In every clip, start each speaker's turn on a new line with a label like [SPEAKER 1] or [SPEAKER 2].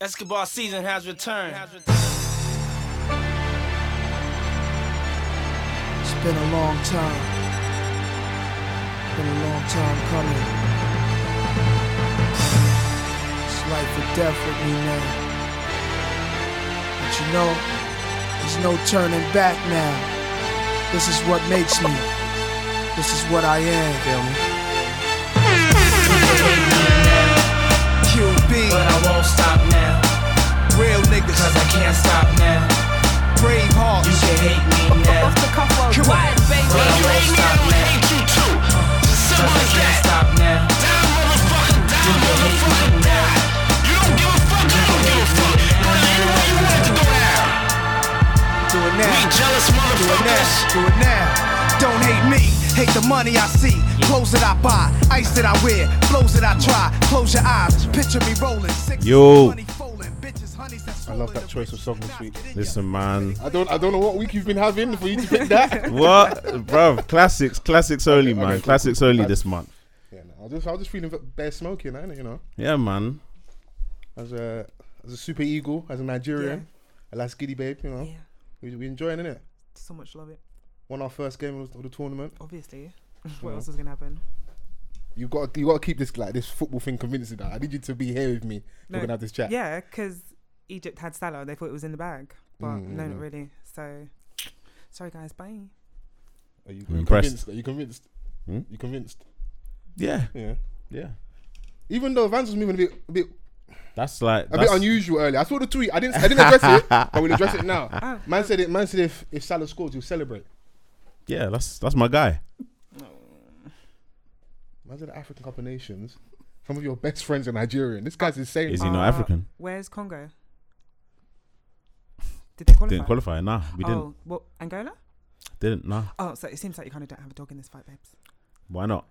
[SPEAKER 1] Escobar season has returned.
[SPEAKER 2] It's been a long time. Been a long time coming. It's life or death with me now. But you know, there's no turning back now. This is what makes me. This is what I am. Feel me?
[SPEAKER 3] QB,
[SPEAKER 1] But I won't stop now,
[SPEAKER 3] real niggas,
[SPEAKER 1] cause I can't stop now.
[SPEAKER 3] brave
[SPEAKER 1] You
[SPEAKER 3] hearts.
[SPEAKER 1] can hate me now.
[SPEAKER 3] Come on.
[SPEAKER 1] But I won't stop now.
[SPEAKER 3] Uh,
[SPEAKER 1] Cause I can't stop now. You can hate me now.
[SPEAKER 3] Do it now. We jealous motherfuckers. Do it now. Do it now. Don't hate me. Hate the money I see. Clothes that I buy. Ice that I wear. Flows that I try. Close your eyes. Picture me rolling. Six
[SPEAKER 4] Yo.
[SPEAKER 3] money folding. Bitches, honeys that's
[SPEAKER 5] I love that
[SPEAKER 3] swollen.
[SPEAKER 5] choice of song this week.
[SPEAKER 4] Listen, man.
[SPEAKER 5] I don't, I don't know what week you've been having for you to pick that.
[SPEAKER 4] What, bruv? Classics, classics only,
[SPEAKER 5] okay,
[SPEAKER 4] man.
[SPEAKER 5] cool,
[SPEAKER 4] classics
[SPEAKER 5] cool.
[SPEAKER 4] only
[SPEAKER 5] Bad.
[SPEAKER 4] this month.
[SPEAKER 5] yeah, no, I was just, I was just feeling bare smoking, ain't it, you know,
[SPEAKER 4] Yeah, man.
[SPEAKER 5] as a, as a super eagle, as a Nigerian, a last giddy babe, you know,
[SPEAKER 6] Yeah.
[SPEAKER 5] we, we enjoying it.
[SPEAKER 6] So much love it.
[SPEAKER 5] Won our first game of the, of the tournament.
[SPEAKER 6] Obviously. What else is gonna happen?
[SPEAKER 5] You got, you got to keep this like this football thing convincing. That I need you to be here with me. We're
[SPEAKER 6] No.
[SPEAKER 5] gonna have this chat.
[SPEAKER 6] Yeah, because Egypt had Salah, they thought it was in the bag, but
[SPEAKER 5] Mm,
[SPEAKER 6] no,
[SPEAKER 5] mm,
[SPEAKER 6] not
[SPEAKER 5] mm.
[SPEAKER 6] really. So, sorry guys, bye.
[SPEAKER 5] Are you,
[SPEAKER 4] I'm
[SPEAKER 5] you
[SPEAKER 4] impressed.
[SPEAKER 5] convinced? Are you convinced?
[SPEAKER 4] Hmm?
[SPEAKER 5] You convinced?
[SPEAKER 4] Yeah,
[SPEAKER 5] Yeah.
[SPEAKER 4] yeah.
[SPEAKER 5] Even though Vans was moving a bit, a bit,
[SPEAKER 4] That's like
[SPEAKER 5] a
[SPEAKER 4] that's,
[SPEAKER 5] bit unusual earlier. I saw the tweet. I didn't, I didn't address it, but we'll address it now.
[SPEAKER 6] Oh,
[SPEAKER 5] Man said it. Man said if if Salah scores, he'll celebrate.
[SPEAKER 4] Yeah, that's that's my guy.
[SPEAKER 5] Man said the African Cup of Nations. Some of your best friends are Nigerian. This guy's insane.
[SPEAKER 4] Is he not
[SPEAKER 6] Uh,
[SPEAKER 4] African?
[SPEAKER 6] where's Congo? Did they qualify?
[SPEAKER 4] Didn't qualify. Nah, we didn't.
[SPEAKER 6] Oh, well, Angola?
[SPEAKER 4] Didn't. Nah.
[SPEAKER 6] Oh, so it seems like you kind of don't have a dog in this fight, babes.
[SPEAKER 4] Why not?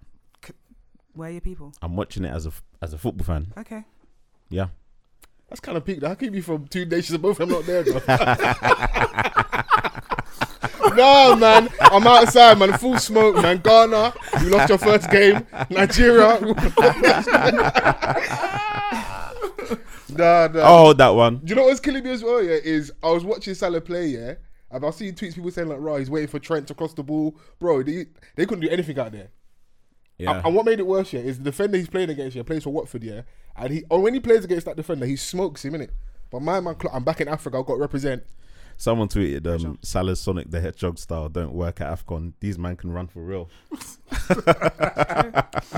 [SPEAKER 6] Where are your people?
[SPEAKER 4] I'm watching it as a f- as a football fan.
[SPEAKER 6] Okay.
[SPEAKER 4] Yeah.
[SPEAKER 5] That's kind of peak. though. How can you be from two nations and both of them not there? Though? no, man. I'm outside, man. Full smoke, man. Ghana, you lost your first game. Nigeria. nah, nah.
[SPEAKER 4] I'll hold that one.
[SPEAKER 5] Do you know what's killing me as well? Yeah, is I was watching Salah play. Yeah, and I was seeing tweets people saying like, "Right, he's waiting for Trent to cross the ball, bro." They, they couldn't do anything out there.
[SPEAKER 4] Yeah.
[SPEAKER 5] And, and what made it worse, yeah, is the defender he's playing against, yeah, plays for Watford, yeah, and he, or when he plays against that defender, he smokes him, innit? But my man, Klopp, I'm back in Africa. I've got to represent.
[SPEAKER 4] Someone tweeted um, Salah's Sonic the Hedgehog style don't work at Afcon. These man can run for real.
[SPEAKER 5] You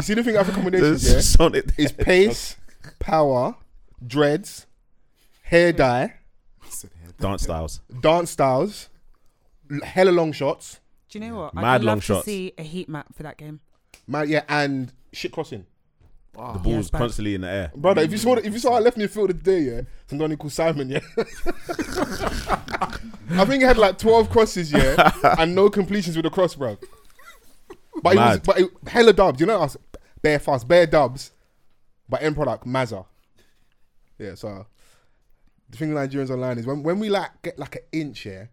[SPEAKER 5] see the thing African
[SPEAKER 4] This
[SPEAKER 5] combinations, yeah,
[SPEAKER 4] Sonic the
[SPEAKER 5] is pace, power, dreads, hair dye,
[SPEAKER 4] dance styles.
[SPEAKER 5] dance styles, l- hella long shots,
[SPEAKER 6] Do you know what?
[SPEAKER 4] Mad
[SPEAKER 6] I'd
[SPEAKER 4] long
[SPEAKER 6] love
[SPEAKER 4] shots.
[SPEAKER 6] to see a heat map for that game.
[SPEAKER 5] man, yeah, and shit crossing.
[SPEAKER 4] The ball's
[SPEAKER 6] it's bad.
[SPEAKER 4] constantly in the air.
[SPEAKER 5] Brother, if you saw if you saw I left midfield today, yeah, somebody called Simon, yeah. I think he had like twelve crosses, yeah, and no completions with the cross, bro. But it was
[SPEAKER 4] Mad.
[SPEAKER 5] but it, hella dubs, you know us bare fast, bare dubs, but end product Mazza. Yeah, so the thing with Nigerians online is when, when we like get like an inch, yeah,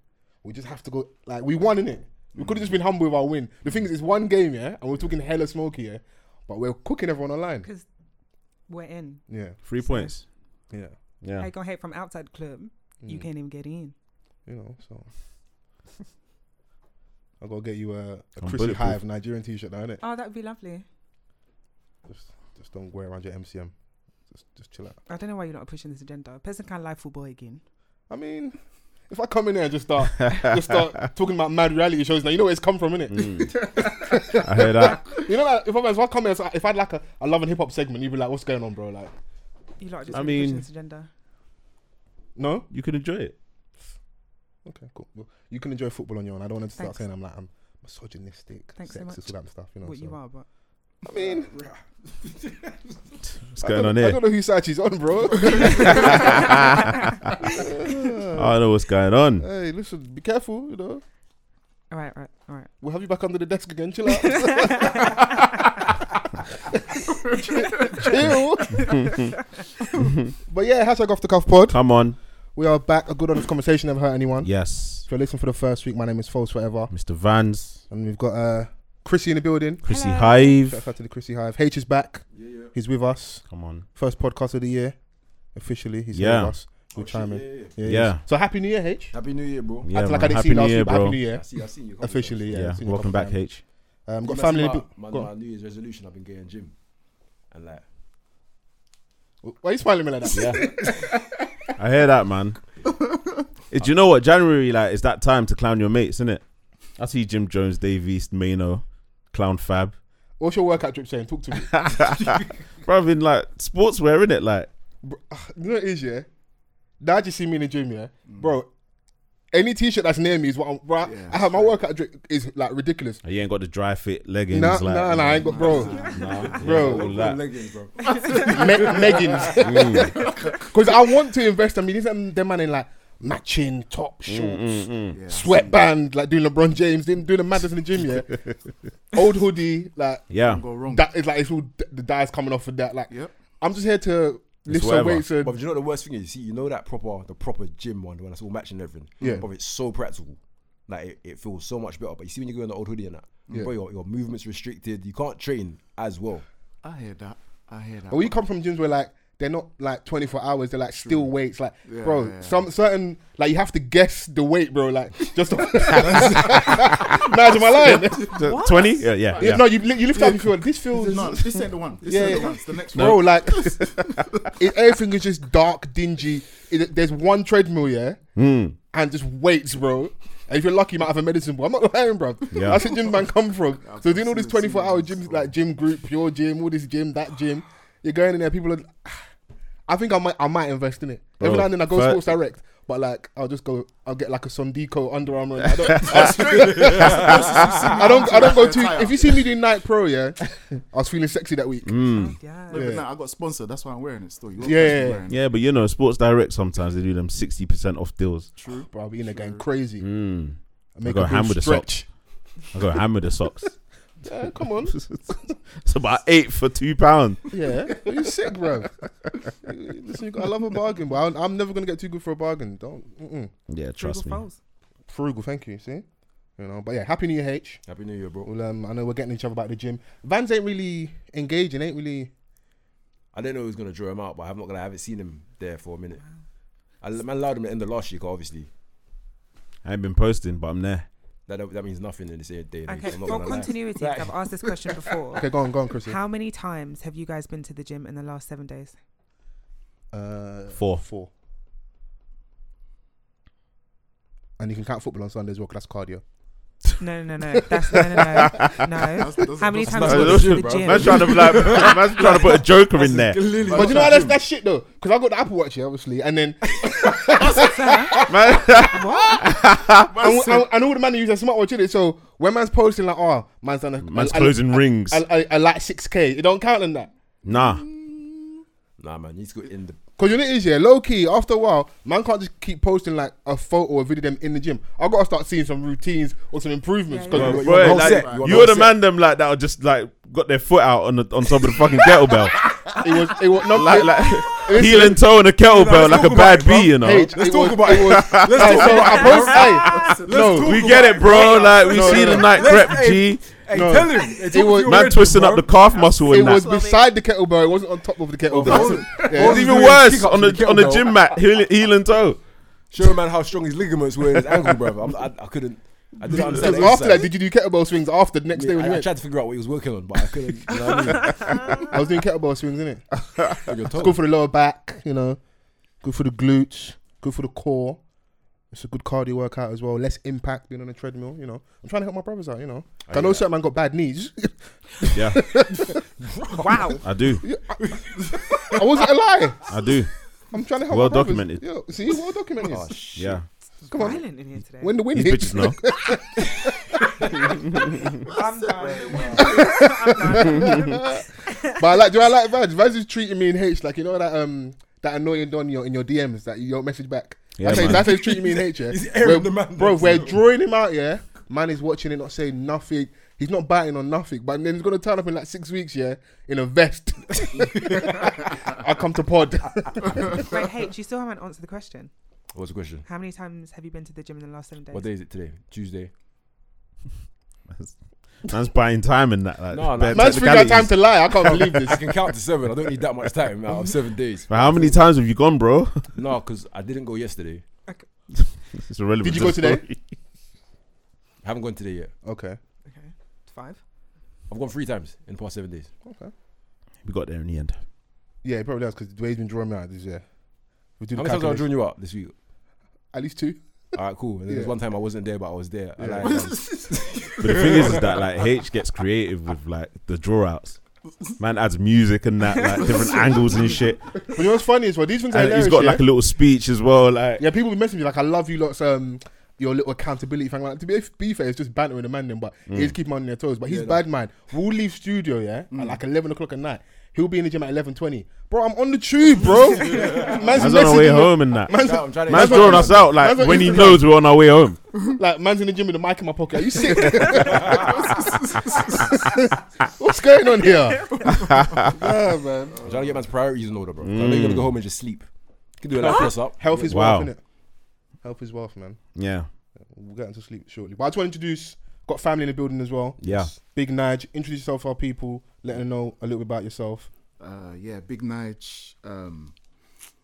[SPEAKER 5] we just have to go like we won in it. We could have just been humble with our win. The thing is, it's one game, yeah, and we're talking hella smoky, yeah, but we're cooking everyone online.
[SPEAKER 6] Because we're in.
[SPEAKER 5] Yeah,
[SPEAKER 4] Three points.
[SPEAKER 5] yeah.
[SPEAKER 4] Yeah.
[SPEAKER 6] I got hate from outside club.
[SPEAKER 5] Mm.
[SPEAKER 6] You can't even get in.
[SPEAKER 5] you know, so. I'll go get you a, a
[SPEAKER 4] I'm
[SPEAKER 5] Chrissy
[SPEAKER 4] bulletproof.
[SPEAKER 5] Hive Nigerian t shirt now, innit?
[SPEAKER 6] Oh, that would be lovely.
[SPEAKER 5] Just, just don't wear around your MCM. Just, just chill out.
[SPEAKER 6] I don't know why you're not pushing this agenda. Person can life football again.
[SPEAKER 5] I mean, if I come in there and just start, just start talking about mad reality shows now, you know where it's come from, innit?
[SPEAKER 4] Mm. I heard that.
[SPEAKER 5] You know, like, if, I, if I come in, if I had like a, a love and hip hop segment, you'd be like, what's going on, bro? Like,
[SPEAKER 6] You lot are just
[SPEAKER 4] I
[SPEAKER 6] really pushing
[SPEAKER 4] mean-
[SPEAKER 6] this agenda.
[SPEAKER 5] no?
[SPEAKER 4] You can enjoy it.
[SPEAKER 5] Okay, cool. Well, you can enjoy football on your own. I don't want to start
[SPEAKER 6] Thanks.
[SPEAKER 5] saying I'm like, I'm misogynistic,
[SPEAKER 6] Thanks so
[SPEAKER 5] sexist,
[SPEAKER 6] much.
[SPEAKER 5] all that stuff, you know?
[SPEAKER 6] What
[SPEAKER 5] so.
[SPEAKER 6] you are, but
[SPEAKER 5] I mean,
[SPEAKER 4] What's
[SPEAKER 5] I
[SPEAKER 4] going
[SPEAKER 5] don't- I
[SPEAKER 4] on here?
[SPEAKER 5] don't know who side she's on, bro.
[SPEAKER 4] I don't know what's going on.
[SPEAKER 5] hey, listen, be careful, you know?
[SPEAKER 6] all right, all right, all right.
[SPEAKER 5] We'll have you back under the desk again. Chill out. Chill. but yeah, hashtag off the cuff pod.
[SPEAKER 4] Come on.
[SPEAKER 5] We are back. A good honest conversation. Never hurt anyone.
[SPEAKER 4] Yes.
[SPEAKER 5] If you're listening for the first week, my name is False Forever.
[SPEAKER 4] Mr. Vans,
[SPEAKER 5] And we've got uh, Chrissy in the building.
[SPEAKER 4] Chrissy
[SPEAKER 6] Hello.
[SPEAKER 5] Shout
[SPEAKER 4] Hive.
[SPEAKER 5] out to the Chrissy Hive. H is back. He's with us.
[SPEAKER 4] Come on.
[SPEAKER 5] First podcast of the year. officially. He's
[SPEAKER 4] Yeah.
[SPEAKER 5] here with us. We'll chime in. Oh, Yeah,
[SPEAKER 4] Yeah.
[SPEAKER 5] yes. So um, happy New Year, H.
[SPEAKER 7] Happy New Year, bro.
[SPEAKER 4] Yeah,
[SPEAKER 5] Act like
[SPEAKER 4] man.
[SPEAKER 5] I didn't see you last week, but happy New Year.
[SPEAKER 7] I see, I see you.
[SPEAKER 5] Officially, yeah.
[SPEAKER 4] Yeah,
[SPEAKER 5] I've seen you a
[SPEAKER 4] welcome
[SPEAKER 5] couple
[SPEAKER 4] back,
[SPEAKER 5] times.
[SPEAKER 4] H.
[SPEAKER 5] Um, got
[SPEAKER 7] Got
[SPEAKER 5] family.
[SPEAKER 7] family.
[SPEAKER 5] in the-
[SPEAKER 7] My,
[SPEAKER 5] go
[SPEAKER 7] my,
[SPEAKER 5] on.
[SPEAKER 7] New Year's resolution, I've been getting gym, and like
[SPEAKER 5] Why are you smiling at me like that?
[SPEAKER 4] I hear that, man. Eh, Do you know what January like? Is that time to clown your mates, isn't it? I see Jim Jones, Dave East, Mano, clown Fab,
[SPEAKER 5] What's your workout drip saying? Talk to me.
[SPEAKER 4] bruv in like sportswear, innit? Like,
[SPEAKER 5] Bro, ah, you know what it is, yeah? Now you see me in the gym, yeah? Bro, any t shirt that's near me is what I'm. Bro, I- I have my workout drip is like ridiculous.
[SPEAKER 4] Oh, you ain't got the dry fit leggings.
[SPEAKER 5] Nah,
[SPEAKER 4] like, Mm.
[SPEAKER 5] nah, nah, I ain't got, bro.
[SPEAKER 4] nah,
[SPEAKER 5] Bro.
[SPEAKER 4] all that.
[SPEAKER 7] leggings, bro.
[SPEAKER 5] Me- Meggins. Because I want to invest. I mean, these um, them them man in like matching top
[SPEAKER 4] Mm,
[SPEAKER 5] shorts, sweatband, like doing LeBron James, doing, doing the madness in the gym, yeah? Old hoodie, like,
[SPEAKER 4] Yeah,
[SPEAKER 7] Go wrong.
[SPEAKER 5] that is like, it's all d- the dye's coming off of that. Like,
[SPEAKER 7] Yep.
[SPEAKER 5] I'm just here to lift some
[SPEAKER 4] whatever.
[SPEAKER 5] weights and.
[SPEAKER 7] But do you know what the worst thing is? You see, you know that proper, the proper gym one, the one that's all matching everything.
[SPEAKER 5] Yeah.
[SPEAKER 7] But it's so practical. Like it, it feels so much better. But you see when you go in the old hoodie and that, bro, your, your movement's restricted. You can't train as well.
[SPEAKER 8] I hear that. I hear that.
[SPEAKER 5] But we come from gyms where like they're not like 24 hours. They're like still weights. Like, bro,
[SPEAKER 8] yeah, yeah.
[SPEAKER 5] some certain like you have to guess the weight, bro. Like, just to- Nigel, am I lying?
[SPEAKER 4] twenty. Yeah, yeah,
[SPEAKER 5] Yeah,
[SPEAKER 4] yeah.
[SPEAKER 5] No, you li- you lift up. You feel this feels,
[SPEAKER 8] no, this ain't the one. This
[SPEAKER 5] Yeah,
[SPEAKER 8] ain't
[SPEAKER 5] yeah.
[SPEAKER 8] the one. It's the next
[SPEAKER 5] bro.
[SPEAKER 8] one.
[SPEAKER 5] Like, it, everything is just dark, dingy. It, there's one treadmill, yeah, and just weights, bro. And if you're lucky, you might have a medicine ball. I'm not lying, bro.
[SPEAKER 4] Yeah.
[SPEAKER 5] That's where gym man come from. So doing
[SPEAKER 8] seen-
[SPEAKER 5] all this
[SPEAKER 8] seen
[SPEAKER 5] 24 hour
[SPEAKER 8] this,
[SPEAKER 5] gyms,
[SPEAKER 8] bro.
[SPEAKER 5] like gym group, your gym, all this gym, that gym. You're going in there, people are. I think I might, I might invest in it. Every
[SPEAKER 4] Bro,
[SPEAKER 5] now and then I go
[SPEAKER 4] fair-
[SPEAKER 5] Sports Direct, but like I'll just go, I'll get like a Sondico Under Armour. and I don't,
[SPEAKER 8] That's true. I
[SPEAKER 5] I don't, I don't go too. If you see me doing Night Pro, yeah, I was feeling sexy that week.
[SPEAKER 4] Hmm.
[SPEAKER 6] Yeah.
[SPEAKER 8] No, but no, I got sponsored. That's why I'm wearing it still. You're
[SPEAKER 5] Yeah, yeah, yeah.
[SPEAKER 8] wearing it.
[SPEAKER 4] Yeah, but you know, Sports Direct sometimes they do them sixty percent off deals.
[SPEAKER 8] True.
[SPEAKER 5] Bro, I'll be in there going crazy.
[SPEAKER 4] Mm.
[SPEAKER 5] I make
[SPEAKER 4] I got
[SPEAKER 5] a ham
[SPEAKER 4] hammered
[SPEAKER 5] with
[SPEAKER 4] the
[SPEAKER 5] stretch.
[SPEAKER 4] I got hammered the socks.
[SPEAKER 5] Yeah, come on,
[SPEAKER 4] it's about eight for two pound.
[SPEAKER 5] yeah, you sick, bro. Listen, you got, I love a bargain, but I'm, I'm never gonna get too good for a bargain. Don't mm-mm.
[SPEAKER 4] Yeah,
[SPEAKER 6] Trust
[SPEAKER 4] trust me.
[SPEAKER 5] frugal, thank you. See, you know, but yeah, happy New Year, H.
[SPEAKER 7] Happy New Year, bro.
[SPEAKER 5] Well, um, I know we're getting each other about the gym. Vans ain't really engaging, ain't really.
[SPEAKER 7] I didn't know who was gonna draw him out, but I'm not gonna. I haven't seen him there for a minute. I l- man allowed him to end the last year, 'cause obviously.
[SPEAKER 4] I ain't been posting, but I'm there.
[SPEAKER 7] That, that that means nothing in this day. and age,
[SPEAKER 6] Okay,
[SPEAKER 7] I'm not
[SPEAKER 6] for
[SPEAKER 7] gonna lie.
[SPEAKER 6] continuity, 'cause I've asked this question before.
[SPEAKER 5] Okay, go on, go on, Chris.
[SPEAKER 6] How many times have you guys been to the gym in the last seven days?
[SPEAKER 5] Uh,
[SPEAKER 4] Four.
[SPEAKER 5] four. And you can count football on Sunday as well, 'cause that's cardio.
[SPEAKER 6] No, no, no, no. That's no, no, no. no.
[SPEAKER 8] That's, that's,
[SPEAKER 6] How many
[SPEAKER 8] that's
[SPEAKER 6] times
[SPEAKER 8] not
[SPEAKER 4] no,
[SPEAKER 6] have you
[SPEAKER 4] no,
[SPEAKER 6] been to the
[SPEAKER 4] bro.
[SPEAKER 6] gym?
[SPEAKER 4] Man's trying to like, man's trying to put a joker in there.
[SPEAKER 7] Clearly
[SPEAKER 5] But
[SPEAKER 7] not
[SPEAKER 5] you know
[SPEAKER 7] at
[SPEAKER 5] what? That's,
[SPEAKER 7] gym.
[SPEAKER 5] that's shit though, because I got the Apple Watch, yeah, obviously, and then
[SPEAKER 4] Man,
[SPEAKER 5] and, and, and all the man that use their smartwatch in it. So when man's posting like, oh, man's done a
[SPEAKER 4] man's
[SPEAKER 5] a- a-
[SPEAKER 4] closing rings.
[SPEAKER 5] a, a, a like six k, it don't count on that.
[SPEAKER 4] nah,
[SPEAKER 7] Nah, man, you need to go in the.
[SPEAKER 5] Cause you know it is, yeah, low key. After a while, man can't just keep posting like a photo or a video of them in the gym. I gotta start seeing some routines or some improvements.
[SPEAKER 6] Yeah,
[SPEAKER 5] 'cause
[SPEAKER 6] yeah.
[SPEAKER 5] you-
[SPEAKER 7] Well,
[SPEAKER 4] bro,
[SPEAKER 7] whole
[SPEAKER 4] like,
[SPEAKER 7] set. You want the
[SPEAKER 4] you're
[SPEAKER 7] whole
[SPEAKER 4] the
[SPEAKER 7] set.
[SPEAKER 4] man them like that will just like got their foot out on the, on top of the fucking kettlebell,
[SPEAKER 5] It was, it was no,
[SPEAKER 4] like
[SPEAKER 5] it-
[SPEAKER 4] like
[SPEAKER 5] listen,
[SPEAKER 4] heel and toe on a kettlebell,
[SPEAKER 7] let's
[SPEAKER 4] like
[SPEAKER 7] talk
[SPEAKER 4] a
[SPEAKER 7] about
[SPEAKER 4] bad
[SPEAKER 7] it, bro.
[SPEAKER 4] bee, you know.
[SPEAKER 5] H,
[SPEAKER 7] Let's
[SPEAKER 5] it
[SPEAKER 7] talk
[SPEAKER 5] was-
[SPEAKER 7] about
[SPEAKER 5] it. Was, Hey, so I post, hey, no,
[SPEAKER 4] we get it, bro. Like we
[SPEAKER 5] No,
[SPEAKER 4] see
[SPEAKER 5] no,
[SPEAKER 4] the
[SPEAKER 5] no.
[SPEAKER 4] night
[SPEAKER 7] Let's-
[SPEAKER 4] prep,
[SPEAKER 7] hey,
[SPEAKER 4] G.
[SPEAKER 7] Hey,
[SPEAKER 5] No.
[SPEAKER 7] tell him. Hey, talk
[SPEAKER 5] It
[SPEAKER 7] to
[SPEAKER 5] was-
[SPEAKER 7] your
[SPEAKER 4] Man
[SPEAKER 7] origin,
[SPEAKER 4] twisting
[SPEAKER 7] bro.
[SPEAKER 4] up the calf muscle
[SPEAKER 5] it
[SPEAKER 4] and
[SPEAKER 5] was
[SPEAKER 4] that.
[SPEAKER 5] beside the kettlebell. It wasn't on top of the kettlebell.
[SPEAKER 4] It was
[SPEAKER 5] Yeah.
[SPEAKER 4] even
[SPEAKER 7] doing
[SPEAKER 4] worse
[SPEAKER 7] kick-ups
[SPEAKER 4] on
[SPEAKER 7] with
[SPEAKER 4] the
[SPEAKER 7] the
[SPEAKER 4] on the
[SPEAKER 7] kettlebell.
[SPEAKER 4] gym mat, heel, heel and toe.
[SPEAKER 7] Show a man how strong his ligaments were in his ankle, brother. I'm, I, I couldn't. I didn't understand.
[SPEAKER 5] Because
[SPEAKER 7] the
[SPEAKER 5] after that,
[SPEAKER 7] exercise.
[SPEAKER 5] did you do kettlebell swings after the next day when
[SPEAKER 7] I,
[SPEAKER 5] you
[SPEAKER 7] I
[SPEAKER 5] went?
[SPEAKER 7] tried to figure out what he was working on, but I couldn't. You know what I mean?
[SPEAKER 5] I was doing kettlebell swings, innit?
[SPEAKER 7] On your toe.
[SPEAKER 5] It's good for the lower back, you know. Good for the glutes. Good for the core. It's a good cardio workout as well. Less impact being on a treadmill, you know. I'm trying to help my brothers out, you know. 'Cause I know certain man got bad knees.
[SPEAKER 4] Yeah,
[SPEAKER 6] Wow.
[SPEAKER 4] I do,
[SPEAKER 5] I wasn't a lie.
[SPEAKER 4] I do.
[SPEAKER 5] I'm trying to help
[SPEAKER 4] Well
[SPEAKER 5] my brothers.
[SPEAKER 4] documented.
[SPEAKER 5] Yo, see, well documented.
[SPEAKER 7] Oh, shit.
[SPEAKER 4] Yeah,
[SPEAKER 5] Come on.
[SPEAKER 6] Violent in here today.
[SPEAKER 5] When the wind
[SPEAKER 4] these
[SPEAKER 5] hits,
[SPEAKER 4] bitches know.
[SPEAKER 6] I'm done.
[SPEAKER 5] but I like, do I like Vaz? Vaz is treating me in H like you know that um that annoying don you're in your DMs that you don't message back.
[SPEAKER 4] Yeah,
[SPEAKER 5] that's, how,
[SPEAKER 4] man.
[SPEAKER 5] that's how he's treating me in H. Yeah,
[SPEAKER 7] He's airing
[SPEAKER 5] We're-
[SPEAKER 7] the man
[SPEAKER 5] bro.
[SPEAKER 7] next
[SPEAKER 5] We're
[SPEAKER 7] door.
[SPEAKER 5] drawing him out. Yeah, man is watching it, not saying nothing. He's not biting on nothing, but then he's gonna turn up in like six weeks, yeah, in a vest. I come to pod.
[SPEAKER 6] Wait, hey, you still haven't answered the question.
[SPEAKER 7] What's the question?
[SPEAKER 6] How many times have you been to the gym in the last seven days?
[SPEAKER 7] What day is it today? Tuesday.
[SPEAKER 4] Man's buying time in that. Like,
[SPEAKER 7] No, no.
[SPEAKER 4] bare
[SPEAKER 5] Uh, Man's figured out time
[SPEAKER 4] technicalities.
[SPEAKER 5] to lie. I can't believe this.
[SPEAKER 7] I can count to seven. I don't need that much time out of seven days.
[SPEAKER 4] But how many times have you gone, bro?
[SPEAKER 7] No, because I didn't go yesterday.
[SPEAKER 4] it's irrelevant.
[SPEAKER 5] Did you
[SPEAKER 4] to
[SPEAKER 5] go
[SPEAKER 4] the
[SPEAKER 5] today?
[SPEAKER 4] story.
[SPEAKER 7] I haven't gone today yet.
[SPEAKER 5] Okay.
[SPEAKER 6] Okay. Five.
[SPEAKER 7] I've gone three times in the past seven days.
[SPEAKER 4] We got there in the end.
[SPEAKER 5] Yeah, he probably does because Dwayne's been drawing me out this year. We
[SPEAKER 7] How many
[SPEAKER 5] do the
[SPEAKER 7] times have I
[SPEAKER 5] calculation.
[SPEAKER 7] drawn you out this week?
[SPEAKER 5] At least two.
[SPEAKER 7] All right, cool. And then there's
[SPEAKER 5] Yeah.
[SPEAKER 7] one time I wasn't there, but I was there. I lied,
[SPEAKER 5] Yeah.
[SPEAKER 7] man.
[SPEAKER 4] But the thing is, is that like H gets creative with like the drawouts. Man adds music and that, like different angles and shit.
[SPEAKER 5] But you know what's funny is well, these things are
[SPEAKER 4] And
[SPEAKER 5] hilarious.
[SPEAKER 4] he's got
[SPEAKER 5] yeah?
[SPEAKER 4] like a little speech as well. Like
[SPEAKER 5] Yeah, people be messaging me like, "I love you lots." Um, your little accountability thing. Like to be, be fair, it's just bantering the man then, but he's
[SPEAKER 4] Mm.
[SPEAKER 5] keeping on their toes. But he's
[SPEAKER 7] Yeah, Mm. no.
[SPEAKER 5] bad man. We'll leave studio yeah at like eleven o'clock at night. He'll be in the gym at eleven twenty. Bro, I'm on the tube, bro. man's
[SPEAKER 4] man's on our way
[SPEAKER 5] messaging me.
[SPEAKER 4] home and that.
[SPEAKER 5] Man's,
[SPEAKER 7] No, I'm trying to-
[SPEAKER 4] Man's
[SPEAKER 5] man's
[SPEAKER 4] drawing
[SPEAKER 5] on-
[SPEAKER 4] us out like
[SPEAKER 5] man's on
[SPEAKER 4] when he
[SPEAKER 5] Instagram.
[SPEAKER 4] knows we're on our way home.
[SPEAKER 5] like man's in the gym with a mic in my pocket. Are you sick? What's going on here? yeah, man.
[SPEAKER 7] I'm trying to get man's priorities in order, bro. I know you're gonna go home and just sleep. You can do a light press up.
[SPEAKER 5] Health is
[SPEAKER 4] Mm. Wow.
[SPEAKER 5] wealth, innit? Health is wealth, man.
[SPEAKER 4] Yeah.
[SPEAKER 5] We'll get into sleep shortly. But I just want to introduce, got family in the building as well.
[SPEAKER 4] Yeah.
[SPEAKER 5] Big Nige, introduce yourself to our people, let them know a little bit about yourself.
[SPEAKER 8] Uh, yeah, Big Nige, um,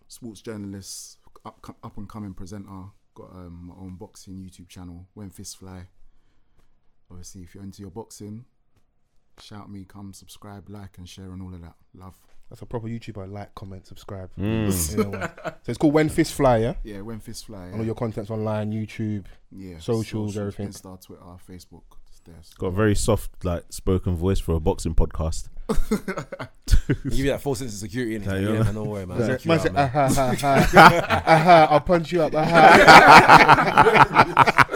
[SPEAKER 8] sports journalist, up, co- up and coming presenter. Got um, my own boxing YouTube channel, When Fists Fly. Obviously, if you're into your boxing, shout me, come subscribe, like, and share, and all of that. Love.
[SPEAKER 5] That's a proper YouTuber. Like, comment, subscribe.
[SPEAKER 4] Mm.
[SPEAKER 5] You know what? so it's called When Fists Fly, yeah?
[SPEAKER 8] Yeah, When Fists Fly.
[SPEAKER 5] And all your content's online, YouTube.
[SPEAKER 8] yeah,
[SPEAKER 5] socials, everything.
[SPEAKER 8] Insta, Twitter, Facebook. It's there.
[SPEAKER 4] Got a very soft, like spoken voice for a boxing podcast.
[SPEAKER 7] Give you that false sense of security in
[SPEAKER 4] Yeah,
[SPEAKER 7] it. Yeah,
[SPEAKER 4] yeah.
[SPEAKER 7] man, don't worry, man.
[SPEAKER 5] Man
[SPEAKER 7] Secure
[SPEAKER 5] said,
[SPEAKER 7] out, man.
[SPEAKER 5] aha, aha, aha, aha, uh-huh, I'll punch you up, uh-huh. aha.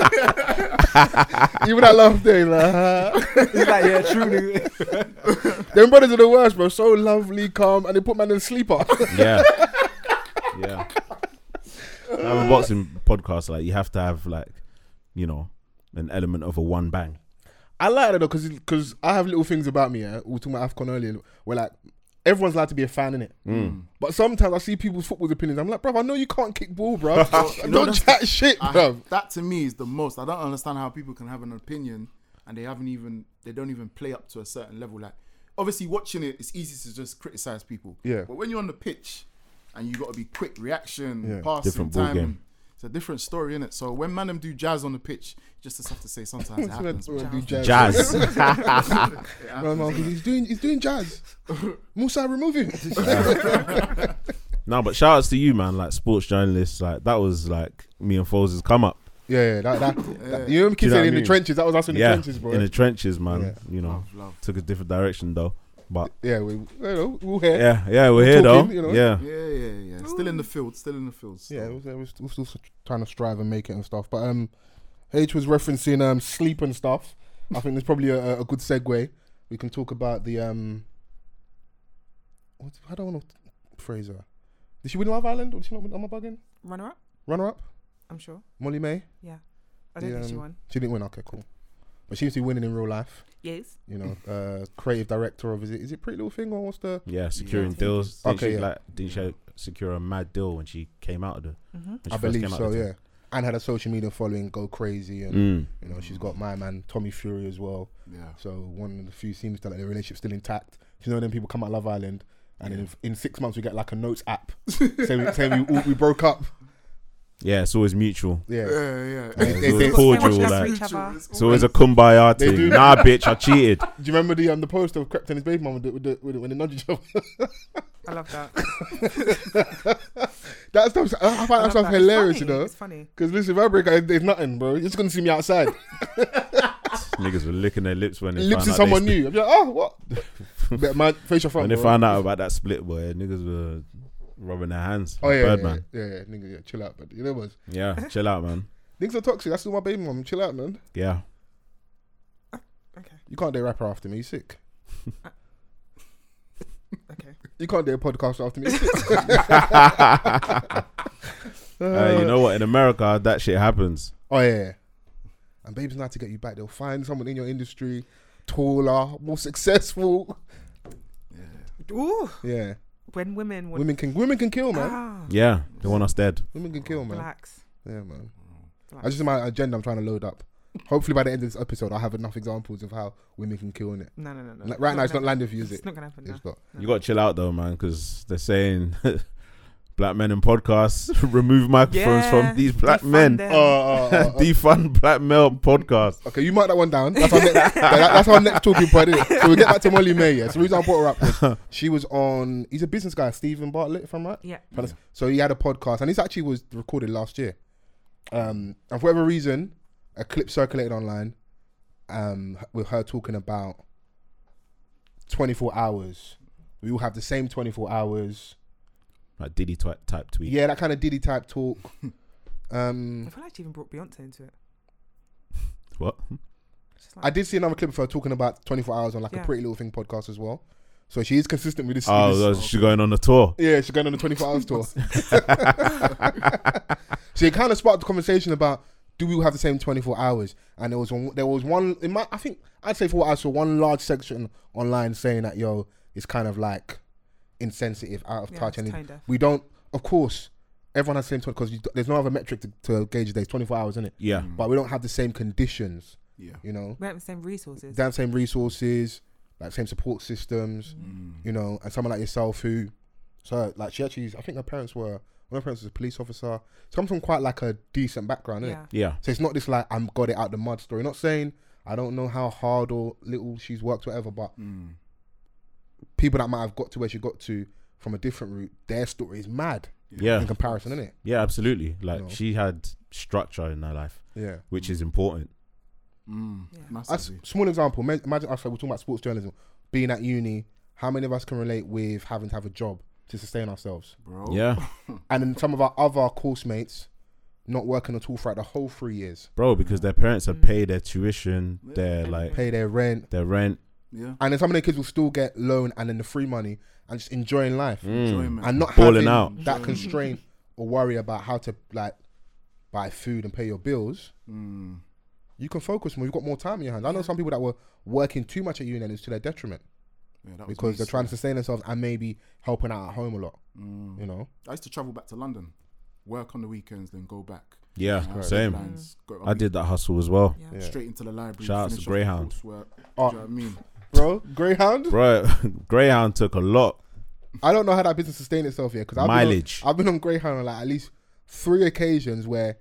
[SPEAKER 5] Even that laugh there, like, aha.
[SPEAKER 7] It's like, yeah, true. nigga.
[SPEAKER 5] Them brothers are the worst, bro. So lovely, calm, and they put man in a sleeper.
[SPEAKER 4] Yeah. yeah. I have a boxing podcast, like you have to have like, you know, an element of a one bang.
[SPEAKER 5] I like that though, because because I have little things about me. Yeah, we were talking about Afcon earlier. Where like everyone's allowed to be a fan in it,
[SPEAKER 4] Hmm.
[SPEAKER 5] but sometimes I see people's football opinions. I'm like, bro, I know you can't kick ball, bro.
[SPEAKER 8] You know,
[SPEAKER 5] Don't
[SPEAKER 8] that's-
[SPEAKER 5] chat shit,
[SPEAKER 8] I-
[SPEAKER 5] bro.
[SPEAKER 8] that to me is the most. I don't understand how people can have an opinion and they haven't even they don't even play up to a certain level. Like obviously watching it, it's easy to just criticize people.
[SPEAKER 5] Yeah.
[SPEAKER 8] But when you're on the pitch and you got to be quick reaction,
[SPEAKER 5] Yeah.
[SPEAKER 8] passing,
[SPEAKER 4] Different ball
[SPEAKER 8] timing.
[SPEAKER 4] game.
[SPEAKER 8] It's a different story, innit? So when man them do jazz on the pitch, you just just have to say sometimes it happens.
[SPEAKER 5] Bro, do
[SPEAKER 8] Jazz.
[SPEAKER 4] Jazz.
[SPEAKER 8] It
[SPEAKER 5] Bro,
[SPEAKER 8] happens,
[SPEAKER 5] no, 'cause
[SPEAKER 8] innit?
[SPEAKER 5] he's doing he's doing jazz. Musa, remove him.
[SPEAKER 4] No, but shout outs to you, man. Like sports journalists, like that was like me and Foles' come up.
[SPEAKER 5] yeah, yeah, that, that, that- you know,
[SPEAKER 4] Do you
[SPEAKER 5] kids
[SPEAKER 4] know what I
[SPEAKER 5] saying in the
[SPEAKER 4] mean?
[SPEAKER 5] trenches. That was us in the
[SPEAKER 4] yeah,
[SPEAKER 5] trenches, bro.
[SPEAKER 4] in the trenches, man.
[SPEAKER 5] Yeah.
[SPEAKER 4] You know,
[SPEAKER 8] Love, love.
[SPEAKER 4] took a different direction though. But
[SPEAKER 5] yeah, we, you know, we were here. Yeah,
[SPEAKER 4] yeah, yeah, we're here
[SPEAKER 5] Talking,
[SPEAKER 4] though.
[SPEAKER 5] you know.
[SPEAKER 4] Yeah,
[SPEAKER 8] Yeah, yeah, yeah. Still in the field, still in the field. still.
[SPEAKER 5] yeah, it was, it was, we're still trying to strive and make it and stuff. But um, H was referencing um sleep and stuff. I think there's probably a, a- a good segue. We can talk about the um. What, I don't want to phrase her. Did she win Love Island or did she not win? Am I bugging?
[SPEAKER 6] Runner up.
[SPEAKER 5] Runner up,
[SPEAKER 6] I'm sure.
[SPEAKER 5] Molly May.
[SPEAKER 6] I don't
[SPEAKER 5] Yeah,
[SPEAKER 6] think she
[SPEAKER 5] um,
[SPEAKER 6] won.
[SPEAKER 5] She didn't win. Okay, cool. But she seems to be winning in real life.
[SPEAKER 6] Yes.
[SPEAKER 5] You know, uh, creative director of is it is it Pretty Little Thing or what's the?
[SPEAKER 4] yeah, securing
[SPEAKER 6] Yeah.
[SPEAKER 4] deals. Didn't
[SPEAKER 5] Okay,
[SPEAKER 4] she,
[SPEAKER 5] yeah.
[SPEAKER 4] like, didn't she secure a mad deal when she came out of the?
[SPEAKER 6] Mm-hmm.
[SPEAKER 4] When
[SPEAKER 5] I
[SPEAKER 4] she first
[SPEAKER 5] believe
[SPEAKER 4] came out
[SPEAKER 5] so.
[SPEAKER 4] of the
[SPEAKER 5] Yeah, and had a social media following go crazy, and
[SPEAKER 4] Mm.
[SPEAKER 5] you know she's got my man Tommy Fury as well.
[SPEAKER 8] Yeah.
[SPEAKER 5] So one of the few seems that like, their relationship's still intact. You know, then people come out Love Island, and then in, in six months we get like a notes app saying, saying we, all- we broke up.
[SPEAKER 4] Yeah, it's always mutual.
[SPEAKER 5] Yeah,
[SPEAKER 8] Yeah, yeah.
[SPEAKER 5] They-
[SPEAKER 4] It's
[SPEAKER 5] they-
[SPEAKER 4] always
[SPEAKER 5] they-
[SPEAKER 4] cordial.
[SPEAKER 6] Watching us
[SPEAKER 4] Like,
[SPEAKER 6] reach other.
[SPEAKER 4] it's always a kumbaya
[SPEAKER 5] They do.
[SPEAKER 4] thing. Nah, bitch, I cheated.
[SPEAKER 5] Do you remember the um the poster of Crept and his baby mum with the, with the, with the, when they nudge each other?
[SPEAKER 6] I love that.
[SPEAKER 5] that stuff, I
[SPEAKER 6] I
[SPEAKER 5] find that
[SPEAKER 6] love
[SPEAKER 5] stuff
[SPEAKER 6] that. It's
[SPEAKER 5] hilarious, you
[SPEAKER 6] funny,
[SPEAKER 5] know.
[SPEAKER 6] It's funny.
[SPEAKER 5] Because listen, if I break up, there's nothing, bro. You're just gonna see me outside.
[SPEAKER 4] Niggas were licking their lips when they
[SPEAKER 5] Lips
[SPEAKER 4] found
[SPEAKER 5] is
[SPEAKER 4] out they
[SPEAKER 5] someone
[SPEAKER 4] split.
[SPEAKER 5] new. I'm like, oh, what? but my facial front.
[SPEAKER 4] When they
[SPEAKER 5] bro.
[SPEAKER 4] found out about that split, boy, niggas were rubbing their hands.
[SPEAKER 5] Oh yeah, yeah,
[SPEAKER 4] Birdman.
[SPEAKER 5] yeah, yeah, nigga, yeah, chill out, but you know what?
[SPEAKER 4] Yeah, chill out, man.
[SPEAKER 5] Niggas are toxic. That's still my baby mum. Chill out, man.
[SPEAKER 4] Yeah.
[SPEAKER 6] Okay.
[SPEAKER 5] You can't date a rapper after me. You sick.
[SPEAKER 6] Okay.
[SPEAKER 5] You can't date a podcast after me. You sick.
[SPEAKER 4] Uh, you know what? In America, that shit happens.
[SPEAKER 5] Oh yeah, yeah. and babes not to get you back. They'll find someone in your industry, taller, more successful.
[SPEAKER 6] Ooh,
[SPEAKER 5] Yeah,
[SPEAKER 6] when women would.
[SPEAKER 5] women can women can kill, man.
[SPEAKER 6] Ah,
[SPEAKER 4] Yeah, they want us dead.
[SPEAKER 5] Women can kill, man.
[SPEAKER 6] relax.
[SPEAKER 5] Yeah, man. I
[SPEAKER 6] relax.
[SPEAKER 5] just my agenda. I'm trying to load up. Hopefully, by the end of this episode, I'll have enough examples of how women can kill in it.
[SPEAKER 6] No, no, no, no.
[SPEAKER 5] Like, right now, it's not
[SPEAKER 6] gonna-
[SPEAKER 5] landing for you, is
[SPEAKER 6] It's
[SPEAKER 5] it?
[SPEAKER 6] not gonna happen. No.
[SPEAKER 5] It's not.
[SPEAKER 4] You got to chill out though, man, because they're saying black men in podcasts remove microphones
[SPEAKER 6] Yeah,
[SPEAKER 4] from these black
[SPEAKER 6] defund
[SPEAKER 4] men.
[SPEAKER 6] them.
[SPEAKER 5] Oh, oh, oh, oh.
[SPEAKER 4] Defund black male podcasts.
[SPEAKER 5] Okay, you mark that one down. That's our next, that- that's our next talking point. Isn't it? So we get back to Molly May. Yeah, so the reason I brought her up was she was on. He's a business guy, Stephen Bartlett, if I'm right.
[SPEAKER 6] Yeah.
[SPEAKER 5] So he had a podcast, and this actually was recorded last year. Um, and for whatever reason, a clip circulated online um, with her talking about 24 hours. We all have the same 24 hours.
[SPEAKER 4] Like Diddy twi- type tweet.
[SPEAKER 5] Yeah, that kind of Diddy type talk. Um,
[SPEAKER 7] Mm.
[SPEAKER 6] I feel like she even brought Beyonce into it.
[SPEAKER 4] What?
[SPEAKER 6] She's
[SPEAKER 5] I
[SPEAKER 6] like,
[SPEAKER 5] did see another clip of her talking about 24 hours on like
[SPEAKER 6] Yeah.
[SPEAKER 5] a Pretty Little Thing podcast as well. So she is consistent with this.
[SPEAKER 4] Oh,
[SPEAKER 5] with
[SPEAKER 4] so
[SPEAKER 5] this-
[SPEAKER 4] she's going on a tour.
[SPEAKER 5] yeah, she's going on a 24 hours tour. so it kind of sparked the conversation about do we all have the same 24 hours? And there was one, there was one. It might, I think I'd say for what I saw, one large section online saying that yo, it's kind of like insensitive, out of
[SPEAKER 6] Yeah,
[SPEAKER 5] touch,
[SPEAKER 6] it's
[SPEAKER 5] and it-
[SPEAKER 6] tone deaf.
[SPEAKER 5] we don't. Of course, everyone has the same 20 because there's no other metric to, to gauge days. 24 hours, isn't it?
[SPEAKER 4] Yeah.
[SPEAKER 6] Mm.
[SPEAKER 5] But we don't have the same conditions.
[SPEAKER 8] Yeah.
[SPEAKER 5] You know,
[SPEAKER 6] we have the same resources.
[SPEAKER 5] damn same resources, like same support systems,
[SPEAKER 6] Mm.
[SPEAKER 5] you know, and someone like yourself who, so like she actually, I think her parents were, one of her parents was a police officer. She comes from quite like a decent background, innit?
[SPEAKER 6] yeah.
[SPEAKER 4] Yeah.
[SPEAKER 5] So it's not this like I'm got it out the mud story. Not saying I don't know how hard or little she's worked, whatever, but people that might have got to where she got to from a different route, their story is mad
[SPEAKER 4] Yeah.
[SPEAKER 5] in comparison, isn't it?
[SPEAKER 4] Yeah, absolutely. Like
[SPEAKER 5] No.
[SPEAKER 4] she had structure in her life,
[SPEAKER 5] Yeah.
[SPEAKER 4] which is important.
[SPEAKER 8] Mm,
[SPEAKER 6] Yeah.
[SPEAKER 5] That's
[SPEAKER 8] massively.
[SPEAKER 5] a small example. Ma- Imagine us, like, we're talking about sports journalism, being at uni. How many of us can relate with having to have a job to sustain ourselves?
[SPEAKER 8] bro.
[SPEAKER 4] Yeah.
[SPEAKER 5] And then some of our other course mates not working at all throughout the whole three years,
[SPEAKER 4] Bro, because their parents
[SPEAKER 6] Mm.
[SPEAKER 4] have paid their tuition, their like
[SPEAKER 5] pay their rent.
[SPEAKER 4] their rent.
[SPEAKER 8] Yeah.
[SPEAKER 5] And then some of the kids will still get loan and then the free money and just enjoying life
[SPEAKER 8] Enjoyment.
[SPEAKER 5] and not
[SPEAKER 4] Mm. Balling
[SPEAKER 5] having
[SPEAKER 4] out.
[SPEAKER 5] that constraint or worry about how to like buy food and pay your bills.
[SPEAKER 8] Mm,
[SPEAKER 5] You can focus more. You've got more time in your hands. I know some people that were working too much at uni and it's to their detriment.
[SPEAKER 8] yeah, that was
[SPEAKER 5] because
[SPEAKER 8] me,
[SPEAKER 5] they're trying to
[SPEAKER 8] so-
[SPEAKER 5] sustain themselves and maybe helping out at home a lot.
[SPEAKER 8] Mm.
[SPEAKER 5] You know,
[SPEAKER 8] I used to travel back to London, work on the weekends, then go back.
[SPEAKER 4] Yeah,
[SPEAKER 8] Uh,
[SPEAKER 4] same.
[SPEAKER 8] deadlines, go-
[SPEAKER 4] I did that hustle as well.
[SPEAKER 6] Yeah.
[SPEAKER 5] Yeah.
[SPEAKER 8] straight into the library.
[SPEAKER 4] Shout out to
[SPEAKER 8] finish off the
[SPEAKER 4] Greyhound.
[SPEAKER 8] coursework,
[SPEAKER 5] Oh.
[SPEAKER 8] Do you know what I mean?
[SPEAKER 5] bro, Greyhound.
[SPEAKER 4] Bro, Greyhound took a lot.
[SPEAKER 5] I don't know how that business sustained itself here because
[SPEAKER 4] Mileage.
[SPEAKER 5] Been on, I've been on Greyhound on like at least three occasions where,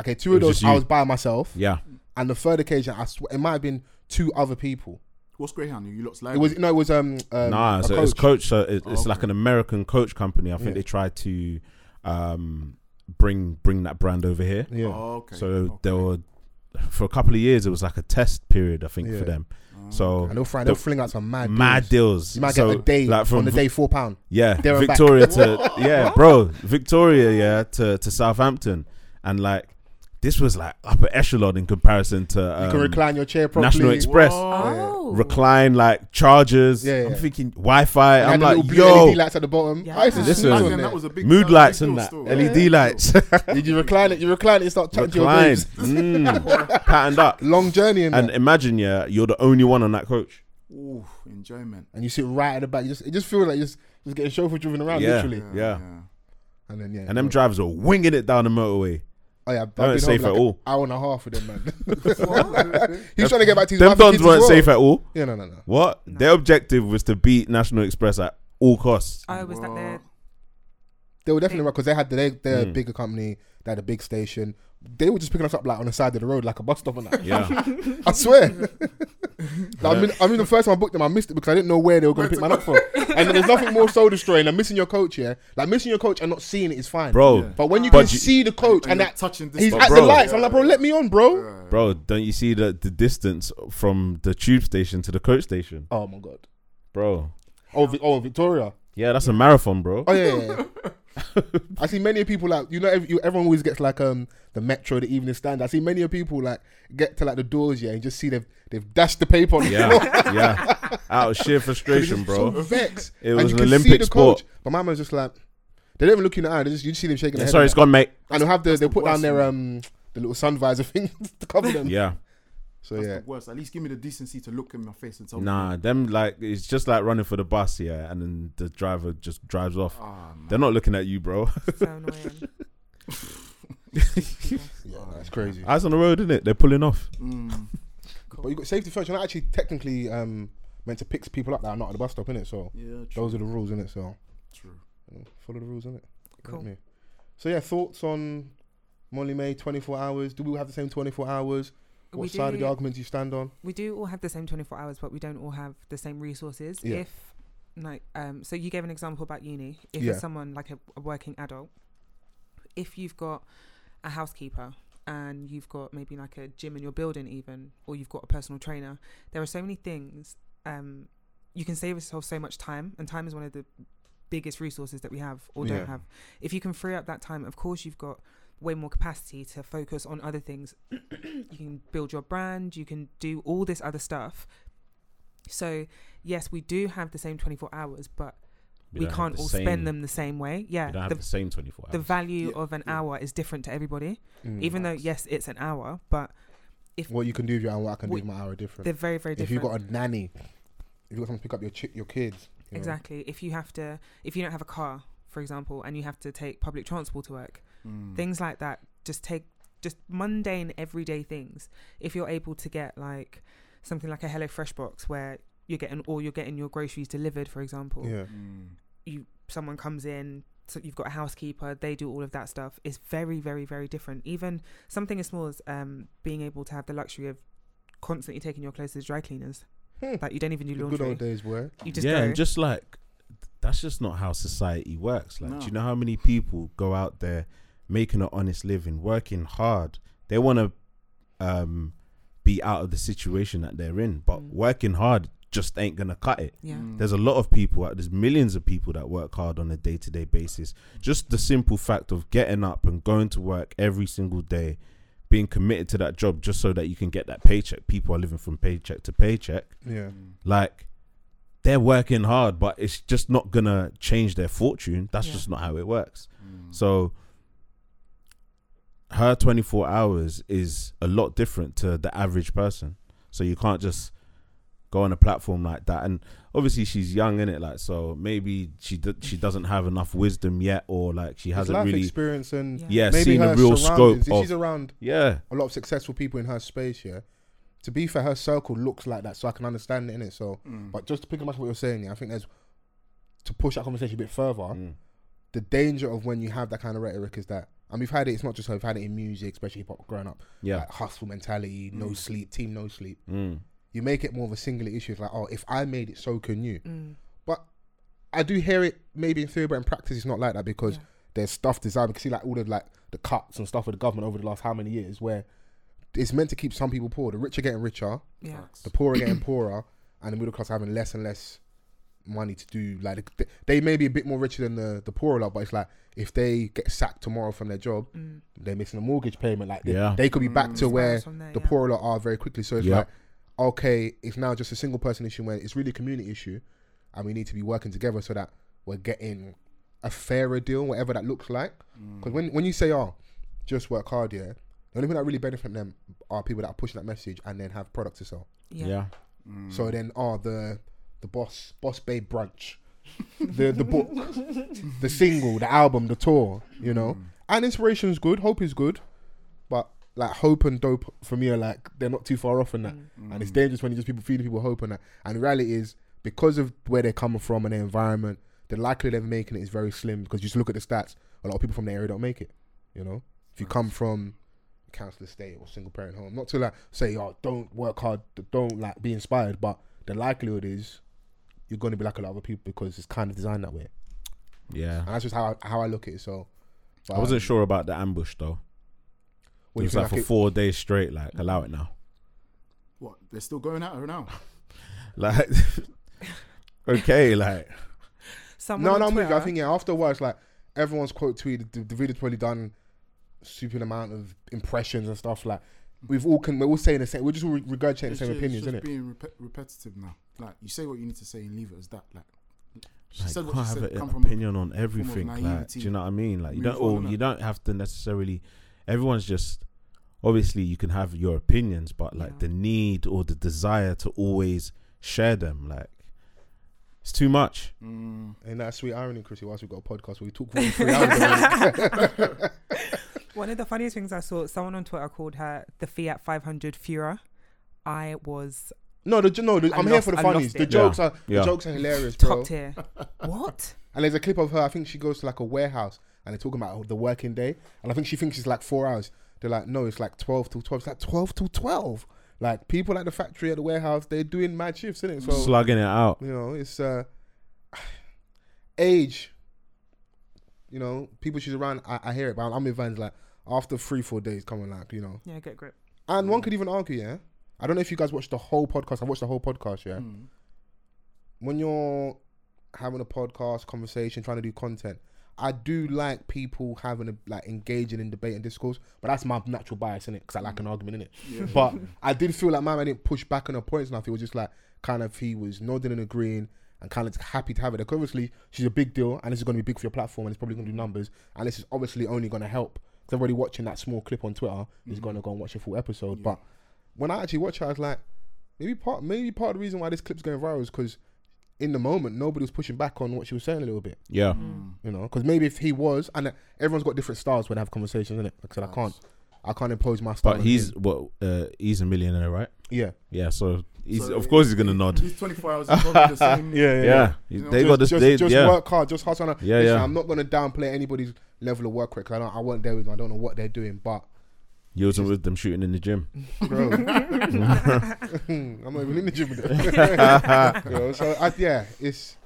[SPEAKER 5] okay, two
[SPEAKER 4] It
[SPEAKER 5] of
[SPEAKER 4] was
[SPEAKER 5] those
[SPEAKER 4] just you.
[SPEAKER 5] I was by myself,
[SPEAKER 4] Yeah.
[SPEAKER 5] and the third occasion I swear it might have been two other people.
[SPEAKER 8] What's Greyhound? You lot's
[SPEAKER 5] It
[SPEAKER 8] library.
[SPEAKER 5] was no, it was um, um
[SPEAKER 4] nah,
[SPEAKER 5] a
[SPEAKER 4] so
[SPEAKER 5] coach.
[SPEAKER 4] it's coach. So it, it's
[SPEAKER 8] Oh,
[SPEAKER 4] like
[SPEAKER 8] okay.
[SPEAKER 4] an American coach company. I think
[SPEAKER 5] Yeah.
[SPEAKER 4] they try to um, bring bring that brand over here.
[SPEAKER 5] yeah,
[SPEAKER 8] Oh, okay.
[SPEAKER 4] So
[SPEAKER 8] okay.
[SPEAKER 4] there were for a couple of years it was like a test period. I think
[SPEAKER 5] Yeah.
[SPEAKER 4] for them.
[SPEAKER 8] Oh,
[SPEAKER 4] So
[SPEAKER 5] and they'll, find, they'll
[SPEAKER 4] the-
[SPEAKER 5] fling out some mad,
[SPEAKER 4] mad
[SPEAKER 5] deals.
[SPEAKER 4] deals.
[SPEAKER 5] You might
[SPEAKER 4] So,
[SPEAKER 5] get a day
[SPEAKER 4] like from
[SPEAKER 5] on the
[SPEAKER 4] Vi-
[SPEAKER 5] day four pound.
[SPEAKER 4] Yeah,
[SPEAKER 5] There and back.
[SPEAKER 4] Victoria to yeah, bro, Victoria yeah to to Southampton, and like this was like upper echelon in comparison to um,
[SPEAKER 5] You can recline your chair properly.
[SPEAKER 4] National Express.
[SPEAKER 6] Oh.
[SPEAKER 4] Recline like chargers.
[SPEAKER 5] Yeah, yeah.
[SPEAKER 4] I'm thinking Wi-Fi.
[SPEAKER 5] And
[SPEAKER 4] I'm
[SPEAKER 5] the
[SPEAKER 4] like,
[SPEAKER 5] little blue
[SPEAKER 4] yo,
[SPEAKER 5] LED lights at the bottom.
[SPEAKER 6] Yeah.
[SPEAKER 5] I used to
[SPEAKER 4] Listen.
[SPEAKER 5] sneeze
[SPEAKER 8] Back
[SPEAKER 5] on
[SPEAKER 8] then,
[SPEAKER 5] there.
[SPEAKER 8] that was a big that
[SPEAKER 4] mood
[SPEAKER 8] was a
[SPEAKER 4] lights
[SPEAKER 8] big
[SPEAKER 4] and
[SPEAKER 8] deal
[SPEAKER 4] that
[SPEAKER 8] still.
[SPEAKER 4] LED
[SPEAKER 8] Yeah.
[SPEAKER 4] lights.
[SPEAKER 5] Did you recline it? You recline it. Start chatting to your
[SPEAKER 4] Recline,
[SPEAKER 5] babes.
[SPEAKER 4] mm, patterned up.
[SPEAKER 5] Long journey in there.
[SPEAKER 4] And imagine, yeah, you're the only one on that coach.
[SPEAKER 8] Ooh, enjoyment.
[SPEAKER 5] and you sit right at the back. You just it just feels like you're just, just getting chauffeur driven around
[SPEAKER 4] Yeah.
[SPEAKER 5] Oh, literally.
[SPEAKER 4] Yeah.
[SPEAKER 5] And then yeah,
[SPEAKER 4] And them drivers are winging it down the motorway.
[SPEAKER 5] oh yeah, I've
[SPEAKER 4] weren't
[SPEAKER 5] been
[SPEAKER 4] safe
[SPEAKER 5] safe like
[SPEAKER 4] at all.
[SPEAKER 5] an hour and a half with them man. He's trying to get back to his
[SPEAKER 4] Them
[SPEAKER 5] wife and
[SPEAKER 4] dons
[SPEAKER 5] kids
[SPEAKER 4] weren't
[SPEAKER 5] as well.
[SPEAKER 4] safe at all.
[SPEAKER 5] Yeah, no, no, no.
[SPEAKER 4] What? Their objective was to beat National Express at all costs.
[SPEAKER 6] I was like there.
[SPEAKER 5] They were definitely right because they had they
[SPEAKER 4] Hmm.
[SPEAKER 5] they're a bigger company. They had a big station. They were just picking us up like on the side of the road, like a bus stop and that.
[SPEAKER 4] Yeah.
[SPEAKER 5] I swear. Like, I mean, I mean, the first time I booked them, I missed it because I didn't know where they were going to pick mine up from. And there's nothing more soul destroying than missing your coach. Yeah, like missing your coach and not seeing it is fine,
[SPEAKER 4] Bro,
[SPEAKER 5] But when you
[SPEAKER 4] But
[SPEAKER 5] can
[SPEAKER 4] you-
[SPEAKER 5] see the coach and,
[SPEAKER 8] and you're
[SPEAKER 5] that
[SPEAKER 8] touching this
[SPEAKER 5] he's
[SPEAKER 8] one.
[SPEAKER 5] at
[SPEAKER 4] Bro.
[SPEAKER 5] the lights, I'm like, bro, let me on, bro.
[SPEAKER 4] bro, don't you see the, the distance from the tube station to the coach station?
[SPEAKER 5] Oh my god.
[SPEAKER 4] Bro.
[SPEAKER 5] Oh, Vi- oh Victoria.
[SPEAKER 4] Yeah, that's a marathon, bro.
[SPEAKER 5] Oh yeah. yeah, yeah. I see many people like you know ev- you, everyone always gets like um the metro the evening stand. I see many of people like get to like the doors yeah and just see they've they've dashed the paper on the
[SPEAKER 4] Yeah.
[SPEAKER 5] floor.
[SPEAKER 4] yeah. Out of sheer frustration,
[SPEAKER 5] It's So
[SPEAKER 4] bro.
[SPEAKER 5] vexed.
[SPEAKER 4] It
[SPEAKER 5] And
[SPEAKER 4] was
[SPEAKER 5] you can
[SPEAKER 4] an
[SPEAKER 5] see
[SPEAKER 4] Olympic
[SPEAKER 5] the
[SPEAKER 4] sport.
[SPEAKER 5] coach, but my man's just like they don't even look you in the eye. They just you just see them shaking.
[SPEAKER 4] Yeah,
[SPEAKER 5] their head
[SPEAKER 4] sorry,
[SPEAKER 5] like
[SPEAKER 4] it's gone, mate.
[SPEAKER 5] that. And they'll have the they'll
[SPEAKER 8] the
[SPEAKER 5] put down
[SPEAKER 8] worst
[SPEAKER 5] their
[SPEAKER 8] thing.
[SPEAKER 5] um the little sun visor thing to cover them.
[SPEAKER 4] Yeah.
[SPEAKER 5] So
[SPEAKER 8] That's
[SPEAKER 5] yeah.
[SPEAKER 8] the worst. At least give me the decency to look in my face and tell me.
[SPEAKER 4] Nah, them like it's just like running for the bus, yeah, and then the driver just drives off.
[SPEAKER 8] Ah, man.
[SPEAKER 4] They're not looking at you, bro.
[SPEAKER 6] So annoying.
[SPEAKER 5] Yeah, that's crazy.
[SPEAKER 4] Eyes on the road, innit? They're pulling off.
[SPEAKER 8] Mm.
[SPEAKER 5] But you got safety first. You're not actually technically um, meant to pick people up that are not at the bus stop, innit? So
[SPEAKER 8] Yeah, true.
[SPEAKER 5] those are the rules, innit? So
[SPEAKER 8] true.
[SPEAKER 5] you know, follow the rules, innit?
[SPEAKER 6] Cool.
[SPEAKER 5] Yeah. So yeah, thoughts on Molly May 24 hours? Do we all have the same 24 hours?
[SPEAKER 6] We
[SPEAKER 5] What side of the
[SPEAKER 6] do-
[SPEAKER 5] argument do you stand on?
[SPEAKER 6] we do all have the same 24 hours but we don't all have the same resources
[SPEAKER 5] Yeah.
[SPEAKER 6] if like um so you gave an example about uni if
[SPEAKER 5] Yeah.
[SPEAKER 6] it's someone like a, a working adult if you've got a housekeeper and you've got maybe like a gym in your building even or you've got a personal trainer there are so many things um you can save yourself so much time and time is one of the biggest resources that we have or
[SPEAKER 5] Yeah.
[SPEAKER 6] don't have if you can free up that time of course you've got way more capacity to focus on other things you can build your brand you can do all this other stuff so yes we do have the same 24 hours but we,
[SPEAKER 4] don't have
[SPEAKER 6] can't
[SPEAKER 4] the
[SPEAKER 6] all
[SPEAKER 4] same-
[SPEAKER 6] spend them the same way yeah
[SPEAKER 4] We don't have
[SPEAKER 6] the,
[SPEAKER 4] the, same 24 hours.
[SPEAKER 6] the value
[SPEAKER 8] Yeah,
[SPEAKER 6] of an
[SPEAKER 8] yeah.
[SPEAKER 6] hour is different to everybody even though yes it's an hour but
[SPEAKER 5] Mm. what you can do with your hour, what I can do
[SPEAKER 6] What-
[SPEAKER 5] with my hour are different.
[SPEAKER 6] they're very very
[SPEAKER 5] If
[SPEAKER 6] different
[SPEAKER 5] you've got a nanny, if you've got someone to pick up your chi- your kids, you know,
[SPEAKER 6] exactly if you have to if you don't have a car for example and you have to take public transport to work
[SPEAKER 8] Mm.
[SPEAKER 6] things like that just take just mundane everyday things if you're able to get like something like a hello fresh box where you're getting or you're getting your groceries delivered for example
[SPEAKER 5] Yeah.
[SPEAKER 8] Mm.
[SPEAKER 6] someone comes in so you've got a housekeeper they do all of that stuff it's very very very different even something as small as um being able to have the luxury of constantly taking your clothes to the dry cleaners
[SPEAKER 5] Hmm.
[SPEAKER 6] like you don't even do
[SPEAKER 5] The good
[SPEAKER 6] laundry
[SPEAKER 5] old days were.
[SPEAKER 6] you just
[SPEAKER 4] yeah,
[SPEAKER 6] go
[SPEAKER 4] and just like that's just not how society works. Like,
[SPEAKER 8] No.
[SPEAKER 4] do you know how many people go out there making an honest living, working hard? They want to um, be out of the situation that they're in, but
[SPEAKER 6] Mm.
[SPEAKER 4] working hard just ain't gonna cut it.
[SPEAKER 6] yeah
[SPEAKER 8] Mm.
[SPEAKER 4] There's a lot of people. out- There's millions of people that work hard on a day-to-day basis. Just the simple fact of getting up and going to work every single day, being committed to that job just so that you can get that paycheck. People are living from paycheck to paycheck
[SPEAKER 5] Yeah.
[SPEAKER 4] like they're working hard but it's just not gonna change their fortune that's
[SPEAKER 6] Yeah.
[SPEAKER 4] just not how it works
[SPEAKER 5] Mm.
[SPEAKER 4] so her 24 hours is a lot different to the average person so you can't just go on a platform like that and obviously she's young in it like so maybe she d-
[SPEAKER 6] Mm.
[SPEAKER 4] she doesn't have enough wisdom yet or like she
[SPEAKER 5] It's
[SPEAKER 4] hasn't
[SPEAKER 5] life
[SPEAKER 4] really
[SPEAKER 5] experience and
[SPEAKER 6] Yeah.
[SPEAKER 4] yeah
[SPEAKER 5] maybe
[SPEAKER 4] seen
[SPEAKER 5] her
[SPEAKER 4] the real scope
[SPEAKER 5] surroundings. If
[SPEAKER 4] of
[SPEAKER 5] she's around
[SPEAKER 4] yeah
[SPEAKER 5] a lot of successful people in her space, yeah. To be fair, her circle looks like that, so I can understand it in it. So, but just to pick up on what you're saying, yeah, I think there's to push that conversation a bit further.
[SPEAKER 4] Mm.
[SPEAKER 5] The danger of when you have that kind of rhetoric is that, and we've had it. It's not just her; we've had it in music, especially hip hop, growing up.
[SPEAKER 4] Yeah.
[SPEAKER 5] like hustle mentality, no sleep, team, no sleep.
[SPEAKER 4] Mm.
[SPEAKER 5] You make it more of a singular issue. It's like, oh, if I made it, so can you.
[SPEAKER 6] Mm.
[SPEAKER 5] But I do hear it maybe in theory, but in practice, it's not like that because
[SPEAKER 6] Yeah.
[SPEAKER 5] there's stuff designed. We can see like all of like the cuts and stuff of the government over the last how many years where it's meant to keep some people poor. The rich are getting richer,
[SPEAKER 6] yeah
[SPEAKER 5] the poor are getting poorer, and the middle class are having less and less money to do. Like they- they may be a bit more richer than the the poorer lot, but it's like if they get sacked tomorrow from their job,
[SPEAKER 6] Mm.
[SPEAKER 5] they're missing a mortgage payment. Like they,
[SPEAKER 4] Yeah.
[SPEAKER 5] they could be back to
[SPEAKER 6] Spirals
[SPEAKER 5] where
[SPEAKER 6] from there,
[SPEAKER 5] the
[SPEAKER 6] yeah.
[SPEAKER 5] poorer lot are very quickly. So it's
[SPEAKER 4] Yeah.
[SPEAKER 5] like, okay, it's now just a single person issue when it's really a community issue, and we need to be working together so that we're getting a fairer deal, whatever that looks like.
[SPEAKER 8] Mm.
[SPEAKER 5] Because when when you say, "Oh, just work hard," yeah, the only thing that really benefit them are people that are pushing that message and then have products to sell.
[SPEAKER 6] yeah
[SPEAKER 4] yeah,
[SPEAKER 6] yeah
[SPEAKER 5] So then, oh, the the boss boss babe brunch, the the book, the single, the album, the tour. You know, and inspiration is good. Hope is good, but like hope and dope for me are like they're not too far off in that. And it's dangerous when you just people feeding people hope and that. And the reality is because of where they're coming from and their environment, the likelihood of making it is very slim. Because you just look at the stats, a lot of people from the area don't make it. You know, if you come from council estate or single parent home. Not to like say, oh, don't work hard, don't like be inspired, but the likelihood is you're going to be like a lot of other people because it's kind of designed that way.
[SPEAKER 4] yeah.
[SPEAKER 5] And that's just how I, how I look at it. So but,
[SPEAKER 4] i
[SPEAKER 5] um,
[SPEAKER 4] wasn't sure about the ambush though it
[SPEAKER 5] what do you
[SPEAKER 4] was
[SPEAKER 5] think,
[SPEAKER 4] like for
[SPEAKER 5] it-
[SPEAKER 4] four days straight like allow it now
[SPEAKER 8] What? They're still going at her now.
[SPEAKER 4] Like, okay, like,
[SPEAKER 5] um,
[SPEAKER 6] Someone
[SPEAKER 5] No,
[SPEAKER 6] on
[SPEAKER 5] no, I'm with you. I
[SPEAKER 6] Twitter-
[SPEAKER 5] think yeah. After a while, it's like everyone's quote tweeted. The, the video's probably done stupid amount of impressions and stuff. Like we've all can we're all saying the same. We're just all re- regurgitating the
[SPEAKER 8] It's
[SPEAKER 5] same
[SPEAKER 8] ju-
[SPEAKER 5] opinions,
[SPEAKER 8] it's
[SPEAKER 5] isn't
[SPEAKER 8] just
[SPEAKER 5] it?
[SPEAKER 8] being repe- repetitive now. Like you say what you need to say and leave it as that. Like she
[SPEAKER 4] like
[SPEAKER 8] said what
[SPEAKER 4] you
[SPEAKER 8] she
[SPEAKER 4] can't have
[SPEAKER 8] said.
[SPEAKER 4] an
[SPEAKER 8] Come from
[SPEAKER 4] opinion on everything. Like, do
[SPEAKER 8] naivety.
[SPEAKER 4] you know what I mean? Like, you
[SPEAKER 8] Move
[SPEAKER 4] don't.
[SPEAKER 8] on,
[SPEAKER 4] Or
[SPEAKER 8] innit?
[SPEAKER 4] you don't have to necessarily. Everyone's just. Obviously, you can have your opinions, but like the
[SPEAKER 6] Yeah.
[SPEAKER 4] need or the desire to always share them, like, it's too much.
[SPEAKER 8] Mm,
[SPEAKER 5] Ain't that a sweet irony, Chrissy? Whilst we've got a podcast where we talk for three hours.
[SPEAKER 6] One of the funniest things I saw, someone on Twitter called her the Fiat 500 Fura. I was
[SPEAKER 5] No, the, jo- no, the,
[SPEAKER 6] I
[SPEAKER 5] I'm here
[SPEAKER 6] lost-
[SPEAKER 5] for the
[SPEAKER 6] I lost
[SPEAKER 5] funnies.
[SPEAKER 6] it.
[SPEAKER 5] The jokes
[SPEAKER 4] Yeah,
[SPEAKER 5] are
[SPEAKER 4] yeah.
[SPEAKER 5] the jokes are hilarious, bro.
[SPEAKER 6] top tier. what?
[SPEAKER 5] And there's a clip of her. I think she goes to like a warehouse, and they're talking about the working day. And I think she thinks it's like four hours. They're like, no, it's like twelve to twelve. It's like twelve to twelve. Like people at the factory at the warehouse, they're doing mad shifts, isn't it? So
[SPEAKER 4] slugging it out.
[SPEAKER 5] you know, it's uh, age. You know, people she's around, I, I hear it, but I'm in vans like after three, four days coming, like you know.
[SPEAKER 6] Yeah, get a grip.
[SPEAKER 5] And one could even argue, yeah. I don't know if you guys watched the whole podcast. I watched the whole podcast, yeah. When you're having a podcast conversation, trying to do content, I do like people having a like engaging in debate and discourse, but that's my natural bias in it because I like an argument in it. But I did feel like my man didn't push back on her points enough. It was just like kind of he was nodding and agreeing and kind of happy to have it. Like obviously she's a big deal and this is going to be big for your platform and it's probably going to do numbers and this is obviously only going to help. Because everybody watching that small clip on Twitter is going to go and watch a full episode. But when I actually watched her, I was like, maybe part maybe part of the reason why this clip's going viral is because in the moment nobody was pushing back on what she was saying a little bit.
[SPEAKER 4] Yeah.
[SPEAKER 8] Mm.
[SPEAKER 5] You know, because maybe if he was, and uh, everyone's got different styles when they have conversations, innit? Like I said, I can't, I can't impose my style.
[SPEAKER 4] But
[SPEAKER 5] on
[SPEAKER 4] he's
[SPEAKER 5] him.
[SPEAKER 4] what? Uh, he's a millionaire, right?
[SPEAKER 5] yeah,
[SPEAKER 4] Yeah. So he's
[SPEAKER 8] So
[SPEAKER 4] of course he's gonna nod.
[SPEAKER 8] These 24 hours is probably the same.
[SPEAKER 5] yeah,
[SPEAKER 4] Yeah.
[SPEAKER 8] You know,
[SPEAKER 4] They
[SPEAKER 5] just,
[SPEAKER 4] got this.
[SPEAKER 5] just,
[SPEAKER 4] they,
[SPEAKER 5] just
[SPEAKER 4] yeah.
[SPEAKER 5] work hard, just hard. On
[SPEAKER 4] Yeah, yeah.
[SPEAKER 5] I'm not gonna downplay anybody's level of work rate because I don't, I weren't there with them. I don't know what they're doing, but
[SPEAKER 4] You wasn't with them shooting in the gym.
[SPEAKER 5] bro, I'm not even in the gym with them. you know, so I, yeah, it's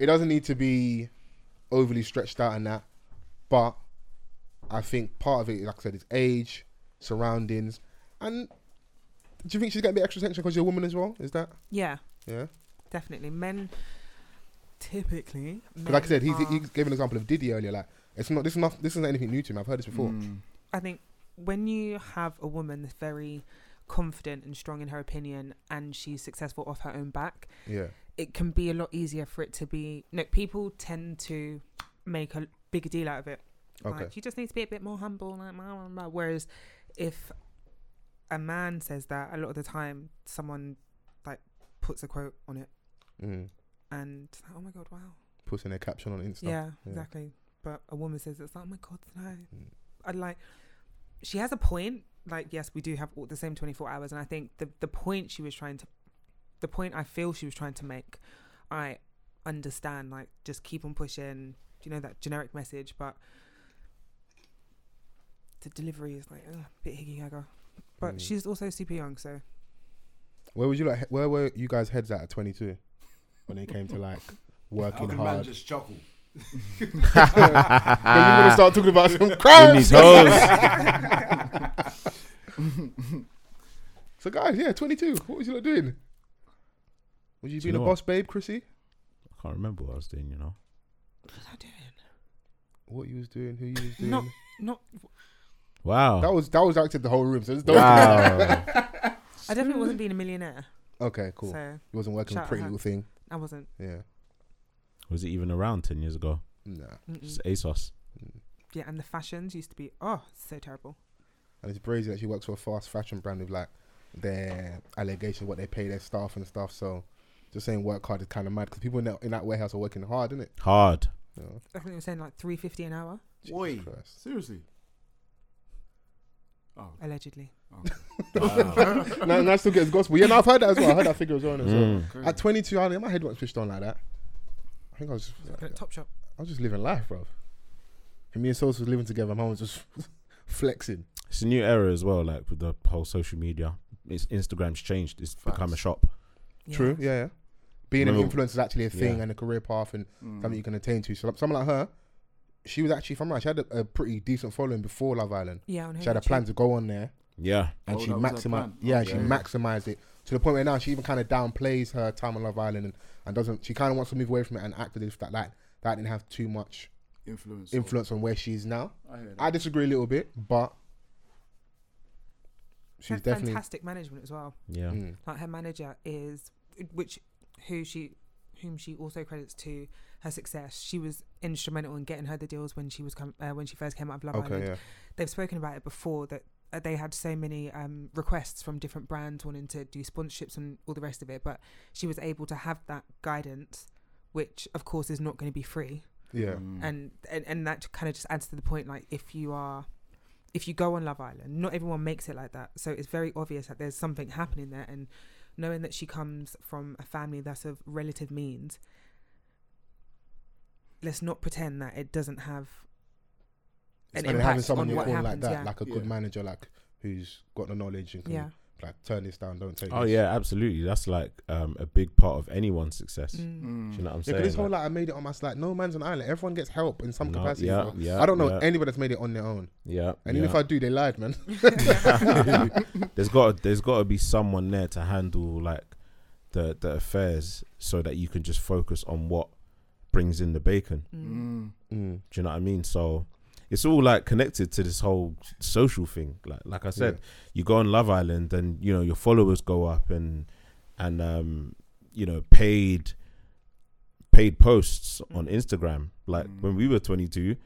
[SPEAKER 5] it doesn't need to be overly stretched out and that, but I think part of it, like I said, is age, surroundings, and do you think she's getting a bit extra attention because you're a woman as well? Is that
[SPEAKER 6] Yeah,
[SPEAKER 5] yeah?
[SPEAKER 6] definitely. Men typically.
[SPEAKER 5] Because like I
[SPEAKER 6] men
[SPEAKER 5] said, he's,
[SPEAKER 6] are-
[SPEAKER 5] he gave an example of Diddy earlier. Like it's not this is not this isn't anything new to him. I've heard this before.
[SPEAKER 6] I think when you have a woman that's very confident and strong in her opinion and she's successful off her own back,
[SPEAKER 5] Yeah,
[SPEAKER 6] it can be a lot easier for it to be. No, people tend to make a bigger deal out of it.
[SPEAKER 5] Okay.
[SPEAKER 6] Like you just need to be a bit more humble. Like, blah, blah, blah. Whereas if a man says that, a lot of the time someone like puts a quote on it
[SPEAKER 5] mm.
[SPEAKER 6] and it's like, oh my god, wow,
[SPEAKER 5] putting their caption on Insta.
[SPEAKER 6] yeah, exactly. But a woman says it's like, oh my god, no.
[SPEAKER 5] Mm.
[SPEAKER 6] I like. She has a point. Like, yes, we do have all the same twenty four hours, and I think the the point she was trying to, the point I feel she was trying to make, I understand. Like, just keep on pushing. You know that generic message, but the delivery is like ugh, a bit higgy hagger. But
[SPEAKER 5] Mm.
[SPEAKER 6] she's also super young, so
[SPEAKER 5] Where would you like? Where were you guys heads at at 22 when it came to like
[SPEAKER 7] How
[SPEAKER 5] working
[SPEAKER 7] can man
[SPEAKER 5] hard?
[SPEAKER 7] just chuckle?
[SPEAKER 5] Then you're gonna start talking about some
[SPEAKER 4] In
[SPEAKER 5] crime.
[SPEAKER 4] his toes.
[SPEAKER 5] So guys, yeah, 22. What was you lot doing? Was you
[SPEAKER 4] Do you
[SPEAKER 5] being a
[SPEAKER 4] know
[SPEAKER 5] boss babe, Chrissy?
[SPEAKER 4] I can't remember what I was doing. You know.
[SPEAKER 5] What you was doing? Who you was doing?
[SPEAKER 6] not not.
[SPEAKER 4] Wow.
[SPEAKER 5] That was that was acted the whole room. So just don't.
[SPEAKER 4] wow.
[SPEAKER 6] I definitely wasn't being a millionaire,
[SPEAKER 5] Okay, cool.
[SPEAKER 6] so
[SPEAKER 5] you wasn't working with
[SPEAKER 6] Shout
[SPEAKER 5] Pretty
[SPEAKER 6] out.
[SPEAKER 5] Little Thing.
[SPEAKER 6] I wasn't.
[SPEAKER 5] Yeah.
[SPEAKER 4] was it even around ten years ago?
[SPEAKER 5] Nah.
[SPEAKER 6] mm-mm.
[SPEAKER 4] Just ASOS.
[SPEAKER 6] Yeah, and the fashions used to be oh so terrible.
[SPEAKER 5] And it's crazy that she works for a fast fashion brand with like their allegations, what they pay their staff and stuff. So just saying work hard is kind of mad because people in that, in that warehouse are working hard, isn't it?
[SPEAKER 4] Hard.
[SPEAKER 5] You know?
[SPEAKER 6] I think they were saying like three fifty an hour,
[SPEAKER 7] Oi.
[SPEAKER 5] Christ.
[SPEAKER 8] Seriously. Oh, Uh,
[SPEAKER 6] allegedly.
[SPEAKER 5] now, now I still gets gospel. Yeah, no, I've heard that as well. I heard that figure as well. innit? So
[SPEAKER 4] Mm.
[SPEAKER 5] At 22, I, my head wasn't switched on like that. I think I was,
[SPEAKER 6] Look at Top Shop.
[SPEAKER 5] I was just living life, bro. And me and Sosa was living together. Mum was just flexing.
[SPEAKER 4] It's a new era as well. Like with the whole social media, it's, Instagram's changed. It's become a
[SPEAKER 8] Facts.
[SPEAKER 4] shop.
[SPEAKER 5] True. Yeah, yeah. Being an
[SPEAKER 4] Remember-
[SPEAKER 5] influencer is actually a thing
[SPEAKER 4] Yeah.
[SPEAKER 5] and a career path and
[SPEAKER 8] Mm.
[SPEAKER 5] something you can attain to. So like, someone like her, she was actually, if I'm right, she had a, a pretty decent following before Love Island.
[SPEAKER 6] Yeah, on her
[SPEAKER 5] She had a
[SPEAKER 6] YouTube.
[SPEAKER 5] plan to go on there
[SPEAKER 4] Yeah.
[SPEAKER 5] and
[SPEAKER 8] Oh,
[SPEAKER 5] she
[SPEAKER 8] that was her
[SPEAKER 5] maximized.
[SPEAKER 8] plan.
[SPEAKER 5] Yeah,
[SPEAKER 8] Okay.
[SPEAKER 5] she maximized it to the point where now she even kind of downplays her time on Love Island and, and doesn't. She kind of wants to move away from it and act as if that that that didn't have too much
[SPEAKER 8] influence.
[SPEAKER 5] influence on where she is now.
[SPEAKER 8] I hear that.
[SPEAKER 5] I disagree a little bit, but she's
[SPEAKER 6] Fan-
[SPEAKER 5] definitely
[SPEAKER 6] fantastic management as well.
[SPEAKER 4] Yeah.
[SPEAKER 5] Mm,
[SPEAKER 6] Like her manager is, which, who she, whom she also credits to her success. She was instrumental in getting her the deals when she was com- uh, when she first came out of Love
[SPEAKER 5] okay,
[SPEAKER 6] Island.
[SPEAKER 5] yeah,
[SPEAKER 6] They've spoken about it before that uh, they had so many um, requests from different brands wanting to do sponsorships and all the rest of it, but she was able to have that guidance, which of course is not going to be free.
[SPEAKER 5] yeah,
[SPEAKER 6] and, and and that kind of just adds to the point like if you are if you go on Love Island, not everyone makes it like that. So it's very obvious that there's something happening there. And knowing that she comes from a family that's of relative means, let's not pretend that it doesn't have an
[SPEAKER 5] and having
[SPEAKER 6] impact
[SPEAKER 5] someone
[SPEAKER 6] on
[SPEAKER 5] you
[SPEAKER 6] what
[SPEAKER 5] call
[SPEAKER 6] happens.
[SPEAKER 5] like that,
[SPEAKER 6] yeah.
[SPEAKER 5] like a good
[SPEAKER 8] Yeah.
[SPEAKER 5] manager, like who's got the knowledge and can
[SPEAKER 6] yeah.
[SPEAKER 5] like turn this down, don't take.
[SPEAKER 4] Oh
[SPEAKER 5] this.
[SPEAKER 4] yeah, absolutely. That's like um, a big part of anyone's success.
[SPEAKER 6] Mm.
[SPEAKER 4] Do you know what I'm
[SPEAKER 5] Yeah,
[SPEAKER 4] saying?
[SPEAKER 5] because this whole
[SPEAKER 4] Like-
[SPEAKER 5] like I made it on my like no man's an island. Everyone gets help in some
[SPEAKER 4] No,
[SPEAKER 5] capacity.
[SPEAKER 4] yeah,
[SPEAKER 5] bro.
[SPEAKER 4] yeah,
[SPEAKER 5] I don't know
[SPEAKER 4] yeah.
[SPEAKER 5] anybody that's made it on their own.
[SPEAKER 4] yeah.
[SPEAKER 5] And
[SPEAKER 4] yeah.
[SPEAKER 5] even if I do, they lied, man.
[SPEAKER 4] there's got there's got to be someone there to handle like the the affairs so that you can just focus on what brings in the bacon.
[SPEAKER 8] Mm.
[SPEAKER 4] Do you know what I mean? So it's all like connected to this whole social thing. Like like I said, you go on Love Island and you know your followers go up and and um you know paid paid posts on
[SPEAKER 5] Mm.
[SPEAKER 4] Instagram. Like when we were 22,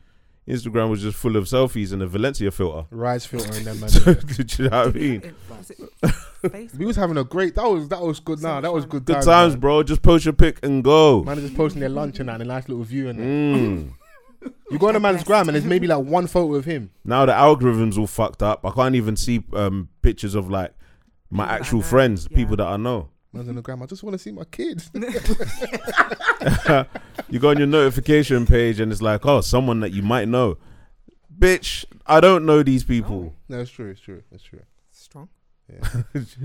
[SPEAKER 4] Instagram was just full of selfies and a Valencia filter.
[SPEAKER 5] Rise filter in them, man.
[SPEAKER 4] Do you know what I mean?
[SPEAKER 6] It- was it Facebook?
[SPEAKER 5] We was having a great. That was that was good. Nah, that was good.
[SPEAKER 4] Good times,
[SPEAKER 5] man.
[SPEAKER 4] bro. Just post your pic and go.
[SPEAKER 5] Man is just posting their lunch and that, and a nice little view. And that.
[SPEAKER 4] Mm.
[SPEAKER 5] you go on a man's gram, and there's maybe like one photo of him.
[SPEAKER 4] Now the algorithms all fucked up. I can't even see um, pictures of like my
[SPEAKER 6] People that I
[SPEAKER 4] actual
[SPEAKER 6] know,
[SPEAKER 4] friends,
[SPEAKER 6] yeah.
[SPEAKER 4] people that I know.
[SPEAKER 5] Man's on the gram. I just want to see my kids.
[SPEAKER 4] You go on your notification page and it's like, oh, someone that you might know. Bitch, I don't know these people.
[SPEAKER 5] no, it's true. It's true. It's true.
[SPEAKER 6] Strong.
[SPEAKER 4] it's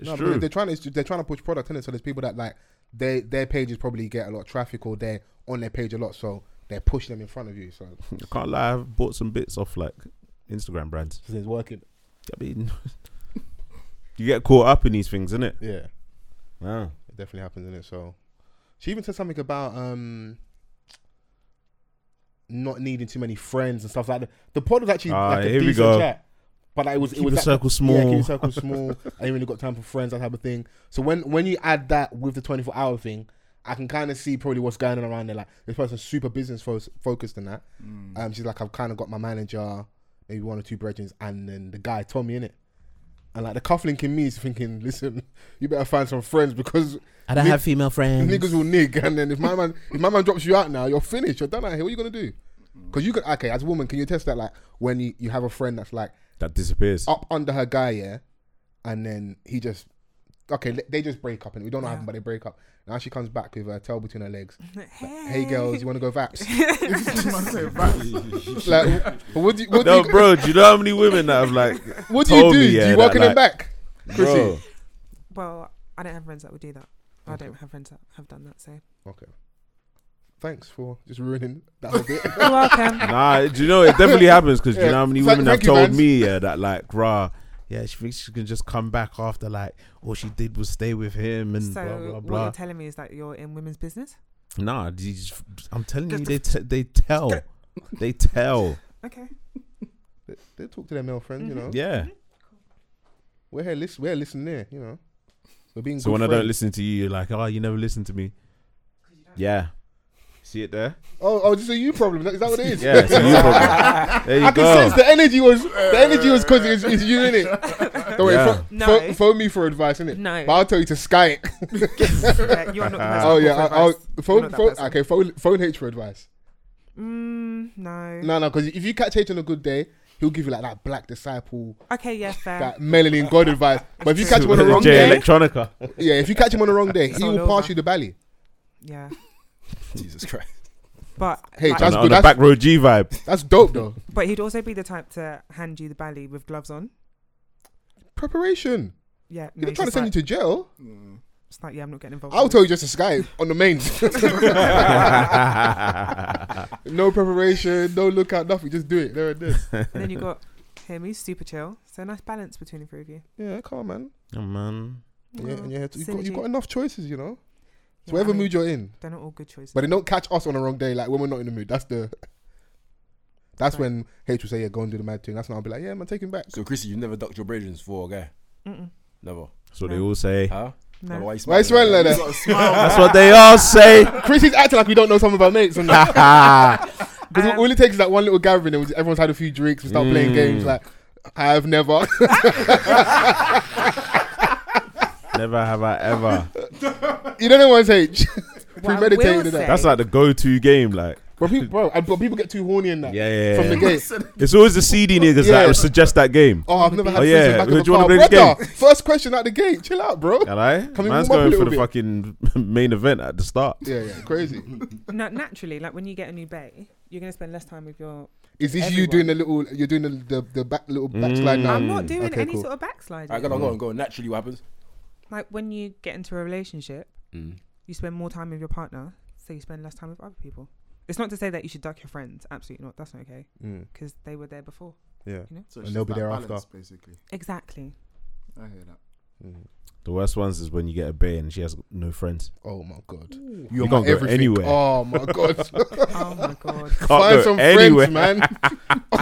[SPEAKER 5] No,
[SPEAKER 4] true.
[SPEAKER 5] But they're trying to they're trying to push product in it. So there's people that like they their pages probably get a lot of traffic or they're on their page a lot, so they're pushing them in front of you. So,
[SPEAKER 4] I can't lie, I've bought some bits off like Instagram brands.
[SPEAKER 5] it's working.
[SPEAKER 4] I mean, you get caught up in these things, innit?
[SPEAKER 5] Yeah,
[SPEAKER 4] Wow.
[SPEAKER 5] it definitely happens in it. So she even said something about um not needing too many friends and stuff like that. The pod was actually
[SPEAKER 4] Ah,
[SPEAKER 5] like a
[SPEAKER 4] here we
[SPEAKER 5] decent
[SPEAKER 4] go.
[SPEAKER 5] chat. But it was it
[SPEAKER 4] Keep
[SPEAKER 5] was
[SPEAKER 4] the
[SPEAKER 5] that-
[SPEAKER 4] circle
[SPEAKER 5] Yeah, keep
[SPEAKER 4] small.
[SPEAKER 5] the circle small. I ain't really got time for friends, that type of thing. So when when you add that with the twenty four hour thing, I can kind of see probably what's going on around there. Like this person's super business fo- focused in that.
[SPEAKER 4] Mm.
[SPEAKER 5] Um, she's like, I've kind of got my manager, maybe one or two brethren, and then the guy Tommy in it. And like the cufflink in me is thinking, listen, you better find some friends because
[SPEAKER 4] I
[SPEAKER 5] don't have
[SPEAKER 4] female friends.
[SPEAKER 5] niggas will nig. And then if my man, if my man drops you out now, you're finished. You're done out here. What are you gonna do? Because you could, okay, as a woman, can you attest that like when you, you have a friend that's like
[SPEAKER 4] That disappears.
[SPEAKER 5] up under her guy, yeah, and then he just okay. le- They just break up, and we don't know what happened, but they break up. Now she comes back with her tail between her legs. Like, hey girls, you want to go vaps?
[SPEAKER 8] Man said that.
[SPEAKER 5] like, wh- what do you, what
[SPEAKER 4] No,
[SPEAKER 5] do you,
[SPEAKER 4] bro, do you know how many women that have like,
[SPEAKER 5] what do, you
[SPEAKER 4] told
[SPEAKER 5] do?
[SPEAKER 4] me,
[SPEAKER 5] do
[SPEAKER 4] yeah,
[SPEAKER 5] you
[SPEAKER 4] that,
[SPEAKER 5] welcome them
[SPEAKER 4] like-
[SPEAKER 5] back, Chrissy?
[SPEAKER 4] bro?
[SPEAKER 6] Well, I don't have friends that would do that. I don't have friends that have done that. So
[SPEAKER 5] Okay. Thanks for just ruining that whole bit.
[SPEAKER 6] you're welcome.
[SPEAKER 4] Nah, do you know it definitely happens because do
[SPEAKER 5] Yeah.
[SPEAKER 4] you know how many
[SPEAKER 5] Thank-
[SPEAKER 4] women
[SPEAKER 5] thank
[SPEAKER 4] have
[SPEAKER 5] you,
[SPEAKER 4] told
[SPEAKER 5] Vance.
[SPEAKER 4] me yeah that like rah yeah she thinks she can just come back after like all she did was stay with him and
[SPEAKER 6] So
[SPEAKER 4] Mm, blah blah
[SPEAKER 6] what
[SPEAKER 4] blah.
[SPEAKER 6] you're telling me is that you're in women's business.
[SPEAKER 4] nah, these- I'm telling you they t- they tell they tell
[SPEAKER 6] Okay.
[SPEAKER 5] they, they talk to their male friends, you know.
[SPEAKER 4] yeah.
[SPEAKER 5] We're here, listen, we're listening there, you know. We're being
[SPEAKER 4] So
[SPEAKER 5] good
[SPEAKER 4] when I don't
[SPEAKER 5] friends.
[SPEAKER 4] listen to you, you're like oh you never listen to me. Yeah, see it there.
[SPEAKER 5] Oh, oh, this is a you problem. Is that what it is?
[SPEAKER 4] Yeah, it's a you problem. There you
[SPEAKER 5] I
[SPEAKER 4] go.
[SPEAKER 5] can sense the energy was the energy was because it's, it's you in it. Don't worry,
[SPEAKER 4] Yeah.
[SPEAKER 5] pho-
[SPEAKER 6] No.
[SPEAKER 5] pho- phone me for advice, innit?
[SPEAKER 6] No.
[SPEAKER 5] But I'll tell you to Sky it.
[SPEAKER 6] Yeah, you're not. The person
[SPEAKER 5] oh
[SPEAKER 6] to
[SPEAKER 5] yeah,
[SPEAKER 6] offer
[SPEAKER 5] I, will
[SPEAKER 6] advice. You're
[SPEAKER 5] phone,
[SPEAKER 6] not that
[SPEAKER 5] phone
[SPEAKER 6] person.
[SPEAKER 5] okay, phone, phone H for advice.
[SPEAKER 6] Mm, no.
[SPEAKER 5] No, no, because if you catch H on a good day, he'll give you like that black disciple,
[SPEAKER 6] Okay. Yeah. Fair.
[SPEAKER 5] that Melanin God advice. But if you catch him on the wrong
[SPEAKER 4] J
[SPEAKER 5] day,
[SPEAKER 4] Electronica.
[SPEAKER 5] yeah, if you catch him on the wrong day, he
[SPEAKER 6] all
[SPEAKER 5] will pass
[SPEAKER 6] over.
[SPEAKER 5] you the belly.
[SPEAKER 6] Yeah.
[SPEAKER 7] Jesus Christ.
[SPEAKER 6] But
[SPEAKER 5] Hey,
[SPEAKER 6] like-
[SPEAKER 5] That's
[SPEAKER 4] That's
[SPEAKER 5] good,
[SPEAKER 4] on the
[SPEAKER 5] that's-
[SPEAKER 4] back row G vibe.
[SPEAKER 5] That's dope though.
[SPEAKER 6] but he'd also be the type to hand you the bally with gloves on.
[SPEAKER 5] Preparation.
[SPEAKER 6] Yeah. No,
[SPEAKER 5] If they're
[SPEAKER 6] it's
[SPEAKER 5] trying to
[SPEAKER 6] just
[SPEAKER 5] send
[SPEAKER 6] like,
[SPEAKER 5] you to jail,
[SPEAKER 6] It's like yeah, I'm not getting involved.
[SPEAKER 5] I'll tell you just to Sky it on the mains. no preparation, no lookout, nothing. Just do it. There it is.
[SPEAKER 6] And then you got him. He's super chill. So nice balance between the three of you.
[SPEAKER 5] Yeah, come on, man.
[SPEAKER 4] Oh man.
[SPEAKER 5] Yeah, and yeah, you've got,
[SPEAKER 6] synergy.
[SPEAKER 5] you've got enough choices, you know. So
[SPEAKER 6] Yeah,
[SPEAKER 5] whatever
[SPEAKER 6] I mean,
[SPEAKER 5] mood you're in,
[SPEAKER 6] They're not all good choices.
[SPEAKER 5] but they don't catch us on the wrong day. Like when we're not in the mood, that's the. That's
[SPEAKER 6] Right.
[SPEAKER 5] when H will say, "Yeah, go and do the mad thing." That's when I'll be like, "Yeah, man, take him back."
[SPEAKER 7] So Chrissy, you've never ducked your brains for a guy?
[SPEAKER 6] Mm-mm.
[SPEAKER 7] Never.
[SPEAKER 4] That's what they all say.
[SPEAKER 7] Huh?
[SPEAKER 6] No.
[SPEAKER 7] Why you
[SPEAKER 5] Why you smiling like
[SPEAKER 8] You
[SPEAKER 5] that?
[SPEAKER 8] gotta smile.
[SPEAKER 4] That's what they all say.
[SPEAKER 5] Chris is acting like we don't know some of our mates, because
[SPEAKER 6] Um,
[SPEAKER 5] all it takes is that one little gathering, and everyone's had a few drinks, we start playing
[SPEAKER 4] Mm.
[SPEAKER 5] games. Like I have never.
[SPEAKER 4] Never have I ever.
[SPEAKER 5] you don't know one's H.
[SPEAKER 6] what I
[SPEAKER 5] premeditated
[SPEAKER 6] will
[SPEAKER 5] that.
[SPEAKER 6] say-
[SPEAKER 4] That's like the go-to game. Like
[SPEAKER 5] Bro, people, bro, and, but people get too horny in that.
[SPEAKER 4] Yeah, yeah, yeah.
[SPEAKER 5] From the gate.
[SPEAKER 4] It's always the CD niggas
[SPEAKER 5] Yeah.
[SPEAKER 4] that suggest that game.
[SPEAKER 5] Oh, I've never had
[SPEAKER 4] Oh,
[SPEAKER 5] oh,
[SPEAKER 4] yeah.
[SPEAKER 5] yeah. back
[SPEAKER 4] Who
[SPEAKER 5] in the
[SPEAKER 4] do you wanna
[SPEAKER 5] car.
[SPEAKER 4] play this
[SPEAKER 5] Brother, first question at the gate. Chill out, bro.
[SPEAKER 4] All right,
[SPEAKER 5] Can we
[SPEAKER 4] man's
[SPEAKER 5] warm up a
[SPEAKER 4] going for
[SPEAKER 5] little
[SPEAKER 4] the
[SPEAKER 5] bit?
[SPEAKER 4] fucking main event at the start.
[SPEAKER 5] Yeah, yeah, crazy.
[SPEAKER 6] No, naturally, like when you get a new bay, you're gonna spend less time with your.
[SPEAKER 5] Is this you
[SPEAKER 6] Everyone.
[SPEAKER 5] doing the little? You're doing the the, the back little backslide now.
[SPEAKER 6] Mm. I'm not doing
[SPEAKER 5] Okay,
[SPEAKER 6] any
[SPEAKER 5] cool.
[SPEAKER 6] sort of
[SPEAKER 7] I
[SPEAKER 6] backsliding.
[SPEAKER 7] got on, go on, go on. Naturally, what happens?
[SPEAKER 6] Like when you get into a relationship,
[SPEAKER 4] Mm.
[SPEAKER 6] you spend more time with your partner, so you spend less time with other people. It's not to say that you should duck your friends. Absolutely not. That's not okay
[SPEAKER 5] Mm,
[SPEAKER 6] because they were there before.
[SPEAKER 8] So
[SPEAKER 5] yeah. And
[SPEAKER 8] it's just
[SPEAKER 5] they'll be
[SPEAKER 8] that
[SPEAKER 5] there after.
[SPEAKER 8] balance, Basically,
[SPEAKER 6] Exactly.
[SPEAKER 8] I hear that.
[SPEAKER 4] The worst ones is when you get a bay and she has no friends.
[SPEAKER 5] Oh my god.
[SPEAKER 4] You can't go anywhere.
[SPEAKER 5] Oh my god.
[SPEAKER 6] Oh my god.
[SPEAKER 4] Can't
[SPEAKER 5] Find
[SPEAKER 4] go
[SPEAKER 5] some
[SPEAKER 4] anywhere.
[SPEAKER 5] friends, man.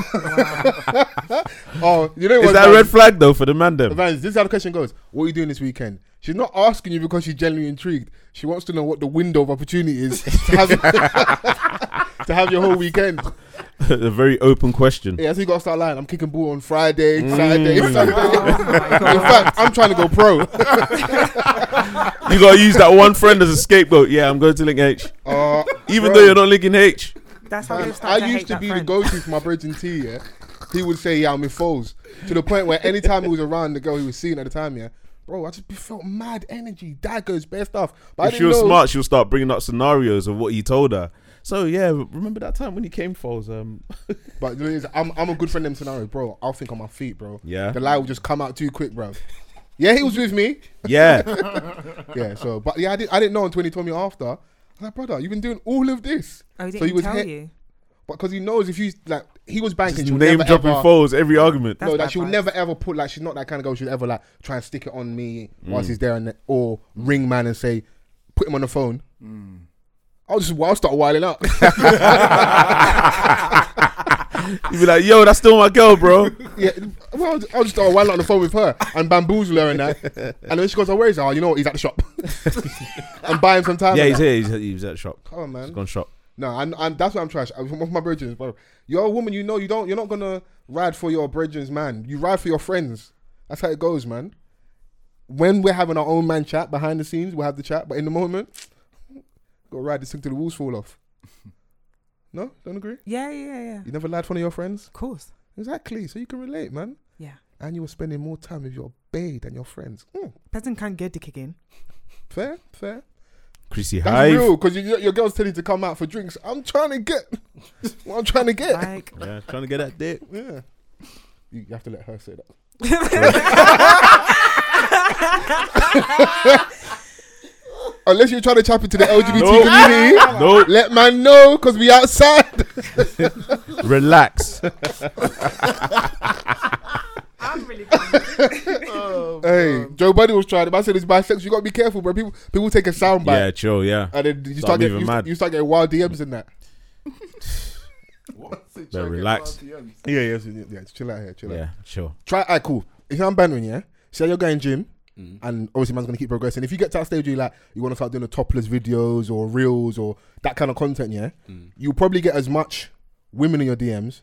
[SPEAKER 5] oh, you know what?
[SPEAKER 4] Is that a
[SPEAKER 5] man?
[SPEAKER 4] red flag though for the man? Them.
[SPEAKER 5] Vans, this is how the question goes. What are you doing this weekend? She's not asking you because she's genuinely intrigued. She wants to know what the window of opportunity is to have, to have your whole weekend.
[SPEAKER 4] a very open question.
[SPEAKER 5] Yeah, so you gotta start lying. I'm kicking ball on Friday, Saturday,
[SPEAKER 4] Mm.
[SPEAKER 5] Sunday.
[SPEAKER 6] Oh my
[SPEAKER 5] In
[SPEAKER 6] god.
[SPEAKER 5] fact, I'm trying to go pro.
[SPEAKER 4] You gotta use that one friend as a scapegoat. Yeah, I'm going to link H,
[SPEAKER 5] Uh,
[SPEAKER 4] even
[SPEAKER 5] bro.
[SPEAKER 4] though you're not linking H.
[SPEAKER 6] That's how
[SPEAKER 5] Man,
[SPEAKER 6] they start
[SPEAKER 5] I used to
[SPEAKER 6] hate
[SPEAKER 5] be
[SPEAKER 6] that
[SPEAKER 5] the
[SPEAKER 6] friend.
[SPEAKER 5] go-to for my bridge and tea. Yeah, he would say, "Yeah, I'm in foes," to the point where anytime he was around the girl he was seeing at the time, yeah, bro, I just felt mad energy, daggers, bad stuff. But I
[SPEAKER 4] If she
[SPEAKER 5] didn't
[SPEAKER 4] was
[SPEAKER 5] know.
[SPEAKER 4] smart, she'll start bringing up scenarios of what he told her. So yeah, remember that time when he came for us? Um,
[SPEAKER 5] But the thing is, I'm, I'm a good friend in them scenario, bro. I'll think on my feet, bro.
[SPEAKER 4] Yeah.
[SPEAKER 5] the lie will just come out too quick, bro. Yeah, he was with me.
[SPEAKER 4] yeah,
[SPEAKER 5] Yeah, so but yeah, I didn't I didn't know until he told me after. I was like, brother, you've been doing all of this.
[SPEAKER 6] Oh, he
[SPEAKER 5] So
[SPEAKER 6] didn't
[SPEAKER 5] he was
[SPEAKER 6] tell
[SPEAKER 5] hit-
[SPEAKER 6] you.
[SPEAKER 5] But because he knows if you like, he was banking.
[SPEAKER 4] just
[SPEAKER 5] she'll
[SPEAKER 4] name
[SPEAKER 5] never,
[SPEAKER 4] dropping
[SPEAKER 5] ever-
[SPEAKER 4] foes every argument.
[SPEAKER 6] That's
[SPEAKER 5] no, that
[SPEAKER 6] bad
[SPEAKER 5] she'll
[SPEAKER 6] vibes.
[SPEAKER 5] never ever put like she's not that kind of girl. She'll ever like try and stick it on me whilst
[SPEAKER 4] Mm.
[SPEAKER 5] he's there, and or ring man and say, put him on the phone.
[SPEAKER 4] Mm.
[SPEAKER 5] I'll just I'll start wilding up.
[SPEAKER 4] You'd be like, yo, that's still my girl, Oh, bro.
[SPEAKER 5] yeah, well, I'll just, I'll just start wilding up on the phone with her and bamboozle her and that. And then she goes, oh, where is he? Oh, you know what? He's at the shop. and buy him some time.
[SPEAKER 4] yeah,
[SPEAKER 5] and
[SPEAKER 4] he's
[SPEAKER 5] that.
[SPEAKER 4] here. He's, he's at shop.
[SPEAKER 5] Come on, man.
[SPEAKER 4] He's gone shop.
[SPEAKER 5] No, and and that's what I'm trash. I'm one of my brethrens, bro. You're a woman, you know you don't you're not gonna ride for your brethren's man. You ride for your friends. That's how it goes, man. When we're having our own man chat behind the scenes, we'll have the chat, but in the moment, gotta ride this thing till the walls fall off. No? Don't agree?
[SPEAKER 6] Yeah, yeah, yeah, yeah.
[SPEAKER 5] You never lied for one of your friends?
[SPEAKER 6] Of course.
[SPEAKER 5] Exactly. So you can relate, man.
[SPEAKER 6] Yeah.
[SPEAKER 5] And you were spending more time with your babe than your friends. Mm,
[SPEAKER 6] Person can't get the kick in.
[SPEAKER 5] fair, fair.
[SPEAKER 4] Chrissy
[SPEAKER 5] That's
[SPEAKER 4] Hive.
[SPEAKER 5] real, because you, your girl's telling you to come out for drinks. I'm trying to get what I'm trying to get.
[SPEAKER 6] Like,
[SPEAKER 4] Yeah, trying to get that dick.
[SPEAKER 5] Yeah. You, you have to let her say that. Unless you're trying to chop into the LGBT
[SPEAKER 4] No.
[SPEAKER 5] community,
[SPEAKER 4] No,
[SPEAKER 5] let man know because we outside.
[SPEAKER 4] relax.
[SPEAKER 6] I'm really Oh, good.
[SPEAKER 5] hey, Joe Buddy was trying. to I said it's bisexual. You gotta be careful, bro. People people take a sound bite,
[SPEAKER 4] yeah, chill. Yeah,
[SPEAKER 5] and then you
[SPEAKER 4] Start
[SPEAKER 5] start getting
[SPEAKER 4] moving
[SPEAKER 5] you,
[SPEAKER 4] mad.
[SPEAKER 5] you start getting wild DMs and that.
[SPEAKER 4] Better relax.
[SPEAKER 5] Yeah, yeah, yeah. yeah chill out here, chill out.
[SPEAKER 4] Yeah, chill.
[SPEAKER 5] Try, alright, cool. If I'm bantering, yeah. Say you're going gym, and obviously man's gonna keep progressing. If you get to that stage, where you like you want to start doing the topless videos or reels or that kind of content, yeah. You'll probably get as much women in your DMs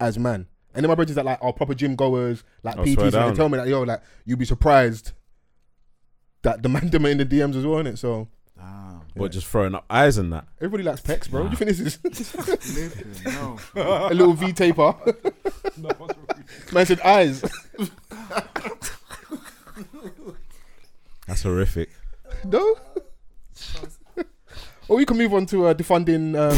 [SPEAKER 5] as man. And then my brothers that like are proper gym goers, like
[SPEAKER 4] I'll swear
[SPEAKER 5] PTs, and
[SPEAKER 4] down.
[SPEAKER 5] they tell me that yo, like you'd be surprised that the man them are in the DMs as well, innit? So
[SPEAKER 8] Damn.
[SPEAKER 4] But just throwing up eyes and that.
[SPEAKER 5] everybody likes pecs, bro. What do you think this is?
[SPEAKER 8] Flipping hell.
[SPEAKER 5] a little V taper. man said eyes.
[SPEAKER 4] That's horrific.
[SPEAKER 5] No. or we can move on to uh, defunding um,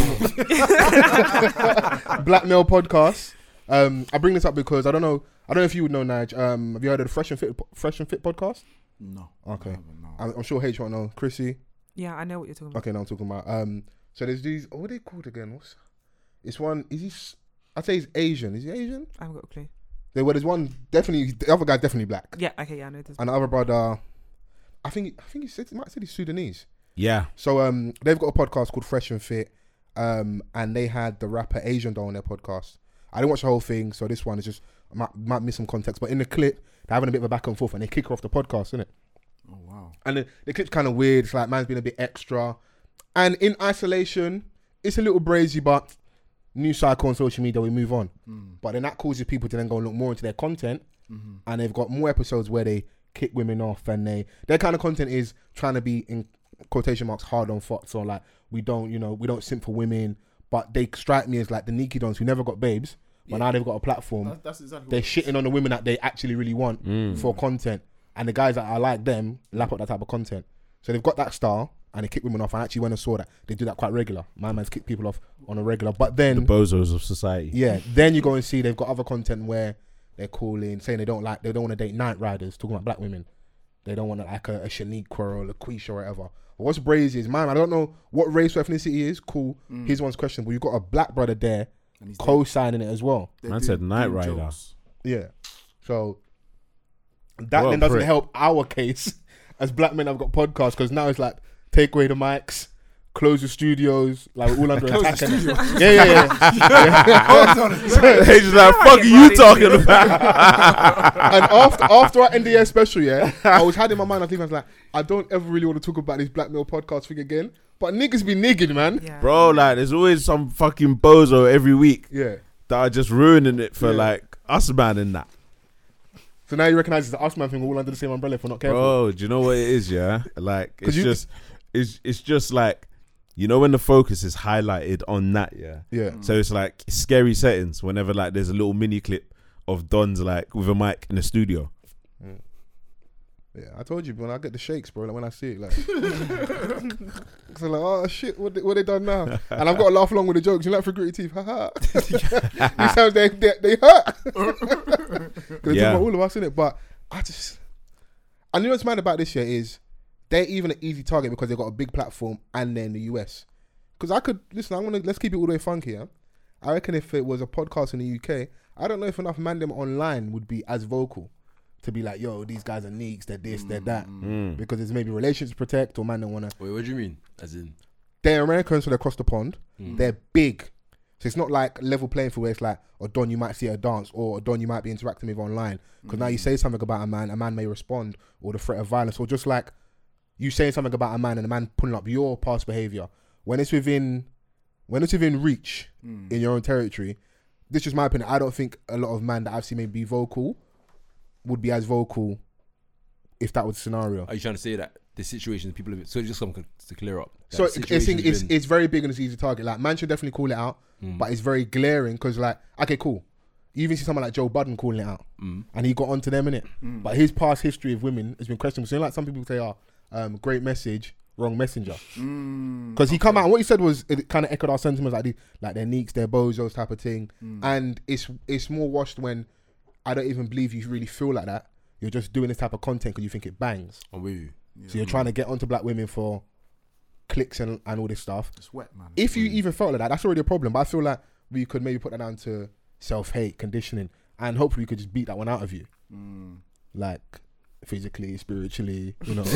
[SPEAKER 5] blackmail podcast. Um, I bring this up because I don't know. I don't know if you would know, Nige. Um, have you heard of the Fresh and Fit Fresh and Fit podcast?
[SPEAKER 8] No.
[SPEAKER 5] Okay.
[SPEAKER 8] I haven't, no.
[SPEAKER 5] I'm, I'm sure H won't know. Chrissy.
[SPEAKER 6] Yeah, I know what you're talking about.
[SPEAKER 5] Okay, now I'm talking about. Um, so there's these. What are they called again? What's it's one? Is he? s- I'd say he's Asian. Is he Asian?
[SPEAKER 6] I haven't got a clue.
[SPEAKER 5] There, well, there's one definitely. The other guy definitely black,
[SPEAKER 6] Yeah, okay, yeah, I know this.
[SPEAKER 5] and the other brother. I think I think he said he might have said he's Sudanese.
[SPEAKER 4] Yeah,
[SPEAKER 5] So um, they've got a podcast called Fresh and Fit, um, and they had the rapper Asian Doll on their podcast. I didn't watch the whole thing, so this one is just I might, might miss some context. But in the clip, they're having a bit of a back and forth, and they kick her off the podcast, innit?
[SPEAKER 8] Oh wow.
[SPEAKER 5] And the, the clip's kind of weird. It's like man's been a bit extra, and in isolation, it's a little brazy, but new cycle on social media, we move on.
[SPEAKER 8] Hmm.
[SPEAKER 5] But then that causes people to then go and look more into their content,
[SPEAKER 8] Mm-hmm.
[SPEAKER 5] and they've got more episodes where they kick women off, and they their kind of content is trying to be in quotation marks hard on Fox or like we don't, you know, we don't simp for women, but they strike me as like the Nikki Dons who never got babes, but now they've got a platform.
[SPEAKER 8] That- that's exactly.
[SPEAKER 5] They're
[SPEAKER 8] what-
[SPEAKER 5] shitting on the women that they actually really want
[SPEAKER 4] Mm.
[SPEAKER 5] for content, and the guys that I like them lap up that type of content. So they've got that style, and they kick women off. I actually went and saw that they do that quite regular. My man's kick people off on a regular, but then
[SPEAKER 4] Bozos of society.
[SPEAKER 5] yeah, then you go and see they've got other content where they're calling saying they don't like they don't want to date night riders, talking about black women. They don't want like a, a Shaniqua or a Quisha or whatever. But what's brazy is man, I don't know what race or ethnicity he is. Cool, here's one's question, but you've got a black brother there
[SPEAKER 8] Mm. And he's
[SPEAKER 5] co-signing it as well.
[SPEAKER 8] they're
[SPEAKER 4] Man
[SPEAKER 8] doing-
[SPEAKER 4] said Knight
[SPEAKER 8] doing
[SPEAKER 4] Rider.
[SPEAKER 8] jokes.
[SPEAKER 5] Yeah, so that
[SPEAKER 4] What a
[SPEAKER 5] then doesn't
[SPEAKER 4] prick.
[SPEAKER 5] help our case as black men. I've got podcasts because now it's like take away the mics. Close the studios, like we're all under
[SPEAKER 8] Close the
[SPEAKER 5] attack. innit? yeah, yeah, yeah.
[SPEAKER 4] He's just like, fuck are you talking about?
[SPEAKER 5] and after after our NDA special, yeah, I was had in my mind. I think I was like, I don't ever really want to talk about this blackmail podcast thing again. But niggas be nigging, man.
[SPEAKER 6] Yeah.
[SPEAKER 4] Bro, like, there's always some fucking bozo every week
[SPEAKER 5] Yeah.
[SPEAKER 4] that are just ruining it for
[SPEAKER 5] Yeah.
[SPEAKER 4] like us man and that.
[SPEAKER 5] So now you recognise it's the us man thing. We're all under the same umbrella if we're not careful.
[SPEAKER 4] Bro, do you know what it is? Yeah, like it's
[SPEAKER 5] you-
[SPEAKER 4] just, it's it's just like, you know, when the focus is highlighted on that. Yeah,
[SPEAKER 5] Yeah.
[SPEAKER 4] So it's like scary settings whenever like there's a little mini clip of Don's like with a mic in the studio.
[SPEAKER 5] Yeah. I told you, when I get the shakes, bro. Like when I see it, like, so like, oh shit, what they, what they done now? And I've got to laugh along with the jokes. You like for gritty teeth, haha. These times they they, they hurt. 'Cause they
[SPEAKER 4] Yeah.
[SPEAKER 5] talk about all of us in it, but I just, I knew what's mad about this year is they're even an easy target because they've got a big platform and they're in the US. Because I could listen, I'm gonna let's keep it all the way funky. Yeah? I reckon if it was a podcast in the UK, I don't know if enough mandem online would be as vocal to be like, yo, these guys are neeks, they're this, they're that, because there's maybe relations to protect or man don't wanna.
[SPEAKER 7] Wait, what do you mean? As in,
[SPEAKER 5] They're Americans, so they're across the pond. They're big. So it's not like level playing field where it's like, oh, Don, you might see a dance, or oh, Don, you might be interacting with online. Because now you say something about a man, a man may respond, or the threat of violence, or just like you saying something about a man and a man pulling up your past behavior. When it's within, when it's within reach in your own territory, this is my opinion. I don't think a lot of men that I've seen maybe be vocal would be as vocal if that was the scenario.
[SPEAKER 7] are you trying to say that the situation people have so just something to clear up? that
[SPEAKER 5] So
[SPEAKER 7] the
[SPEAKER 5] it's, it's,
[SPEAKER 7] situation's
[SPEAKER 5] it's,
[SPEAKER 7] been- Mm.
[SPEAKER 5] it's very big and it's easy target. Like man should definitely call it out, but it's very glaring because like okay, cool. You even see someone like Joe Budden calling it out,
[SPEAKER 7] Mm.
[SPEAKER 5] and he got onto them in it. But his past history of women has been questionable. So you know, like some people say, "Oh, um, great message, wrong messenger," because
[SPEAKER 8] Mm,
[SPEAKER 5] he come out. and What he said was it kind of echoed our sentiments, like the, like they're neeks, they're bozos type of thing. And it's it's more washed when I don't even believe you really feel like that. You're just doing this type of content because you think it bangs.
[SPEAKER 7] I'm with you.
[SPEAKER 5] So you're trying to get onto black women for clicks and, and all this stuff.
[SPEAKER 8] It's wet, man.
[SPEAKER 5] If you even felt like that, that's already a problem. But I feel like we could maybe put that down to self hate, conditioning, and hopefully we could just beat that one out of you.
[SPEAKER 8] Mm.
[SPEAKER 5] Like physically, spiritually, you know. all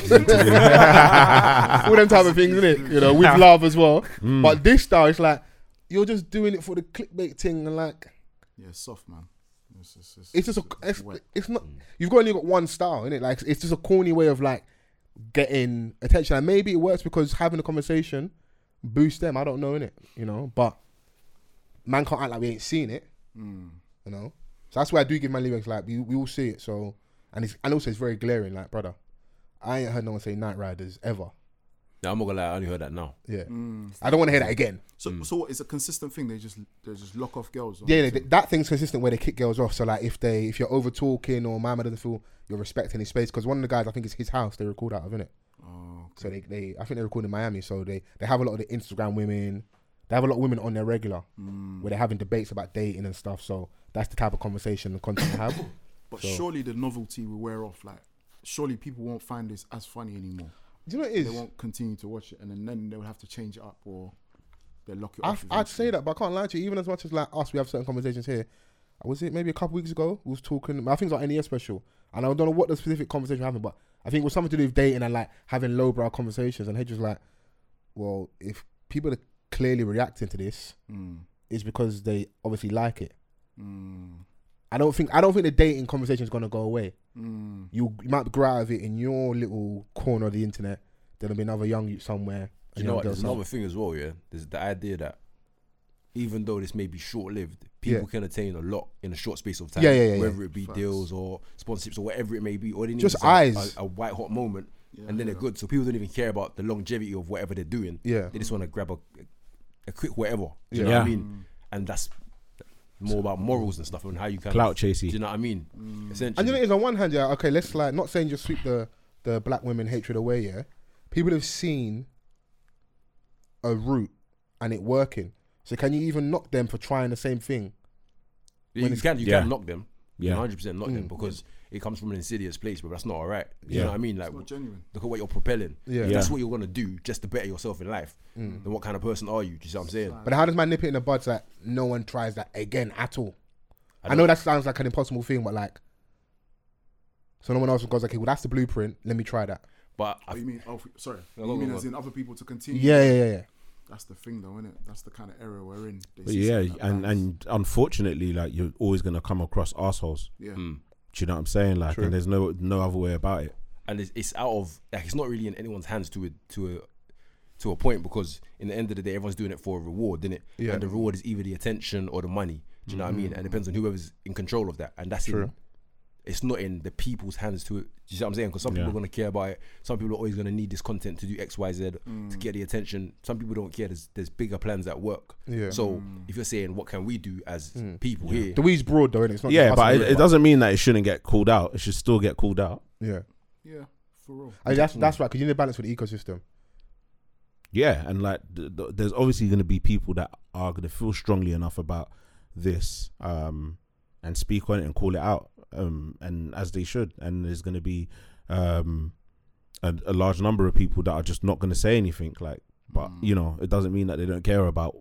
[SPEAKER 5] them type of things, innit? You know, with love as well.
[SPEAKER 8] Mm.
[SPEAKER 5] But this style, it's like you're just doing it for the clickbait thing and like
[SPEAKER 8] yeah, it's soft, man. It's, it's, it's,
[SPEAKER 5] it's just a it's,
[SPEAKER 8] wet.
[SPEAKER 5] it's not you've got only got one style in it like it's just a corny way of like getting attention and maybe it works because having a conversation boosts them i don't know in it you know but man can't act like we ain't seen it
[SPEAKER 8] Mm.
[SPEAKER 5] you know so that's why i do give my lyrics like we, we all see it so and it's and also it's very glaring like brother i ain't heard no one say night riders ever
[SPEAKER 7] Nah, I'm not gonna lie. I only heard that now.
[SPEAKER 5] yeah
[SPEAKER 6] Mm.
[SPEAKER 5] i don't want to hear that again
[SPEAKER 8] Mm. So, so what, it's a consistent thing. They just they just lock off girls. on the
[SPEAKER 5] Yeah, they,
[SPEAKER 8] thing.
[SPEAKER 5] that thing's consistent where they kick girls off. So like, if they if you're over talking or Mama doesn't feel you're respecting his space, because one of the guys I think it's his house they record out of, innit?
[SPEAKER 8] Oh,
[SPEAKER 5] So they, they I think they record in Miami. So they they have a lot of the Instagram women. They have a lot of women on their regular
[SPEAKER 8] Mm.
[SPEAKER 5] where they're having debates about dating and stuff. So that's the type of conversation and content they have.
[SPEAKER 8] but
[SPEAKER 5] so-
[SPEAKER 8] surely the novelty will wear off. Like, surely people won't find this as funny anymore.
[SPEAKER 5] Do you know what it
[SPEAKER 8] They
[SPEAKER 5] is?
[SPEAKER 8] won't continue to watch it, and then, then they'll have to change it up or they'll lock it
[SPEAKER 5] I,
[SPEAKER 8] off.
[SPEAKER 5] I'd say that, but I can't lie to you. Even as much as like us, we have certain conversations here. Uh, Was it maybe a couple weeks ago? We was talking. I think it was our NES special, and I don't know what the specific conversation happened, but I think it was something to do with dating and like having lowbrow conversations. And Hedge was like, "Well, if people are clearly reacting to this, it's because they obviously like it." I don't think I don't think the dating conversation is gonna go away. You, you might grow out of it in your little corner of the internet. There'll be another young youth somewhere. a
[SPEAKER 7] Do you know
[SPEAKER 5] young
[SPEAKER 7] what?
[SPEAKER 5] girl
[SPEAKER 7] There's
[SPEAKER 5] somewhere.
[SPEAKER 7] another thing as well. Yeah, there's the idea that even though this may be short lived, people
[SPEAKER 5] Yeah.
[SPEAKER 7] can attain a lot in a short space of time.
[SPEAKER 5] Yeah, yeah, yeah, yeah.
[SPEAKER 7] Whether it be deals or sponsorships or whatever it may be, or they need
[SPEAKER 5] Just
[SPEAKER 7] is a-
[SPEAKER 5] eyes.
[SPEAKER 7] a, a white hot moment, and then they're good. So people don't even care about the longevity of whatever they're doing.
[SPEAKER 5] Yeah.
[SPEAKER 7] they just want to grab a a quick whatever. Do you
[SPEAKER 5] Yeah.
[SPEAKER 7] know what I
[SPEAKER 4] Yeah.
[SPEAKER 7] mean? And that's more about morals and stuff and how you can
[SPEAKER 4] Clout
[SPEAKER 7] Do
[SPEAKER 4] chasey.
[SPEAKER 7] you know what I mean?
[SPEAKER 5] And
[SPEAKER 7] Essentially,
[SPEAKER 5] you know, it is on one hand, yeah, okay, let's like not saying just sweep the the black women hatred away, yeah. People have seen a route and it working. So can you even knock them for trying the same thing?
[SPEAKER 7] you, you can you
[SPEAKER 4] Yeah.
[SPEAKER 7] can knock them.
[SPEAKER 4] Yeah.
[SPEAKER 7] Yeah, hundred percent knock
[SPEAKER 8] Mm.
[SPEAKER 7] them because it comes from an insidious place, but that's not all right. You
[SPEAKER 4] Yeah.
[SPEAKER 7] know what I mean? Like,
[SPEAKER 8] It's not genuine.
[SPEAKER 7] look at what you're propelling.
[SPEAKER 5] Yeah.
[SPEAKER 7] If that's
[SPEAKER 4] Yeah.
[SPEAKER 7] what you're gonna do just to better yourself in life. Then what kind of person are you? Do you see what I'm saying?
[SPEAKER 5] But how does man nip it in the bud so that no one tries that again at all? I,
[SPEAKER 7] don't-
[SPEAKER 5] know that sounds like an impossible thing, but like, so no one else goes, okay, well, that's the blueprint. Let me try that.
[SPEAKER 7] But
[SPEAKER 8] Oh,
[SPEAKER 7] I,
[SPEAKER 8] you mean? Oh, f- sorry.
[SPEAKER 7] No,
[SPEAKER 8] you
[SPEAKER 7] go,
[SPEAKER 8] mean
[SPEAKER 7] go,
[SPEAKER 8] as
[SPEAKER 7] go.
[SPEAKER 8] in other people to continue?
[SPEAKER 5] Yeah, yeah, yeah, yeah.
[SPEAKER 8] That's the thing, though, isn't it? That's the kind of era we're in. They
[SPEAKER 4] But
[SPEAKER 8] see
[SPEAKER 4] yeah,
[SPEAKER 8] something like
[SPEAKER 4] and
[SPEAKER 8] that.
[SPEAKER 4] and unfortunately, like you're always gonna come across assholes.
[SPEAKER 8] yeah,
[SPEAKER 4] Do you know what I'm saying? Like, and there's no no other way about it.
[SPEAKER 7] and it's, it's out of like it's not really in anyone's hands to a to a to a point because in the end of the day everyone's doing it for a reward, isn't it?
[SPEAKER 5] Yeah.
[SPEAKER 7] And the reward is either the attention or the money. Do you know what I mean? And it depends on whoever's in control of that. And that's in,
[SPEAKER 5] True.
[SPEAKER 7] it's not in the people's hands to it. Do you see what I'm saying? Because some people
[SPEAKER 4] Yeah.
[SPEAKER 7] are gonna care about it. Some people are always gonna need this content to do X, Y, Z to get the attention. Some people don't care. There's there's bigger plans at work.
[SPEAKER 5] Yeah. Mm.
[SPEAKER 7] So if you're saying what can we do as people here?
[SPEAKER 5] The weed's broad though, and it's not. just
[SPEAKER 4] Yeah,
[SPEAKER 5] us
[SPEAKER 4] but
[SPEAKER 5] and
[SPEAKER 4] it,
[SPEAKER 5] them,
[SPEAKER 4] it doesn't mean that it shouldn't get called out. It should still get called out.
[SPEAKER 5] Yeah,
[SPEAKER 8] yeah, for real.
[SPEAKER 5] I mean, that's that's right. Because you need a balance with the ecosystem.
[SPEAKER 4] Yeah, and like th- th- there's obviously going to be people that are going to feel strongly enough about this um and speak on it and call it out um and as they should and there's going to be um a, a large number of people that are just not going to say anything like but you know it doesn't mean that they don't care about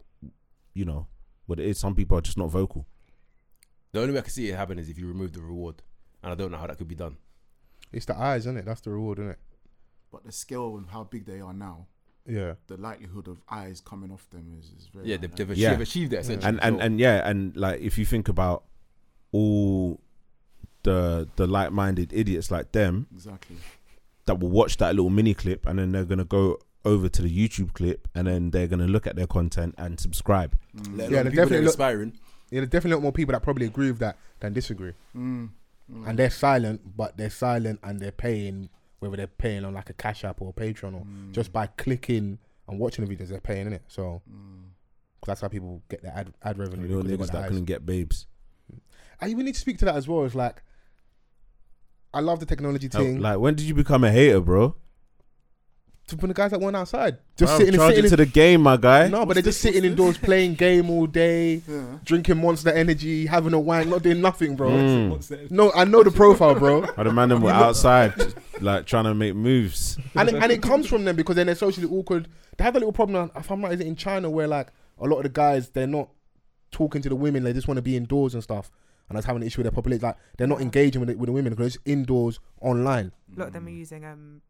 [SPEAKER 4] you know what it is some people are just not vocal
[SPEAKER 7] The only way I can see it happen is if you remove the reward. And I don't know how that could be done.
[SPEAKER 5] It's the eyes, isn't it? That's the reward, isn't it?
[SPEAKER 8] But the scale and how big they are now,
[SPEAKER 5] Yeah.
[SPEAKER 8] the likelihood of eyes coming off them is, is very.
[SPEAKER 7] Yeah,
[SPEAKER 8] high
[SPEAKER 7] they've,
[SPEAKER 8] now.
[SPEAKER 7] they've,
[SPEAKER 4] Yeah.
[SPEAKER 7] they've achieved that essentially.
[SPEAKER 4] and and
[SPEAKER 7] So-
[SPEAKER 4] and yeah and like if you think about all the the like-minded idiots like them
[SPEAKER 8] exactly.
[SPEAKER 4] that will watch that little mini clip and then they're gonna go over to the YouTube clip and then they're gonna look at their content and subscribe.
[SPEAKER 7] Let
[SPEAKER 5] Mm. Yeah,
[SPEAKER 7] alone
[SPEAKER 5] they
[SPEAKER 7] people that
[SPEAKER 5] definitely
[SPEAKER 7] are
[SPEAKER 5] look-
[SPEAKER 7] inspiring.
[SPEAKER 5] Yeah, there's definitely a lot more people that probably agree with that than disagree.
[SPEAKER 7] Mm.
[SPEAKER 5] And they're silent, but they're silent and they're paying, whether they're paying on like a Cash App or a Patreon or
[SPEAKER 7] Mm.
[SPEAKER 5] just by clicking and watching the videos, they're paying in it. So
[SPEAKER 7] Mm.
[SPEAKER 5] 'cause that's how people get their ad, ad revenue.
[SPEAKER 4] You know,
[SPEAKER 5] 'cause they've
[SPEAKER 4] niggas
[SPEAKER 5] got the
[SPEAKER 4] that
[SPEAKER 5] eyes.
[SPEAKER 4] couldn't get babes.
[SPEAKER 5] And we need to speak to that as well. It's like, I love the technology
[SPEAKER 4] Hell,
[SPEAKER 5] thing.
[SPEAKER 4] Like, when did you become a hater, bro?
[SPEAKER 5] to from the guys that weren't outside, just
[SPEAKER 4] Bruv,
[SPEAKER 5] sitting,
[SPEAKER 4] charge
[SPEAKER 5] sitting
[SPEAKER 4] it
[SPEAKER 5] in,
[SPEAKER 4] to the game, my guy.
[SPEAKER 5] no, but they're just sitting indoors playing game all day,
[SPEAKER 8] Yeah.
[SPEAKER 5] drinking Monster Energy, having a wank, not doing nothing, bro. No, I know the profile, bro.
[SPEAKER 4] How the man them were outside, just, like trying to make moves.
[SPEAKER 5] and it, and it comes from them because then they're socially awkward. They have a little problem. uh, If I'm right, is it in China where like a lot of the guys they're not talking to the women. They just want to be indoors and stuff. And that's having an issue with their population. Like they're not engaging with the, with the women because it's indoors online.
[SPEAKER 6] A lot of
[SPEAKER 5] Mm.
[SPEAKER 6] them are using um,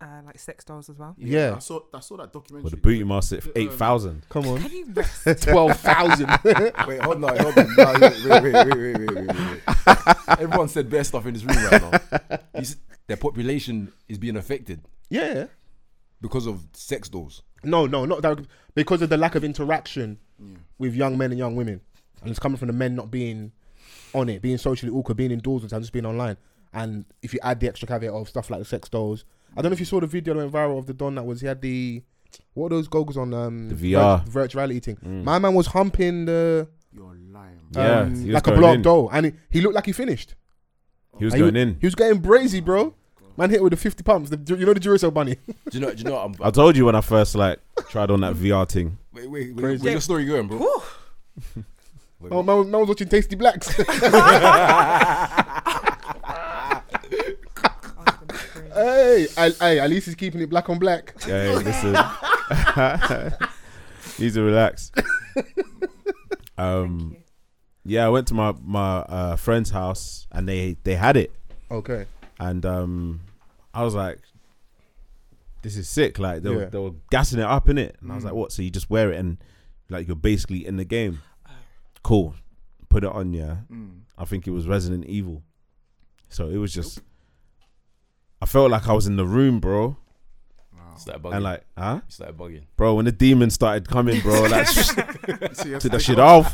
[SPEAKER 6] uh, like sex dolls as well.
[SPEAKER 5] Yeah,
[SPEAKER 8] I saw, I saw that documentary.
[SPEAKER 4] With the booty master at
[SPEAKER 8] Um,
[SPEAKER 4] eight thousand.
[SPEAKER 5] come on,
[SPEAKER 6] Can you rest?
[SPEAKER 5] twelve thousand.
[SPEAKER 7] Wait, hold on, hold on. No, wait, wait, wait, wait, wait, wait, wait, wait. Everyone said bad stuff in this room right now. You s- their population is being affected
[SPEAKER 5] yeah,
[SPEAKER 7] because of sex dolls.
[SPEAKER 5] no, no, not that because of the lack of interaction with young men and young women, and it's coming from the men not being on it, being socially awkward, being indoors and just being online. And if you add the extra caveat of stuff like the sex dolls, I don't know if you saw the video that went viral of the don that was he had the what are those goggles on um
[SPEAKER 4] The VR.
[SPEAKER 5] vir- virtual reality thing. My man was humping the
[SPEAKER 8] You're lying.
[SPEAKER 5] um,
[SPEAKER 8] Bro.
[SPEAKER 4] Yeah, he was
[SPEAKER 5] like a
[SPEAKER 4] going
[SPEAKER 5] block
[SPEAKER 4] in.
[SPEAKER 5] doll, and he, he looked like he finished.
[SPEAKER 4] He was
[SPEAKER 5] And he
[SPEAKER 4] going
[SPEAKER 5] wa-
[SPEAKER 4] in.
[SPEAKER 5] He was getting brazy, bro. Man hit with the fifty pumps. The, you know the Duracell bunny.
[SPEAKER 7] Do you know? Do you know? I'm,
[SPEAKER 4] I told you when I first like tried on that VR thing.
[SPEAKER 7] wait, wait, wait.
[SPEAKER 5] Crazy.
[SPEAKER 7] Where's your story going, bro?
[SPEAKER 5] man, man, was- man was watching Tasty Blacks.
[SPEAKER 6] Oh,
[SPEAKER 5] hey, I, I, at least he's keeping it black on black.
[SPEAKER 4] Hey, listen. Need to relax. Um, yeah, I went to my my uh, friend's house and they they had it.
[SPEAKER 5] Okay.
[SPEAKER 4] and um, I was like, "This is sick!" Like they, were,
[SPEAKER 5] Yeah. Mm.
[SPEAKER 4] they were gassing it up in it, and I was like, "What?" So you just wear it and like you're basically in the game. Cool, put it on. Yeah,
[SPEAKER 5] Mm.
[SPEAKER 4] I think it was Resident Evil, so it was just. I felt like I was in the room, bro,
[SPEAKER 7] Start bugging.
[SPEAKER 4] and like, huh,
[SPEAKER 7] Start bugging.
[SPEAKER 4] bro. When the demons started coming, bro, like
[SPEAKER 8] See,
[SPEAKER 4] took that shit off,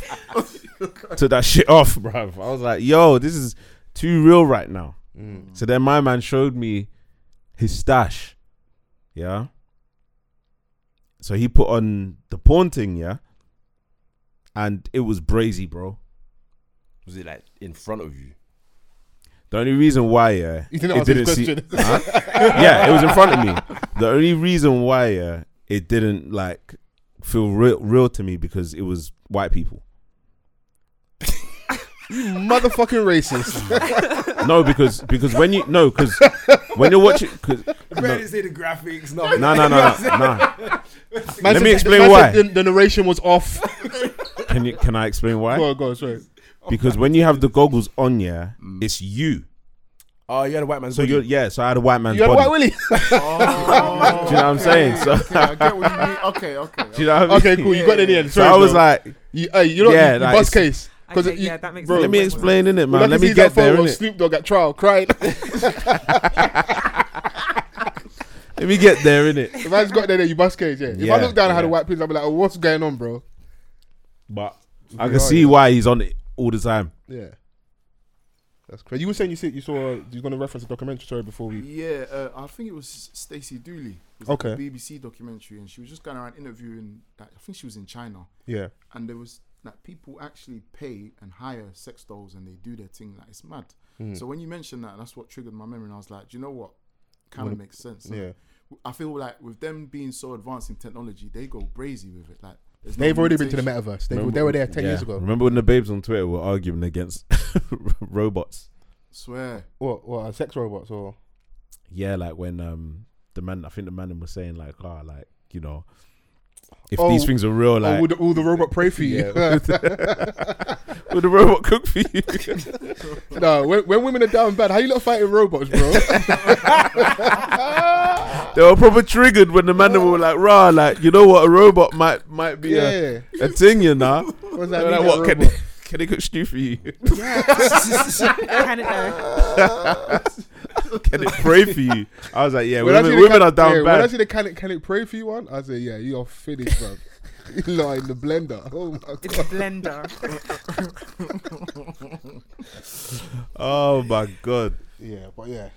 [SPEAKER 4] took that shit off, bro. I was like, yo, this is too real right now.
[SPEAKER 7] Mm.
[SPEAKER 4] So then my man showed me his stash. Yeah. So he put on the porn thing, yeah, and it was brazy, bro.
[SPEAKER 7] Was it like in front of you?
[SPEAKER 4] The only reason why, yeah,
[SPEAKER 5] You didn't answer his
[SPEAKER 4] see-
[SPEAKER 5] question.
[SPEAKER 4] Huh? yeah, it was in front of me. The only reason why, yeah, it didn't like feel real, real to me because it was white people.
[SPEAKER 5] Motherfucking racist.
[SPEAKER 4] No, because because when you no, because when you're watching, cause, no,
[SPEAKER 7] say the graphics. No,
[SPEAKER 4] no, no, no, no.
[SPEAKER 5] Man
[SPEAKER 4] Let
[SPEAKER 5] said-
[SPEAKER 4] me explain
[SPEAKER 5] man said
[SPEAKER 4] why.
[SPEAKER 5] The, the narration was off.
[SPEAKER 4] Can you can I explain why?
[SPEAKER 5] go on, go on, sorry.
[SPEAKER 4] because when you have the goggles on, yeah,
[SPEAKER 7] Mm.
[SPEAKER 4] it's you.
[SPEAKER 7] Oh, you had a white man.
[SPEAKER 4] So you're yeah. So I had a white man's
[SPEAKER 5] You had
[SPEAKER 4] body.
[SPEAKER 5] White Willie.
[SPEAKER 4] Do you know what I'm saying? So
[SPEAKER 8] okay, I get what you mean. Okay, okay.
[SPEAKER 4] do you know what I mean?
[SPEAKER 5] Okay, cool. You got it in the end.
[SPEAKER 4] So
[SPEAKER 5] Sorry,
[SPEAKER 4] I was
[SPEAKER 5] bro.
[SPEAKER 4] like,
[SPEAKER 5] you, hey, you know,
[SPEAKER 4] Yeah,
[SPEAKER 5] yeah, you,
[SPEAKER 4] like,
[SPEAKER 5] bust
[SPEAKER 4] it's-
[SPEAKER 5] case.
[SPEAKER 6] I
[SPEAKER 5] Because
[SPEAKER 6] get- yeah, that makes
[SPEAKER 5] bro,
[SPEAKER 6] sense.
[SPEAKER 4] let me
[SPEAKER 6] Wait,
[SPEAKER 4] explain in it,
[SPEAKER 5] Well, I
[SPEAKER 4] man.
[SPEAKER 5] can
[SPEAKER 4] Let
[SPEAKER 5] see
[SPEAKER 4] me
[SPEAKER 5] that
[SPEAKER 4] get there,
[SPEAKER 5] photo of
[SPEAKER 4] innit?
[SPEAKER 5] Snoop Dogg at trial cried.
[SPEAKER 4] Let me get there, innit?
[SPEAKER 5] if I just got there, you bust case, yeah. If
[SPEAKER 4] Yeah,
[SPEAKER 5] I look down and had a
[SPEAKER 4] yeah.
[SPEAKER 5] white piece, I'd be like, oh, what's going on, bro?
[SPEAKER 4] But I
[SPEAKER 5] are,
[SPEAKER 4] can see why he's on it all the time.
[SPEAKER 5] Yeah. That's crazy. You were saying you, see, you saw, you were going to reference a documentary, sorry, before we.
[SPEAKER 8] Yeah, uh, I think it was Stacey Dooley. It was
[SPEAKER 5] Okay.
[SPEAKER 8] Like a BBC documentary, and she was just going around interviewing. Like, I think she was in China,
[SPEAKER 5] Yeah.
[SPEAKER 8] and there was like people actually pay and hire sex dolls, and they do their thing. Like it's mad.
[SPEAKER 5] Hmm.
[SPEAKER 8] So when you mentioned that, that's what triggered my memory, and I was like, do you know what? Kind of makes sense.
[SPEAKER 5] Yeah.
[SPEAKER 8] I feel like with them being so advanced in technology, they go crazy with it. Like there's no
[SPEAKER 5] They've already been to the
[SPEAKER 8] limitation.
[SPEAKER 5] metaverse. They, were- they were there 10 years ago.
[SPEAKER 4] Remember when the babes on Twitter were arguing against robots?
[SPEAKER 8] Swear.
[SPEAKER 5] What, what, uh, sex robots or?
[SPEAKER 4] Yeah, like when um the man, I think the man was saying like, ah, like you know, if
[SPEAKER 5] Oh,
[SPEAKER 4] these things are real, like
[SPEAKER 5] oh, will the, will the robot pray for you?
[SPEAKER 4] would the robot cook for you?
[SPEAKER 5] no, when, when women are down bad, how you not fighting robots, bro?
[SPEAKER 4] they were proper triggered when the man
[SPEAKER 5] Oh.
[SPEAKER 4] were like, rah, like you know what, a robot might might be a,
[SPEAKER 5] yeah.
[SPEAKER 4] a thing, you know.
[SPEAKER 5] What's
[SPEAKER 4] They
[SPEAKER 5] that mean,
[SPEAKER 4] were like,
[SPEAKER 5] that
[SPEAKER 4] what can
[SPEAKER 5] robot?
[SPEAKER 4] they, can they cook stew for you?
[SPEAKER 6] Can it though?
[SPEAKER 4] can it pray for you? I was like, yeah,
[SPEAKER 5] When I see
[SPEAKER 4] women,
[SPEAKER 5] the
[SPEAKER 4] women
[SPEAKER 5] can-
[SPEAKER 4] are down
[SPEAKER 5] yeah, When I
[SPEAKER 4] bad.
[SPEAKER 5] see the can it, can it pray for you one, I say, yeah, you're finished, bro. you lot in the blender. Oh my god.
[SPEAKER 6] It's a blender.
[SPEAKER 4] Oh my god.
[SPEAKER 5] Yeah, but yeah,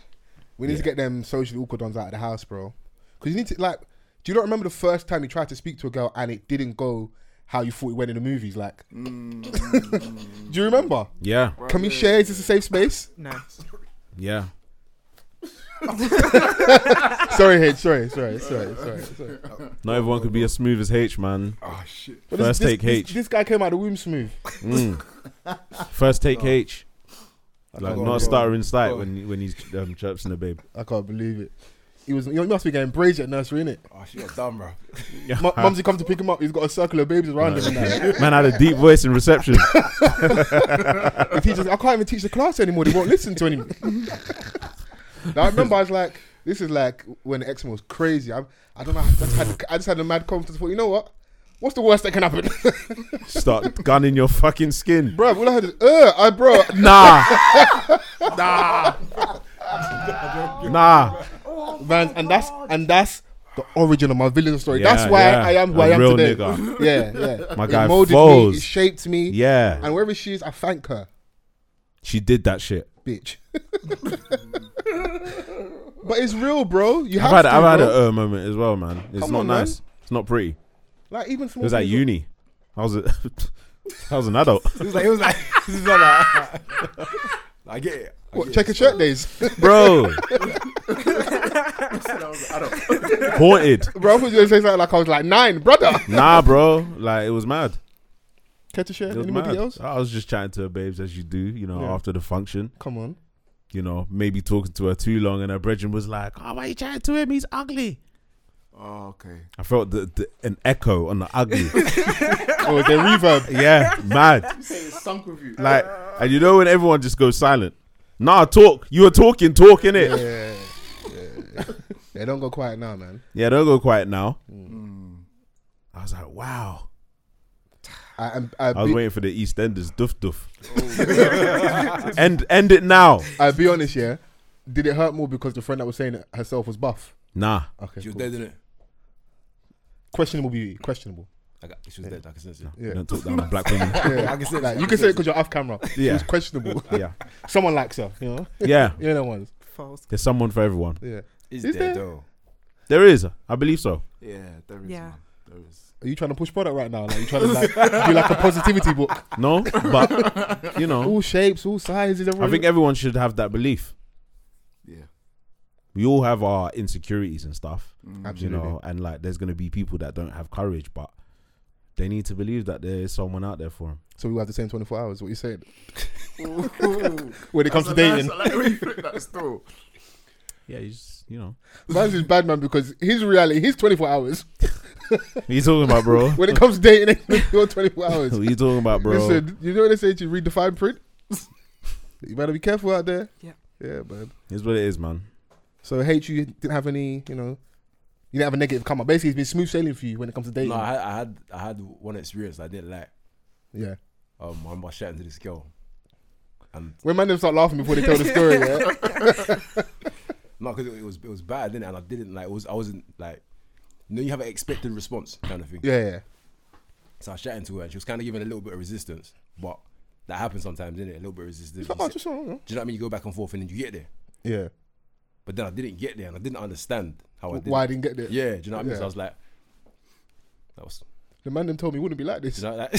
[SPEAKER 5] we need to
[SPEAKER 4] Yeah.
[SPEAKER 5] get them socially awkward ones out of the house, bro. Because you need to like, do you not remember the first time you tried to speak to a girl and it didn't go how you thought it went in the movies? Like,
[SPEAKER 7] Mm.
[SPEAKER 5] do you remember?
[SPEAKER 4] Yeah,
[SPEAKER 5] Can we share? Is this a safe space?
[SPEAKER 6] No.
[SPEAKER 4] yeah.
[SPEAKER 5] sorry, H. Sorry, sorry, sorry, sorry. sorry.
[SPEAKER 4] Not everyone could be as smooth as H, man.
[SPEAKER 8] Oh shit.
[SPEAKER 5] But
[SPEAKER 4] First
[SPEAKER 5] this,
[SPEAKER 4] take
[SPEAKER 5] this,
[SPEAKER 4] H.
[SPEAKER 5] This, guy came out of the womb smooth.
[SPEAKER 4] Mm. First take H.
[SPEAKER 5] Oh.
[SPEAKER 4] Like
[SPEAKER 5] Go on,
[SPEAKER 4] not a
[SPEAKER 5] go
[SPEAKER 4] starter in sight
[SPEAKER 8] Go
[SPEAKER 4] when he- when he's um, chirps in the babe.
[SPEAKER 5] I can't believe it. He was. You must be getting braids at nursery, innit?
[SPEAKER 7] Oh, she got dumb, bro.
[SPEAKER 5] M- Mumsy come to pick him up. He's got a circle of babies around him. and that.
[SPEAKER 4] Man had a deep voice in reception.
[SPEAKER 5] The teachers, I can't even teach the class anymore. They won't listen to anyone. now, I remember I was like, this is like when X Men was crazy. I, I don't know. I just, had, I just had a mad confidence. Thought, you know what? What's the worst that can happen,
[SPEAKER 4] Start gunning your fucking skin.
[SPEAKER 5] bro? All I heard is, uh, I bro.
[SPEAKER 4] Nah. nah. nah.
[SPEAKER 5] Man, and that's and that's the origin of my villain story.
[SPEAKER 4] Yeah,
[SPEAKER 5] that's why
[SPEAKER 4] yeah.
[SPEAKER 5] I am who
[SPEAKER 4] A
[SPEAKER 5] I am
[SPEAKER 4] real
[SPEAKER 5] today.
[SPEAKER 4] nigga.
[SPEAKER 5] Yeah, yeah.
[SPEAKER 4] My
[SPEAKER 5] it
[SPEAKER 4] guy
[SPEAKER 5] molded me.
[SPEAKER 4] Foles.
[SPEAKER 5] It shaped me.
[SPEAKER 4] Yeah.
[SPEAKER 5] And wherever she is, I thank her,
[SPEAKER 4] She did that shit.
[SPEAKER 5] bitch. but it's real, bro. You
[SPEAKER 4] I've
[SPEAKER 5] have
[SPEAKER 4] had
[SPEAKER 5] to.
[SPEAKER 4] I've had
[SPEAKER 5] bro.
[SPEAKER 4] a uh moment as well, man. It's
[SPEAKER 5] Come
[SPEAKER 4] not
[SPEAKER 5] on, man.
[SPEAKER 4] nice. It's not pretty.
[SPEAKER 5] like even small
[SPEAKER 4] It was at
[SPEAKER 5] things.
[SPEAKER 4] uni. I was a, I was an adult.
[SPEAKER 7] It was like, it was like, this is like, I get it. I
[SPEAKER 5] What,
[SPEAKER 7] get
[SPEAKER 5] check
[SPEAKER 7] it.
[SPEAKER 5] a shirt days.
[SPEAKER 4] Bro. Haunted.
[SPEAKER 5] Bro, I thought you were gonna say something like I was like nine, brother.
[SPEAKER 4] Nah, bro. Like it was mad.
[SPEAKER 5] Care to share
[SPEAKER 4] It was
[SPEAKER 5] any more
[SPEAKER 4] mad.
[SPEAKER 5] details?
[SPEAKER 4] I was just chatting to her babes as you do, you know,
[SPEAKER 5] Yeah.
[SPEAKER 4] after the function.
[SPEAKER 5] Come on.
[SPEAKER 4] You know, maybe talking to her too long, and her brethren was like, "Oh, why you chatting to him? He's ugly."
[SPEAKER 8] Oh, okay.
[SPEAKER 4] I felt the, the, an echo on the ugly.
[SPEAKER 5] Oh, the reverb.
[SPEAKER 4] yeah, mad.
[SPEAKER 8] Sunk with you.
[SPEAKER 4] Like, and you know when everyone just goes silent. Nah, talk. You were talking, talking it. Yeah.
[SPEAKER 5] Yeah. Yeah, don't go quiet now, man.
[SPEAKER 4] don't go quiet now. I was like, wow.
[SPEAKER 5] I, I'm- I,
[SPEAKER 4] I was
[SPEAKER 5] be,
[SPEAKER 4] waiting for the EastEnders duff duff.
[SPEAKER 5] Oh.
[SPEAKER 4] end end it now.
[SPEAKER 5] I'll be honest, yeah. Did it hurt more because the friend that was saying it herself was buff?
[SPEAKER 4] Nah,
[SPEAKER 5] Okay.
[SPEAKER 7] She was
[SPEAKER 5] cool.
[SPEAKER 7] dead, didn't it?
[SPEAKER 5] Questionable beauty. Questionable.
[SPEAKER 7] I got, she was dead. I can sense it.
[SPEAKER 5] Yeah.
[SPEAKER 4] don't talk down on black women.
[SPEAKER 5] Yeah.
[SPEAKER 7] I can sense
[SPEAKER 5] Like,
[SPEAKER 7] it.
[SPEAKER 5] you can say it because you're off camera. It
[SPEAKER 4] Yeah.
[SPEAKER 5] was questionable.
[SPEAKER 4] Yeah,
[SPEAKER 5] Someone likes her, you know?
[SPEAKER 4] yeah.
[SPEAKER 5] You know the ones.
[SPEAKER 6] False.
[SPEAKER 4] There's someone for everyone.
[SPEAKER 5] Yeah.
[SPEAKER 7] Is
[SPEAKER 5] Is
[SPEAKER 7] dead
[SPEAKER 5] there?
[SPEAKER 7] though.
[SPEAKER 4] There is, I believe so.
[SPEAKER 8] Yeah, there is.
[SPEAKER 6] Yeah.
[SPEAKER 8] Man. There is.
[SPEAKER 5] Are you trying to push product right now? Like you trying to like, do like a positivity book?
[SPEAKER 4] No, but you know,
[SPEAKER 5] All shapes, all sizes.
[SPEAKER 4] I think everyone should have that belief.
[SPEAKER 8] Yeah.
[SPEAKER 4] We all have our insecurities and stuff,
[SPEAKER 8] Mm.
[SPEAKER 4] you
[SPEAKER 5] absolutely.
[SPEAKER 4] know, and like there's gonna be people that don't have courage, but they need to believe that there is someone out there for them.
[SPEAKER 5] So we all have the same 24 hours. What you saying?
[SPEAKER 8] when
[SPEAKER 5] When it comes to dating,
[SPEAKER 8] I like the way you flip that still.
[SPEAKER 4] Yeah, you just, you know,
[SPEAKER 5] man's is bad man because his reality, his 24 hours.
[SPEAKER 4] what you talking about, bro?
[SPEAKER 5] When it comes to dating, your 24 hours.
[SPEAKER 4] what you talking about, bro?
[SPEAKER 5] Listen, you know what they say to you, read the fine print? you better be careful out there.
[SPEAKER 6] Yeah.
[SPEAKER 5] Yeah, man.
[SPEAKER 4] It's what it is, man.
[SPEAKER 5] So hate you didn't have any, you know, you didn't have a negative comment. Basically, it's been smooth sailing for you when it comes to dating.
[SPEAKER 7] No, I, had- I had I had one experience I didn't like.
[SPEAKER 5] yeah.
[SPEAKER 7] Um, I remember shouting to this girl, and
[SPEAKER 5] When man them start laughing before they tell the story, yeah.
[SPEAKER 7] not because it, it was it was bad, didn't it? And I didn't like. It was I wasn't like. You know, you have an expected response kind of thing.
[SPEAKER 5] Yeah, yeah.
[SPEAKER 7] So I was shouting to her, and she was kind of giving a little bit of resistance, but that happens sometimes, isn't it? A little bit of resistance.
[SPEAKER 5] Like, oh,
[SPEAKER 7] You say-
[SPEAKER 5] just, oh, oh.
[SPEAKER 7] do you know what I mean? You go back and forth, and then you get there.
[SPEAKER 5] yeah.
[SPEAKER 7] But then I didn't get there, and I didn't understand how I did.
[SPEAKER 5] Why I didn't get there.
[SPEAKER 7] Yeah, do you know what I mean? So
[SPEAKER 5] Yeah.
[SPEAKER 7] I was like, that was.
[SPEAKER 5] The man them told me it wouldn't be like
[SPEAKER 7] Do
[SPEAKER 5] this.
[SPEAKER 7] you know that?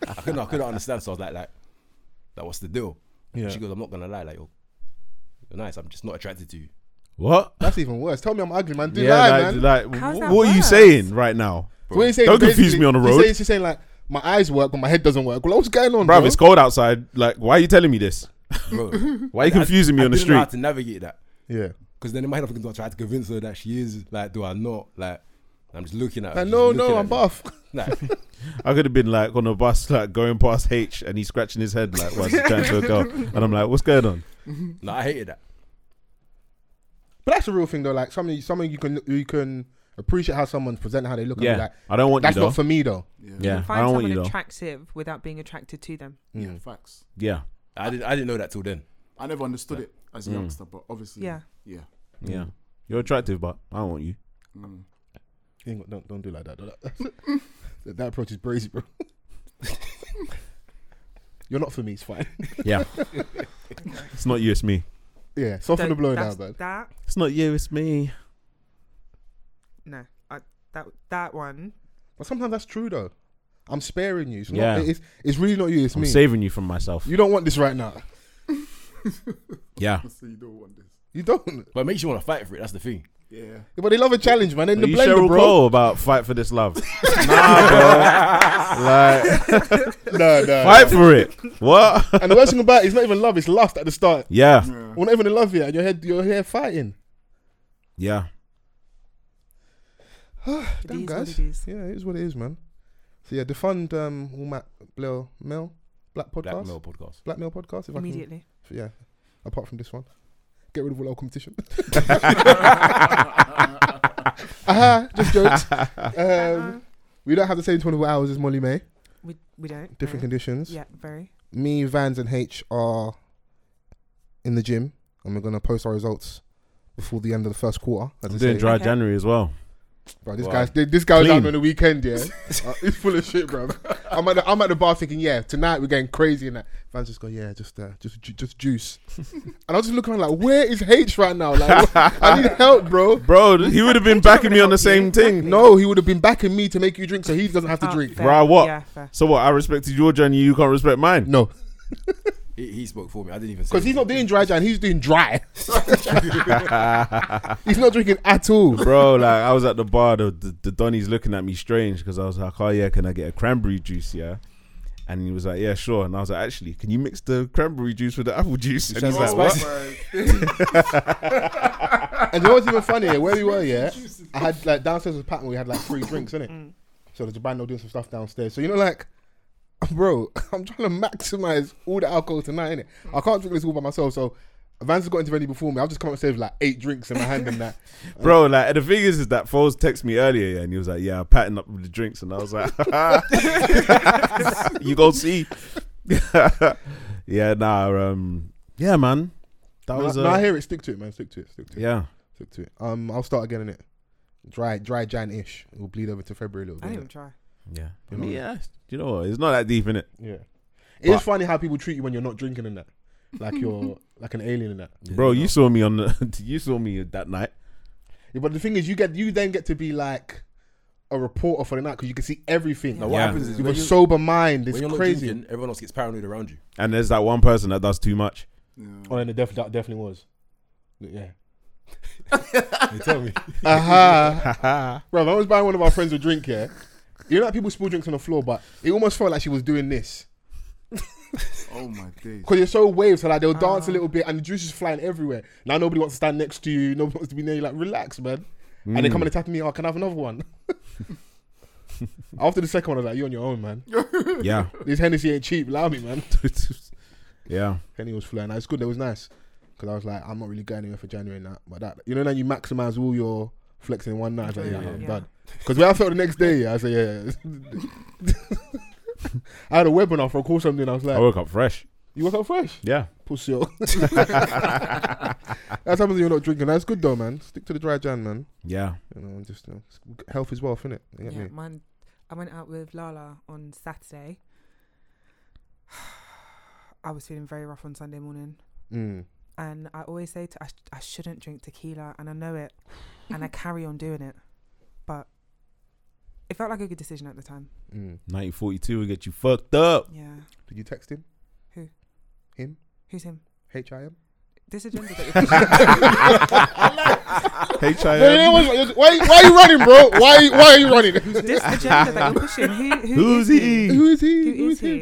[SPEAKER 7] I couldn't, I couldn't understand. So I was like, like, like, what's the deal?
[SPEAKER 5] Yeah.
[SPEAKER 7] She goes, I'm not gonna lie, like, you're, you're nice. I'm just not attracted to you.
[SPEAKER 4] What?
[SPEAKER 5] That's even worse. Tell me I'm ugly, man. Do
[SPEAKER 4] yeah,
[SPEAKER 5] lie,
[SPEAKER 4] like,
[SPEAKER 5] man.
[SPEAKER 4] like,
[SPEAKER 6] How's
[SPEAKER 4] wh-
[SPEAKER 6] that
[SPEAKER 4] what are you
[SPEAKER 6] worse?
[SPEAKER 4] saying right now,
[SPEAKER 5] So what you saying,
[SPEAKER 4] Don't confuse
[SPEAKER 5] basically,
[SPEAKER 4] me on the
[SPEAKER 5] she's
[SPEAKER 4] road.
[SPEAKER 5] saying- She's saying like my eyes work, but my head doesn't work. Well, what's going on,
[SPEAKER 4] bro?
[SPEAKER 5] bro?
[SPEAKER 4] It's cold outside. Like, why are you telling me this?
[SPEAKER 7] Bro,
[SPEAKER 4] Why are you confusing me
[SPEAKER 7] I
[SPEAKER 4] on the
[SPEAKER 7] didn't know how
[SPEAKER 4] street?
[SPEAKER 7] to navigate that
[SPEAKER 5] Yeah.
[SPEAKER 7] because then in my head I'm thinking, do I try to convince her that she is like, do I not like? I'm just looking at her.
[SPEAKER 5] Like,
[SPEAKER 7] she's
[SPEAKER 5] no,
[SPEAKER 7] looking
[SPEAKER 5] no,
[SPEAKER 7] at
[SPEAKER 5] I'm
[SPEAKER 7] me.
[SPEAKER 5] buff.
[SPEAKER 7] Like,
[SPEAKER 4] I could have been like on a bus, like going past H, and he's scratching his head like whilst he's trying to a girl, and I'm like, what's going on?
[SPEAKER 7] no, I hated that.
[SPEAKER 5] But that's the real thing though. Like something, something you can you can appreciate how someone's presenting how they look. Yeah.
[SPEAKER 4] Yeah,
[SPEAKER 5] Like,
[SPEAKER 4] I don't want
[SPEAKER 5] that's
[SPEAKER 4] you though.
[SPEAKER 5] not for me though.
[SPEAKER 8] Yeah.
[SPEAKER 4] yeah, I
[SPEAKER 6] Find
[SPEAKER 4] don't want
[SPEAKER 6] someone
[SPEAKER 4] you though.
[SPEAKER 6] attractive without being attracted to them.
[SPEAKER 5] Mm.
[SPEAKER 8] Yeah. Facts.
[SPEAKER 4] yeah,
[SPEAKER 7] I didn't, I didn't know that till then.
[SPEAKER 8] I never understood it as
[SPEAKER 5] Mm.
[SPEAKER 8] a youngster, but obviously.
[SPEAKER 6] Yeah.
[SPEAKER 8] Yeah.
[SPEAKER 4] yeah. You're attractive, but I don't want you.
[SPEAKER 8] Mm.
[SPEAKER 5] You ain't got- Don't don't do like that. do that. that, that approach is brazy, bro. You're not for me. It's fine.
[SPEAKER 4] Yeah, it's not you, it's me.
[SPEAKER 5] Yeah, soften the
[SPEAKER 6] Don't-
[SPEAKER 5] blow now,
[SPEAKER 6] that's-
[SPEAKER 5] man.
[SPEAKER 6] That
[SPEAKER 4] It's not you, it's me.
[SPEAKER 6] no, I, that that one.
[SPEAKER 5] But sometimes that's true though. I'm sparing you. It's not,
[SPEAKER 4] Yeah.
[SPEAKER 5] it's it's really not you. It's
[SPEAKER 4] I'm
[SPEAKER 5] me.
[SPEAKER 4] saving you from myself.
[SPEAKER 5] you don't want this right now.
[SPEAKER 4] Yeah,
[SPEAKER 8] So you don't want this.
[SPEAKER 5] You don't.
[SPEAKER 7] But it makes you want to fight for it. That's the thing.
[SPEAKER 8] Yeah.
[SPEAKER 5] But they love a challenge, man. In
[SPEAKER 4] are
[SPEAKER 5] the
[SPEAKER 4] you
[SPEAKER 5] blender,
[SPEAKER 4] Cheryl
[SPEAKER 5] bro.
[SPEAKER 4] Cole about fight for this love? nah, bro. Like,
[SPEAKER 5] No, no.
[SPEAKER 4] fight for it. What?
[SPEAKER 5] And the worst thing about it is not even love. It's lust at the start.
[SPEAKER 4] Yeah,
[SPEAKER 8] Yeah.
[SPEAKER 5] We're not even in love yet, and your head, your hair fighting.
[SPEAKER 4] yeah.
[SPEAKER 6] It
[SPEAKER 5] Damn,
[SPEAKER 6] is what
[SPEAKER 5] guys.
[SPEAKER 6] it is.
[SPEAKER 5] Yeah, it is what it is, man. So yeah, defund um all Matt Blair Mel Black Podcast.
[SPEAKER 7] Black
[SPEAKER 5] Black,
[SPEAKER 7] male podcast.
[SPEAKER 5] Male Podcast. If
[SPEAKER 6] Immediately.
[SPEAKER 5] I can, yeah. Apart from this one, get rid of all our competition. Aha, just jokes. Um, we don't have the same 24 hours as Molly May.
[SPEAKER 6] Uh-huh. We we don't.
[SPEAKER 5] Different
[SPEAKER 6] no.
[SPEAKER 5] conditions.
[SPEAKER 6] Yeah, very.
[SPEAKER 5] Me, Vans, and H are in the gym, and we're gonna post our results before the end of the first quarter. as
[SPEAKER 4] I'm
[SPEAKER 5] they
[SPEAKER 4] doing
[SPEAKER 5] say.
[SPEAKER 4] dry
[SPEAKER 6] Okay.
[SPEAKER 4] January as well.
[SPEAKER 5] Bro, this
[SPEAKER 7] Wow.
[SPEAKER 5] guy's this guy was
[SPEAKER 4] Clean.
[SPEAKER 5] out on the weekend, yeah. uh, he's full of shit, bro. I'm at the, I'm at the bar thinking, yeah, tonight we're getting crazy and that. Fans just go, yeah, just uh, just ju- just juice. and I was just looking around like, where is H right now? Like, wh- I need help, bro.
[SPEAKER 4] Bro, he would have been backing me on the same thing.
[SPEAKER 5] No, he would have been backing me to make you drink, so he doesn't have to
[SPEAKER 6] Ah,
[SPEAKER 5] drink.
[SPEAKER 6] fair.
[SPEAKER 4] Bruh, what?
[SPEAKER 6] Yeah, fair.
[SPEAKER 4] So what? I respected your journey. You can't respect mine.
[SPEAKER 5] No,
[SPEAKER 7] He, he spoke for me. I didn't even say.
[SPEAKER 5] because he's not
[SPEAKER 7] anything.
[SPEAKER 5] doing dry jan, he's doing dry. he's not drinking at all.
[SPEAKER 4] Bro, like I was at the bar, the the, the Donny's looking at me strange because I was like, "Oh yeah, can I get a cranberry juice?" Yeah, and he was like, "Yeah, sure." And I was like, "Actually, can you mix the cranberry juice with the apple juice?" And he's like, "What?"
[SPEAKER 5] And you know what's even funnier? Where we were, yeah, I had like downstairs was pattern. We had like three drinks in it.
[SPEAKER 6] Mm.
[SPEAKER 5] So the Jabando doing some stuff downstairs. So you know, like, bro, I'm trying to maximize all the alcohol tonight. Innit? I can't drink this all by myself. So Vance has got into any before me. I've just come upstairs with like eight drinks in my hand and that.
[SPEAKER 4] Bro, like and the thing is, is that Foles texted me earlier, yeah, and he was like, "Yeah, I'm patting up with the drinks," and I was like, "You go see." yeah, nah, um, yeah, man, that
[SPEAKER 5] No,
[SPEAKER 4] was
[SPEAKER 5] no, I
[SPEAKER 4] uh,
[SPEAKER 5] hear it. Stick to it, man. Stick to it. Stick to it.
[SPEAKER 4] yeah.
[SPEAKER 5] Stick to it. Um, I'll start again in it. Dry, dry Jan ish. It will bleed over to February a little
[SPEAKER 6] I didn't
[SPEAKER 5] bit.
[SPEAKER 6] even try.
[SPEAKER 4] Yeah. I
[SPEAKER 5] You
[SPEAKER 4] mean,
[SPEAKER 5] know?
[SPEAKER 4] yeah. You know what? It's not that deep in it.
[SPEAKER 5] innit? Yeah. It's
[SPEAKER 4] But-
[SPEAKER 5] funny how people treat you when you're not drinking and that, like you're like an alien and that.
[SPEAKER 7] Yeah,
[SPEAKER 4] Bro,
[SPEAKER 7] no.
[SPEAKER 4] you saw me on the you saw me that night.
[SPEAKER 5] Yeah, but the thing is, you get you then get to be like a reporter for the night because you can see everything.
[SPEAKER 7] No, what
[SPEAKER 4] Yeah.
[SPEAKER 7] happens is
[SPEAKER 5] You
[SPEAKER 7] when
[SPEAKER 5] have a
[SPEAKER 7] you-
[SPEAKER 5] sober mind. It's
[SPEAKER 7] when you're not
[SPEAKER 5] crazy.
[SPEAKER 7] drinking, everyone else gets paranoid around you.
[SPEAKER 4] And there's that one person that does too much.
[SPEAKER 5] Oh, and it def- that definitely was. Yeah.
[SPEAKER 7] They tell me.
[SPEAKER 5] Uh-huh. Aha. Bro, I was buying one of our friends a drink, yeah. You know, like people spill drinks on the floor, but it almost felt like she was doing this.
[SPEAKER 8] Oh my days.
[SPEAKER 5] Because you're so waved, so like they'll dance
[SPEAKER 7] Ah.
[SPEAKER 5] a little bit and the juice is flying everywhere. Now nobody wants to stand next to you, nobody wants to be near you. Like, relax, man. And they
[SPEAKER 7] Mm.
[SPEAKER 5] come and attack me, oh, can I have another one? After the second one, I was like, you're on your own, man.
[SPEAKER 4] Yeah.
[SPEAKER 5] This Hennessy ain't cheap, allow me, man.
[SPEAKER 4] yeah.
[SPEAKER 5] Henny was flying. It's good, that was nice. Because I was like, I'm not really going anywhere for January and that. But that, you know, then you maximize all your flexing in one night. I was like, yeah,
[SPEAKER 6] Yeah.
[SPEAKER 5] I'm
[SPEAKER 6] Yeah.
[SPEAKER 5] done. Because when I felt the next day, I said, yeah. I had a webinar for a course something. I was like,
[SPEAKER 4] I woke up fresh.
[SPEAKER 5] you woke up fresh,
[SPEAKER 4] Yeah.
[SPEAKER 5] pussy. up. That's something you're not drinking. That's good though, man. Stick to the dry Jan, man.
[SPEAKER 4] Yeah.
[SPEAKER 5] You know, and just you know, health is wealth, innit? You get
[SPEAKER 6] Yeah,
[SPEAKER 5] me?
[SPEAKER 6] mine. I went out with Lala on Saturday. I was feeling very rough on Sunday morning,
[SPEAKER 5] Mm.
[SPEAKER 6] and I always say to, I, sh- I shouldn't drink tequila, and I know it, and I carry on doing it, but it felt like a good decision at the time.
[SPEAKER 5] Mm.
[SPEAKER 4] 1942 will get you fucked up.
[SPEAKER 6] Yeah,
[SPEAKER 5] Did you text him?
[SPEAKER 6] who's him?
[SPEAKER 5] H I M.
[SPEAKER 6] This agenda that you're
[SPEAKER 4] H.I.M.
[SPEAKER 5] Why? Why are you running, bro? Why? Why are you running?
[SPEAKER 6] pushing. this agenda that you're pushing. Who, who
[SPEAKER 4] Who's
[SPEAKER 6] is
[SPEAKER 4] he?
[SPEAKER 5] Who is he?
[SPEAKER 6] Who is he?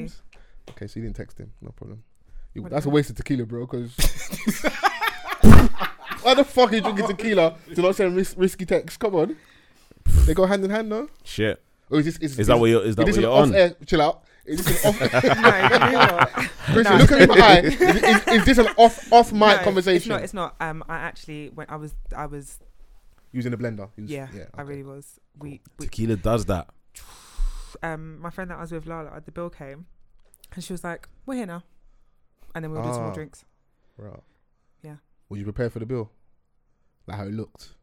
[SPEAKER 5] Okay, so you didn't text him. No problem. You-
[SPEAKER 6] What
[SPEAKER 5] that's a
[SPEAKER 6] the-
[SPEAKER 5] waste of tequila, bro. Because why the fuck are you drinking tequila to not send ris- risky texts? Come on, they go hand in hand, no?
[SPEAKER 4] Shit.
[SPEAKER 5] Or Oh, is this is,
[SPEAKER 4] Is that what you're, is that
[SPEAKER 5] this
[SPEAKER 4] what
[SPEAKER 5] an
[SPEAKER 4] you're on?
[SPEAKER 5] off-air- Chill out. Is this an off?
[SPEAKER 6] No, you know what?
[SPEAKER 5] Christian, look at me in my eye. Is, is, is this an off off
[SPEAKER 6] No,
[SPEAKER 5] mic
[SPEAKER 6] it's-
[SPEAKER 5] conversation?
[SPEAKER 6] It's not. It's not. Um, I actually when I was I was
[SPEAKER 5] Using a blender. Use-
[SPEAKER 6] yeah, I
[SPEAKER 5] okay.
[SPEAKER 6] really was. We, we
[SPEAKER 4] Tequila does that.
[SPEAKER 6] um my friend that I was with Lala, the bill came, and she was like, "We're here now," and then we ordered some more
[SPEAKER 5] Ah.
[SPEAKER 6] drinks.
[SPEAKER 5] Right.
[SPEAKER 6] Yeah.
[SPEAKER 5] Were you prepared for the bill? Like how it looked.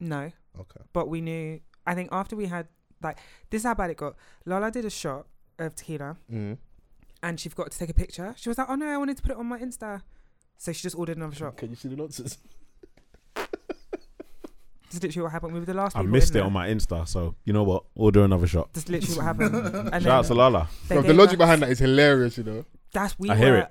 [SPEAKER 6] No,
[SPEAKER 5] Okay.
[SPEAKER 6] but we knew. I think after we had like this is how bad it got. Lala did a shot of tequila,
[SPEAKER 5] Mm.
[SPEAKER 6] and she forgot to take a picture. She was like, "Oh no, I wanted to put it on my Insta," so she just ordered another shot.
[SPEAKER 5] Can you see the nonsense?
[SPEAKER 6] That's literally what happened. We were the last.
[SPEAKER 4] I
[SPEAKER 6] people
[SPEAKER 4] missed
[SPEAKER 6] in
[SPEAKER 4] it
[SPEAKER 6] there.
[SPEAKER 4] on my Insta, so you know what? Order another shot.
[SPEAKER 6] That's literally what happened. And then
[SPEAKER 4] Shout out to Lala.
[SPEAKER 6] they
[SPEAKER 5] Bro, the
[SPEAKER 6] gave
[SPEAKER 5] logic
[SPEAKER 6] us-
[SPEAKER 5] behind that is hilarious, you know.
[SPEAKER 6] That's we
[SPEAKER 4] I hear
[SPEAKER 6] were,
[SPEAKER 4] it.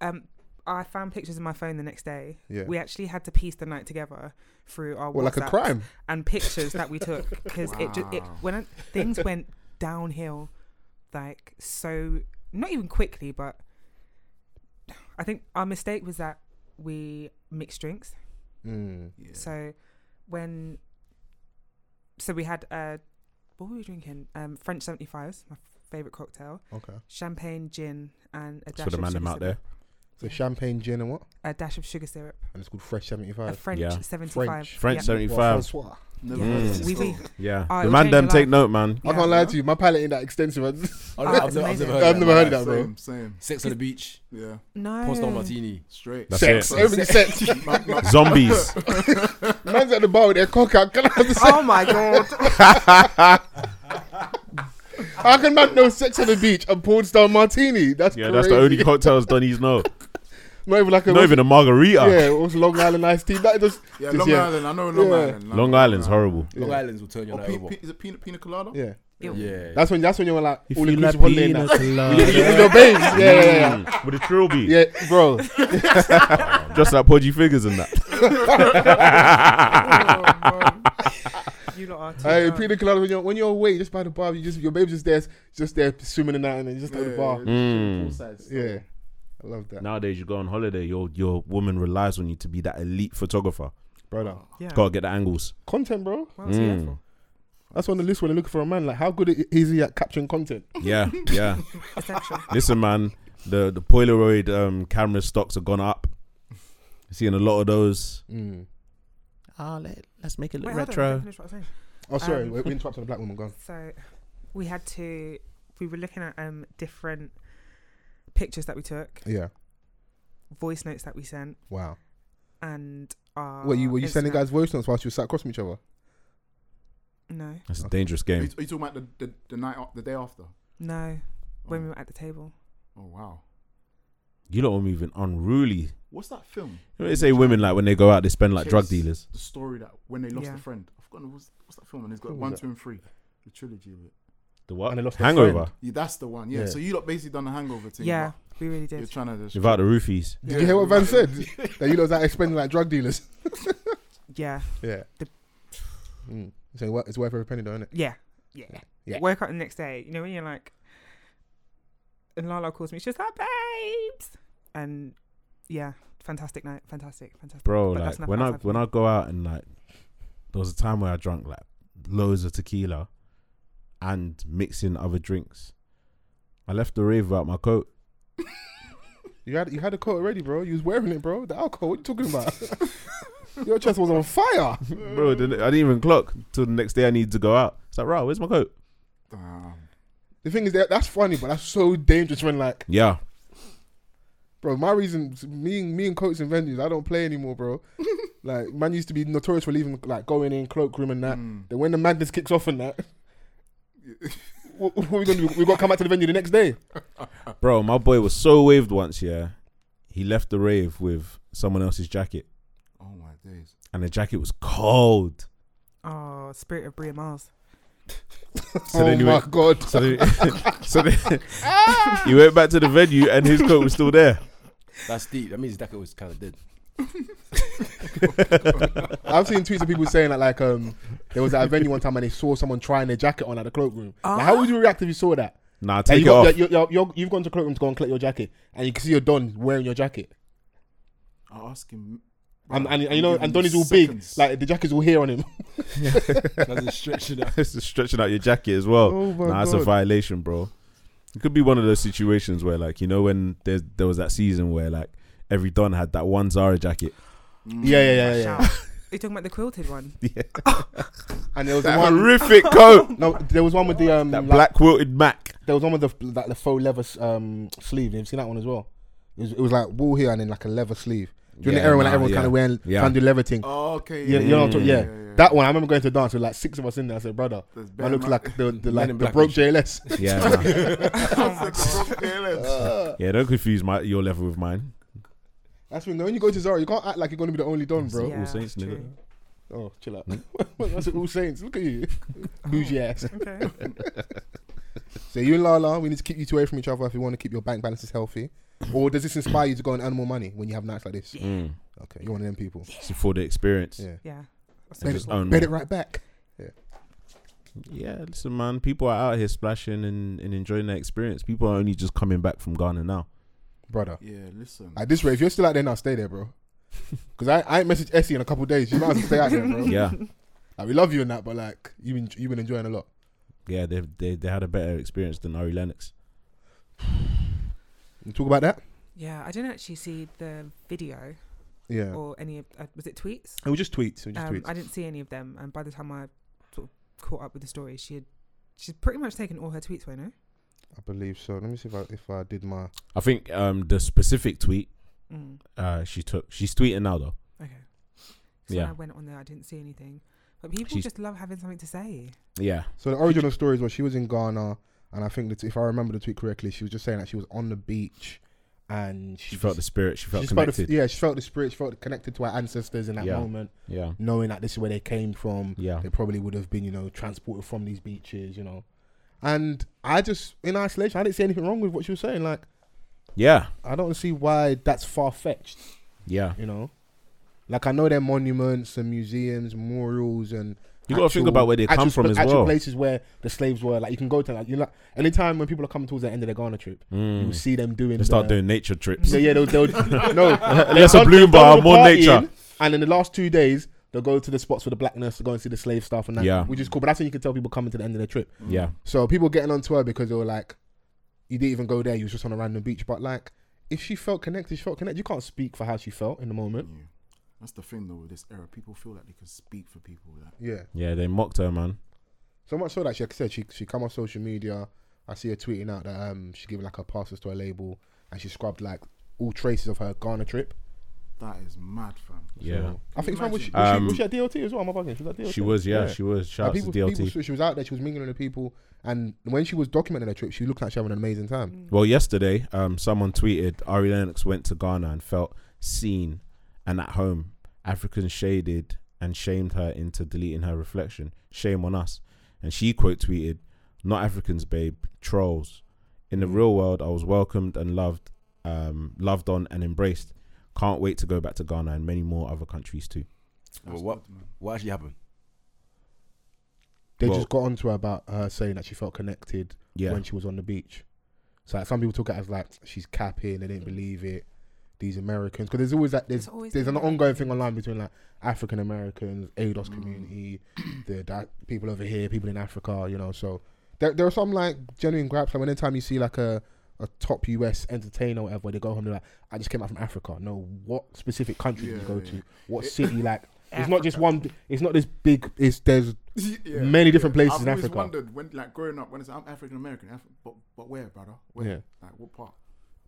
[SPEAKER 6] Um, I found pictures in my phone the next day.
[SPEAKER 5] Yeah.
[SPEAKER 6] We actually had to piece the night together through our
[SPEAKER 5] Well, like a
[SPEAKER 6] WhatsApps
[SPEAKER 5] crime.
[SPEAKER 6] and pictures that we took because it just it
[SPEAKER 8] Wow.
[SPEAKER 6] when it- things went downhill, like so not even quickly, but I think our mistake was that we mixed drinks.
[SPEAKER 5] Mm.
[SPEAKER 8] Yeah.
[SPEAKER 6] So when so we had uh what were we drinking? Um, French seventy fives, my favorite cocktail,
[SPEAKER 5] Okay.
[SPEAKER 6] champagne, gin, and a
[SPEAKER 4] That's
[SPEAKER 6] dash
[SPEAKER 4] for the
[SPEAKER 6] of
[SPEAKER 4] man them
[SPEAKER 6] sugar
[SPEAKER 4] out there.
[SPEAKER 5] So champagne, gin, and what?
[SPEAKER 6] a dash of sugar syrup,
[SPEAKER 5] And it's called Fresh
[SPEAKER 6] a
[SPEAKER 5] 75.
[SPEAKER 6] French
[SPEAKER 4] Yeah.
[SPEAKER 6] 75.
[SPEAKER 5] French.
[SPEAKER 4] French
[SPEAKER 6] Yeah.
[SPEAKER 4] 75.
[SPEAKER 5] Francois.
[SPEAKER 8] Never
[SPEAKER 4] Yeah.
[SPEAKER 8] heard of
[SPEAKER 4] Mm.
[SPEAKER 8] this
[SPEAKER 6] We- we-
[SPEAKER 8] before.
[SPEAKER 4] Yeah.
[SPEAKER 6] Ah,
[SPEAKER 4] the
[SPEAKER 6] it'll
[SPEAKER 4] man
[SPEAKER 6] change
[SPEAKER 4] them
[SPEAKER 6] your
[SPEAKER 4] take
[SPEAKER 6] life.
[SPEAKER 4] note,
[SPEAKER 5] I
[SPEAKER 4] man.
[SPEAKER 6] Yeah.
[SPEAKER 5] can't lie to you, my palate ain't that extensive. I've
[SPEAKER 7] I've,
[SPEAKER 6] Ah,
[SPEAKER 7] never- I've, never, I've
[SPEAKER 6] it's amazing.
[SPEAKER 7] never heard,
[SPEAKER 5] never heard of
[SPEAKER 7] that.
[SPEAKER 5] that, bro.
[SPEAKER 8] Same, same.
[SPEAKER 7] Sex on the beach,
[SPEAKER 8] Yeah,
[SPEAKER 6] No.
[SPEAKER 7] Poston Martini.
[SPEAKER 8] straight.
[SPEAKER 4] That's
[SPEAKER 5] Sex.
[SPEAKER 4] it.
[SPEAKER 5] Everything sex.
[SPEAKER 8] My- my-
[SPEAKER 4] Zombies.
[SPEAKER 5] Man's at the bar with their cock out. Can I have the sex?
[SPEAKER 6] Oh my god.
[SPEAKER 5] How can man know sex on the beach and porn star martini? That's
[SPEAKER 4] Yeah,
[SPEAKER 5] crazy.
[SPEAKER 4] that's the only cocktails Donnie's know.
[SPEAKER 5] Not even like a.
[SPEAKER 4] Not even a margarita.
[SPEAKER 5] Yeah, it was Long Island iced tea. That just.
[SPEAKER 8] Yeah,
[SPEAKER 5] just,
[SPEAKER 8] Long
[SPEAKER 5] yeah.
[SPEAKER 8] Island. I know Long
[SPEAKER 5] Yeah.
[SPEAKER 8] Island.
[SPEAKER 4] Long Island's horrible.
[SPEAKER 7] Long Islands will turn your
[SPEAKER 8] Or
[SPEAKER 7] night
[SPEAKER 8] pe-
[SPEAKER 7] over.
[SPEAKER 8] pe- is it pina, pina colada?
[SPEAKER 5] Yeah.
[SPEAKER 6] Ew.
[SPEAKER 7] Yeah.
[SPEAKER 5] That's when that's when you were like all inclusive holiday and that.
[SPEAKER 4] colada.
[SPEAKER 5] With your babes. Yeah, yeah, yeah.
[SPEAKER 4] Mm, With a trilby.
[SPEAKER 5] Yeah, bro.
[SPEAKER 4] Just like podgy figures and that.
[SPEAKER 6] You lot are too
[SPEAKER 5] Hey,
[SPEAKER 6] dumb.
[SPEAKER 5] Peter Colada, when you're when you're away, just by the bar, you just your babe's just there, just there swimming in that, and then just at the
[SPEAKER 8] Yeah,
[SPEAKER 5] bar.
[SPEAKER 8] yeah,
[SPEAKER 4] Mm.
[SPEAKER 5] Yeah, I love that,
[SPEAKER 4] Nowadays, you go on holiday, your your woman relies on you to be that elite photographer.
[SPEAKER 5] brother.
[SPEAKER 6] Yeah.
[SPEAKER 4] Gotta get the angles.
[SPEAKER 5] Content, bro.
[SPEAKER 6] What else are you here
[SPEAKER 4] Mm.
[SPEAKER 6] for?
[SPEAKER 5] That's on the list when they're looking for a man. Like, how good i- is he at capturing content?
[SPEAKER 4] Yeah, yeah.
[SPEAKER 6] Essential.
[SPEAKER 4] Listen, man, the the Polaroid um, camera stocks have gone up. Seeing a lot of those.
[SPEAKER 5] Mm.
[SPEAKER 4] Ah, let, let's make it
[SPEAKER 6] Wait, hold on, I didn't finish what I was saying.
[SPEAKER 5] Oh, sorry,
[SPEAKER 6] Um,
[SPEAKER 5] we we interrupted a black woman. Gone.
[SPEAKER 6] So we had to we were looking at um different pictures that we took,
[SPEAKER 5] Yeah.
[SPEAKER 6] voice notes that we sent
[SPEAKER 5] Wow.
[SPEAKER 6] and our
[SPEAKER 5] Wait, you were you sending
[SPEAKER 6] Instagram-
[SPEAKER 5] guys voice notes whilst you sat across from each other?
[SPEAKER 6] No.
[SPEAKER 4] That's a dangerous
[SPEAKER 8] Are, you,
[SPEAKER 4] game.
[SPEAKER 8] are you talking about the, the, the night, a- the day after?
[SPEAKER 6] No. When we
[SPEAKER 8] Oh,
[SPEAKER 6] were at the table.
[SPEAKER 8] oh wow.
[SPEAKER 4] You lot are moving unruly.
[SPEAKER 8] What's that film?
[SPEAKER 4] You know they say women like when they go out they spend like drug
[SPEAKER 8] Chase,
[SPEAKER 4] dealers.
[SPEAKER 8] The story that when they lost
[SPEAKER 6] Yeah.
[SPEAKER 8] a friend. I've forgotten what's, what's that film, and it's got
[SPEAKER 5] What was
[SPEAKER 8] one,
[SPEAKER 5] that?
[SPEAKER 8] two, and three. The trilogy of it.
[SPEAKER 4] The what?
[SPEAKER 5] And they lost their
[SPEAKER 4] Hangover.
[SPEAKER 8] Yeah, that's the one. Yeah.
[SPEAKER 4] Yeah.
[SPEAKER 8] So you lot basically done the hangover thing.
[SPEAKER 6] Yeah, we really
[SPEAKER 8] but You're
[SPEAKER 6] did.
[SPEAKER 8] trying to just
[SPEAKER 4] Without the roofies.
[SPEAKER 5] Did you hear what Van said? that you know that expending like drug dealers.
[SPEAKER 6] Yeah,
[SPEAKER 5] Yeah.
[SPEAKER 6] The-
[SPEAKER 5] Mm. So what- it's worth every penny, though, isn't it?
[SPEAKER 6] yeah, yeah.
[SPEAKER 5] Yeah.
[SPEAKER 6] Wake up the next day. You know when you're like, and Lala calls me. She's like, babes, and yeah, fantastic night, fantastic, fantastic.
[SPEAKER 4] Bro,
[SPEAKER 6] But that's
[SPEAKER 4] like
[SPEAKER 6] not
[SPEAKER 4] when I
[SPEAKER 6] outside for
[SPEAKER 4] when
[SPEAKER 6] me.
[SPEAKER 4] I go out and like there was a time where I drank like loads of tequila and mixing other drinks. I left the rave without my coat.
[SPEAKER 5] You had you had a coat already, bro. You was wearing it, bro. The alcohol. What you talking about? Your chest was on fire.
[SPEAKER 4] Bro, the- I didn't even clock till the next day I needed to go out. It's like, right, where's my coat?
[SPEAKER 8] Damn.
[SPEAKER 5] The thing is that that's funny, but that's so dangerous when like,
[SPEAKER 4] Yeah.
[SPEAKER 5] bro. My reason, me and me and coaches and venues, I don't play anymore, bro. like man used to be notorious for leaving, like going in cloakroom and that.
[SPEAKER 8] Mm.
[SPEAKER 5] Then when the madness kicks off and that, what, what we gonna do? We got to come back to the venue the next day. Ah.
[SPEAKER 4] Bro, my boy was so waved once, yeah. He left the rave with someone else's jacket.
[SPEAKER 8] Oh my days.
[SPEAKER 4] And the jacket was cold.
[SPEAKER 6] Oh, Spirit of Bria Mars.
[SPEAKER 4] So
[SPEAKER 5] oh
[SPEAKER 4] then he
[SPEAKER 5] my
[SPEAKER 4] went-
[SPEAKER 5] god.
[SPEAKER 4] So then, so then he went back to the venue and his coat was still there.
[SPEAKER 7] That's deep. That means Daka was kind of dead.
[SPEAKER 5] I've seen tweets of people saying that like um there was at a venue one time and they saw someone trying their jacket on at the cloakroom. Like, how would you react if you saw that?
[SPEAKER 4] Nah,
[SPEAKER 5] Like,
[SPEAKER 4] take
[SPEAKER 5] you
[SPEAKER 4] it off.
[SPEAKER 5] you you you have gone to cloakroom to go and collect your jacket, and you can see your Don wearing your jacket,
[SPEAKER 8] I ask him.
[SPEAKER 5] and,
[SPEAKER 8] Bruh,
[SPEAKER 5] and, and
[SPEAKER 8] I'm
[SPEAKER 5] you know,
[SPEAKER 8] giving
[SPEAKER 5] and Don
[SPEAKER 8] you
[SPEAKER 5] is all
[SPEAKER 8] seconds.
[SPEAKER 5] big, like the jacket's all here on him.
[SPEAKER 7] That's a stretch of that.
[SPEAKER 4] This is stretching out your jacket as well.
[SPEAKER 5] Oh my
[SPEAKER 4] nah, that's a
[SPEAKER 5] God.
[SPEAKER 4] violation, bro. It could be one of those situations where, like, you know, when there there was that season where, like, every don had that one Zara jacket.
[SPEAKER 5] yeah, yeah, yeah, yeah.
[SPEAKER 6] Shout. Are you talking about the quilted one?
[SPEAKER 5] And there was
[SPEAKER 4] That
[SPEAKER 5] one.
[SPEAKER 4] horrific coat.
[SPEAKER 5] No, there was one with the um.
[SPEAKER 4] That
[SPEAKER 5] like-
[SPEAKER 4] black quilted Mac.
[SPEAKER 5] there was one with the like the faux leather um sleeve. You've seen that one as well. It was, it was like wool here and then like a leather sleeve. During
[SPEAKER 4] Yeah,
[SPEAKER 5] the era when like,
[SPEAKER 4] nah,
[SPEAKER 5] everyone
[SPEAKER 4] yeah.
[SPEAKER 5] kind of wearing
[SPEAKER 4] Yeah.
[SPEAKER 5] trying to do leather thing.
[SPEAKER 8] Oh, okay.
[SPEAKER 5] Yeah, you know what I'm talking. Yeah.
[SPEAKER 8] yeah.
[SPEAKER 5] that one. I remember going to dance with like six of us in there. I said, "Brother,
[SPEAKER 8] There's bare
[SPEAKER 5] I look
[SPEAKER 8] man-
[SPEAKER 5] like the, the
[SPEAKER 7] in
[SPEAKER 5] like the
[SPEAKER 7] black
[SPEAKER 5] broke
[SPEAKER 7] and
[SPEAKER 5] JLS."
[SPEAKER 4] Yeah, nah.
[SPEAKER 8] KLS.
[SPEAKER 4] yeah. Don't confuse my your level with mine.
[SPEAKER 5] That's when when you go to Zara, you can't act like you're going to be the only don, bro.
[SPEAKER 6] Yeah,
[SPEAKER 4] All Saints, nigga.
[SPEAKER 6] true.
[SPEAKER 5] Oh, chill
[SPEAKER 4] Hmm?
[SPEAKER 5] out. That's All Saints. Look at you, bougie ass.
[SPEAKER 6] Oh, Okay.
[SPEAKER 5] So you and Lala, we need to keep you two away from each other if you want to keep your bank balances healthy. Or does this inspire you to go and earn more money when you have nights like this?
[SPEAKER 4] Mm.
[SPEAKER 5] Okay, you're one of them people.
[SPEAKER 4] It's for the experience.
[SPEAKER 5] Yeah.
[SPEAKER 6] Yeah.
[SPEAKER 4] And just own
[SPEAKER 5] Bet
[SPEAKER 4] more.
[SPEAKER 5] it right back.
[SPEAKER 4] Yeah, listen, man. People are out here splashing and, and enjoying their experience. People are only just coming back from Ghana now.
[SPEAKER 5] Brother.
[SPEAKER 8] Yeah, listen.
[SPEAKER 5] At this rate, if you're still out there now, stay there, bro. Because I, I ain't messaged Essie in a couple days. You might as well stay out there, bro.
[SPEAKER 4] Yeah,
[SPEAKER 5] Like, we love you and that, but like, you've been, you've been enjoying a lot.
[SPEAKER 4] yeah. They they they had a better experience than Ari Lennox.
[SPEAKER 5] You talk about that?
[SPEAKER 6] Yeah, I didn't actually see the video
[SPEAKER 5] Yeah.
[SPEAKER 6] or any of uh, was it tweets?
[SPEAKER 5] It was just tweets. It was just
[SPEAKER 6] Um,
[SPEAKER 5] tweets.
[SPEAKER 6] I didn't see any of them, and by the time I sort of caught up with the story, she had she's pretty much taken all her tweets away, no?
[SPEAKER 5] I believe so. Let me see if I, if I did my.
[SPEAKER 4] I think um the specific tweet
[SPEAKER 6] Mm,
[SPEAKER 4] uh she took. She's tweeting now though.
[SPEAKER 6] okay. 'Cause When
[SPEAKER 4] Yeah.
[SPEAKER 6] I went on there, I didn't see anything, but people
[SPEAKER 4] She's-
[SPEAKER 6] just love having something to say.
[SPEAKER 4] Yeah,
[SPEAKER 5] So the original story is where she was in Ghana, and I think that if I remember the tweet correctly, she was just saying that she was on the beach, and
[SPEAKER 4] she felt the spirit. She felt
[SPEAKER 5] she just felt the-
[SPEAKER 4] connected.
[SPEAKER 5] yeah, she felt the spirit. She felt connected to her ancestors in that
[SPEAKER 4] Yeah.
[SPEAKER 5] moment,
[SPEAKER 4] yeah,
[SPEAKER 5] knowing that this is where they came from.
[SPEAKER 4] yeah.
[SPEAKER 5] They probably would have been, you know, transported from these beaches, you know. And I just, in isolation, I didn't see anything wrong with what she was saying. Like,
[SPEAKER 4] Yeah,
[SPEAKER 5] I don't see why that's far fetched,
[SPEAKER 4] yeah.
[SPEAKER 5] you know. Like, I know there are monuments and museums, murals, and
[SPEAKER 4] You gotta think about where they come
[SPEAKER 5] actual
[SPEAKER 4] from
[SPEAKER 5] pla-
[SPEAKER 4] as
[SPEAKER 5] actual
[SPEAKER 4] well.
[SPEAKER 5] places where the slaves were. Like, you can go to like, you like, anytime when people are coming towards the end of their Ghana trip, you
[SPEAKER 4] Mm.
[SPEAKER 5] see them doing.
[SPEAKER 4] They start
[SPEAKER 5] the-
[SPEAKER 4] doing nature trips.
[SPEAKER 5] Yeah, yeah, they'll, they'll no.
[SPEAKER 4] Less a bloom bar, more nature.
[SPEAKER 5] And in the last two days, they'll go to the spots for the blackness to go and see the slave stuff and that.
[SPEAKER 4] Yeah.
[SPEAKER 5] Which is cool. But that's when you can tell people coming to the end of their trip.
[SPEAKER 4] Yeah,
[SPEAKER 5] So people getting onto her because they were like, you didn't even go there, you was just on a random beach. But like, if she felt connected, she felt connected. You can't speak for how she felt in the moment.
[SPEAKER 8] Yeah. That's the thing though with this era. People feel like they can speak for people. Like,
[SPEAKER 5] Yeah.
[SPEAKER 4] yeah. They mocked her, man.
[SPEAKER 5] So much so that she like I said she she come on social media. I see her tweeting out that um she gave like her passes to her label and she scrubbed like all traces of her Ghana trip.
[SPEAKER 8] That is mad, fam.
[SPEAKER 4] Yeah.
[SPEAKER 5] I think fam, was, she,
[SPEAKER 8] imagine?
[SPEAKER 5] was, she,
[SPEAKER 4] Um,
[SPEAKER 5] was she at DLT as well? Am I bugging? She was at DLT.
[SPEAKER 4] She was, yeah, she was.
[SPEAKER 5] Like,
[SPEAKER 4] Shout out to
[SPEAKER 5] people, people-
[SPEAKER 4] DLT.
[SPEAKER 5] she- she was out there. She was mingling with people, and when she was documenting her trip, she looked like she having an amazing time.
[SPEAKER 4] Well, yesterday, um, someone tweeted Ari Lennox went to Ghana and felt seen and at home. Africans shaded and shamed her into deleting her reflection. Shame on us. And she quote tweeted, "Not Africans, babe. Trolls. In
[SPEAKER 5] Mm.
[SPEAKER 4] the real world, I was welcomed and loved, um, loved on and embraced. Can't wait to go back to Ghana and many more other countries too."
[SPEAKER 7] Well, what, what actually happened?
[SPEAKER 5] They
[SPEAKER 4] Well-
[SPEAKER 5] just got onto her about her saying that she felt connected
[SPEAKER 4] Yeah.
[SPEAKER 5] when she was on the beach. So like, some people took it as like she's capping. They didn't believe it. These Americans, because there's always that there's
[SPEAKER 6] It's always
[SPEAKER 5] there's
[SPEAKER 6] the
[SPEAKER 5] an ongoing thing online between like African Americans, ADOS community,
[SPEAKER 6] Mm.
[SPEAKER 5] the that people over here, people in Africa, you know. So there there are some like genuine gripes. Like when anytime you see like a a top US entertainer or whatever, they go home they're like, I just came out from Africa. No, what specific country did you
[SPEAKER 8] Yeah,
[SPEAKER 5] go
[SPEAKER 8] yeah.
[SPEAKER 5] to? What city? Like it's not just one. It's not this big. It's there's
[SPEAKER 8] Yeah,
[SPEAKER 5] Many different places
[SPEAKER 8] I've
[SPEAKER 5] in
[SPEAKER 8] always
[SPEAKER 5] Africa.
[SPEAKER 8] wondered when, like, growing up, when it's, I'm African American, Af- but but where, brother? Where?
[SPEAKER 5] Yeah.
[SPEAKER 8] Like, what part?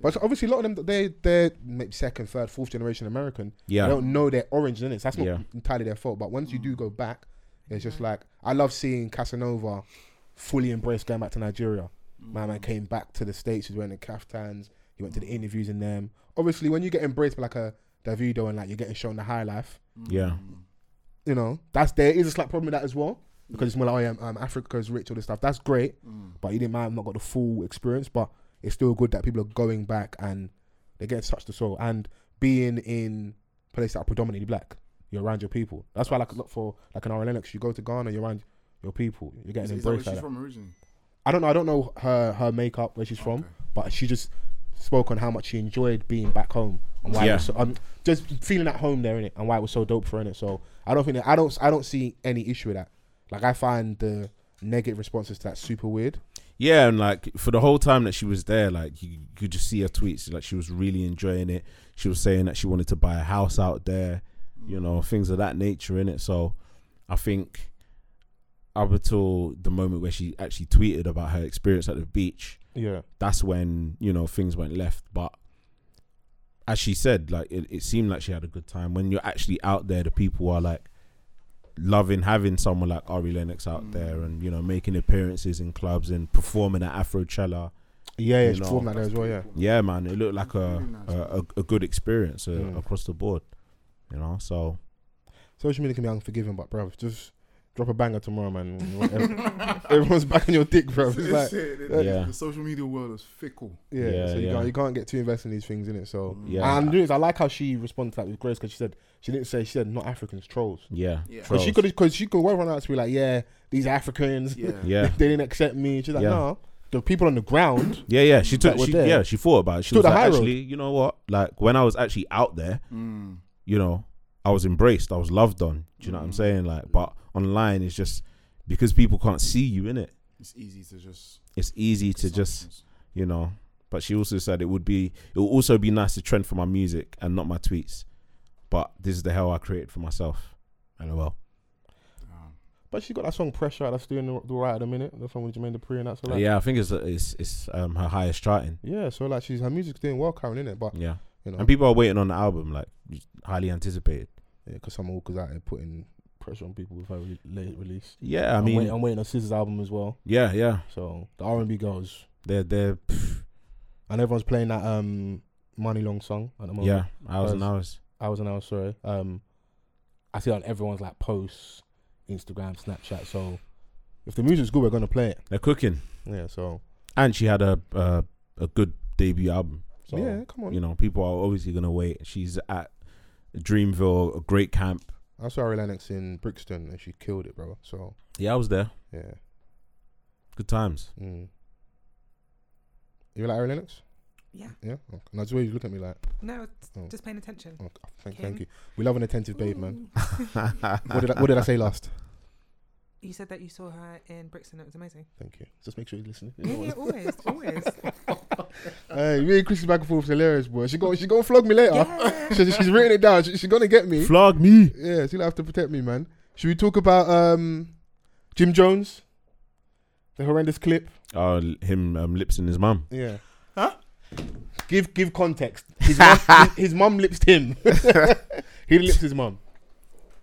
[SPEAKER 5] But so obviously, a lot of them they they're maybe second, third, fourth generation American.
[SPEAKER 4] Yeah.
[SPEAKER 5] they don't know their origin. innit? So that's not
[SPEAKER 4] Yeah.
[SPEAKER 5] entirely their fault. But once you
[SPEAKER 8] Mm.
[SPEAKER 5] do go back, it's just like I love seeing Casanova fully embrace going back to Nigeria.
[SPEAKER 8] Mm.
[SPEAKER 5] My man came back to the states. He's wearing the kaftans. He went to the interviews in them. Obviously, when you get embraced by like a Davido and like you're getting shown the high life,
[SPEAKER 8] Mm.
[SPEAKER 4] Yeah,
[SPEAKER 5] you know that's there is a slight problem with that as well because it's more like oh, yeah, um, Africa's rich all this stuff. That's great,
[SPEAKER 8] Mm.
[SPEAKER 5] but you didn't mind not got the full experience. But it's still good that people are going back and they get touched the soul and being in places that are predominantly black. You're around your people. That's why like look for like an RLNX, you go to Ghana, you're around your people. You're
[SPEAKER 8] Is,
[SPEAKER 5] getting
[SPEAKER 8] is that where
[SPEAKER 5] embraced
[SPEAKER 8] she's
[SPEAKER 5] like that.
[SPEAKER 8] from originally?
[SPEAKER 5] I don't know. I don't know her her makeup where she's from,
[SPEAKER 8] Okay.
[SPEAKER 5] but she just spoke on how much she enjoyed being back home and why it was so,
[SPEAKER 4] Yeah.
[SPEAKER 5] um, just feeling at home there in it and why it was so dope for her in it. So I don't think that, I don't I don't see any issue with that. Like I find the negative responses to that super weird.
[SPEAKER 4] yeah, and like for the whole time that she was there, like you you could just see her tweets. Like she was really enjoying it. She was saying that she wanted to buy a house out there, you know, things of that nature in it. So I think up until the moment where she actually tweeted about her experience at the beach,
[SPEAKER 5] Yeah,
[SPEAKER 4] that's when you know things went left. But as she said, like it, it seemed like she had a good time. When you're actually out there, the people are like loving having someone like Ari Lennox out
[SPEAKER 5] Mm.
[SPEAKER 4] there, and you know making appearances in clubs and performing at Afrochella.
[SPEAKER 5] yeah, yeah.
[SPEAKER 4] You
[SPEAKER 5] She
[SPEAKER 4] know,
[SPEAKER 5] performed like that as well. Yeah,
[SPEAKER 4] Yeah, man, it looked like a
[SPEAKER 8] Really nice.
[SPEAKER 4] a, a, a good experience uh,
[SPEAKER 5] Mm.
[SPEAKER 4] across the board. You know, so
[SPEAKER 5] social media can be unforgiving, but bruv, just drop a banger tomorrow, man. Every- Everyone's backing your dick, bruv. It's like,
[SPEAKER 8] That's it. It-
[SPEAKER 5] yeah.
[SPEAKER 4] Yeah.
[SPEAKER 8] The social media world is fickle.
[SPEAKER 5] yeah,
[SPEAKER 4] Yeah,
[SPEAKER 5] so you,
[SPEAKER 4] yeah.
[SPEAKER 5] Can't, you can't get too invested in these things, in it. So
[SPEAKER 8] Mm.
[SPEAKER 4] Yeah.
[SPEAKER 5] and the thing is, I like how she responded to that with grace because she said she didn't say she said not Africans trolls.
[SPEAKER 4] yeah,
[SPEAKER 8] Yeah.
[SPEAKER 5] Because
[SPEAKER 4] trolls.
[SPEAKER 5] she could, because she could well run out to be like, yeah, these Africans,
[SPEAKER 8] Yeah.
[SPEAKER 4] yeah,
[SPEAKER 5] they didn't accept me. She's like,
[SPEAKER 4] Yeah.
[SPEAKER 5] no, the people on the ground.
[SPEAKER 4] Yeah, yeah. She
[SPEAKER 5] that
[SPEAKER 4] took.
[SPEAKER 5] were
[SPEAKER 4] She,
[SPEAKER 5] there
[SPEAKER 4] yeah, she thought about it. She
[SPEAKER 5] took the
[SPEAKER 4] was like,
[SPEAKER 5] high road.
[SPEAKER 4] actually, you know what? Like when I was actually out there, you know, I was embraced. I was loved on. Do you know what I'm saying? Like, but online it's just because people can't see you in it.
[SPEAKER 8] It's easy to just.
[SPEAKER 4] It's easy to just you know. But she also said it would be. It would also be nice to trend for my music and not my tweets. But this is the hell I created for myself. LOL.
[SPEAKER 5] But she got that song Pressure out that's doing the, the right at the minute. The song with Jermaine Dupri and that. So like,
[SPEAKER 4] yeah, I think it's it's it's um her highest charting.
[SPEAKER 5] yeah, so like she's her music's doing well currently, innit? But
[SPEAKER 4] Yeah,
[SPEAKER 5] you know,
[SPEAKER 4] and people are waiting on the album. Like highly anticipated.
[SPEAKER 5] because some walkers out here putting pressure on people with her re- late release.
[SPEAKER 4] Yeah, I
[SPEAKER 5] I'm wait-
[SPEAKER 4] mean,
[SPEAKER 5] I'm waiting on Scissor's album as well.
[SPEAKER 4] yeah, yeah.
[SPEAKER 5] So the R and B girls
[SPEAKER 4] They're they're.
[SPEAKER 5] and everyone's playing that um money long song at the moment.
[SPEAKER 4] Yeah, hours and
[SPEAKER 5] Because-
[SPEAKER 4] hours.
[SPEAKER 5] hours and hours. Sorry. Um, I see it on everyone's like posts, Instagram, Snapchat. So if the music's good, we're gonna play it.
[SPEAKER 4] They're cooking,
[SPEAKER 5] Yeah. So,
[SPEAKER 4] and she had a uh, a good debut album. So
[SPEAKER 5] yeah, come on.
[SPEAKER 4] you know, people are obviously gonna wait. She's at Dreamville, a great camp.
[SPEAKER 5] I saw Ari Lennox in Brixton and she killed it, bro. So
[SPEAKER 4] Yeah, I was there.
[SPEAKER 5] yeah.
[SPEAKER 4] Good times.
[SPEAKER 5] Mm. You like Ari Lennox?
[SPEAKER 6] Yeah.
[SPEAKER 5] Yeah. Okay. No, just the way you look at me like.
[SPEAKER 6] No, it's
[SPEAKER 5] Oh.
[SPEAKER 6] just paying attention.
[SPEAKER 5] oh, thank,
[SPEAKER 6] Kim?
[SPEAKER 5] thank you. We love an attentive babe, man.
[SPEAKER 6] Ooh.
[SPEAKER 5] What did I, what did I say last?
[SPEAKER 6] You said that you saw her in Brixton. It was amazing.
[SPEAKER 5] Thank you. Just make sure you listen.
[SPEAKER 6] Yeah, yeah, always, always.
[SPEAKER 5] Hey, me and Chrissy back and forth is hilarious, boy. She going she gonna flog me later.
[SPEAKER 6] Yeah.
[SPEAKER 5] She- she's written it down. She, she's gonna get me.
[SPEAKER 4] Flog me.
[SPEAKER 5] Yeah, she'll have to protect me, man. Should we talk about um, Jim Jones? The horrendous clip.
[SPEAKER 4] Uh, Oh, him um, lips in his mum.
[SPEAKER 5] Yeah. Huh? Give give context. His mum, his mum lips him. he lips his mum.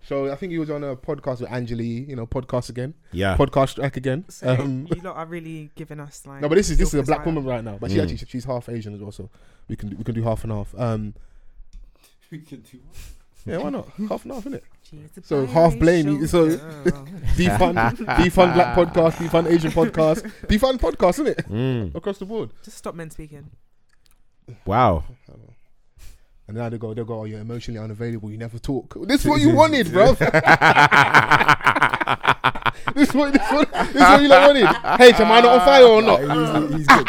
[SPEAKER 5] So I think he was on a podcast with Angeli, you know, podcast again,
[SPEAKER 4] Yeah.
[SPEAKER 5] podcast track again.
[SPEAKER 6] So
[SPEAKER 5] Um,
[SPEAKER 6] you lot are really giving us like.
[SPEAKER 5] no, but this is this is a
[SPEAKER 6] silk
[SPEAKER 5] black
[SPEAKER 6] fire.
[SPEAKER 5] woman right now, but she
[SPEAKER 4] Mm.
[SPEAKER 5] actually she's half Asian as well, so we can we can do half and half. Um,
[SPEAKER 7] We can do
[SPEAKER 5] yeah, why not? Half and half, innit?
[SPEAKER 6] She's a
[SPEAKER 5] So half blame you-
[SPEAKER 6] biracial
[SPEAKER 5] so-
[SPEAKER 6] girl.
[SPEAKER 5] Defund, defund black podcast, defund Asian podcast, defund podcast, innit?
[SPEAKER 4] Mm.
[SPEAKER 5] Across the board.
[SPEAKER 6] Just stop men speaking.
[SPEAKER 4] Wow.
[SPEAKER 5] And now they go, they go, oh, you're emotionally unavailable. You never talk. This is what you wanted, bro. this is what, this is what, this is what you lot wanted. Hey, am I not on fire or not?
[SPEAKER 7] He's, he's good.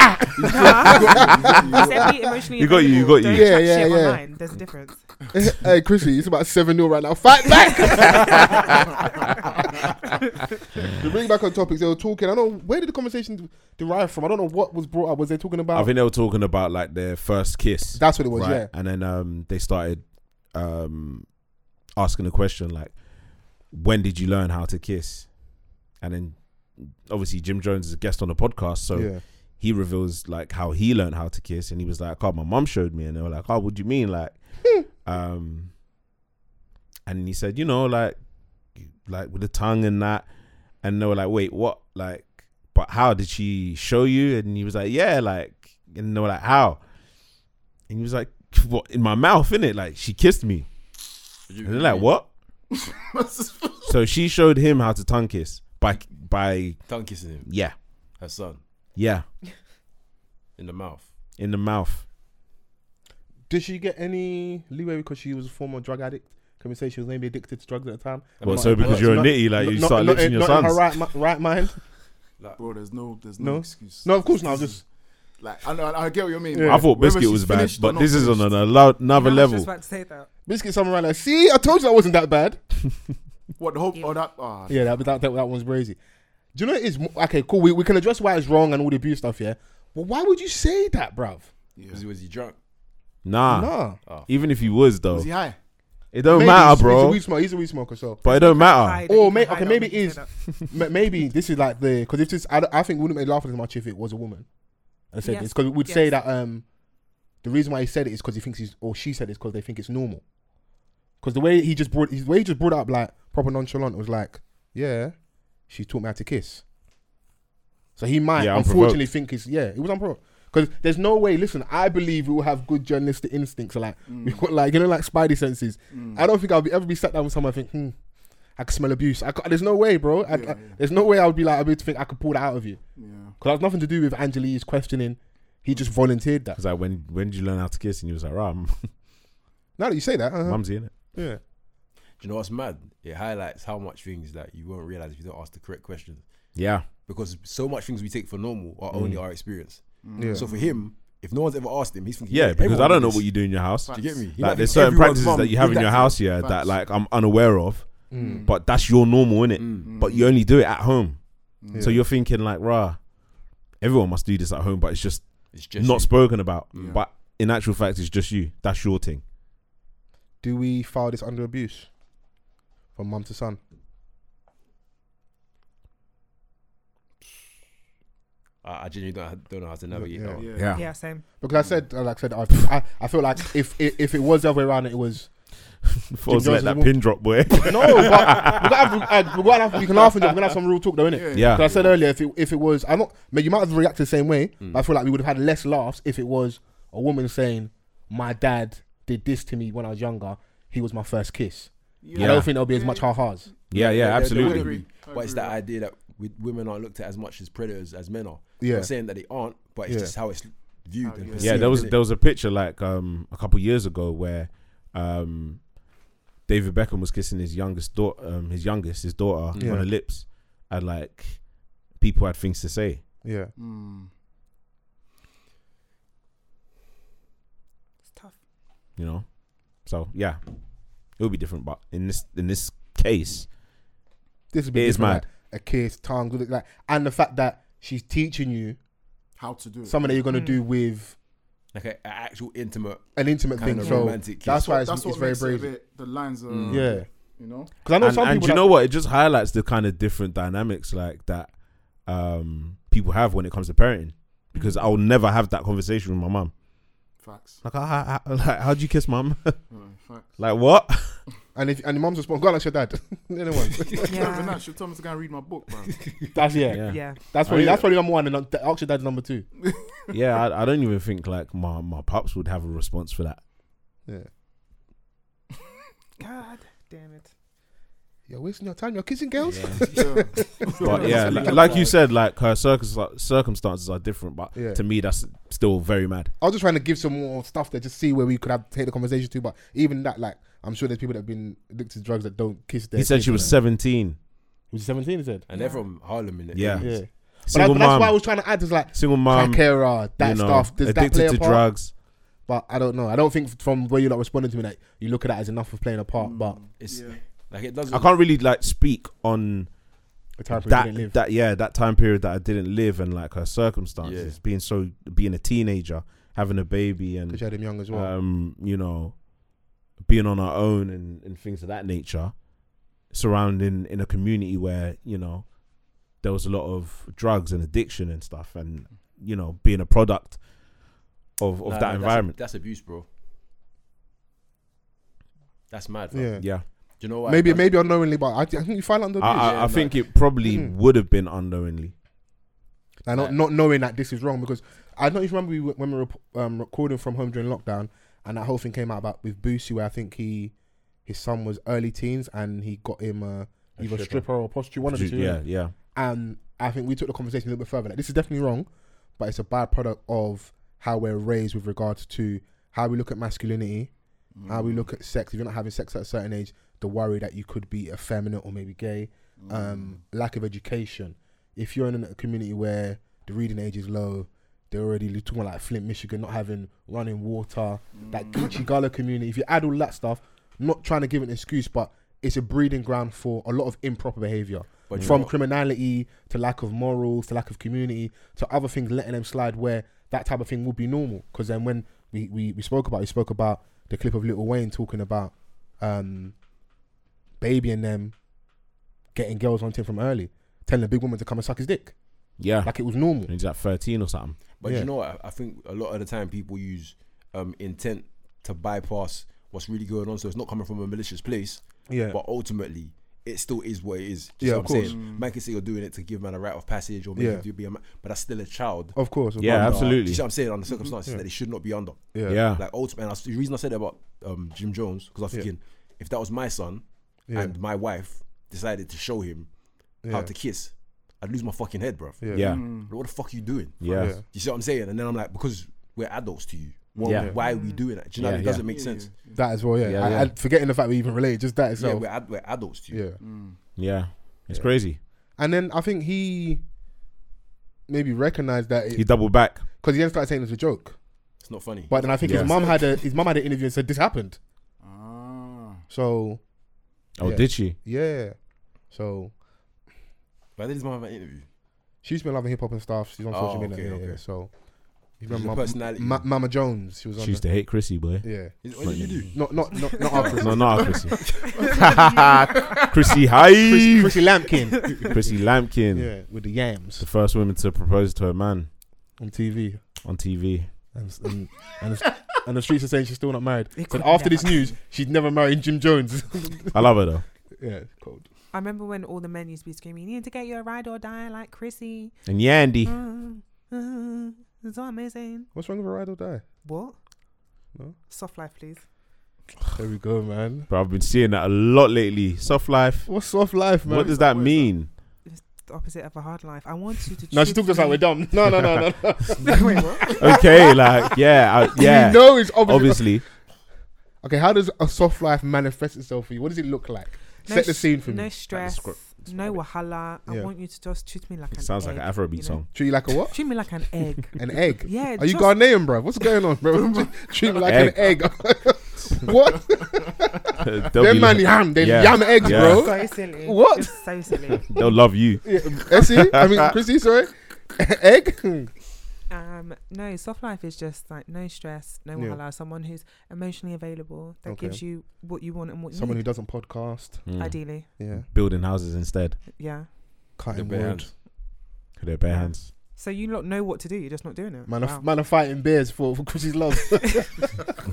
[SPEAKER 6] You said be emotionally.
[SPEAKER 4] You got you, you got
[SPEAKER 6] available.
[SPEAKER 4] you.
[SPEAKER 6] Don't chat
[SPEAKER 5] Yeah,
[SPEAKER 6] shit
[SPEAKER 5] yeah, yeah.
[SPEAKER 6] Online. There's a difference.
[SPEAKER 5] hey, Chrissy, it's about 7 0 right now. Fight back! to bring back on topics, they were talking. I don't know, where did the conversation derive from? I don't know what was brought up. Was they talking
[SPEAKER 4] I
[SPEAKER 5] about.
[SPEAKER 4] think they were talking about like their first kiss.
[SPEAKER 5] That's what it was,
[SPEAKER 4] right?
[SPEAKER 5] yeah.
[SPEAKER 4] And then um, they started um, asking the question like, "When did you learn how to kiss?" And then obviously Jim Jones is a guest on the podcast, so
[SPEAKER 5] yeah.
[SPEAKER 4] he reveals like how he learned how to kiss, and he was like, "Oh, my mum showed me," and they were like, "Oh, what do you mean?" Like, um, and he said, "You know, like, like with the tongue and that," and they were like, "Wait, what?" Like, but how did she show you? And he was like, "Yeah, like," and they were like, "How?" And he was like, "What in my mouth? In it? Like she kissed me." And they're like, "What?" so she showed him how to tongue kiss by by
[SPEAKER 7] Tongue kissing him,
[SPEAKER 4] yeah
[SPEAKER 7] her son,
[SPEAKER 4] yeah
[SPEAKER 7] in the mouth.
[SPEAKER 4] in the mouth.
[SPEAKER 5] Did she get any leeway because she was a former drug addict? Can we say she was maybe addicted to drugs at the time?
[SPEAKER 4] Well,
[SPEAKER 5] Not-
[SPEAKER 4] so because
[SPEAKER 5] not-
[SPEAKER 4] you're a
[SPEAKER 5] not-
[SPEAKER 4] nitty, like you
[SPEAKER 5] not-
[SPEAKER 4] start
[SPEAKER 5] not-
[SPEAKER 4] lifting your
[SPEAKER 5] not in her
[SPEAKER 4] sons.
[SPEAKER 5] right, mi- right mind.
[SPEAKER 8] Bro, there's no, there's no,
[SPEAKER 5] No.
[SPEAKER 8] excuse.
[SPEAKER 5] No, of course not. Just
[SPEAKER 8] like I know, I get what you mean.
[SPEAKER 5] Yeah.
[SPEAKER 8] but
[SPEAKER 4] I thought
[SPEAKER 8] whether
[SPEAKER 4] biscuit
[SPEAKER 8] she's
[SPEAKER 4] was bad,
[SPEAKER 8] finished or
[SPEAKER 4] but
[SPEAKER 8] not
[SPEAKER 4] this is on
[SPEAKER 8] finished-
[SPEAKER 4] another, another
[SPEAKER 6] I was
[SPEAKER 4] level.
[SPEAKER 6] just about to say that.
[SPEAKER 5] biscuit somewhere around like, see, I told you that wasn't that bad.
[SPEAKER 8] What the hope? Oh, that. ah,
[SPEAKER 5] Yeah, that that that, that one's crazy. Do you know it is mo- okay? Cool. We, we can address why it's wrong and all the abuse stuff. Yeah, but why would you say that, bruv?
[SPEAKER 8] yeah.
[SPEAKER 7] Was he, was he drunk?
[SPEAKER 4] Nah,
[SPEAKER 5] nah,
[SPEAKER 4] even if he was though,
[SPEAKER 8] Was he high?
[SPEAKER 4] it don't
[SPEAKER 5] Maybe
[SPEAKER 4] matter,
[SPEAKER 5] he's- He's a
[SPEAKER 4] bro.
[SPEAKER 5] weed smoker. He's a weed smoker. So
[SPEAKER 4] But it don't
[SPEAKER 6] Hide
[SPEAKER 4] matter.
[SPEAKER 6] it,
[SPEAKER 5] Or
[SPEAKER 6] you
[SPEAKER 5] may-
[SPEAKER 6] can hide
[SPEAKER 5] okay,
[SPEAKER 6] it,
[SPEAKER 5] maybe
[SPEAKER 6] you can
[SPEAKER 5] it
[SPEAKER 6] say that.
[SPEAKER 5] M- maybe this is like the because if this, I, don't- I think we wouldn't make laugh as much if it was a woman. I said
[SPEAKER 6] Yes.
[SPEAKER 5] this because we'd say
[SPEAKER 6] Yes.
[SPEAKER 5] that um, the reason why he said it is because he thinks he's or she said it's because they think it's normal. Because the way he just brought his way he just brought up like proper nonchalant was like, yeah, she taught me how to kiss. So he might
[SPEAKER 4] Yeah,
[SPEAKER 5] unfortunately
[SPEAKER 4] unprovoked.
[SPEAKER 5] think it's yeah, it was unprovoked. Because there's no way. Listen, I believe we will have good journalistic instincts. Like
[SPEAKER 6] Mm.
[SPEAKER 5] we've got like you know like spidey senses.
[SPEAKER 8] Mm.
[SPEAKER 5] I don't think I'll be, ever be sat down with someone and think, hmm, I can smell abuse. I ca- there's no way, bro. I,
[SPEAKER 8] Yeah,
[SPEAKER 5] I-
[SPEAKER 8] yeah.
[SPEAKER 5] there's no way I would be like, I'd be able to think I could pull that out of you.
[SPEAKER 8] Yeah.
[SPEAKER 5] Because that's nothing to do with Angelique's questioning. He just volunteered that.
[SPEAKER 4] Because like when when did you learn how to kiss? And he was like, "Right, I'm
[SPEAKER 5] Now that you say that, uh-huh.
[SPEAKER 4] mumsy in it."
[SPEAKER 5] yeah.
[SPEAKER 7] Do you know what's mad? It highlights how much things that you won't realize if you don't ask the correct questions.
[SPEAKER 4] Yeah, Mm.
[SPEAKER 7] Because so much things we take for normal are only our experience.
[SPEAKER 5] Yeah.
[SPEAKER 7] So for him, if no one's ever asked him, he's thinking,
[SPEAKER 4] yeah. Because I
[SPEAKER 7] everyone
[SPEAKER 4] don't know
[SPEAKER 7] did
[SPEAKER 4] what you do in your house.
[SPEAKER 7] this. Do you get me? He might
[SPEAKER 4] Like there's
[SPEAKER 7] think
[SPEAKER 4] certain
[SPEAKER 7] everyone's
[SPEAKER 4] practices
[SPEAKER 7] mum
[SPEAKER 4] that you have
[SPEAKER 7] did
[SPEAKER 4] in your
[SPEAKER 7] that
[SPEAKER 4] house, yeah, that
[SPEAKER 8] Facts.
[SPEAKER 4] like I'm unaware of,
[SPEAKER 5] Mm.
[SPEAKER 4] but that's your normal, innit?
[SPEAKER 7] Mm.
[SPEAKER 4] But you only do it at home,
[SPEAKER 5] Yeah.
[SPEAKER 4] so you're thinking like, "Rah, everyone must do this at home," but it's just
[SPEAKER 7] It's just
[SPEAKER 4] not
[SPEAKER 7] you.
[SPEAKER 4] spoken about.
[SPEAKER 8] Yeah.
[SPEAKER 4] But in actual fact, it's just you. That's your thing.
[SPEAKER 5] Do we file this under abuse? From mum to son.
[SPEAKER 7] I, I genuinely don't, don't know how to navigate
[SPEAKER 5] Yeah.
[SPEAKER 7] that. one.
[SPEAKER 4] Yeah.
[SPEAKER 6] Yeah, same.
[SPEAKER 5] Because I said, like I said, I, I, I feel like if, if if it was the other way around, it was
[SPEAKER 4] Before I was
[SPEAKER 5] Jim
[SPEAKER 4] let
[SPEAKER 5] Jones
[SPEAKER 4] that
[SPEAKER 5] was-
[SPEAKER 4] pin drop, boy.
[SPEAKER 5] no. But we're gonna have, uh, we're gonna have, we can laugh and we're gonna have some real talk though, innit?
[SPEAKER 4] Yeah.
[SPEAKER 5] Because I said earlier, if it, if it was, I'm not. but You might have reacted the same way, but I feel like we would have had less laughs if it was a woman saying, "My dad did this to me when I was younger. He was my first kiss." I
[SPEAKER 4] Yeah.
[SPEAKER 5] don't think there'll be as much ha-has.
[SPEAKER 4] Yeah, yeah,
[SPEAKER 7] I
[SPEAKER 4] absolutely.
[SPEAKER 7] agree.
[SPEAKER 8] I
[SPEAKER 7] But it's
[SPEAKER 8] agree
[SPEAKER 7] that
[SPEAKER 8] with
[SPEAKER 7] idea that we, women aren't looked at as much as predators as men are.
[SPEAKER 5] Yeah.
[SPEAKER 7] I'm saying that they aren't, but it's
[SPEAKER 5] Yeah.
[SPEAKER 7] just how it's viewed.
[SPEAKER 8] yeah.
[SPEAKER 7] and
[SPEAKER 8] Yeah,
[SPEAKER 7] perceived,
[SPEAKER 4] Yeah, there was
[SPEAKER 7] innit?
[SPEAKER 4] there was a picture like um a couple years ago where um David Beckham was kissing his youngest daughter, um, his youngest, his daughter
[SPEAKER 5] Yeah.
[SPEAKER 4] on the lips, and like people had things to say.
[SPEAKER 5] Yeah,
[SPEAKER 4] Hmm.
[SPEAKER 8] Mm.
[SPEAKER 6] It's tough.
[SPEAKER 4] you know. So yeah, it would be different, but in this in this case,
[SPEAKER 5] this is
[SPEAKER 4] It is
[SPEAKER 5] different, Like, a kiss, tongue, good- like, and the fact that she's teaching you
[SPEAKER 8] How to do it?
[SPEAKER 5] something that you're gonna
[SPEAKER 6] Mm.
[SPEAKER 5] do with
[SPEAKER 7] like an actual intimate
[SPEAKER 5] an intimate
[SPEAKER 7] kind
[SPEAKER 5] thing.
[SPEAKER 7] of
[SPEAKER 5] So
[SPEAKER 7] romantic. kiss.
[SPEAKER 5] that's why it's,
[SPEAKER 8] That's
[SPEAKER 5] it's
[SPEAKER 8] what
[SPEAKER 5] very
[SPEAKER 8] makes it a
[SPEAKER 5] brave.
[SPEAKER 8] bit. The lines are.
[SPEAKER 7] Mm.
[SPEAKER 5] Yeah,
[SPEAKER 8] You know.
[SPEAKER 5] because I know
[SPEAKER 4] and,
[SPEAKER 5] some
[SPEAKER 4] and
[SPEAKER 5] people.
[SPEAKER 4] you
[SPEAKER 5] that-
[SPEAKER 4] know what? It just highlights the kind of different dynamics like that
[SPEAKER 5] Mm.
[SPEAKER 4] um people have when it comes to parenting. Because I'll never have that conversation with my mum.
[SPEAKER 8] Facts.
[SPEAKER 4] Like, how, how, how- like, how'd you kiss mum?
[SPEAKER 8] Alright, facts.
[SPEAKER 4] like, what?
[SPEAKER 5] And if and your mum's response, go like your dad. Anyone?
[SPEAKER 8] But
[SPEAKER 6] Yeah.
[SPEAKER 8] nah, she told me to go and read my book, bro.
[SPEAKER 5] That's yeah.
[SPEAKER 6] yeah.
[SPEAKER 5] That's
[SPEAKER 4] Oh,
[SPEAKER 5] probably
[SPEAKER 4] yeah.
[SPEAKER 5] that's probably number one, and not- ask your dad's number two.
[SPEAKER 4] yeah, I, I don't even think like my my pops would have a response for that.
[SPEAKER 5] Yeah.
[SPEAKER 6] God damn it.
[SPEAKER 5] You're wasting your time. You're kissing girls. Yeah.
[SPEAKER 8] Yeah.
[SPEAKER 4] But yeah, like, like you said, like her circus, circumstances are different. But
[SPEAKER 5] Yeah.
[SPEAKER 4] to me, that's still very mad.
[SPEAKER 5] I was just trying to give some more stuff there, just see where we could have take the conversation to. But even that, like, I'm sure there's people that have been addicted to drugs that don't kiss their.
[SPEAKER 4] he said
[SPEAKER 5] kids,
[SPEAKER 4] she was
[SPEAKER 5] man.
[SPEAKER 4] seventeen,
[SPEAKER 5] Was she 17? He said.
[SPEAKER 7] And they're from Harlem, innit?
[SPEAKER 5] Yeah. But,
[SPEAKER 4] Yeah.
[SPEAKER 5] that,
[SPEAKER 4] single
[SPEAKER 5] but that's
[SPEAKER 4] mom,
[SPEAKER 5] why I was trying to add is like
[SPEAKER 4] single
[SPEAKER 5] crack
[SPEAKER 4] mom,
[SPEAKER 5] era, that
[SPEAKER 4] you know,
[SPEAKER 5] stuff. Does that play
[SPEAKER 4] addicted
[SPEAKER 5] a
[SPEAKER 4] to
[SPEAKER 5] part?
[SPEAKER 4] drugs.
[SPEAKER 5] But I don't know. I don't think from where you're not responding to me, like you look at that as enough of playing a part. But
[SPEAKER 7] Mm. It's
[SPEAKER 8] Yeah.
[SPEAKER 7] like it doesn't.
[SPEAKER 4] I can't really like speak on
[SPEAKER 5] the time period you didn't
[SPEAKER 4] that
[SPEAKER 5] live.
[SPEAKER 4] that yeah that time period that I didn't live and like her circumstances
[SPEAKER 7] Yeah.
[SPEAKER 4] being so being a teenager, having a baby, and
[SPEAKER 5] because you had him young as well.
[SPEAKER 4] um, you know, being on our own and, and things of that nature, surrounding in a community where, you know, there was a lot of drugs and addiction and stuff and, you know, being a product of,
[SPEAKER 7] Nah,
[SPEAKER 4] of
[SPEAKER 7] nah,
[SPEAKER 4] that
[SPEAKER 7] that's-
[SPEAKER 4] environment.
[SPEAKER 7] That's, abuse, bro. That's mad. fam.
[SPEAKER 5] yeah.
[SPEAKER 7] Do
[SPEAKER 4] yeah.
[SPEAKER 7] you know why?
[SPEAKER 5] maybe
[SPEAKER 7] fam?
[SPEAKER 5] maybe unknowingly, but I, thi- I think you find out under
[SPEAKER 4] I,
[SPEAKER 5] abuse.
[SPEAKER 4] I,
[SPEAKER 7] yeah,
[SPEAKER 4] I
[SPEAKER 7] like-
[SPEAKER 4] think it probably
[SPEAKER 5] Mm.
[SPEAKER 4] would have been unknowingly.
[SPEAKER 5] Like not,
[SPEAKER 7] Yeah.
[SPEAKER 5] not knowing that this is wrong because I don't even remember we, when we were um, recording from home during lockdown and that whole thing came out about with Boosie where I think he his son was early teens and he got him uh, either stripper. or prostitute one of the two
[SPEAKER 4] Yeah, yeah.
[SPEAKER 5] and I think we took the conversation a little bit further like this is definitely wrong but it's a byproduct of how we're raised with regards to how we look at masculinity how we look at sex if you're not having sex at a certain age the worry that you could be effeminate or maybe gay um, lack of education. If you're in a community where the reading age is low, they're already li- talking about like Flint, Michigan, not having running water, that Gucci Gala community. If you add all that stuff, not trying to give an excuse, but it's a breeding ground for a lot of improper behavior.
[SPEAKER 7] But you
[SPEAKER 5] From
[SPEAKER 7] know what?
[SPEAKER 5] criminality to lack of morals to lack of community to other things, letting them slide where that type of thing would be normal. Because then when we, we, we spoke about, we spoke about the clip of Little Wayne talking about um, Baby and them getting girls on him from early, telling a big woman to come and suck his dick.
[SPEAKER 4] Yeah.
[SPEAKER 5] Like it was normal.
[SPEAKER 4] And he's like 13 or something.
[SPEAKER 7] But
[SPEAKER 5] Yeah.
[SPEAKER 7] you know what? I I think a lot of the time people use um, intent to bypass what's really going on, so it's not coming from a malicious place.
[SPEAKER 5] Yeah.
[SPEAKER 7] But ultimately, it still is what it is. Do
[SPEAKER 5] Yeah,
[SPEAKER 7] you know
[SPEAKER 5] of
[SPEAKER 7] what I'm saying? Man can say you're doing it to give man a rite of passage or maybe
[SPEAKER 5] Yeah.
[SPEAKER 7] you be a man, but that's still a child.
[SPEAKER 5] Of course. Of
[SPEAKER 4] Yeah,
[SPEAKER 5] course.
[SPEAKER 7] Do you
[SPEAKER 4] absolutely.
[SPEAKER 7] see what I'm saying? Under circumstances that they should not be under.
[SPEAKER 5] Yeah.
[SPEAKER 4] Yeah.
[SPEAKER 7] Like ultimately, and I, was- the reason I said that about um, Jim Jones because I was
[SPEAKER 5] Yeah.
[SPEAKER 7] thinking if that was my son
[SPEAKER 5] Yeah.
[SPEAKER 7] and my wife decided to show him how
[SPEAKER 5] Yeah.
[SPEAKER 7] to kiss, I'd lose my fucking head, bro.
[SPEAKER 5] Yeah.
[SPEAKER 4] Yeah.
[SPEAKER 7] What the fuck are you doing?
[SPEAKER 4] Yeah.
[SPEAKER 5] Yeah.
[SPEAKER 7] You see what I'm saying? And then I'm like, because we're adults to you. Well,
[SPEAKER 4] Yeah.
[SPEAKER 7] Why are we doing that? Do you know what I
[SPEAKER 4] Yeah,
[SPEAKER 7] mean? It
[SPEAKER 4] yeah.
[SPEAKER 7] doesn't make sense.
[SPEAKER 5] That as well, yeah.
[SPEAKER 4] Yeah,
[SPEAKER 5] I,
[SPEAKER 4] yeah.
[SPEAKER 5] I, forgetting the fact we even related, just that
[SPEAKER 7] Yeah,
[SPEAKER 5] itself.
[SPEAKER 7] we're,
[SPEAKER 5] Yeah.
[SPEAKER 7] ad- we're adults to you.
[SPEAKER 4] Yeah. It's crazy.
[SPEAKER 5] And then I think he maybe recognized that
[SPEAKER 4] He doubled back.
[SPEAKER 5] because he then started saying it was a joke.
[SPEAKER 7] It's not funny.
[SPEAKER 5] But then I think
[SPEAKER 4] Yeah.
[SPEAKER 5] his mum had a his mum had an interview and said this happened.
[SPEAKER 8] Ah.
[SPEAKER 5] So
[SPEAKER 4] Oh,
[SPEAKER 5] Yeah.
[SPEAKER 4] did she?
[SPEAKER 5] yeah, so
[SPEAKER 7] But I did this mum have an interview.
[SPEAKER 5] she's been loving hip hop and stuff. She's on
[SPEAKER 7] Oh,
[SPEAKER 5] social media.
[SPEAKER 7] okay,
[SPEAKER 5] yeah,
[SPEAKER 7] okay.
[SPEAKER 5] yeah, So you
[SPEAKER 7] She's a
[SPEAKER 5] remember Ma-
[SPEAKER 7] personality.
[SPEAKER 5] Ma- Mama Jones? She was on.
[SPEAKER 4] She used
[SPEAKER 5] the, mm.
[SPEAKER 4] to hate Chrissy, boy.
[SPEAKER 5] yeah,
[SPEAKER 7] Is- what did you do?
[SPEAKER 5] not not not not our Chrissy.
[SPEAKER 4] No, no, Chrissy. Chrissy Hive.
[SPEAKER 5] Chrissy Lampkin.
[SPEAKER 4] Chrissy Lampkin,
[SPEAKER 5] yeah, with the yams
[SPEAKER 4] the first woman to propose to a man
[SPEAKER 5] on TV.
[SPEAKER 4] on TV.
[SPEAKER 5] And, and, and, the, and the streets are saying she's still not married.
[SPEAKER 6] It
[SPEAKER 5] So
[SPEAKER 6] could
[SPEAKER 5] after this
[SPEAKER 6] never
[SPEAKER 5] news, she'd never married Jim Jones.
[SPEAKER 4] I love her though.
[SPEAKER 5] yeah, cold.
[SPEAKER 6] I remember when all the men used to be screaming, "You need to get your ride or die like Chrissy."
[SPEAKER 4] And Yandy.
[SPEAKER 6] Mm, mm, It's so amazing.
[SPEAKER 5] What's wrong with a ride or die?
[SPEAKER 6] What?
[SPEAKER 5] No.
[SPEAKER 6] Soft life, please.
[SPEAKER 5] There we go, man.
[SPEAKER 4] Bro, I've been seeing that a lot lately. Soft life.
[SPEAKER 5] What's soft life, man?
[SPEAKER 4] What does that mean?
[SPEAKER 6] The opposite of a hard life. I want you to.
[SPEAKER 5] no, she took us like we're
[SPEAKER 6] truthfully-
[SPEAKER 5] dumb. No, no, no, no. no.
[SPEAKER 6] Wait, what?
[SPEAKER 4] Okay, like, yeah, I,
[SPEAKER 5] You
[SPEAKER 4] yeah.
[SPEAKER 5] know it's obvious.
[SPEAKER 4] Obviously.
[SPEAKER 5] Okay, how does a soft life manifest itself for you? What does it look like?
[SPEAKER 6] No
[SPEAKER 5] Set the
[SPEAKER 6] s-
[SPEAKER 5] scene for
[SPEAKER 6] No
[SPEAKER 5] me.
[SPEAKER 6] stress. no wahala. I
[SPEAKER 5] Yeah.
[SPEAKER 6] want you to just treat me like
[SPEAKER 4] It
[SPEAKER 6] an.
[SPEAKER 4] sounds like an
[SPEAKER 6] egg,
[SPEAKER 4] Afrobeat
[SPEAKER 6] you know?
[SPEAKER 4] song.
[SPEAKER 5] Treat you like a what?
[SPEAKER 6] Treat me like an egg.
[SPEAKER 5] An egg.
[SPEAKER 6] Yeah.
[SPEAKER 5] Are you
[SPEAKER 6] just-
[SPEAKER 5] Ghanaian, bro? What's going on, bro? Treat me like an egg. what?
[SPEAKER 4] they'll,
[SPEAKER 5] Them
[SPEAKER 4] be
[SPEAKER 5] man
[SPEAKER 4] like,
[SPEAKER 5] yam. They
[SPEAKER 4] Yeah.
[SPEAKER 5] yam eggs,
[SPEAKER 4] Yeah.
[SPEAKER 5] bro.
[SPEAKER 6] So silly.
[SPEAKER 5] What?
[SPEAKER 6] Just so silly.
[SPEAKER 4] they'll love you.
[SPEAKER 5] Yeah, Essie, I mean Chrissy, sorry, egg.
[SPEAKER 6] Um, no, soft life is just like no stress, no
[SPEAKER 5] Yeah.
[SPEAKER 6] wahala. Someone who's emotionally available that
[SPEAKER 5] Okay.
[SPEAKER 6] gives you what you want and what you
[SPEAKER 5] Someone who
[SPEAKER 6] need.
[SPEAKER 5] doesn't podcast.
[SPEAKER 4] Mm.
[SPEAKER 6] Ideally,
[SPEAKER 5] Yeah,
[SPEAKER 4] Building houses instead
[SPEAKER 6] yeah.
[SPEAKER 5] cutting
[SPEAKER 7] bare
[SPEAKER 5] wood.
[SPEAKER 7] hands.
[SPEAKER 4] with their bare hands.
[SPEAKER 6] So you lot know what to do. You're just not doing it.
[SPEAKER 5] Man,
[SPEAKER 6] Wow.
[SPEAKER 5] are, man are fighting bears for, for Chrissy's love.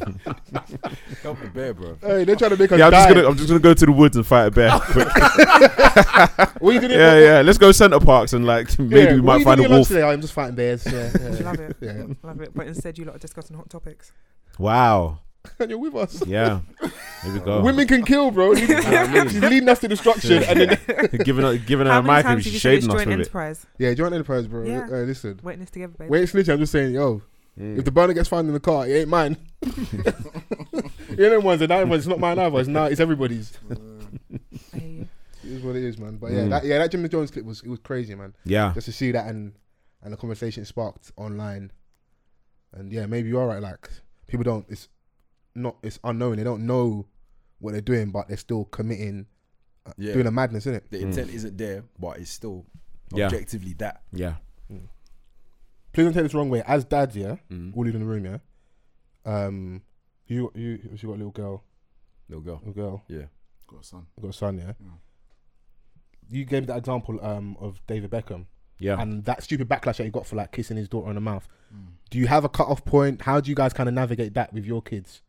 [SPEAKER 7] Help the bear, bro.
[SPEAKER 5] hey, they're trying to make us
[SPEAKER 4] Yeah, I'm
[SPEAKER 5] die.
[SPEAKER 4] just gonna I'm just gonna go to the woods and fight a bear. quick.
[SPEAKER 5] What you doing?
[SPEAKER 4] yeah, yeah. Let's go center parks and like maybe
[SPEAKER 5] Yeah,
[SPEAKER 4] we
[SPEAKER 5] what
[SPEAKER 4] might
[SPEAKER 5] you
[SPEAKER 4] find
[SPEAKER 5] doing
[SPEAKER 4] a
[SPEAKER 5] lunch
[SPEAKER 4] wolf.
[SPEAKER 5] Today? Oh, I'm just fighting bears. Yeah, yeah.
[SPEAKER 6] Love it.
[SPEAKER 5] yeah.
[SPEAKER 6] Love it. But instead, you lot are discussing hot topics.
[SPEAKER 4] Wow.
[SPEAKER 5] And you're with us.
[SPEAKER 4] Yeah. Here we go.
[SPEAKER 5] Women can kill, bro. She's leading us to destruction. And then,
[SPEAKER 4] giving her giving her
[SPEAKER 6] How
[SPEAKER 4] a
[SPEAKER 6] many
[SPEAKER 4] mic and
[SPEAKER 6] times have
[SPEAKER 4] she's
[SPEAKER 6] you said it's
[SPEAKER 4] shading us
[SPEAKER 6] joint
[SPEAKER 4] with it.
[SPEAKER 6] enterprise?
[SPEAKER 5] yeah, joint enterprise, bro.
[SPEAKER 6] Yeah.
[SPEAKER 5] Uh, listen,
[SPEAKER 6] Witness together, babe.
[SPEAKER 5] wait, snitch. I'm just saying, yo,
[SPEAKER 4] Mm.
[SPEAKER 5] if the burner gets found in the car, it ain't mine. you know, them ones and that ones. It's not mine either. It's not. It's everybody's.
[SPEAKER 6] I hear you.
[SPEAKER 5] It is what it is, man. But yeah,
[SPEAKER 4] Mm.
[SPEAKER 5] that, yeah, that Jim Jones clip was it was crazy, man.
[SPEAKER 4] Yeah.
[SPEAKER 5] Just to see that and and the conversation it sparked online, and yeah, maybe you are right. Like people don't. It's not. It's unknown. They don't know what they're doing, but they're still committing, uh,
[SPEAKER 7] Yeah.
[SPEAKER 5] doing a madness, isn't it?
[SPEAKER 7] The
[SPEAKER 8] Hmm.
[SPEAKER 7] intent isn't there, but it's still
[SPEAKER 4] Yeah.
[SPEAKER 7] objectively that.
[SPEAKER 4] Yeah.
[SPEAKER 5] Please don't take this the wrong way. As dads, yeah,
[SPEAKER 7] Hmm.
[SPEAKER 5] all in the room, yeah. Um, you you you got a little girl,
[SPEAKER 7] Little girl.
[SPEAKER 5] little girl,
[SPEAKER 7] Yeah.
[SPEAKER 8] Got a son.
[SPEAKER 5] you got a son, yeah.
[SPEAKER 8] Yeah.
[SPEAKER 5] You gave that example um of David Beckham
[SPEAKER 4] Yeah.
[SPEAKER 5] and that stupid backlash that he got for like kissing his daughter on the mouth.
[SPEAKER 8] Hmm.
[SPEAKER 5] Do you have a cut off point? How do you guys kind of navigate that with your kids?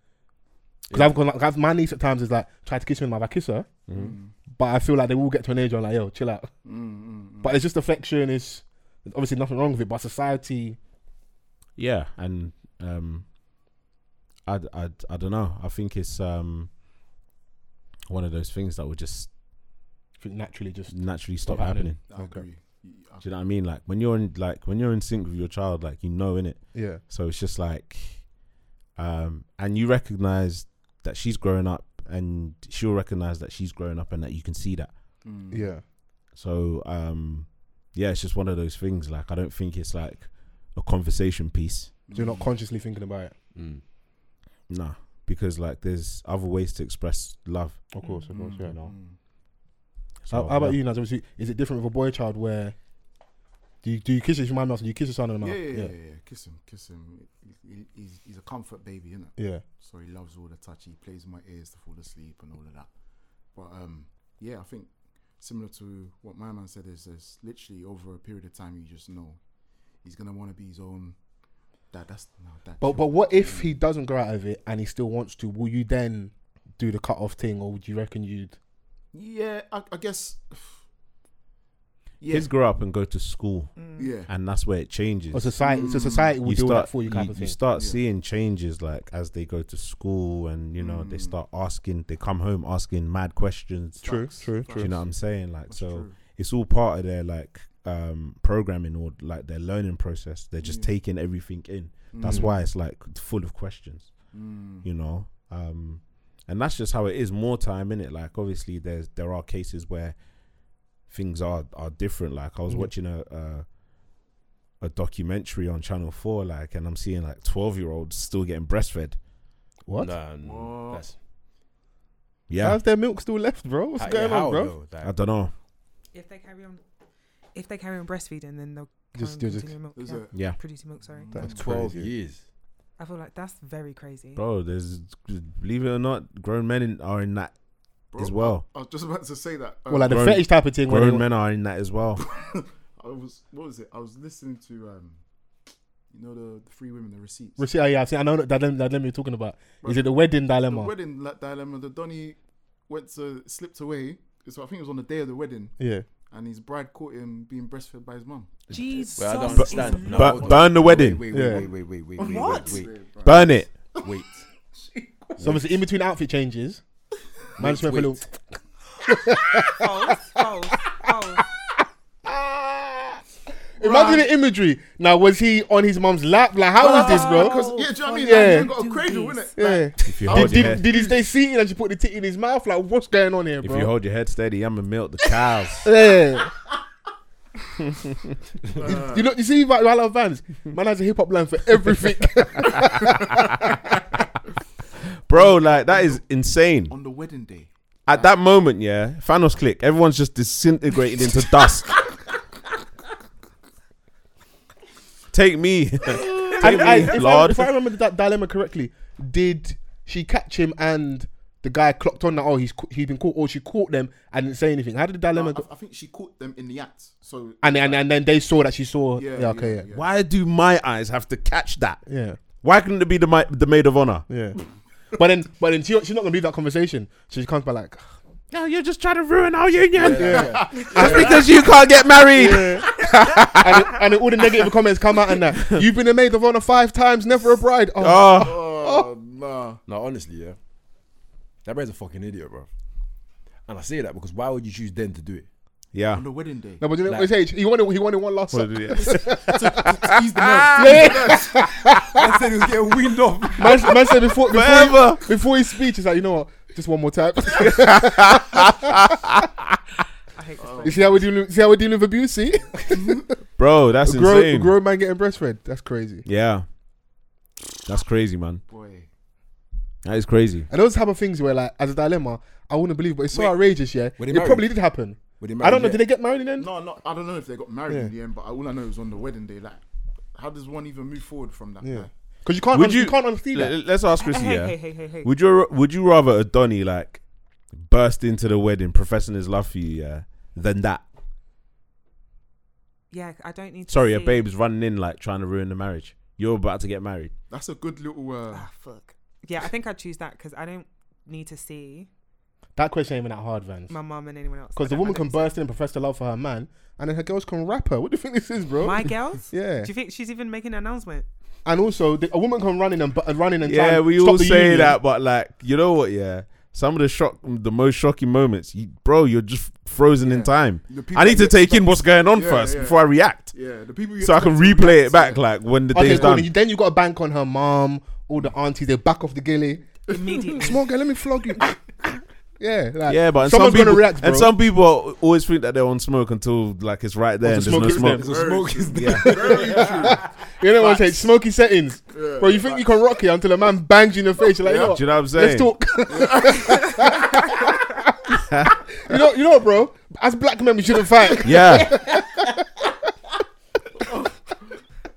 [SPEAKER 5] Because I've gone like I've, my niece at times is like try to kiss me in the mouth, I kiss her, Mm. but I feel like they will get to an age where I'm like yo chill out.
[SPEAKER 8] Mm,
[SPEAKER 5] But it's just affection. It's there's obviously nothing wrong with it, but society.
[SPEAKER 4] yeah and um i i i don't know i think it's um one of those things that would just
[SPEAKER 5] I think naturally just
[SPEAKER 4] naturally stop
[SPEAKER 5] Stop happening.
[SPEAKER 4] happening
[SPEAKER 8] I
[SPEAKER 5] Okay.
[SPEAKER 8] agree. You- I-
[SPEAKER 4] do you know what i mean like when you're in like when you're in sync with your child like you know in it
[SPEAKER 5] yeah
[SPEAKER 4] so it's just like um and you recognize that she's growing up and she'll recognize that she's growing up and that you can see that
[SPEAKER 5] yeah
[SPEAKER 4] so um yeah it's just one of those things like i don't think it's like a conversation piece
[SPEAKER 5] You're
[SPEAKER 8] Mm.
[SPEAKER 5] not consciously thinking about it.
[SPEAKER 4] nah because like there's other ways to express love
[SPEAKER 5] Of course, of course, yeah.
[SPEAKER 4] you know
[SPEAKER 5] How, how about you, Naz? Obviously, is it different with a boy child where do you, do you kiss his mouth or do you kiss his son in the
[SPEAKER 8] Yeah,
[SPEAKER 5] mouth?
[SPEAKER 8] yeah, yeah, yeah, Kiss him, kiss him. He- he- he's, he's a comfort baby, isn't it?
[SPEAKER 5] Yeah.
[SPEAKER 8] So he loves all the touch. He plays with my ears to fall asleep and all of that. But um, yeah, I think similar to what my man said is, is literally over a period of time, you just know he's gonna want to be his own. That that's no, that.
[SPEAKER 5] But but what if he doesn't grow out of it and he still wants to? Will you then do the cut off thing, or would you reckon you'd?
[SPEAKER 8] Yeah, I, I guess. Yeah,
[SPEAKER 4] kids grow up and go to school
[SPEAKER 8] yeah.
[SPEAKER 4] and that's where it changes
[SPEAKER 5] Or Oh, society, so society will
[SPEAKER 4] you
[SPEAKER 5] do all
[SPEAKER 4] start
[SPEAKER 5] that for you, kind of thing.
[SPEAKER 4] start
[SPEAKER 8] Yeah.
[SPEAKER 4] seeing changes like as they go to school and you know they start asking they come home asking mad questions
[SPEAKER 5] True,
[SPEAKER 8] Facts,
[SPEAKER 5] true,
[SPEAKER 8] facts.
[SPEAKER 4] Do you know what i'm saying like
[SPEAKER 8] That's
[SPEAKER 4] so
[SPEAKER 8] true.
[SPEAKER 4] it's all part of their like um programming or like their learning process they're just taking everything in that's why it's like full of questions you know um and that's just how it is more time in it like obviously there's there are cases where things are are different like i was watching a uh a documentary on channel 4 like and i'm seeing like 12 year olds still getting breastfed
[SPEAKER 5] What?
[SPEAKER 7] Nah, no, that's
[SPEAKER 4] yeah
[SPEAKER 5] How's their milk still left, bro? What's
[SPEAKER 7] how-
[SPEAKER 5] going
[SPEAKER 7] yeah,
[SPEAKER 5] on,
[SPEAKER 7] how,
[SPEAKER 5] bro?
[SPEAKER 7] though? Like,
[SPEAKER 4] i don't know
[SPEAKER 6] If they carry on, if they carry on breastfeeding, then they'll carry
[SPEAKER 5] Just-
[SPEAKER 6] on
[SPEAKER 5] they'll just-
[SPEAKER 6] continuing milk.
[SPEAKER 8] Is
[SPEAKER 6] yeah.
[SPEAKER 8] it?
[SPEAKER 4] yeah
[SPEAKER 6] Producing milk, sorry.
[SPEAKER 5] That's
[SPEAKER 7] Twelve
[SPEAKER 5] crazy.
[SPEAKER 7] years.
[SPEAKER 6] I feel like that's very crazy.
[SPEAKER 4] bro there's believe it or not grown men in, are in that
[SPEAKER 8] Bro,
[SPEAKER 4] as well
[SPEAKER 8] I was just about to say that. um,
[SPEAKER 5] Well, like the
[SPEAKER 4] Grown-
[SPEAKER 5] fetish type of thing. where
[SPEAKER 4] grown
[SPEAKER 5] they-
[SPEAKER 4] men are in that as well
[SPEAKER 8] I was what was it? I was listening to um, you know the, the three women, the receipts,
[SPEAKER 5] Receipt, yeah, I've seen- I know that dilemma, that dilemma you're talking about. Is
[SPEAKER 8] Right.
[SPEAKER 5] it the wedding
[SPEAKER 8] the
[SPEAKER 5] dilemma?
[SPEAKER 8] wedding la- dilemma. The Donny went to slipped away. So I think it was on the day of the wedding,
[SPEAKER 5] yeah.
[SPEAKER 8] and his bride caught him being breastfed by his mum.
[SPEAKER 6] Jesus.
[SPEAKER 7] Well, I don't
[SPEAKER 6] is
[SPEAKER 7] understand. No,
[SPEAKER 4] Bur-
[SPEAKER 7] hold on.
[SPEAKER 4] burn the wedding.
[SPEAKER 7] Wait,
[SPEAKER 5] Yeah.
[SPEAKER 7] wait, wait, wait, wait, wait,
[SPEAKER 6] What?
[SPEAKER 7] wait, wait,
[SPEAKER 4] burn it
[SPEAKER 7] wait, wait.
[SPEAKER 5] So obviously, in between outfit changes, man just went for a little.
[SPEAKER 7] wait.
[SPEAKER 6] false, false, false.
[SPEAKER 5] Imagine the imagery. Now, was he on his mum's lap? Like, how was this, bro?
[SPEAKER 8] Because yeah, do you know what I mean?
[SPEAKER 5] yeah.
[SPEAKER 8] Yeah, you ain't got a
[SPEAKER 6] Do
[SPEAKER 8] cradle,
[SPEAKER 6] this.
[SPEAKER 8] innit?
[SPEAKER 5] Yeah.
[SPEAKER 4] if you
[SPEAKER 5] Did,
[SPEAKER 4] hold your
[SPEAKER 5] did,
[SPEAKER 4] head
[SPEAKER 5] did he stay seated and she put the tit in his mouth? Like, what's going on here,
[SPEAKER 4] if
[SPEAKER 5] bro?
[SPEAKER 4] you hold your head steady i'ma milk the cows
[SPEAKER 5] yeah. you know, you see, like, I love Vans. Man has a hip hop line for everything.
[SPEAKER 4] bro like that is insane
[SPEAKER 8] On the wedding day,
[SPEAKER 4] At that moment, yeah, Thanos click. Everyone's just disintegrated into dust. Take me, take
[SPEAKER 5] And I-
[SPEAKER 4] me,
[SPEAKER 5] if, I,
[SPEAKER 4] Lord.
[SPEAKER 5] if I remember that dilemma correctly, did she catch him and the guy clocked on that oh he's ca- he's been caught or she caught them and didn't say anything? How did the dilemma
[SPEAKER 8] I,
[SPEAKER 5] go?
[SPEAKER 8] I think she caught them in the act. So
[SPEAKER 5] And, and and then they saw that she saw.
[SPEAKER 8] Yeah,
[SPEAKER 5] Yeah. okay. Yeah.
[SPEAKER 8] yeah,
[SPEAKER 4] Why do my eyes have to catch that?
[SPEAKER 5] Yeah.
[SPEAKER 4] Why couldn't it be the mi- the maid of honor?
[SPEAKER 5] Yeah. but then but then she, she's not gonna leave that conversation. So she comes by like.
[SPEAKER 4] No, you're just trying to ruin our union.
[SPEAKER 5] Yeah.
[SPEAKER 4] That's because you can't get married.
[SPEAKER 5] and, it, and it- all the negative comments come out and that you've been a maid of honor five times, never a bride. Oh,
[SPEAKER 4] Oh,
[SPEAKER 8] Oh, nah.
[SPEAKER 7] No, honestly, yeah. That man's a fucking idiot, bro. And I say that because why would you choose then to do it?
[SPEAKER 4] yeah.
[SPEAKER 8] On the wedding day.
[SPEAKER 5] no, but you know what his age. He wanted he wanted one last. Ah! suck.
[SPEAKER 8] He's the nurse.
[SPEAKER 7] I said he was getting weaned off.
[SPEAKER 5] Man, man said before before,
[SPEAKER 4] Forever.
[SPEAKER 5] he, before his speech, he's like, you know what? Just one more time.
[SPEAKER 6] I hate this.
[SPEAKER 5] you
[SPEAKER 6] place.
[SPEAKER 5] see how we dealing? See how we dealing with abuse? See,
[SPEAKER 4] Bro, that's
[SPEAKER 5] a grown, a
[SPEAKER 4] insane.
[SPEAKER 5] grown man getting breastfed. That's crazy.
[SPEAKER 4] Yeah. That's crazy, man.
[SPEAKER 8] Boy.
[SPEAKER 4] That is crazy.
[SPEAKER 5] And those type of things where, like, as a dilemma, I wouldn't believe, but it's so
[SPEAKER 7] Wait.
[SPEAKER 5] outrageous. Yeah,
[SPEAKER 7] Were
[SPEAKER 5] it
[SPEAKER 7] they married?
[SPEAKER 5] probably did happen.
[SPEAKER 7] Were they
[SPEAKER 5] I
[SPEAKER 7] married
[SPEAKER 5] don't know.
[SPEAKER 7] yet?
[SPEAKER 5] Did they get married in the end?
[SPEAKER 8] No, not. I don't know if they got married in
[SPEAKER 5] Yeah.
[SPEAKER 8] the end, but all I know is on the wedding day. Like, how does one even move forward from that?
[SPEAKER 5] Yeah.
[SPEAKER 8] guy?
[SPEAKER 5] Because you can't.
[SPEAKER 4] Would
[SPEAKER 5] un-
[SPEAKER 4] you-
[SPEAKER 5] you, can't unsee that.
[SPEAKER 4] L- let's ask Chrissy.
[SPEAKER 6] Hey,
[SPEAKER 4] Yeah.
[SPEAKER 6] hey, hey, hey, hey.
[SPEAKER 4] Would you would you rather a Donny like burst into the wedding professing his love for you, yeah, than that?
[SPEAKER 6] Yeah, I don't need. To
[SPEAKER 4] Sorry, your
[SPEAKER 6] see-
[SPEAKER 4] babe's running in like trying to ruin the marriage. You're about to get married.
[SPEAKER 8] That's a good little. Uh,
[SPEAKER 6] Ah, fuck. Yeah, I think I'd choose that because I don't need to see
[SPEAKER 5] That question ain't even that hard, Vans.
[SPEAKER 6] my mum and anyone else. I
[SPEAKER 5] Because the
[SPEAKER 6] don't-
[SPEAKER 5] woman
[SPEAKER 6] I don't
[SPEAKER 5] can burst in and profess the love for her man, and then her girls can rap her. What do you think this is, bro?
[SPEAKER 6] see- My girls.
[SPEAKER 5] yeah.
[SPEAKER 6] Do you think she's even making an announcement?
[SPEAKER 5] And also, the, a woman can run in and bu- uh, run in and try
[SPEAKER 4] yeah,
[SPEAKER 5] and
[SPEAKER 4] we
[SPEAKER 5] stop
[SPEAKER 4] all
[SPEAKER 5] the
[SPEAKER 4] say
[SPEAKER 5] union.
[SPEAKER 4] that, but like, you know what? Yeah, some of the shock, the most shocking moments, you, bro. You're just frozen in time.
[SPEAKER 8] the people
[SPEAKER 4] I need to
[SPEAKER 8] you
[SPEAKER 4] take
[SPEAKER 8] expect-
[SPEAKER 4] in what's going on
[SPEAKER 8] Yeah,
[SPEAKER 4] first
[SPEAKER 8] yeah.
[SPEAKER 4] before I react,
[SPEAKER 8] Yeah, the people. You
[SPEAKER 4] so I can
[SPEAKER 8] expect to
[SPEAKER 4] replay
[SPEAKER 8] relax,
[SPEAKER 4] it back,
[SPEAKER 8] yeah.
[SPEAKER 4] like when the
[SPEAKER 5] Okay,
[SPEAKER 4] day's
[SPEAKER 5] cool.
[SPEAKER 4] done.
[SPEAKER 5] then you- Then you got to bank on her mom, all the aunties. They back off the gilly.
[SPEAKER 6] Immediately.
[SPEAKER 5] Small girl, let me flog you. yeah, like,
[SPEAKER 4] Yeah, but and some
[SPEAKER 5] someone's
[SPEAKER 4] people
[SPEAKER 5] gonna react, bro.
[SPEAKER 4] and some people always think that they're on smoke until like it's right there and
[SPEAKER 5] Once the
[SPEAKER 4] there's no
[SPEAKER 5] smoke
[SPEAKER 4] smoke.
[SPEAKER 5] hits
[SPEAKER 7] There's a smoke is there.
[SPEAKER 8] Very true.
[SPEAKER 5] you know what I'm saying? Smoky settings, bro. You think you can rock it until a man bangs you in the face? You're like, you know
[SPEAKER 4] Do you
[SPEAKER 5] what?
[SPEAKER 4] know what I'm saying?
[SPEAKER 5] Let's talk. you know, you know, what, bro. As black men, we shouldn't fight.
[SPEAKER 4] Yeah,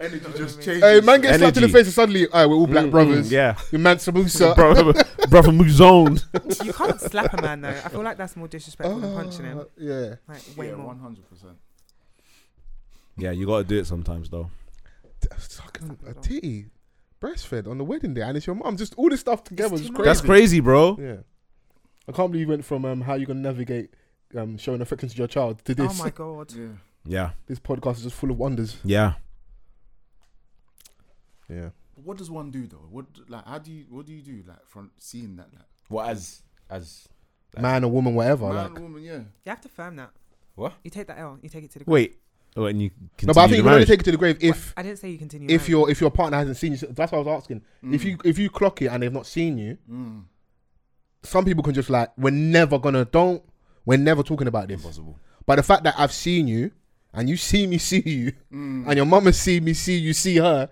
[SPEAKER 8] Energy just changes.
[SPEAKER 5] Hey, man gets slapped in the
[SPEAKER 4] Energy. Mm,
[SPEAKER 5] face and suddenly, all right, we're all black brothers.
[SPEAKER 4] yeah,
[SPEAKER 5] Your man Sabusa.
[SPEAKER 4] brother, brother moves on.
[SPEAKER 6] you can't slap a man though. I feel like that's more disrespectful than punching him.
[SPEAKER 5] Ah, Uh, Yeah.
[SPEAKER 6] Like way
[SPEAKER 8] Yeah,
[SPEAKER 6] more.
[SPEAKER 8] one hundred percent.
[SPEAKER 4] Yeah, you gotta do it sometimes though.
[SPEAKER 5] Fucking a titty. Breastfed on the wedding day, and it's your mom. Just all this stuff together
[SPEAKER 6] It's
[SPEAKER 5] is
[SPEAKER 6] too
[SPEAKER 5] crazy.
[SPEAKER 6] much.
[SPEAKER 4] That's crazy, bro.
[SPEAKER 5] Yeah. I can't believe you went from um, how you're going to navigate um, showing affection to your child to
[SPEAKER 6] Oh
[SPEAKER 5] this.
[SPEAKER 6] my god.
[SPEAKER 8] Yeah.
[SPEAKER 4] Yeah,
[SPEAKER 5] this podcast is just full of wonders.
[SPEAKER 4] yeah.
[SPEAKER 5] Yeah.
[SPEAKER 8] But what does one do though? What like how do you what do you do like from seeing that like
[SPEAKER 7] Well, as as
[SPEAKER 5] Man or woman, whatever.
[SPEAKER 8] man,
[SPEAKER 5] like.
[SPEAKER 8] woman? Yeah.
[SPEAKER 6] You have to firm that.
[SPEAKER 7] What?
[SPEAKER 6] You take that L. You take it to the.
[SPEAKER 4] Wait, oh, and you
[SPEAKER 5] No, but I
[SPEAKER 4] continue the
[SPEAKER 5] think you can only
[SPEAKER 4] marriage.
[SPEAKER 5] take it to the grave if
[SPEAKER 6] I didn't say you continue.
[SPEAKER 5] if
[SPEAKER 6] marriage.
[SPEAKER 5] your if your partner hasn't seen you. So That's what I was asking.
[SPEAKER 4] Mm.
[SPEAKER 5] If you if you clock it and they've not seen you,
[SPEAKER 8] Mm.
[SPEAKER 5] some people can just like we're never gonna don't we're never talking about this.
[SPEAKER 7] possible.
[SPEAKER 5] But the fact that I've seen you and you see me see you
[SPEAKER 4] Mm.
[SPEAKER 5] and your mama see me see you see her.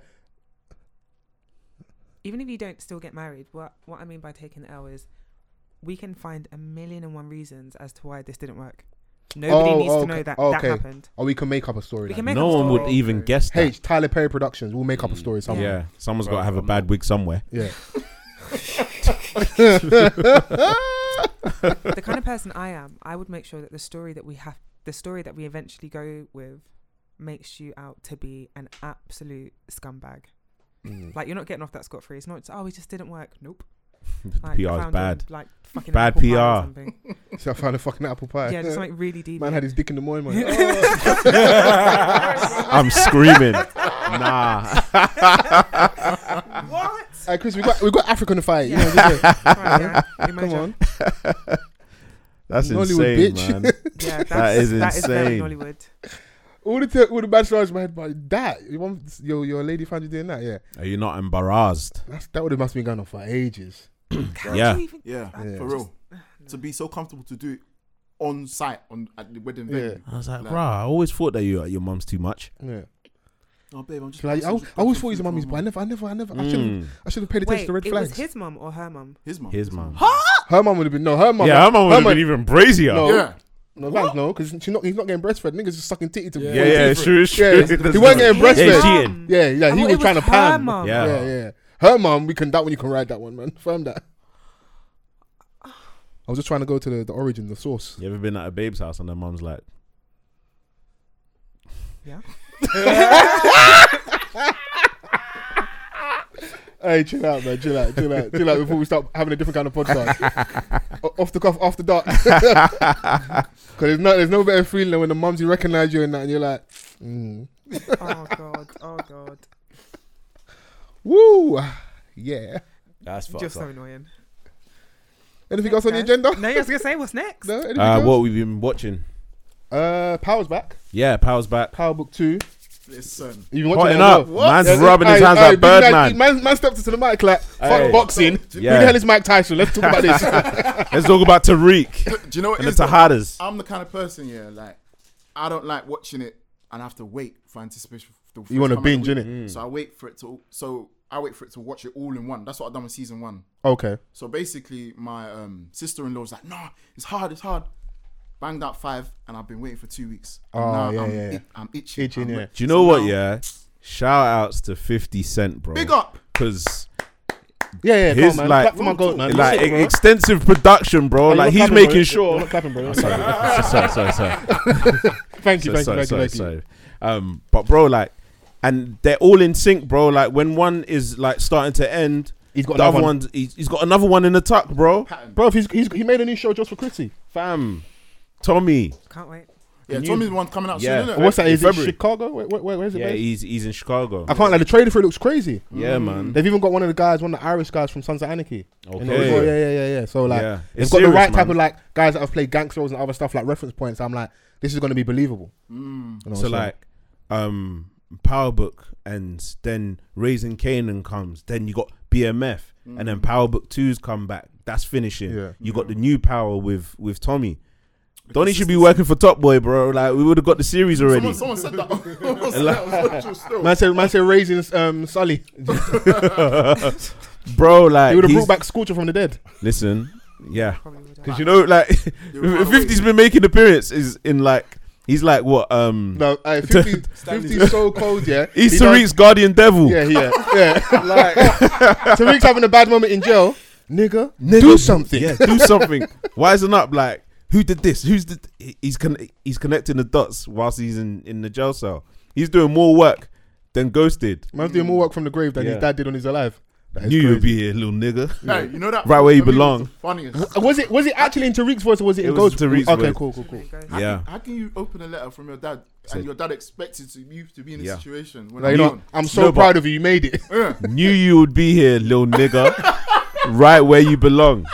[SPEAKER 6] even if you don't still get married, what what I mean by taking the L is we can find a million and one reasons as to why this didn't work. Nobody
[SPEAKER 5] Oh,
[SPEAKER 6] needs
[SPEAKER 5] okay,
[SPEAKER 6] to know that
[SPEAKER 5] okay.
[SPEAKER 6] that happened.
[SPEAKER 5] Or we can make up a story.
[SPEAKER 6] We
[SPEAKER 5] like
[SPEAKER 6] can make
[SPEAKER 4] no
[SPEAKER 6] up a
[SPEAKER 4] one would
[SPEAKER 6] story.
[SPEAKER 4] even guess that. Mm.
[SPEAKER 5] H Tyler Perry Productions. We'll make up a story somewhere.
[SPEAKER 4] Yeah, someone's got to
[SPEAKER 7] Bro,
[SPEAKER 4] have a
[SPEAKER 7] I'm
[SPEAKER 4] bad wig somewhere.
[SPEAKER 5] Yeah.
[SPEAKER 6] the kind of person I am, I would make sure that the story that we have, the story that we eventually go with, makes you out to be an absolute scumbag. Like you're not getting off that scot free. It's not. It's, oh, it just didn't work. Nope.
[SPEAKER 4] The
[SPEAKER 6] Like,
[SPEAKER 4] PR is
[SPEAKER 6] found
[SPEAKER 4] bad.
[SPEAKER 6] him, like fucking
[SPEAKER 4] Bad
[SPEAKER 6] apple pie or
[SPEAKER 4] PR.
[SPEAKER 6] something.
[SPEAKER 5] so I found a fucking apple pie.
[SPEAKER 6] Yeah, just something really deep.
[SPEAKER 5] Man had his dick in the morning. man.
[SPEAKER 4] I'm screaming. nah.
[SPEAKER 6] what?
[SPEAKER 5] Hey, Chris, we got we got Africanify. You
[SPEAKER 6] Yeah.
[SPEAKER 5] know, just, uh,
[SPEAKER 6] Right, yeah.
[SPEAKER 5] come
[SPEAKER 6] Emoji.
[SPEAKER 5] on.
[SPEAKER 4] That's
[SPEAKER 5] Nollywood bitch.
[SPEAKER 4] insane, man.
[SPEAKER 6] Yeah, that's,
[SPEAKER 4] is
[SPEAKER 6] that very
[SPEAKER 4] insane.
[SPEAKER 6] Nollywood.
[SPEAKER 5] All the t- all the bad stories in my head, but that you want your your lady found you doing that? Yeah,
[SPEAKER 4] Are you not embarrassed?
[SPEAKER 5] That's, that would have must been going on for ages.
[SPEAKER 6] How
[SPEAKER 4] Yeah.
[SPEAKER 6] do you even
[SPEAKER 8] Yeah,
[SPEAKER 5] Yeah.
[SPEAKER 8] for real. To be so comfortable to do it on site on at the wedding venue.
[SPEAKER 5] Yeah.
[SPEAKER 4] I was like,
[SPEAKER 8] Like-
[SPEAKER 4] bruh, I always thought that you your mum's too much.
[SPEAKER 5] Yeah,
[SPEAKER 8] Oh babe, I'm just.
[SPEAKER 5] so like, I,
[SPEAKER 8] I'm
[SPEAKER 5] al-
[SPEAKER 8] just-
[SPEAKER 5] I
[SPEAKER 8] I'm
[SPEAKER 5] always thought he was a
[SPEAKER 8] just-
[SPEAKER 5] mummy's, but I never, I never, I never. I should have
[SPEAKER 4] Mm.
[SPEAKER 5] I should have paid attention
[SPEAKER 6] Wait,
[SPEAKER 5] to red
[SPEAKER 6] it
[SPEAKER 5] flags.
[SPEAKER 6] was his mum or her mum.
[SPEAKER 8] His mum.
[SPEAKER 4] His mum.
[SPEAKER 5] her mum would have been no, her mum.
[SPEAKER 4] Yeah, her mum would have been even brazier.
[SPEAKER 5] No.
[SPEAKER 8] Yeah.
[SPEAKER 5] No, like, no, because she's not, he's not getting breastfed. Niggas just sucking titty to.
[SPEAKER 4] Yeah, yeah, sure, sure.
[SPEAKER 5] Yeah,
[SPEAKER 4] That's
[SPEAKER 5] he wasn't
[SPEAKER 4] not-
[SPEAKER 5] getting breastfed.
[SPEAKER 4] Yeah,
[SPEAKER 6] His
[SPEAKER 4] cheating.
[SPEAKER 6] mum.
[SPEAKER 5] Yeah, yeah,
[SPEAKER 6] I
[SPEAKER 5] he
[SPEAKER 6] thought
[SPEAKER 5] was,
[SPEAKER 6] Oh, it
[SPEAKER 5] trying
[SPEAKER 6] was
[SPEAKER 5] to
[SPEAKER 6] her
[SPEAKER 5] pan.
[SPEAKER 6] mum.
[SPEAKER 4] Yeah.
[SPEAKER 5] yeah, yeah. Her mum, we can that one. You can ride that one, man. Firm that. I was just trying to go to the, the origin, the source.
[SPEAKER 4] You ever been at a babe's house and their mum's like,
[SPEAKER 6] Yeah.
[SPEAKER 5] Hey, chill out, man. Chill out. Chill out. chill out before we start having a different kind of podcast. O- off the cuff, after dark. Because there's no, there's no better feeling than when the mums you recognize you and that, and you're like, mm,
[SPEAKER 6] Oh god. Oh god.
[SPEAKER 5] woo, yeah.
[SPEAKER 7] That's fucked
[SPEAKER 6] Just so
[SPEAKER 7] up.
[SPEAKER 6] annoying.
[SPEAKER 5] Anything else on the
[SPEAKER 6] Okay.
[SPEAKER 5] agenda?
[SPEAKER 6] No, I was gonna say what's next.
[SPEAKER 5] No, anything
[SPEAKER 4] uh,
[SPEAKER 5] else?
[SPEAKER 4] what we've been watching?
[SPEAKER 5] Uh, Power's back.
[SPEAKER 4] Yeah, Power's back.
[SPEAKER 5] Power Book 2.
[SPEAKER 8] Listen,
[SPEAKER 5] You've been
[SPEAKER 4] Hotting
[SPEAKER 5] watching that
[SPEAKER 4] up.
[SPEAKER 5] as well.
[SPEAKER 4] Man's
[SPEAKER 5] Yeah,
[SPEAKER 4] rubbing his
[SPEAKER 5] aye,
[SPEAKER 4] hands
[SPEAKER 5] aye,
[SPEAKER 4] like
[SPEAKER 5] big
[SPEAKER 4] Birdman.
[SPEAKER 5] Man, man stepped into the mic like,
[SPEAKER 4] Aye.
[SPEAKER 5] fuck boxing. Who
[SPEAKER 4] Yeah.
[SPEAKER 5] the hell is Mike Tyson? Let's talk about this.
[SPEAKER 4] Let's talk about Tariq
[SPEAKER 8] do you know what
[SPEAKER 4] and the
[SPEAKER 8] it is? though?
[SPEAKER 4] Tahadas.
[SPEAKER 8] I'm the kind of person, yeah, like I don't like watching it and I have to wait for anticipation. for it
[SPEAKER 5] You wanna
[SPEAKER 8] come out the
[SPEAKER 5] binge,
[SPEAKER 8] week.
[SPEAKER 5] innit?
[SPEAKER 8] So I wait for it to. So I wait for it to watch it all in one. That's what I've done with season one.
[SPEAKER 5] okay.
[SPEAKER 8] So basically, my um, sister-in-law was like, "No, it's hard, it's hard." Banged out five, and I've been waiting for two weeks. And
[SPEAKER 4] Ah.
[SPEAKER 5] Oh, yeah,
[SPEAKER 8] I'm,
[SPEAKER 5] yeah, yeah.
[SPEAKER 8] it- I'm itching.
[SPEAKER 5] Itching,
[SPEAKER 8] I'm
[SPEAKER 5] yeah.
[SPEAKER 8] wet.
[SPEAKER 4] Do you know
[SPEAKER 8] So
[SPEAKER 4] what?
[SPEAKER 8] now-
[SPEAKER 4] Yeah, shout outs to Fifty Cent, bro.
[SPEAKER 8] Big up.
[SPEAKER 4] because
[SPEAKER 5] Yeah, yeah, come
[SPEAKER 4] his
[SPEAKER 5] on, man.
[SPEAKER 4] like,
[SPEAKER 5] Clap for my goat, man.
[SPEAKER 4] like
[SPEAKER 5] Shit, bro.
[SPEAKER 4] extensive production, bro.
[SPEAKER 5] Hey, you're
[SPEAKER 4] Oh, like
[SPEAKER 5] not
[SPEAKER 4] he's
[SPEAKER 5] clapping,
[SPEAKER 4] making
[SPEAKER 5] bro. You're
[SPEAKER 4] sure.
[SPEAKER 5] not clapping, bro. You're not
[SPEAKER 4] sorry,
[SPEAKER 5] clapping.
[SPEAKER 4] sorry, sorry, sorry.
[SPEAKER 5] Thank you,
[SPEAKER 4] So-
[SPEAKER 5] thank you,
[SPEAKER 4] sorry,
[SPEAKER 5] thank you,
[SPEAKER 4] sorry,
[SPEAKER 5] thank you.
[SPEAKER 4] sorry. Um, but bro, like, and they're all in sync, bro. Like when one is like starting to end,
[SPEAKER 5] He's got
[SPEAKER 4] the
[SPEAKER 5] another
[SPEAKER 4] other
[SPEAKER 5] one.
[SPEAKER 4] one, he's, he's got another one in the tuck, bro.
[SPEAKER 5] Bro, he's, he's, he made a new show just for Chrissy.
[SPEAKER 4] Fam, Tommy,
[SPEAKER 6] Can't wait.
[SPEAKER 8] Yeah,
[SPEAKER 4] you-
[SPEAKER 8] Tommy's one coming out
[SPEAKER 4] Yeah.
[SPEAKER 8] soon. Isn't it?
[SPEAKER 5] What's that? Is it
[SPEAKER 4] February.
[SPEAKER 5] Chicago? Where, where, where is it
[SPEAKER 4] yeah,
[SPEAKER 5] based?
[SPEAKER 4] he's he's in Chicago.
[SPEAKER 5] I can't lie. The trailer for it looks crazy. Mm.
[SPEAKER 4] yeah, man.
[SPEAKER 5] They've even got one of the guys, one of the Irish guys from Sons of Anarchy. In it as
[SPEAKER 4] Okay.
[SPEAKER 5] well. Yeah, yeah, yeah, yeah. So like,
[SPEAKER 4] Yeah.
[SPEAKER 5] they've
[SPEAKER 4] It's
[SPEAKER 5] got the
[SPEAKER 4] serious,
[SPEAKER 5] right type
[SPEAKER 4] man.
[SPEAKER 5] of like guys that have played gangster roles and other stuff like reference points. I'm like, this is going to be believable.
[SPEAKER 4] Mm.
[SPEAKER 5] You know,
[SPEAKER 4] So like, um, Power Book ends, then Raising Canaan comes, then you got BMF, and then Power Book 2's come back. That's finishing.
[SPEAKER 5] Yeah.
[SPEAKER 4] You got the new power with with Tommy. Donny should be working for Top Boy, bro. Like we would have got the series already.
[SPEAKER 8] Someone, someone said that. Someone said that. I was watching still.
[SPEAKER 5] man said, man said, raising um, Sully.
[SPEAKER 4] bro, like
[SPEAKER 5] He would have
[SPEAKER 4] he's-
[SPEAKER 5] brought back Scorcher from the dead.
[SPEAKER 4] Listen, yeah,
[SPEAKER 6] Probably would have.
[SPEAKER 4] because you know, like,
[SPEAKER 8] were far
[SPEAKER 4] Fifty's been making appearances in like he's like what um
[SPEAKER 5] No, aye, 50, 50's so cold, yeah.
[SPEAKER 4] he's
[SPEAKER 5] He does-
[SPEAKER 4] Tariq's guardian devil.
[SPEAKER 5] Yeah, yeah, yeah. like, Tariq's having a bad moment in jail. Nigga, do something.
[SPEAKER 4] Yeah, do something. Wisen up, like who did this? Who's the? He's con- he's connecting the dots whilst he's in in the jail cell. He's doing more work than ghosted.
[SPEAKER 5] Man's doing more work from the grave than
[SPEAKER 4] Yeah.
[SPEAKER 5] his dad did on his alive. That is
[SPEAKER 4] Knew you'd
[SPEAKER 5] crazy.
[SPEAKER 4] be here, little nigga.
[SPEAKER 8] Hey, you know that.
[SPEAKER 4] Right where you
[SPEAKER 8] I mean, it was
[SPEAKER 4] belong.
[SPEAKER 8] the Funniest.
[SPEAKER 5] Was it was it actually in Tariq's voice or was it,
[SPEAKER 4] It
[SPEAKER 5] in
[SPEAKER 4] was
[SPEAKER 5] Gold's
[SPEAKER 4] in Tariq's
[SPEAKER 5] Okay,
[SPEAKER 4] voice.
[SPEAKER 5] cool, cool, cool.
[SPEAKER 8] How
[SPEAKER 4] Yeah.
[SPEAKER 8] Can, how can you open a letter from your dad
[SPEAKER 4] Said-
[SPEAKER 8] and your dad expected to you to be in a
[SPEAKER 4] Yeah.
[SPEAKER 8] situation when
[SPEAKER 5] Like, you
[SPEAKER 8] I'm
[SPEAKER 5] know,
[SPEAKER 8] gone?
[SPEAKER 5] I'm so
[SPEAKER 4] No, but-
[SPEAKER 5] proud of you. You made it.
[SPEAKER 4] Knew you would be here, little nigga. right where you belong.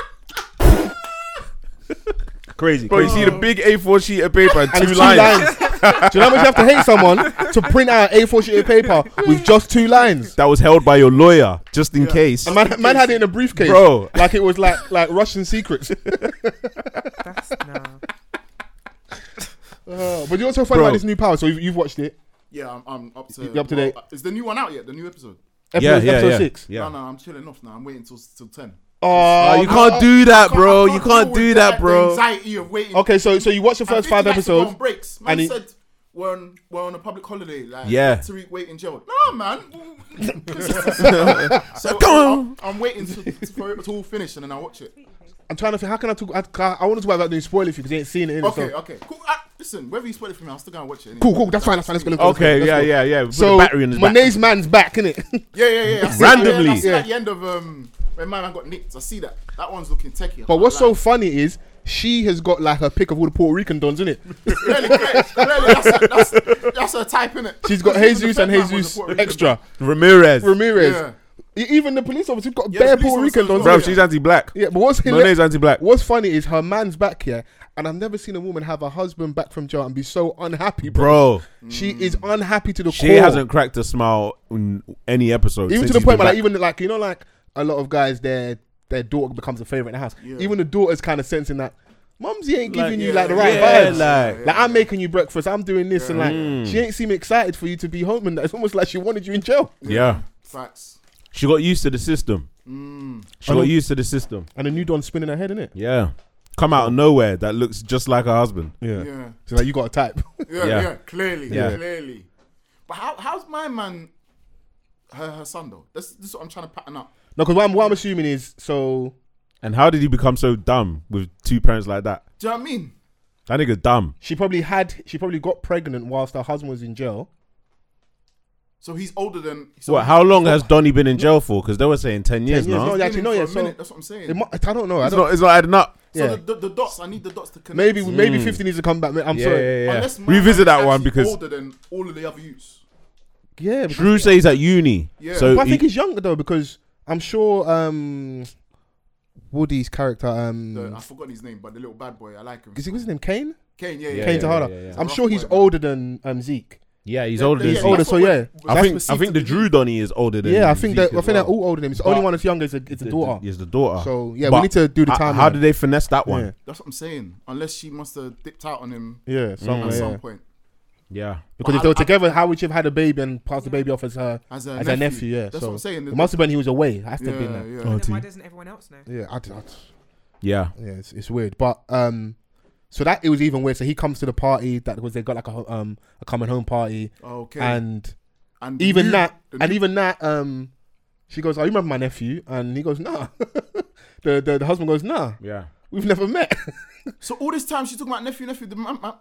[SPEAKER 5] Crazy.
[SPEAKER 4] Bro, you see the big A4 sheet of paper and
[SPEAKER 5] and
[SPEAKER 4] two,
[SPEAKER 5] it's two
[SPEAKER 4] lines.
[SPEAKER 5] lines. Do you know how much you have to hate someone to print out an A4 sheet of paper with just two lines?
[SPEAKER 4] that was held by your lawyer just in case.
[SPEAKER 5] And man, man had it in a briefcase,
[SPEAKER 4] Bro.
[SPEAKER 5] Like it was like like Russian secrets.
[SPEAKER 6] That's no.
[SPEAKER 5] Uh, but you also find
[SPEAKER 4] Bro.
[SPEAKER 5] about this new power. So you've, you've watched it.
[SPEAKER 8] Yeah, I'm, I'm up to.
[SPEAKER 5] You up to
[SPEAKER 8] well,
[SPEAKER 5] date?
[SPEAKER 8] uh, Is the new one out yet? The new episode?
[SPEAKER 4] yeah,
[SPEAKER 5] Episode,
[SPEAKER 4] yeah,
[SPEAKER 5] episode
[SPEAKER 4] yeah.
[SPEAKER 5] six.
[SPEAKER 4] yeah.
[SPEAKER 8] No, no, I'm chilling off now. I'm waiting till till ten.
[SPEAKER 4] Oh, you can't do that, bro. You
[SPEAKER 8] deal
[SPEAKER 4] can't do
[SPEAKER 8] with
[SPEAKER 4] that, bro.
[SPEAKER 8] The anxiety of waiting.
[SPEAKER 5] Okay, so so you watched the
[SPEAKER 8] And
[SPEAKER 5] first
[SPEAKER 8] Vicky
[SPEAKER 5] five
[SPEAKER 8] likes to go on
[SPEAKER 5] episodes.
[SPEAKER 8] breaks. Man
[SPEAKER 5] and he-
[SPEAKER 8] said we're on we're on a public holiday. Like,
[SPEAKER 4] Yeah.
[SPEAKER 8] Tariq wait in jail. No, man. so
[SPEAKER 4] Come
[SPEAKER 8] I'm, I'm waiting to, for it to all finish and then I will watch it.
[SPEAKER 5] I'm trying to think. How can I talk? I, I want to talk about that new spoiler if you because you ain't seen it. innit?
[SPEAKER 8] Okay,
[SPEAKER 5] So-
[SPEAKER 8] okay. Cool. Uh, listen, whether you spoil it for me, I'm still gonna watch it. anyway.
[SPEAKER 5] Cool, cool. That's fine. That's fine. Let's go. Let's go, let's go,
[SPEAKER 4] Okay,
[SPEAKER 5] let's
[SPEAKER 4] yeah,
[SPEAKER 5] go.
[SPEAKER 4] yeah, yeah. Put
[SPEAKER 5] So
[SPEAKER 4] the battery in his back.
[SPEAKER 5] Monet's man's back, innit?
[SPEAKER 8] Yeah, yeah, yeah. I see that.
[SPEAKER 4] Randomly.
[SPEAKER 8] Yeah, I see
[SPEAKER 5] Yeah.
[SPEAKER 8] at the end of um when my man got nicked. I see that. That one's looking techie.
[SPEAKER 5] But what's
[SPEAKER 8] I
[SPEAKER 5] so
[SPEAKER 8] like.
[SPEAKER 5] funny is she has got like a pick of all the Puerto Rican dons, innit?
[SPEAKER 8] Clearly, clearly, clearly, that's, her, that's, that's her type, innit?
[SPEAKER 5] She's got
[SPEAKER 8] Even the
[SPEAKER 5] Jesus
[SPEAKER 8] fat
[SPEAKER 5] and
[SPEAKER 8] man was a
[SPEAKER 5] Jesus
[SPEAKER 8] Puerto Rican.
[SPEAKER 5] extra.
[SPEAKER 4] Ramirez.
[SPEAKER 5] Ramirez.
[SPEAKER 8] Yeah.
[SPEAKER 5] E- Even the police officer got
[SPEAKER 8] Yeah,
[SPEAKER 5] bare
[SPEAKER 8] the police
[SPEAKER 5] Puerto Rican
[SPEAKER 8] officer
[SPEAKER 5] dons.
[SPEAKER 8] as well.
[SPEAKER 4] Bro,
[SPEAKER 5] Bruv,
[SPEAKER 4] she's anti-black.
[SPEAKER 5] Yeah, but what's
[SPEAKER 4] Monet's
[SPEAKER 5] hilarious?
[SPEAKER 4] anti-black.
[SPEAKER 5] What's funny is her man's back here, and I've never seen a woman have a husband back from jail and be so unhappy, bro.
[SPEAKER 4] Bro,
[SPEAKER 5] She is unhappy to the
[SPEAKER 4] she
[SPEAKER 5] core.
[SPEAKER 4] hasn't cracked a smile in any episode.
[SPEAKER 5] even
[SPEAKER 4] since
[SPEAKER 5] to the
[SPEAKER 4] she's
[SPEAKER 5] point
[SPEAKER 4] been
[SPEAKER 5] where like,
[SPEAKER 4] back.
[SPEAKER 5] even like you know like a lot of guys their their daughter becomes a favorite in the house.
[SPEAKER 8] Yeah.
[SPEAKER 5] Even the daughter's kind of sensing that mumsy ain't giving you
[SPEAKER 8] yeah,
[SPEAKER 5] like the right
[SPEAKER 4] yeah,
[SPEAKER 5] vibes.
[SPEAKER 4] like-
[SPEAKER 5] Like, I'm making you breakfast, I'm doing this, and like
[SPEAKER 4] Mm.
[SPEAKER 5] she ain't seem excited for you to be home, and that. it's almost like she wanted you in jail.
[SPEAKER 4] yeah,
[SPEAKER 8] Facts.
[SPEAKER 4] she got used to the system.
[SPEAKER 8] Mm.
[SPEAKER 4] She
[SPEAKER 5] I
[SPEAKER 4] got
[SPEAKER 5] don't-
[SPEAKER 4] used to the system.
[SPEAKER 5] And the new don spinning her head in it.
[SPEAKER 4] Yeah, come out of nowhere that looks just like her husband.
[SPEAKER 5] Yeah.
[SPEAKER 8] Yeah.
[SPEAKER 5] So like you got a type.
[SPEAKER 8] Yeah,
[SPEAKER 4] Yeah.
[SPEAKER 8] yeah, clearly,
[SPEAKER 4] Yeah.
[SPEAKER 8] clearly. But how, how's my man, her, her son though? That's, this is what I'm trying to pattern up.
[SPEAKER 5] no, because what I'm, what I'm assuming is so
[SPEAKER 4] And how did he become so dumb with two parents like that?
[SPEAKER 8] Do you know what I mean?
[SPEAKER 4] That nigga dumb.
[SPEAKER 5] She probably had. She probably got pregnant whilst her husband was in jail.
[SPEAKER 8] So he's older than. he's
[SPEAKER 4] what?
[SPEAKER 8] older-
[SPEAKER 4] How long has Donny been in jail for? Because they were saying ten
[SPEAKER 5] years,
[SPEAKER 4] years, now.
[SPEAKER 5] no,
[SPEAKER 8] He's been
[SPEAKER 5] actually,
[SPEAKER 8] in
[SPEAKER 5] no,
[SPEAKER 8] for
[SPEAKER 5] yeah,
[SPEAKER 8] a
[SPEAKER 5] so-
[SPEAKER 8] minute, That's what I'm saying.
[SPEAKER 5] It mu- I don't know. I
[SPEAKER 4] it's
[SPEAKER 5] don't,
[SPEAKER 4] not. It's not adding up.
[SPEAKER 5] yeah.
[SPEAKER 8] So the, the, the dots, I need the dots to connect.
[SPEAKER 5] maybe maybe
[SPEAKER 4] Mm.
[SPEAKER 5] fifty needs to come back. I'm
[SPEAKER 4] yeah,
[SPEAKER 5] sorry.
[SPEAKER 4] yeah, yeah.
[SPEAKER 8] Unless my
[SPEAKER 4] Revisit
[SPEAKER 8] man's
[SPEAKER 4] that one
[SPEAKER 8] actually
[SPEAKER 4] because
[SPEAKER 8] older than all of the other youths.
[SPEAKER 5] Yeah, because-
[SPEAKER 4] Drew says at uni.
[SPEAKER 8] Yeah.
[SPEAKER 4] So
[SPEAKER 5] but I think
[SPEAKER 4] he-
[SPEAKER 5] he's younger though because I'm sure um, Woody's character. Um,
[SPEAKER 8] The, I forgot his name, but the little bad boy, I like him.
[SPEAKER 5] is he what's his name? Kane.
[SPEAKER 8] Kane, yeah, yeah.
[SPEAKER 4] Yeah,
[SPEAKER 5] Kane
[SPEAKER 4] yeah,
[SPEAKER 5] Tahara.
[SPEAKER 4] yeah, yeah, yeah.
[SPEAKER 5] I'm
[SPEAKER 8] Rough
[SPEAKER 5] sure he's
[SPEAKER 8] boy, man.
[SPEAKER 5] older than um, Zeke.
[SPEAKER 4] yeah, he's
[SPEAKER 8] Yeah,
[SPEAKER 4] older than
[SPEAKER 8] yeah,
[SPEAKER 5] He's
[SPEAKER 8] He's
[SPEAKER 4] Zeke.
[SPEAKER 5] older,
[SPEAKER 8] that's
[SPEAKER 5] so
[SPEAKER 8] what-
[SPEAKER 5] yeah.
[SPEAKER 4] I
[SPEAKER 8] That's
[SPEAKER 4] think I
[SPEAKER 8] perceived
[SPEAKER 4] think
[SPEAKER 8] to
[SPEAKER 4] the
[SPEAKER 8] be-
[SPEAKER 4] Drew Donny is older than
[SPEAKER 5] Yeah, I think that
[SPEAKER 4] Zeke
[SPEAKER 5] I
[SPEAKER 4] as
[SPEAKER 5] think they're
[SPEAKER 4] well.
[SPEAKER 5] all older than him. It's the only
[SPEAKER 4] But-
[SPEAKER 5] one that's younger is a, is a
[SPEAKER 4] The- the-
[SPEAKER 5] daughter.
[SPEAKER 4] Is the daughter.
[SPEAKER 5] So yeah,
[SPEAKER 4] But
[SPEAKER 5] we need to do the
[SPEAKER 4] h-
[SPEAKER 5] time.
[SPEAKER 4] How did they finesse that
[SPEAKER 5] Yeah.
[SPEAKER 4] one?
[SPEAKER 8] That's what I'm saying. Unless she must have dipped out on him
[SPEAKER 5] Yeah, somewhere,
[SPEAKER 8] at
[SPEAKER 5] yeah.
[SPEAKER 8] some point.
[SPEAKER 4] Hmm. Yeah.
[SPEAKER 5] Because if
[SPEAKER 8] I-
[SPEAKER 5] they
[SPEAKER 8] I-
[SPEAKER 5] were together, how would she have had a baby and passed the baby off as her?
[SPEAKER 8] As a
[SPEAKER 5] As
[SPEAKER 8] nephew.
[SPEAKER 5] her nephew, yeah,
[SPEAKER 8] That's
[SPEAKER 5] so
[SPEAKER 8] what I'm saying.
[SPEAKER 5] It must have been he was away. It has to
[SPEAKER 8] yeah,
[SPEAKER 5] have been that. Oh,
[SPEAKER 8] yeah.
[SPEAKER 6] Then
[SPEAKER 4] Auntie.
[SPEAKER 6] why doesn't everyone else know?
[SPEAKER 5] Yeah, I, d- I d-
[SPEAKER 4] Yeah.
[SPEAKER 5] yeah, it's, it's weird, but um, so that it was even weird. So he comes to the party that was they got like a ho- um a coming home party,
[SPEAKER 8] Okay.
[SPEAKER 5] and
[SPEAKER 8] And the
[SPEAKER 5] even
[SPEAKER 8] new-
[SPEAKER 5] that,
[SPEAKER 8] the
[SPEAKER 5] and
[SPEAKER 8] new-
[SPEAKER 5] even that um, she goes, "I you remember my nephew," and he goes, "Nah." the, the the husband goes, "Nah,
[SPEAKER 4] Yeah.
[SPEAKER 5] we've never met."
[SPEAKER 8] So all this time she's talking about nephew, nephew. The man, man,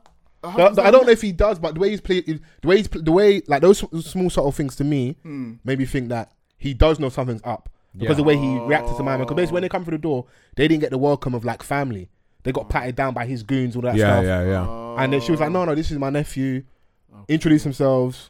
[SPEAKER 8] her
[SPEAKER 5] But
[SPEAKER 8] husband's
[SPEAKER 5] I don't know
[SPEAKER 8] never
[SPEAKER 5] if he does, but the way he's played, the way he's pl- the way like those s- small subtle things to me
[SPEAKER 8] met- Hmm.
[SPEAKER 5] made me think that he does know something's up because
[SPEAKER 4] Yeah.
[SPEAKER 5] the way he reacted to my man. Because basically when they come through the door, they didn't get the welcome of like family. They got patted down by his goons, all that
[SPEAKER 4] Yeah.
[SPEAKER 5] stuff.
[SPEAKER 4] Yeah. Yeah.
[SPEAKER 5] And then she was like, "No, no, this is my nephew." Introduced themselves.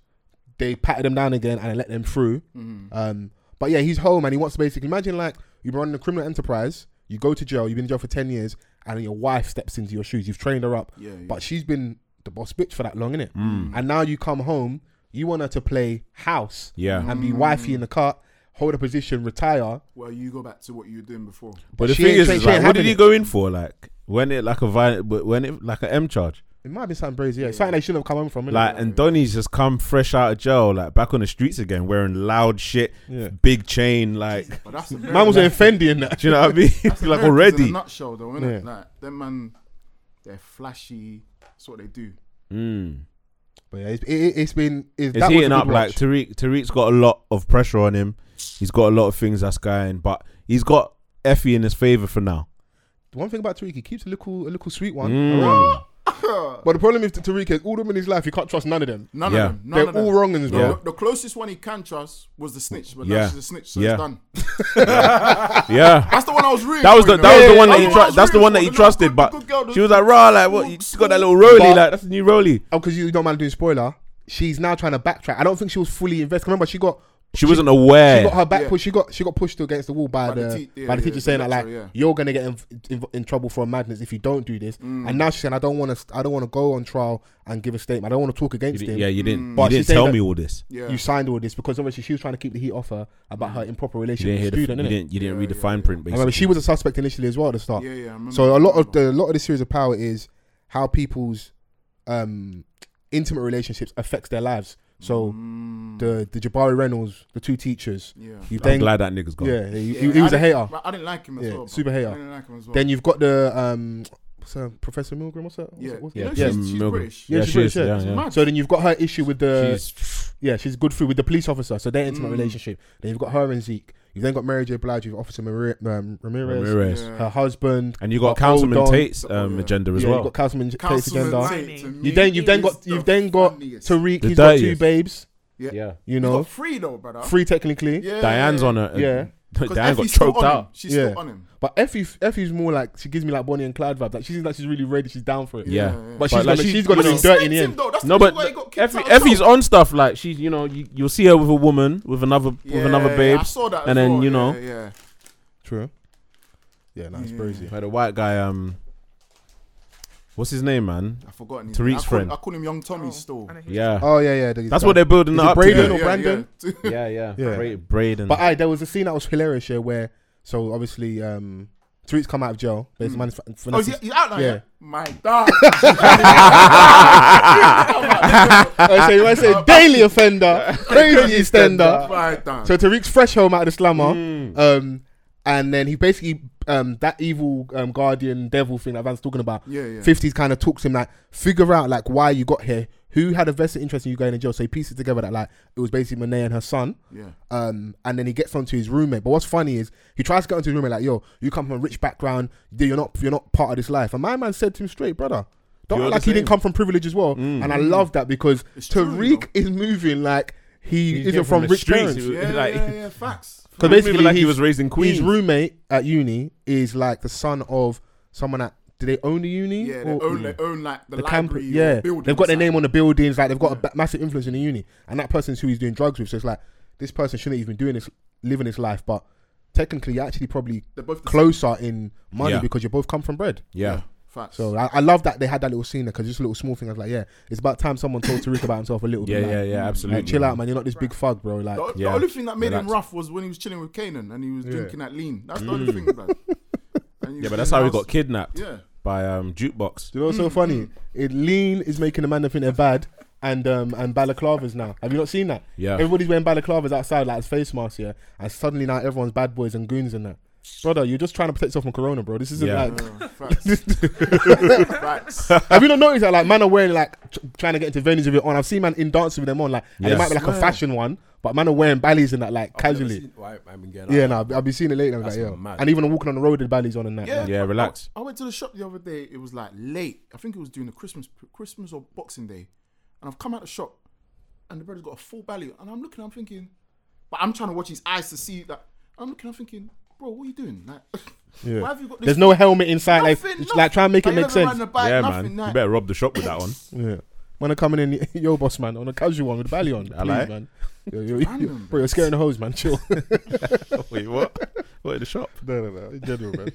[SPEAKER 5] They patted them down again and they let them through.
[SPEAKER 8] Mm-hmm.
[SPEAKER 5] Um, but yeah, he's home and he wants to basically imagine like you run a criminal enterprise. You go to jail. You've been in jail for ten years, and your wife steps into your shoes. You've trained her up,
[SPEAKER 8] Yeah, yeah.
[SPEAKER 5] but she's been the boss bitch for that long, innit?
[SPEAKER 4] Mm.
[SPEAKER 5] And now you come home. You want her to play house,
[SPEAKER 4] Yeah.
[SPEAKER 5] and be wifey in the cut, hold a position, retire.
[SPEAKER 8] Well, you go back to what you were doing before.
[SPEAKER 4] But the
[SPEAKER 5] she
[SPEAKER 4] thing
[SPEAKER 5] ain't-
[SPEAKER 4] is,
[SPEAKER 5] she
[SPEAKER 4] is
[SPEAKER 5] ain't
[SPEAKER 4] like, what did
[SPEAKER 5] having
[SPEAKER 4] he
[SPEAKER 5] it.
[SPEAKER 4] go in for? Like when it like a vi- when it like an M charge.
[SPEAKER 5] It might be something crazy. Yeah, it's something they shouldn't have come home from. innit?
[SPEAKER 4] Like and Donny's just come fresh out of jail, like back on the streets again, wearing loud shit, big chain, like
[SPEAKER 8] But that's
[SPEAKER 5] man was in Fendi in that.
[SPEAKER 4] do you know what I mean? like
[SPEAKER 8] Americans In a
[SPEAKER 4] already.
[SPEAKER 8] nutshell, though, innit?
[SPEAKER 5] Yeah.
[SPEAKER 8] Like them man, they're flashy. That's what they do.
[SPEAKER 4] Mm.
[SPEAKER 5] But yeah, it's, it, has been. It's,
[SPEAKER 4] It's
[SPEAKER 5] that was a
[SPEAKER 4] heating
[SPEAKER 5] good
[SPEAKER 4] up. Like
[SPEAKER 5] watch.
[SPEAKER 4] Tariq, Tariq's got a lot of pressure on him. He's got a lot of things that's going, but he's got Effie in his favor for now.
[SPEAKER 5] One thing about Tariq, he keeps a little, a little sweet one.
[SPEAKER 4] Mm.
[SPEAKER 5] But the problem is that Tariq is all them in his life. He can't trust none of them.
[SPEAKER 8] None
[SPEAKER 4] Yeah.
[SPEAKER 8] of them. None
[SPEAKER 5] They're
[SPEAKER 8] of them.
[SPEAKER 5] all wrongins, bro.
[SPEAKER 4] Yeah.
[SPEAKER 8] The, the closest one he can trust was the snitch, but
[SPEAKER 4] Yeah.
[SPEAKER 8] now she's a snitch, so
[SPEAKER 4] Yeah.
[SPEAKER 8] it's done.
[SPEAKER 4] Yeah.
[SPEAKER 8] That's the one I was rooting
[SPEAKER 4] That was
[SPEAKER 8] for,
[SPEAKER 4] the
[SPEAKER 8] you know?
[SPEAKER 4] that was the one
[SPEAKER 8] Yeah,
[SPEAKER 4] that he
[SPEAKER 8] yeah,
[SPEAKER 4] trusted.
[SPEAKER 8] yeah.
[SPEAKER 4] That's the one that he
[SPEAKER 8] The little
[SPEAKER 4] trusted.
[SPEAKER 8] good-
[SPEAKER 4] But
[SPEAKER 8] good girl, the-
[SPEAKER 4] she was like, "Rah, like what? You just got that little roly,
[SPEAKER 5] But-
[SPEAKER 4] like that's a new roly."
[SPEAKER 5] Oh, because you don't mind doing spoiler. She's now trying to backtrack. I don't think she was fully invested. Remember, she got
[SPEAKER 4] She wasn't
[SPEAKER 5] she
[SPEAKER 4] aware.
[SPEAKER 5] got her back
[SPEAKER 8] Yeah.
[SPEAKER 5] pushed. She got she got pushed against the wall by,
[SPEAKER 8] By
[SPEAKER 5] the,
[SPEAKER 8] the te- yeah,
[SPEAKER 5] by the
[SPEAKER 8] yeah,
[SPEAKER 5] teacher
[SPEAKER 8] the
[SPEAKER 5] saying that like
[SPEAKER 8] lecturer, yeah.
[SPEAKER 5] you're gonna get in, in, in trouble for a madness if you don't do this.
[SPEAKER 8] Mm.
[SPEAKER 5] And now she's saying I don't want to I don't want to go on trial and give a statement. I don't want to talk
[SPEAKER 4] You
[SPEAKER 5] against
[SPEAKER 4] di-
[SPEAKER 5] him.
[SPEAKER 4] yeah, you didn't.
[SPEAKER 5] But
[SPEAKER 4] you
[SPEAKER 5] she's
[SPEAKER 4] didn't
[SPEAKER 5] saying
[SPEAKER 4] tell
[SPEAKER 5] that-
[SPEAKER 4] me all this.
[SPEAKER 8] Mm. Yeah.
[SPEAKER 5] You signed all this because obviously she was trying to keep the heat off her about her improper
[SPEAKER 4] Mm. You
[SPEAKER 5] relationship
[SPEAKER 4] didn't hear
[SPEAKER 5] with the
[SPEAKER 4] the. You
[SPEAKER 5] student. innit?
[SPEAKER 4] didn't. You didn't read the fine print.
[SPEAKER 5] I remember
[SPEAKER 4] Basically,
[SPEAKER 5] she was a suspect initially as well at the start.
[SPEAKER 8] Yeah, yeah, I remember.
[SPEAKER 5] So a
[SPEAKER 8] I
[SPEAKER 5] lot of
[SPEAKER 8] remember.
[SPEAKER 5] the a lot of the series of power is how people's um intimate relationships affects their lives. So the the Jabari Reynolds, the two teachers.
[SPEAKER 8] Mm. Yeah.
[SPEAKER 5] You've
[SPEAKER 4] I'm
[SPEAKER 5] then
[SPEAKER 4] glad that nigga's gone.
[SPEAKER 5] yeah, he, he-
[SPEAKER 8] Yeah,
[SPEAKER 5] he was
[SPEAKER 8] I
[SPEAKER 5] a hater.
[SPEAKER 8] didn't- I didn't like him as
[SPEAKER 5] Yeah,
[SPEAKER 8] well. bro.
[SPEAKER 5] super hater.
[SPEAKER 8] I didn't like him as well.
[SPEAKER 5] Then you've got the um what's her, Professor Milgram. What's that? What's
[SPEAKER 8] yeah,
[SPEAKER 5] that- what's
[SPEAKER 8] You know
[SPEAKER 5] that?
[SPEAKER 4] yeah,
[SPEAKER 8] she's, she's
[SPEAKER 4] Milgram.
[SPEAKER 8] British.
[SPEAKER 5] Yeah,
[SPEAKER 4] Yeah,
[SPEAKER 5] she's
[SPEAKER 4] she is.
[SPEAKER 5] British, yeah.
[SPEAKER 4] Yeah, yeah.
[SPEAKER 8] Mad.
[SPEAKER 5] So then you've got her issue with the
[SPEAKER 4] She's-
[SPEAKER 5] yeah she's good through with the police officer. So their intimate
[SPEAKER 8] Mm.
[SPEAKER 5] relationship. Then you've got her and Zeke. You've then got Mary J. Blige. You've got Officer Mari- um, Ramirez,
[SPEAKER 4] Ramirez.
[SPEAKER 8] Yeah.
[SPEAKER 5] her husband,
[SPEAKER 4] And you got
[SPEAKER 5] Got old
[SPEAKER 4] Councilman
[SPEAKER 5] Don.
[SPEAKER 4] Tate's
[SPEAKER 8] Oh,
[SPEAKER 4] um,
[SPEAKER 8] yeah.
[SPEAKER 4] agenda as
[SPEAKER 5] yeah,
[SPEAKER 4] well.
[SPEAKER 5] you've got Councilman J- Tate's
[SPEAKER 8] Councilman
[SPEAKER 5] agenda.
[SPEAKER 8] Tate, to
[SPEAKER 6] You
[SPEAKER 8] me
[SPEAKER 5] You then you've then
[SPEAKER 8] is
[SPEAKER 5] got
[SPEAKER 8] the
[SPEAKER 5] you've then got
[SPEAKER 8] funniest.
[SPEAKER 5] Tariq.
[SPEAKER 4] The
[SPEAKER 5] He's got two
[SPEAKER 4] dirtiest.
[SPEAKER 5] babes.
[SPEAKER 4] Yeah.
[SPEAKER 5] You
[SPEAKER 8] He's
[SPEAKER 5] know,
[SPEAKER 8] got three though, brother.
[SPEAKER 5] free technically.
[SPEAKER 8] Yeah.
[SPEAKER 4] Diane's on her.
[SPEAKER 5] Yeah.
[SPEAKER 8] Because
[SPEAKER 4] Diane got
[SPEAKER 8] Effie's still on
[SPEAKER 4] choked
[SPEAKER 8] him.
[SPEAKER 4] out.
[SPEAKER 8] She's
[SPEAKER 5] Yeah.
[SPEAKER 8] still on him.
[SPEAKER 5] But Effie, Effie's more like she gives me like Bonnie and Clyde vibe. Like she seems like she's really ready. She's down for it.
[SPEAKER 4] Yeah.
[SPEAKER 5] But she's
[SPEAKER 4] But, like,
[SPEAKER 5] gonna,
[SPEAKER 4] she-
[SPEAKER 5] she's gonna
[SPEAKER 4] but
[SPEAKER 5] do
[SPEAKER 4] she
[SPEAKER 5] dirty in the end.
[SPEAKER 4] No, but Effie, Effie's on stuff like she's you know you, you'll see her with a woman with another with another babe,
[SPEAKER 8] I saw that as
[SPEAKER 4] and then
[SPEAKER 8] well,
[SPEAKER 4] you know
[SPEAKER 8] Yeah, yeah.
[SPEAKER 5] True. Yeah, no, it's crazy.
[SPEAKER 4] Like the white guy um, what's his name, man?
[SPEAKER 8] I forgotten. his
[SPEAKER 4] Tariq's
[SPEAKER 8] name. I call-
[SPEAKER 4] friend.
[SPEAKER 8] I call him Young
[SPEAKER 6] Oh,
[SPEAKER 8] Tommy still.
[SPEAKER 6] I know who-
[SPEAKER 4] Yeah,
[SPEAKER 5] Oh yeah, yeah. the-
[SPEAKER 4] that's what they're building
[SPEAKER 5] Is
[SPEAKER 4] it
[SPEAKER 5] it
[SPEAKER 4] up.
[SPEAKER 5] Braden
[SPEAKER 4] to.
[SPEAKER 5] or- Brandon?
[SPEAKER 8] Yeah.
[SPEAKER 4] Yeah, yeah,
[SPEAKER 5] Yeah.
[SPEAKER 4] Bra- Braden.
[SPEAKER 5] But I there was a scene that was hilarious here where so obviously um Tariq's come out of jail. There's man.
[SPEAKER 8] Oh, is he, he's out now?
[SPEAKER 5] Yeah.
[SPEAKER 8] Yeah. My God.
[SPEAKER 5] I say, I say daily offender, crazy extender.
[SPEAKER 8] My God.
[SPEAKER 5] So Tariq's fresh home out of the slammer, um, and then he basically um, that evil um, guardian devil thing that Van's talking about.
[SPEAKER 8] Yeah, yeah.
[SPEAKER 5] Fifties kind of talks him like, figure out like why you got here, who had a vested interest in you going to jail. So he pieces together that like it was basically Monet and her son.
[SPEAKER 8] Yeah.
[SPEAKER 5] Um, and then he gets onto his roommate. But what's funny is he tries to get onto his roommate like, "Yo, you come from a rich background. You're not you're not part of this life." And my man said to him straight, "Brother, don't
[SPEAKER 4] You're
[SPEAKER 5] act
[SPEAKER 4] the
[SPEAKER 5] like he
[SPEAKER 4] same."
[SPEAKER 5] didn't come from privilege as well." And I love that because
[SPEAKER 8] Mm. It's true, you
[SPEAKER 5] Tariq
[SPEAKER 8] know.
[SPEAKER 5] is moving like he
[SPEAKER 4] He came
[SPEAKER 5] isn't from,
[SPEAKER 4] the
[SPEAKER 5] rich
[SPEAKER 4] streets.
[SPEAKER 5] parents.
[SPEAKER 4] He was-
[SPEAKER 8] Yeah,
[SPEAKER 4] like,
[SPEAKER 8] yeah, yeah, facts.
[SPEAKER 4] Because
[SPEAKER 5] Maybe
[SPEAKER 4] basically, like he
[SPEAKER 5] he's-
[SPEAKER 4] was raised in Queens.
[SPEAKER 5] His roommate at uni is like the son of someone at. Do they own the uni?
[SPEAKER 8] Yeah, they
[SPEAKER 5] Or-
[SPEAKER 8] own, they own like the,
[SPEAKER 5] the camp,
[SPEAKER 8] library.
[SPEAKER 5] yeah,
[SPEAKER 8] building
[SPEAKER 5] they've got their
[SPEAKER 8] site.
[SPEAKER 5] name on the buildings. Like they've got a
[SPEAKER 8] Yeah.
[SPEAKER 5] ba- massive influence in the uni, and that person's who he's doing drugs with. So it's like this person shouldn't even doing this, living this life. But technically, you're actually probably
[SPEAKER 8] They're both the
[SPEAKER 5] closer in money
[SPEAKER 4] Yeah.
[SPEAKER 5] because you both come from bread.
[SPEAKER 4] yeah.
[SPEAKER 8] Facts.
[SPEAKER 5] So I, I love that they had that little scene because just a little small thing. I was like, yeah, it's about time someone told Tariq about himself a little
[SPEAKER 4] Yeah,
[SPEAKER 5] bit.
[SPEAKER 4] yeah,
[SPEAKER 5] like,
[SPEAKER 4] yeah, absolutely.
[SPEAKER 5] Like, chill out, man. You're not this big fug, bro. Like,
[SPEAKER 8] the, o- the
[SPEAKER 4] yeah.
[SPEAKER 8] only thing that made him
[SPEAKER 4] Relax. Mm.
[SPEAKER 8] rough was when he was chilling with Kanan and he was
[SPEAKER 5] Yeah.
[SPEAKER 8] drinking that lean. That's the only thing, man. And he
[SPEAKER 4] Yeah,
[SPEAKER 8] was
[SPEAKER 4] but that's
[SPEAKER 8] in
[SPEAKER 4] how
[SPEAKER 8] the
[SPEAKER 4] he
[SPEAKER 8] house.
[SPEAKER 4] got kidnapped
[SPEAKER 8] Yeah. Mm.
[SPEAKER 4] by um jukebox.
[SPEAKER 5] do you know what's so funny?
[SPEAKER 4] Mm-hmm.
[SPEAKER 5] It, lean is making the man think they're bad, and um and balaclavas now. Have you not seen that?
[SPEAKER 4] Yeah.
[SPEAKER 5] Everybody's wearing balaclavas outside, like as face masks, yeah. And suddenly now everyone's bad boys and goons and that. Brother, you're just trying to protect yourself from corona, bro. This isn't
[SPEAKER 4] Yeah.
[SPEAKER 5] like.
[SPEAKER 7] Oh,
[SPEAKER 8] Yeah, facts. facts.
[SPEAKER 5] Have you not noticed that like man are wearing like tr- trying to get into venues with it on? I've seen man in dancing with them on, like and
[SPEAKER 4] Yeah.
[SPEAKER 5] it might be like a
[SPEAKER 7] Swear.
[SPEAKER 5] fashion one, but man are wearing ballys and that like
[SPEAKER 7] I've never
[SPEAKER 5] casually.
[SPEAKER 7] seen- well, I- I've been getting
[SPEAKER 5] Yeah,
[SPEAKER 7] out.
[SPEAKER 5] no, I'll be- I'll be seeing it later. Like,
[SPEAKER 7] That's
[SPEAKER 5] yeah.
[SPEAKER 7] mad.
[SPEAKER 5] And even walking on the road with ballys on and that.
[SPEAKER 8] Yeah.
[SPEAKER 5] like,
[SPEAKER 4] Yeah, relax.
[SPEAKER 8] I went to the shop the other day. It was like late. I think it was during the Christmas, Christmas or Boxing Day, and I've come out the shop, and the brother's got a full belly, and I'm looking, I'm thinking, but I'm trying to watch his eyes to see that. I'm looking, I'm thinking, bro, what are you doing? Like,
[SPEAKER 5] Yeah.
[SPEAKER 8] why have you got this?
[SPEAKER 5] There's no helmet inside.
[SPEAKER 8] nothing,
[SPEAKER 5] Like, it's like try and make it make sense.
[SPEAKER 4] Yeah,
[SPEAKER 8] yeah,
[SPEAKER 4] man.
[SPEAKER 8] nothing,
[SPEAKER 4] You
[SPEAKER 8] like-
[SPEAKER 4] better rob the shop with that one.
[SPEAKER 5] Yeah. When I'm coming in, yo, boss man, on a casual one with a bally on,
[SPEAKER 4] I
[SPEAKER 5] please,
[SPEAKER 4] like.
[SPEAKER 5] man. Yo, yo, yo,
[SPEAKER 8] Random,
[SPEAKER 5] bro, you're scaring the hoes, man. Chill.
[SPEAKER 4] Wait, what? What in the shop?
[SPEAKER 5] no, no, no. In general, man.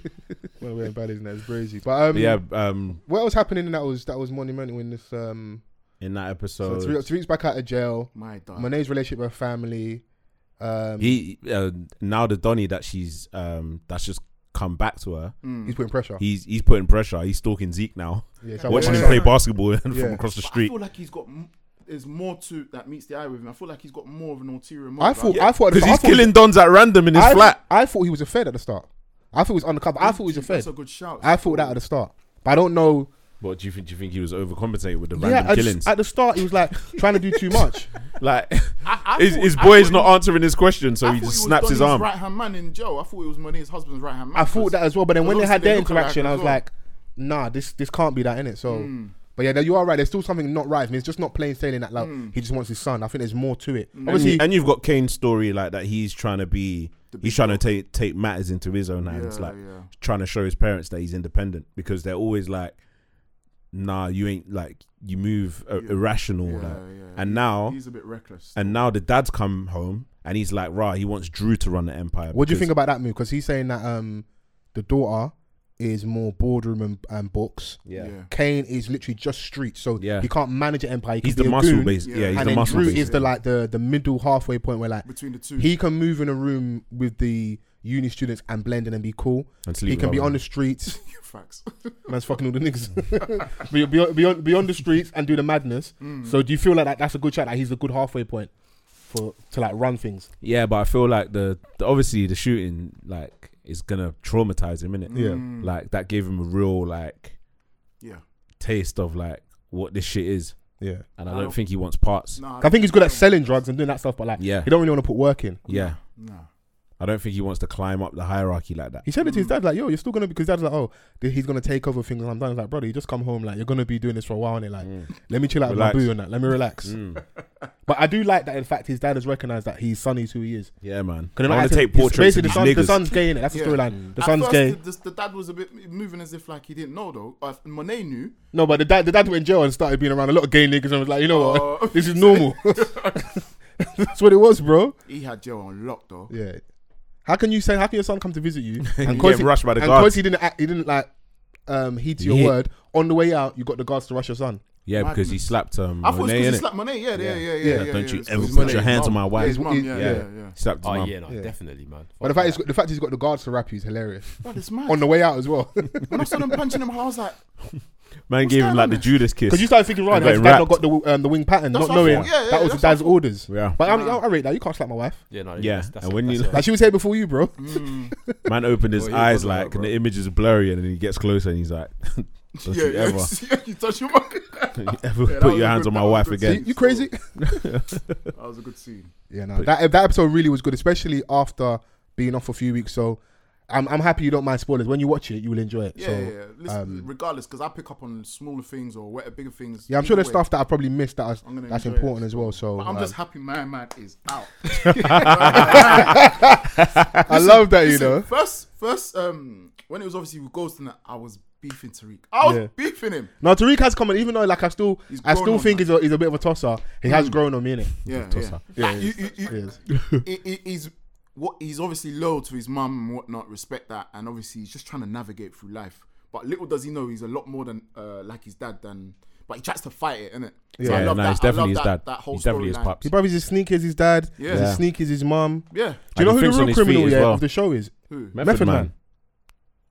[SPEAKER 5] when I'm wearing ballys, and that's crazy. But um,
[SPEAKER 4] But yeah, um,
[SPEAKER 5] what else happening that was that was monumental in this? Um,
[SPEAKER 4] in that
[SPEAKER 5] so,
[SPEAKER 4] episode,
[SPEAKER 5] Tariq, Tariq's back out of jail.
[SPEAKER 8] My dog.
[SPEAKER 5] Monet's relationship with her family. Um,
[SPEAKER 4] he uh, now the Donny that she's um that's just come back to her.
[SPEAKER 8] Mm.
[SPEAKER 5] he's putting pressure.
[SPEAKER 4] He's he's putting pressure. He's stalking Zeke now,
[SPEAKER 5] yeah, so I
[SPEAKER 4] watching
[SPEAKER 5] watched
[SPEAKER 4] him
[SPEAKER 5] it.
[SPEAKER 4] play basketball from
[SPEAKER 5] Yeah.
[SPEAKER 4] across the
[SPEAKER 8] But I
[SPEAKER 4] street.
[SPEAKER 8] feel like he's got. m- There's more to that meets the eye with him. I feel like he's got more of an ulterior motive.
[SPEAKER 5] I thought. I thought
[SPEAKER 4] Because
[SPEAKER 5] I
[SPEAKER 4] he's
[SPEAKER 5] thought-
[SPEAKER 4] killing dons at random in his
[SPEAKER 5] I,
[SPEAKER 4] flat.
[SPEAKER 5] I thought he was a Fed at the start. I thought he was undercover. I thought he was a Fed.
[SPEAKER 8] That's a good shout.
[SPEAKER 5] I thought that at the start. But I don't know.
[SPEAKER 4] What do you think? Do you think he was overcompensated with the
[SPEAKER 5] yeah,
[SPEAKER 4] random
[SPEAKER 5] I just-
[SPEAKER 4] killings?
[SPEAKER 5] at the start, he was like trying to do too much.
[SPEAKER 4] like
[SPEAKER 8] I- I
[SPEAKER 4] his,
[SPEAKER 8] thought-
[SPEAKER 4] his
[SPEAKER 8] I
[SPEAKER 4] boy's
[SPEAKER 8] thought
[SPEAKER 4] not
[SPEAKER 8] he-
[SPEAKER 4] answering his question, so he just snaps his arm.
[SPEAKER 8] Right hand man in jail. I thought it was Monet's husband's right hand man.
[SPEAKER 5] I thought that as well. But then when they
[SPEAKER 8] Because
[SPEAKER 5] had
[SPEAKER 8] obviously
[SPEAKER 5] their
[SPEAKER 8] they look alike
[SPEAKER 5] interaction, I
[SPEAKER 8] as
[SPEAKER 5] was
[SPEAKER 8] well. Hmm.
[SPEAKER 5] like, nah, this this can't be that in it. So, but yeah, no, you are right. There's still something not right. I mean, it's just not plain sailing that like
[SPEAKER 8] Hmm.
[SPEAKER 5] he just wants his son. I think there's more to it.
[SPEAKER 4] And,
[SPEAKER 5] Obviously,
[SPEAKER 4] you, have got Kane's story like that. He's trying to be, he's trying to take take matters into his own hands,
[SPEAKER 8] Yeah,
[SPEAKER 4] like
[SPEAKER 8] yeah.
[SPEAKER 4] trying to show his parents that he's independent because they're always like, "Nah, you ain't like you move uh, irrational."
[SPEAKER 8] Yeah,
[SPEAKER 4] like.
[SPEAKER 8] yeah.
[SPEAKER 4] And now,
[SPEAKER 8] he's a bit reckless.
[SPEAKER 4] and now the dad's come home and he's like, "Rah, he wants Drew to run the empire."
[SPEAKER 5] what do you
[SPEAKER 4] Uh, because-
[SPEAKER 5] think about that move? Because he's saying that um, the daughter is more boardroom and, and books.
[SPEAKER 4] Yeah.
[SPEAKER 5] Kane is literally just street, so
[SPEAKER 4] Yeah.
[SPEAKER 5] he can't manage an empire. He
[SPEAKER 4] He's
[SPEAKER 5] can
[SPEAKER 4] the
[SPEAKER 5] be a
[SPEAKER 4] muscle
[SPEAKER 5] goon.
[SPEAKER 4] base. Yeah,
[SPEAKER 8] Yeah.
[SPEAKER 4] he's
[SPEAKER 5] and
[SPEAKER 4] the
[SPEAKER 5] then
[SPEAKER 4] muscle
[SPEAKER 5] Drew
[SPEAKER 4] base.
[SPEAKER 5] is the like the the middle halfway point where like
[SPEAKER 8] Between the two,
[SPEAKER 5] he can move in a room with the uni students and blend in and be cool.
[SPEAKER 4] And sleep
[SPEAKER 5] He
[SPEAKER 4] with
[SPEAKER 5] can be
[SPEAKER 4] other
[SPEAKER 5] on the
[SPEAKER 4] men.
[SPEAKER 5] streets,
[SPEAKER 8] facts.
[SPEAKER 5] man's fucking all the niggas. be, be, be, on, be on the streets and do the madness. So do you feel like that, that's a good chat? Like he's a good halfway point for to like run things.
[SPEAKER 4] Yeah, but I feel like the, the obviously the shooting like is gonna traumatize him, innit?
[SPEAKER 5] Yeah.
[SPEAKER 4] Like that gave him a real like
[SPEAKER 8] Mm. Yeah.
[SPEAKER 4] taste of like what this shit is,
[SPEAKER 5] Yeah,
[SPEAKER 4] and I,
[SPEAKER 8] I
[SPEAKER 4] don't
[SPEAKER 8] don't-
[SPEAKER 4] think he wants parts.
[SPEAKER 8] Nah,
[SPEAKER 5] I think he's good at selling drugs and doing that stuff, but like
[SPEAKER 4] Yeah.
[SPEAKER 5] he don't really want to put work in.
[SPEAKER 4] Yeah,
[SPEAKER 8] Nah.
[SPEAKER 4] I don't think he wants to climb up the hierarchy like that.
[SPEAKER 5] He said it
[SPEAKER 8] Mm.
[SPEAKER 5] to his dad, like, yo, you're still gonna because dad's like, oh, th- he's gonna take over things. And I'm done. He's like, brother, you just come home, like, you're gonna be doing this for a while, and like, let me chill out
[SPEAKER 4] Mm. Relax. Mm.
[SPEAKER 5] with my boo and that, let me relax.
[SPEAKER 8] Mm.
[SPEAKER 5] But I do like that. In fact, his dad has recognized that his son is who he is.
[SPEAKER 4] Yeah, man. I
[SPEAKER 5] Because
[SPEAKER 4] want to take portraits of
[SPEAKER 5] the,
[SPEAKER 4] these
[SPEAKER 5] son, the
[SPEAKER 4] niggas.
[SPEAKER 5] son's gay in it. That's the
[SPEAKER 8] Yeah. Mm.
[SPEAKER 5] storyline. The
[SPEAKER 8] At
[SPEAKER 5] son's
[SPEAKER 8] first,
[SPEAKER 5] gay.
[SPEAKER 8] The, the, the dad was a bit moving as if like he didn't know though. Uh, Monet knew.
[SPEAKER 5] No, but the dad, the dad went in jail and started being around a lot of gay niggas and was like, you know
[SPEAKER 8] Oh.
[SPEAKER 5] what, this is normal. That's what it was, bro.
[SPEAKER 8] He had jail on lock though.
[SPEAKER 5] Yeah. How can you say? How can your son come to visit you?
[SPEAKER 4] And
[SPEAKER 5] cause
[SPEAKER 4] get rushed by the
[SPEAKER 5] and
[SPEAKER 4] guards.
[SPEAKER 5] cause he didn't, act, he didn't like um, heed to your
[SPEAKER 4] Yeah.
[SPEAKER 5] word. On the way out, you got the guards to rush your son.
[SPEAKER 4] Yeah, because he slapped um,
[SPEAKER 8] I thought it was
[SPEAKER 4] Monet,
[SPEAKER 8] because
[SPEAKER 4] innit?
[SPEAKER 8] he slapped Monet. Yeah, yeah, yeah, yeah.
[SPEAKER 5] Yeah.
[SPEAKER 8] yeah, yeah
[SPEAKER 4] Don't you
[SPEAKER 8] It's
[SPEAKER 4] ever
[SPEAKER 8] 'cause
[SPEAKER 4] put
[SPEAKER 8] Monet's
[SPEAKER 4] your hands on
[SPEAKER 8] mum.
[SPEAKER 4] my
[SPEAKER 8] Yeah, his
[SPEAKER 5] wife.
[SPEAKER 8] mum, yeah,
[SPEAKER 4] Yeah.
[SPEAKER 8] yeah, yeah.
[SPEAKER 4] slapped his
[SPEAKER 7] Oh
[SPEAKER 4] mum.
[SPEAKER 7] yeah, no,
[SPEAKER 5] Yeah.
[SPEAKER 7] definitely, man.
[SPEAKER 5] But the fact, is, the fact he's got the guards to rap you is hilarious.
[SPEAKER 8] But it's mad.
[SPEAKER 5] On the way out as well, because
[SPEAKER 8] When I saw them punching him, I was like,
[SPEAKER 4] Man gave him
[SPEAKER 8] going
[SPEAKER 4] like
[SPEAKER 8] on
[SPEAKER 4] the
[SPEAKER 8] there?
[SPEAKER 4] Judas kiss.
[SPEAKER 5] you started thinking, right,
[SPEAKER 4] And
[SPEAKER 5] has
[SPEAKER 4] got
[SPEAKER 5] dad
[SPEAKER 4] it
[SPEAKER 5] not got the um, the wing pattern,
[SPEAKER 8] That's
[SPEAKER 5] not
[SPEAKER 8] what I
[SPEAKER 5] knowing
[SPEAKER 8] thought. Yeah, yeah,
[SPEAKER 5] that was the
[SPEAKER 8] that's
[SPEAKER 5] dad's orders.
[SPEAKER 4] Yeah.
[SPEAKER 5] But um, I'm, I rate that. You can't slap my wife.
[SPEAKER 7] Yeah, no,
[SPEAKER 4] Yeah,
[SPEAKER 7] that's- that's
[SPEAKER 4] and
[SPEAKER 7] a-
[SPEAKER 4] when you-
[SPEAKER 7] that's a-
[SPEAKER 5] Like she was here before you, bro.
[SPEAKER 8] Mm.
[SPEAKER 4] Man opened his
[SPEAKER 7] Well, he
[SPEAKER 4] eyes
[SPEAKER 7] wasn't
[SPEAKER 4] like,
[SPEAKER 7] like, bro.
[SPEAKER 4] and the image is blurry, and then he gets closer and he's like, Don't
[SPEAKER 8] yeah,
[SPEAKER 4] you
[SPEAKER 8] yeah,
[SPEAKER 4] ever,
[SPEAKER 8] yeah, you touch your mic.
[SPEAKER 4] don't you ever
[SPEAKER 8] that
[SPEAKER 4] put
[SPEAKER 8] was
[SPEAKER 4] your
[SPEAKER 8] a
[SPEAKER 4] hands
[SPEAKER 8] good-
[SPEAKER 4] on my
[SPEAKER 8] that was a
[SPEAKER 4] wife
[SPEAKER 8] good
[SPEAKER 4] again.
[SPEAKER 8] scene.
[SPEAKER 5] You crazy?
[SPEAKER 8] That was a good scene.
[SPEAKER 5] Yeah, no. That that episode really was good, especially after being off for a few weeks. So I'm I'm happy you don't mind spoilers. When you watch it, you will enjoy it.
[SPEAKER 8] Yeah,
[SPEAKER 5] so
[SPEAKER 8] yeah, yeah. Listen,
[SPEAKER 5] um,
[SPEAKER 8] regardless, because I pick up on smaller things or whatever, bigger things.
[SPEAKER 5] yeah, I'm sure
[SPEAKER 8] either
[SPEAKER 5] there's
[SPEAKER 8] way.
[SPEAKER 5] stuff that I probably missed that
[SPEAKER 8] I'm
[SPEAKER 5] I,
[SPEAKER 8] gonna
[SPEAKER 5] that's
[SPEAKER 8] enjoy
[SPEAKER 5] important
[SPEAKER 8] it.
[SPEAKER 5] as well. So
[SPEAKER 8] But I'm
[SPEAKER 5] um,
[SPEAKER 8] just happy my man is out.
[SPEAKER 5] I love that you
[SPEAKER 8] Listen,
[SPEAKER 5] know.
[SPEAKER 8] First, first, um, when it was obviously with Ghost and that, I was beefing Tariq. I was
[SPEAKER 5] Yeah.
[SPEAKER 8] beefing him.
[SPEAKER 5] Now Tariq has come, on, even though like I still
[SPEAKER 8] He's
[SPEAKER 5] I
[SPEAKER 8] grown
[SPEAKER 5] still
[SPEAKER 8] on
[SPEAKER 5] think
[SPEAKER 8] that. Mm.
[SPEAKER 5] he's a, he's a bit of a tosser. He has grown on me in it.
[SPEAKER 8] Yeah, yeah.
[SPEAKER 5] tosser. Yeah,
[SPEAKER 8] Like,
[SPEAKER 5] he
[SPEAKER 8] you,
[SPEAKER 5] is.
[SPEAKER 8] you, you,
[SPEAKER 5] He is.
[SPEAKER 8] he- he- he's what he's obviously loyal to his mum and whatnot. Respect that, and obviously he's just trying to navigate through life. But little does he know he's a lot more than uh, like his dad. Than but he tries to fight it, innit? So I
[SPEAKER 4] Yeah,
[SPEAKER 8] love
[SPEAKER 4] no,
[SPEAKER 8] that.
[SPEAKER 4] he's
[SPEAKER 8] I love
[SPEAKER 4] definitely his
[SPEAKER 8] that-
[SPEAKER 4] dad.
[SPEAKER 8] That whole
[SPEAKER 4] He's definitely his
[SPEAKER 8] storyline.
[SPEAKER 4] pops.
[SPEAKER 5] His brother's his sneaker is his dad.
[SPEAKER 8] Yeah.
[SPEAKER 5] His
[SPEAKER 4] Yeah.
[SPEAKER 5] sneak is his mum.
[SPEAKER 8] Yeah.
[SPEAKER 5] Do you
[SPEAKER 4] And he
[SPEAKER 5] know who
[SPEAKER 4] thinks
[SPEAKER 5] the
[SPEAKER 4] on
[SPEAKER 5] real
[SPEAKER 4] his feet
[SPEAKER 5] criminal
[SPEAKER 4] as
[SPEAKER 5] yeah,
[SPEAKER 4] well.
[SPEAKER 5] of the show is?
[SPEAKER 8] Who?
[SPEAKER 4] Method,
[SPEAKER 5] Method
[SPEAKER 4] man.
[SPEAKER 5] Man.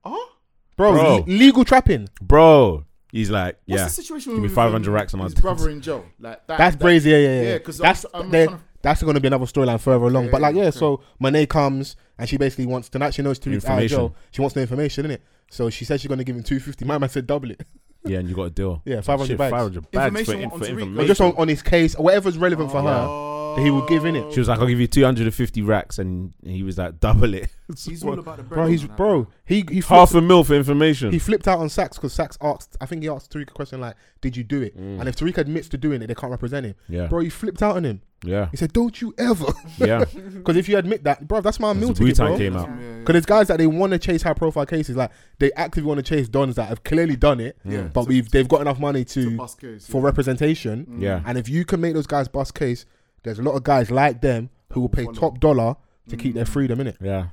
[SPEAKER 8] Huh?
[SPEAKER 5] Bro,
[SPEAKER 4] Bro.
[SPEAKER 5] le- legal trapping.
[SPEAKER 4] bro. He's like,
[SPEAKER 8] What's
[SPEAKER 4] yeah,
[SPEAKER 8] the situation
[SPEAKER 4] give me
[SPEAKER 8] with
[SPEAKER 4] five hundred
[SPEAKER 8] um,
[SPEAKER 4] racks and I'll
[SPEAKER 8] his brother in jail? Like that.
[SPEAKER 5] That's
[SPEAKER 8] that-
[SPEAKER 5] crazy. Yeah, yeah, yeah.
[SPEAKER 8] yeah, 'cause I'm
[SPEAKER 5] that's
[SPEAKER 8] tr- I'm
[SPEAKER 5] they're-
[SPEAKER 8] tryna-
[SPEAKER 5] that's going to be another storyline further along.
[SPEAKER 8] Yeah,
[SPEAKER 5] but like, yeah,
[SPEAKER 8] yeah,
[SPEAKER 5] so Monet comes and she basically wants to. Now she knows Tariq's out of
[SPEAKER 4] Information.
[SPEAKER 5] jail. She wants the information, innit? So she says she's going to give him two fifty. My man said double it.
[SPEAKER 4] yeah, and you got a deal.
[SPEAKER 5] Yeah, 500
[SPEAKER 4] Shit,
[SPEAKER 5] bags.
[SPEAKER 4] 500 bags for,
[SPEAKER 8] Information
[SPEAKER 4] in-
[SPEAKER 8] on Oh,
[SPEAKER 4] for
[SPEAKER 8] Tariq,
[SPEAKER 4] information.
[SPEAKER 5] But just on, on his case, whatever's relevant for her, that he will give in it.
[SPEAKER 4] She was like, I'll give you 250 racks, and he was like, double it.
[SPEAKER 8] He's all about the bread.
[SPEAKER 5] Bro, he's
[SPEAKER 8] and that.
[SPEAKER 5] bro. He he flipped,
[SPEAKER 4] Half a mil for information.
[SPEAKER 5] he flipped out on Sachs because Sachs asked. I think he asked Tariq a question like, "Did you do it?" And if Tariq admits to doing it, they can't represent him.
[SPEAKER 4] Mm. yeah,
[SPEAKER 5] Bro, he flipped out on him.
[SPEAKER 4] yeah,
[SPEAKER 5] He said, "Don't you ever?"
[SPEAKER 4] yeah.
[SPEAKER 5] Because if you admit that, bro, that's my meal
[SPEAKER 4] Wu
[SPEAKER 5] ticket, bro.
[SPEAKER 4] Tang
[SPEAKER 5] Because
[SPEAKER 4] came out.
[SPEAKER 8] Yeah, yeah.
[SPEAKER 5] there's guys that they want to chase high profile cases, like they actively want to chase dons that have clearly done it,
[SPEAKER 8] Yeah.
[SPEAKER 5] but
[SPEAKER 8] To-
[SPEAKER 5] we've they've got enough money to
[SPEAKER 8] bus case,
[SPEAKER 5] for
[SPEAKER 8] yeah. Mm.
[SPEAKER 5] representation.
[SPEAKER 4] Yeah.
[SPEAKER 5] And if you can make those guys bust case, there's a lot of guys like them who will pay
[SPEAKER 8] follow. Mm.
[SPEAKER 5] top dollar to keep their freedom in it.
[SPEAKER 4] Yeah.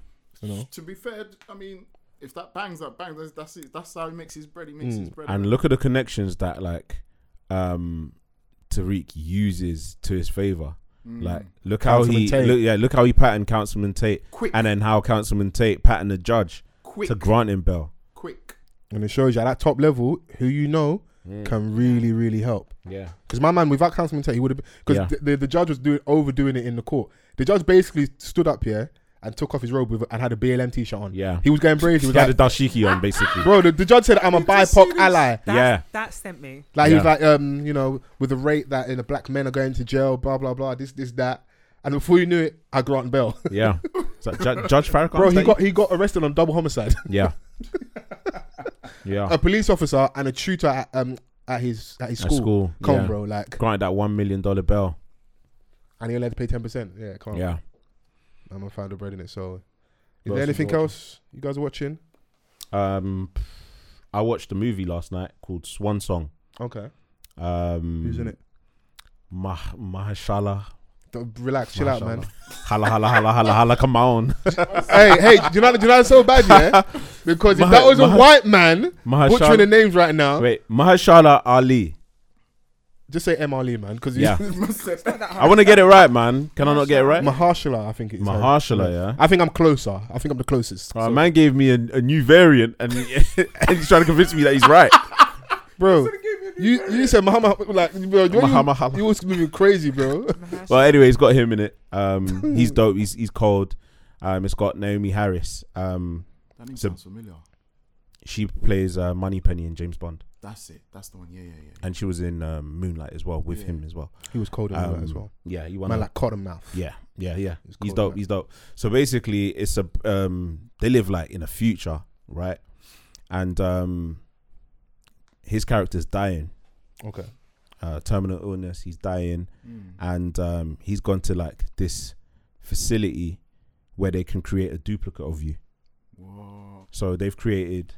[SPEAKER 5] You know,
[SPEAKER 8] To be fair, I mean, if that bangs, that bangs. That's that's, it. that's how he makes his bread. He makes
[SPEAKER 5] Mm.
[SPEAKER 8] his bread.
[SPEAKER 4] Hmm, And look at the connections that like um Tariq uses to his favor.
[SPEAKER 8] Mm.
[SPEAKER 4] Like look how
[SPEAKER 5] Councilman
[SPEAKER 4] he
[SPEAKER 5] Tate.
[SPEAKER 4] look, yeah, look how he patterned Councilman Tate
[SPEAKER 8] Quick.
[SPEAKER 4] and then how Councilman Tate patterned the judge
[SPEAKER 8] quick,
[SPEAKER 4] to grant him bail.
[SPEAKER 8] quick.
[SPEAKER 5] and it shows you at that top level who you know can really really help.
[SPEAKER 4] Mm. Yeah.
[SPEAKER 5] Because my man, without Councilman Tate, he would have because
[SPEAKER 4] Yeah.
[SPEAKER 5] the, the the judge was doing overdoing it in the court. The judge basically stood up here and took off his robe with, and had a BLM t-shirt on.
[SPEAKER 4] Yeah.
[SPEAKER 5] he was going crazy. He was
[SPEAKER 4] He had
[SPEAKER 5] like,
[SPEAKER 4] a dashiki on basically.
[SPEAKER 5] Bro, the, the judge said I'm a
[SPEAKER 8] you see
[SPEAKER 5] BIPOC
[SPEAKER 8] this?
[SPEAKER 5] ally.
[SPEAKER 6] That's,
[SPEAKER 4] Yeah.
[SPEAKER 6] That sent me.
[SPEAKER 5] Like he was
[SPEAKER 4] Yeah.
[SPEAKER 5] like, um, you know, with the rate that you know, black men are going to jail, blah blah blah, this this that, and before you knew it, I grant bail.
[SPEAKER 4] Yeah. Is that Ju- Judge Farrakhan?
[SPEAKER 5] Bro,
[SPEAKER 4] Is
[SPEAKER 5] he
[SPEAKER 4] that
[SPEAKER 5] got he got arrested on double homicide.
[SPEAKER 4] Yeah. yeah.
[SPEAKER 5] a police officer and a tutor at um at his at his
[SPEAKER 4] At
[SPEAKER 5] school.
[SPEAKER 4] school,
[SPEAKER 5] Come on,
[SPEAKER 4] yeah.
[SPEAKER 5] bro, like,
[SPEAKER 4] Granted that one million dollar bail.
[SPEAKER 5] and he only had to pay ten percent. Yeah, come on.
[SPEAKER 4] Yeah.
[SPEAKER 5] I'm a fan of bread in it. So, is there
[SPEAKER 4] What else you
[SPEAKER 5] anything
[SPEAKER 4] watching?
[SPEAKER 5] else you guys are watching?
[SPEAKER 4] Um I watched a movie last night called Swan Song.
[SPEAKER 5] Okay,
[SPEAKER 4] Um
[SPEAKER 5] who's in it?
[SPEAKER 4] Mah- Mahashala.
[SPEAKER 5] Don't- relax, chill out, man.
[SPEAKER 4] Hala hala hala hala hala come on.
[SPEAKER 5] hey, hey, do you know do you know that's so bad, yeah? Because if
[SPEAKER 4] Mah-
[SPEAKER 5] that was a
[SPEAKER 4] Mah-
[SPEAKER 5] white man
[SPEAKER 4] Mahashala.
[SPEAKER 5] butchering the names right now,
[SPEAKER 4] Wait, Mahashala Ali.
[SPEAKER 5] just say M Ali, man, because
[SPEAKER 4] Yeah.
[SPEAKER 8] Must have-
[SPEAKER 4] I want to get it right, man. Can I not get it right?
[SPEAKER 5] Mahershala, I think it is.
[SPEAKER 4] Mahershala, yeah.
[SPEAKER 5] I think I'm closer. I think I'm the closest.
[SPEAKER 4] Uh,
[SPEAKER 5] So-
[SPEAKER 4] man gave me a, a new variant, and, and he's trying to convince me that he's right.
[SPEAKER 5] bro, you you said Muhammad like bro, you,
[SPEAKER 4] Mahamahama.
[SPEAKER 5] you, you was moving crazy, bro.
[SPEAKER 4] well, anyway, it's got him in it. Um, he's dope. He's he's cold. Um, it's got Naomi Harris. Um,
[SPEAKER 8] That name
[SPEAKER 4] So-
[SPEAKER 8] sounds familiar.
[SPEAKER 4] she plays uh, Moneypenny in James Bond,
[SPEAKER 8] That's it. That's the one. Yeah, yeah, yeah.
[SPEAKER 4] and she was in um, Moonlight as well with
[SPEAKER 8] Yeah.
[SPEAKER 4] him as well.
[SPEAKER 5] he was cold in
[SPEAKER 4] Um,
[SPEAKER 5] that as well.
[SPEAKER 4] Yeah, he won.
[SPEAKER 5] Man,
[SPEAKER 4] a-
[SPEAKER 5] like cotton mouth.
[SPEAKER 4] Yeah, yeah, yeah.
[SPEAKER 5] It's
[SPEAKER 4] he's
[SPEAKER 5] called
[SPEAKER 4] dope.
[SPEAKER 5] that.
[SPEAKER 4] He's dope. So basically, it's a um, they live like in a future, right? And um, his character's dying,
[SPEAKER 5] Okay.
[SPEAKER 4] uh, terminal illness. He's dying, and um, he's gone to like this facility where they can create a duplicate of you.
[SPEAKER 8] Whoa.
[SPEAKER 4] So they've created,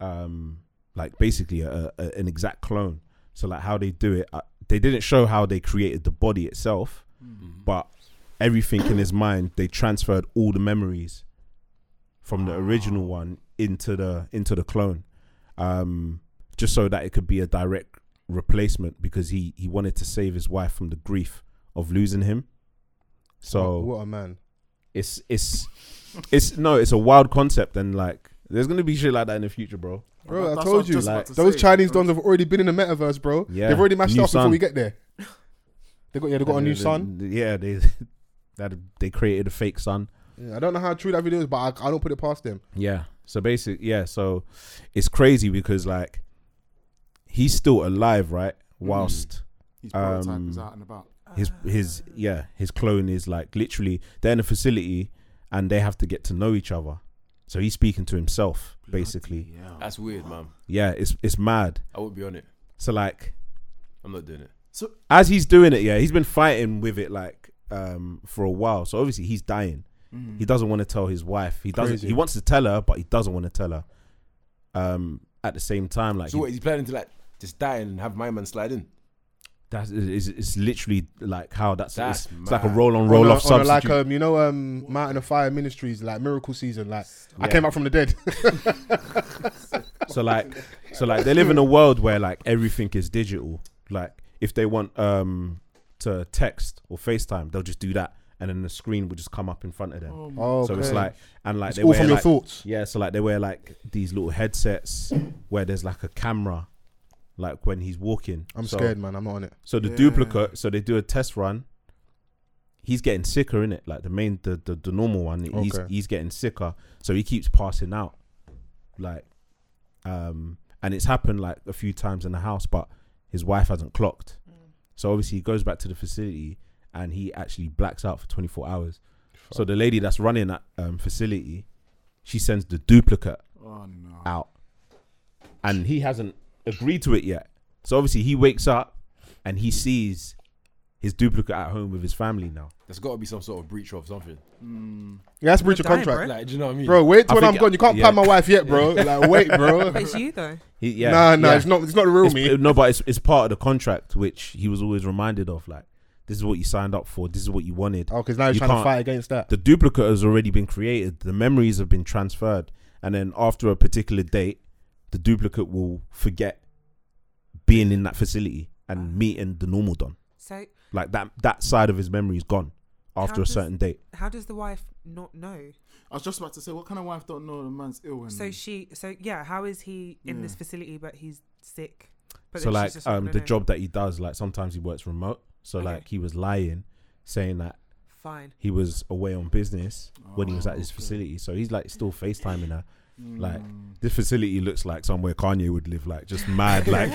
[SPEAKER 4] um, like basically a, a, an exact clone. So like how they do it, uh, they didn't show how they created the body itself, but everything in his mind, they transferred all the memories from the original one into the into the clone, um, just so that it could be a direct replacement because he he wanted to save his wife from the grief of losing him. So
[SPEAKER 5] What- what a man.
[SPEAKER 4] it's it's it's no, it's a wild concept, and like there's gonna be shit like that in the future, bro.
[SPEAKER 5] Bro,
[SPEAKER 8] That's
[SPEAKER 5] I
[SPEAKER 8] what
[SPEAKER 5] told
[SPEAKER 8] was
[SPEAKER 5] you,
[SPEAKER 8] just about
[SPEAKER 4] like,
[SPEAKER 8] to
[SPEAKER 5] Those
[SPEAKER 8] say.
[SPEAKER 5] Chinese dons have already been in the metaverse, bro.
[SPEAKER 4] Yeah.
[SPEAKER 5] They've already mashed
[SPEAKER 4] New
[SPEAKER 5] up before
[SPEAKER 4] son.
[SPEAKER 5] we get there. They got yeah, they got a new son.
[SPEAKER 4] Yeah, they that they created a fake son.
[SPEAKER 5] Yeah, I don't know how true that video is, but I, I don't put it past them.
[SPEAKER 4] Yeah, So basically, yeah. So it's crazy because like he's still alive, right? Whilst
[SPEAKER 8] His Mm-hmm. prototype is
[SPEAKER 4] Um,
[SPEAKER 8] out and about.
[SPEAKER 4] his his yeah his clone is like literally they're in a facility and they have to get to know each other. So he's speaking to himself basically.
[SPEAKER 8] Yeah.
[SPEAKER 7] That's weird, man.
[SPEAKER 4] Yeah, it's it's mad.
[SPEAKER 7] I wouldn't be on it.
[SPEAKER 4] So like
[SPEAKER 7] I'm not doing it.
[SPEAKER 4] as he's doing it, yeah, he's been fighting with it like um for a while. So obviously he's dying. He doesn't want to tell his wife. He doesn't.
[SPEAKER 5] Crazy.
[SPEAKER 4] He wants to tell her, but he doesn't want to tell her. Um, at the same time, like
[SPEAKER 7] So
[SPEAKER 4] he-
[SPEAKER 7] what is he planning to like just die and have my man slide in?
[SPEAKER 4] that's is it's literally like how that's,
[SPEAKER 7] That's
[SPEAKER 4] it's, it's like a
[SPEAKER 7] mad.
[SPEAKER 4] roll on
[SPEAKER 5] On
[SPEAKER 4] roll
[SPEAKER 5] a-
[SPEAKER 4] off
[SPEAKER 5] on a,
[SPEAKER 4] substitute.
[SPEAKER 5] like um, you know, um, Mountain of Fire Ministries, like Miracle Season. Like I
[SPEAKER 4] Yeah.
[SPEAKER 5] came up from the dead.
[SPEAKER 4] so like so like they live in a world where like everything is digital like if they want um to text or facetime they'll just do that and then the screen will just come up in front of them
[SPEAKER 5] oh,
[SPEAKER 4] so it's like and like
[SPEAKER 5] it's
[SPEAKER 4] they
[SPEAKER 5] all
[SPEAKER 4] wear,
[SPEAKER 5] from your
[SPEAKER 4] like-
[SPEAKER 5] thoughts.
[SPEAKER 4] yeah so like they wear like these little headsets where there's like a camera like when he's walking
[SPEAKER 5] I'm
[SPEAKER 4] So-
[SPEAKER 5] scared, man. I'm not on it.
[SPEAKER 4] so the
[SPEAKER 8] Yeah.
[SPEAKER 4] duplicate so they do a test run he's getting sicker in it like the main the, the the normal one he's
[SPEAKER 5] Okay.
[SPEAKER 4] he's getting sicker so he keeps passing out like um and it's happened like a few times in the house but his wife hasn't clocked so obviously he goes back to the facility and he actually blacks out for 24 hours so the lady that's running that um, facility she sends the duplicate
[SPEAKER 8] Oh no.
[SPEAKER 4] out and he hasn't agreed to it yet so obviously he wakes up and he sees his duplicate at home with his family now
[SPEAKER 7] There's got to be some sort of breach of something.
[SPEAKER 5] Yeah, that's breach of
[SPEAKER 6] dying,
[SPEAKER 5] contract,
[SPEAKER 7] Like, do you know what I mean?
[SPEAKER 5] bro. Wait
[SPEAKER 4] I
[SPEAKER 5] till I'm
[SPEAKER 4] think-
[SPEAKER 5] gone. You can't
[SPEAKER 4] yeah.
[SPEAKER 5] pan my wife yet, bro. Like wait, bro.
[SPEAKER 6] But it's you though.
[SPEAKER 4] he, yeah
[SPEAKER 5] nah, nah,
[SPEAKER 4] yeah.
[SPEAKER 5] it's not. It's not the real
[SPEAKER 4] It's-
[SPEAKER 5] me.
[SPEAKER 4] no but it's, it's part of the contract which he was always reminded of like this is what you signed up for this is what you wanted
[SPEAKER 5] oh, because now you're
[SPEAKER 4] you
[SPEAKER 5] trying to
[SPEAKER 4] can't-
[SPEAKER 5] fight against that.
[SPEAKER 4] the duplicate has already been created the memories have been transferred and then after a particular date the duplicate will forget being in that facility and meeting the normal don
[SPEAKER 6] So
[SPEAKER 4] like that that side of his memory is gone after
[SPEAKER 6] How
[SPEAKER 4] a
[SPEAKER 6] does-
[SPEAKER 4] certain date
[SPEAKER 6] how does the wife not know?
[SPEAKER 8] I was just about to say, what kind of wife don't know the man's ill? And
[SPEAKER 6] So she, so yeah, how is he in
[SPEAKER 5] Mm.
[SPEAKER 6] this facility but he's sick? But
[SPEAKER 4] so
[SPEAKER 6] then she's
[SPEAKER 4] like
[SPEAKER 6] just not
[SPEAKER 4] um
[SPEAKER 6] gonna
[SPEAKER 4] the
[SPEAKER 6] know?
[SPEAKER 4] job that he does like sometimes he works remote so
[SPEAKER 6] Okay.
[SPEAKER 4] like he was lying saying that
[SPEAKER 6] Fine.
[SPEAKER 4] he was away on business when he was at his
[SPEAKER 8] Oh, okay.
[SPEAKER 4] facility so he's like still facetiming her like
[SPEAKER 8] Mm.
[SPEAKER 4] this facility looks like somewhere kanye would live like just mad like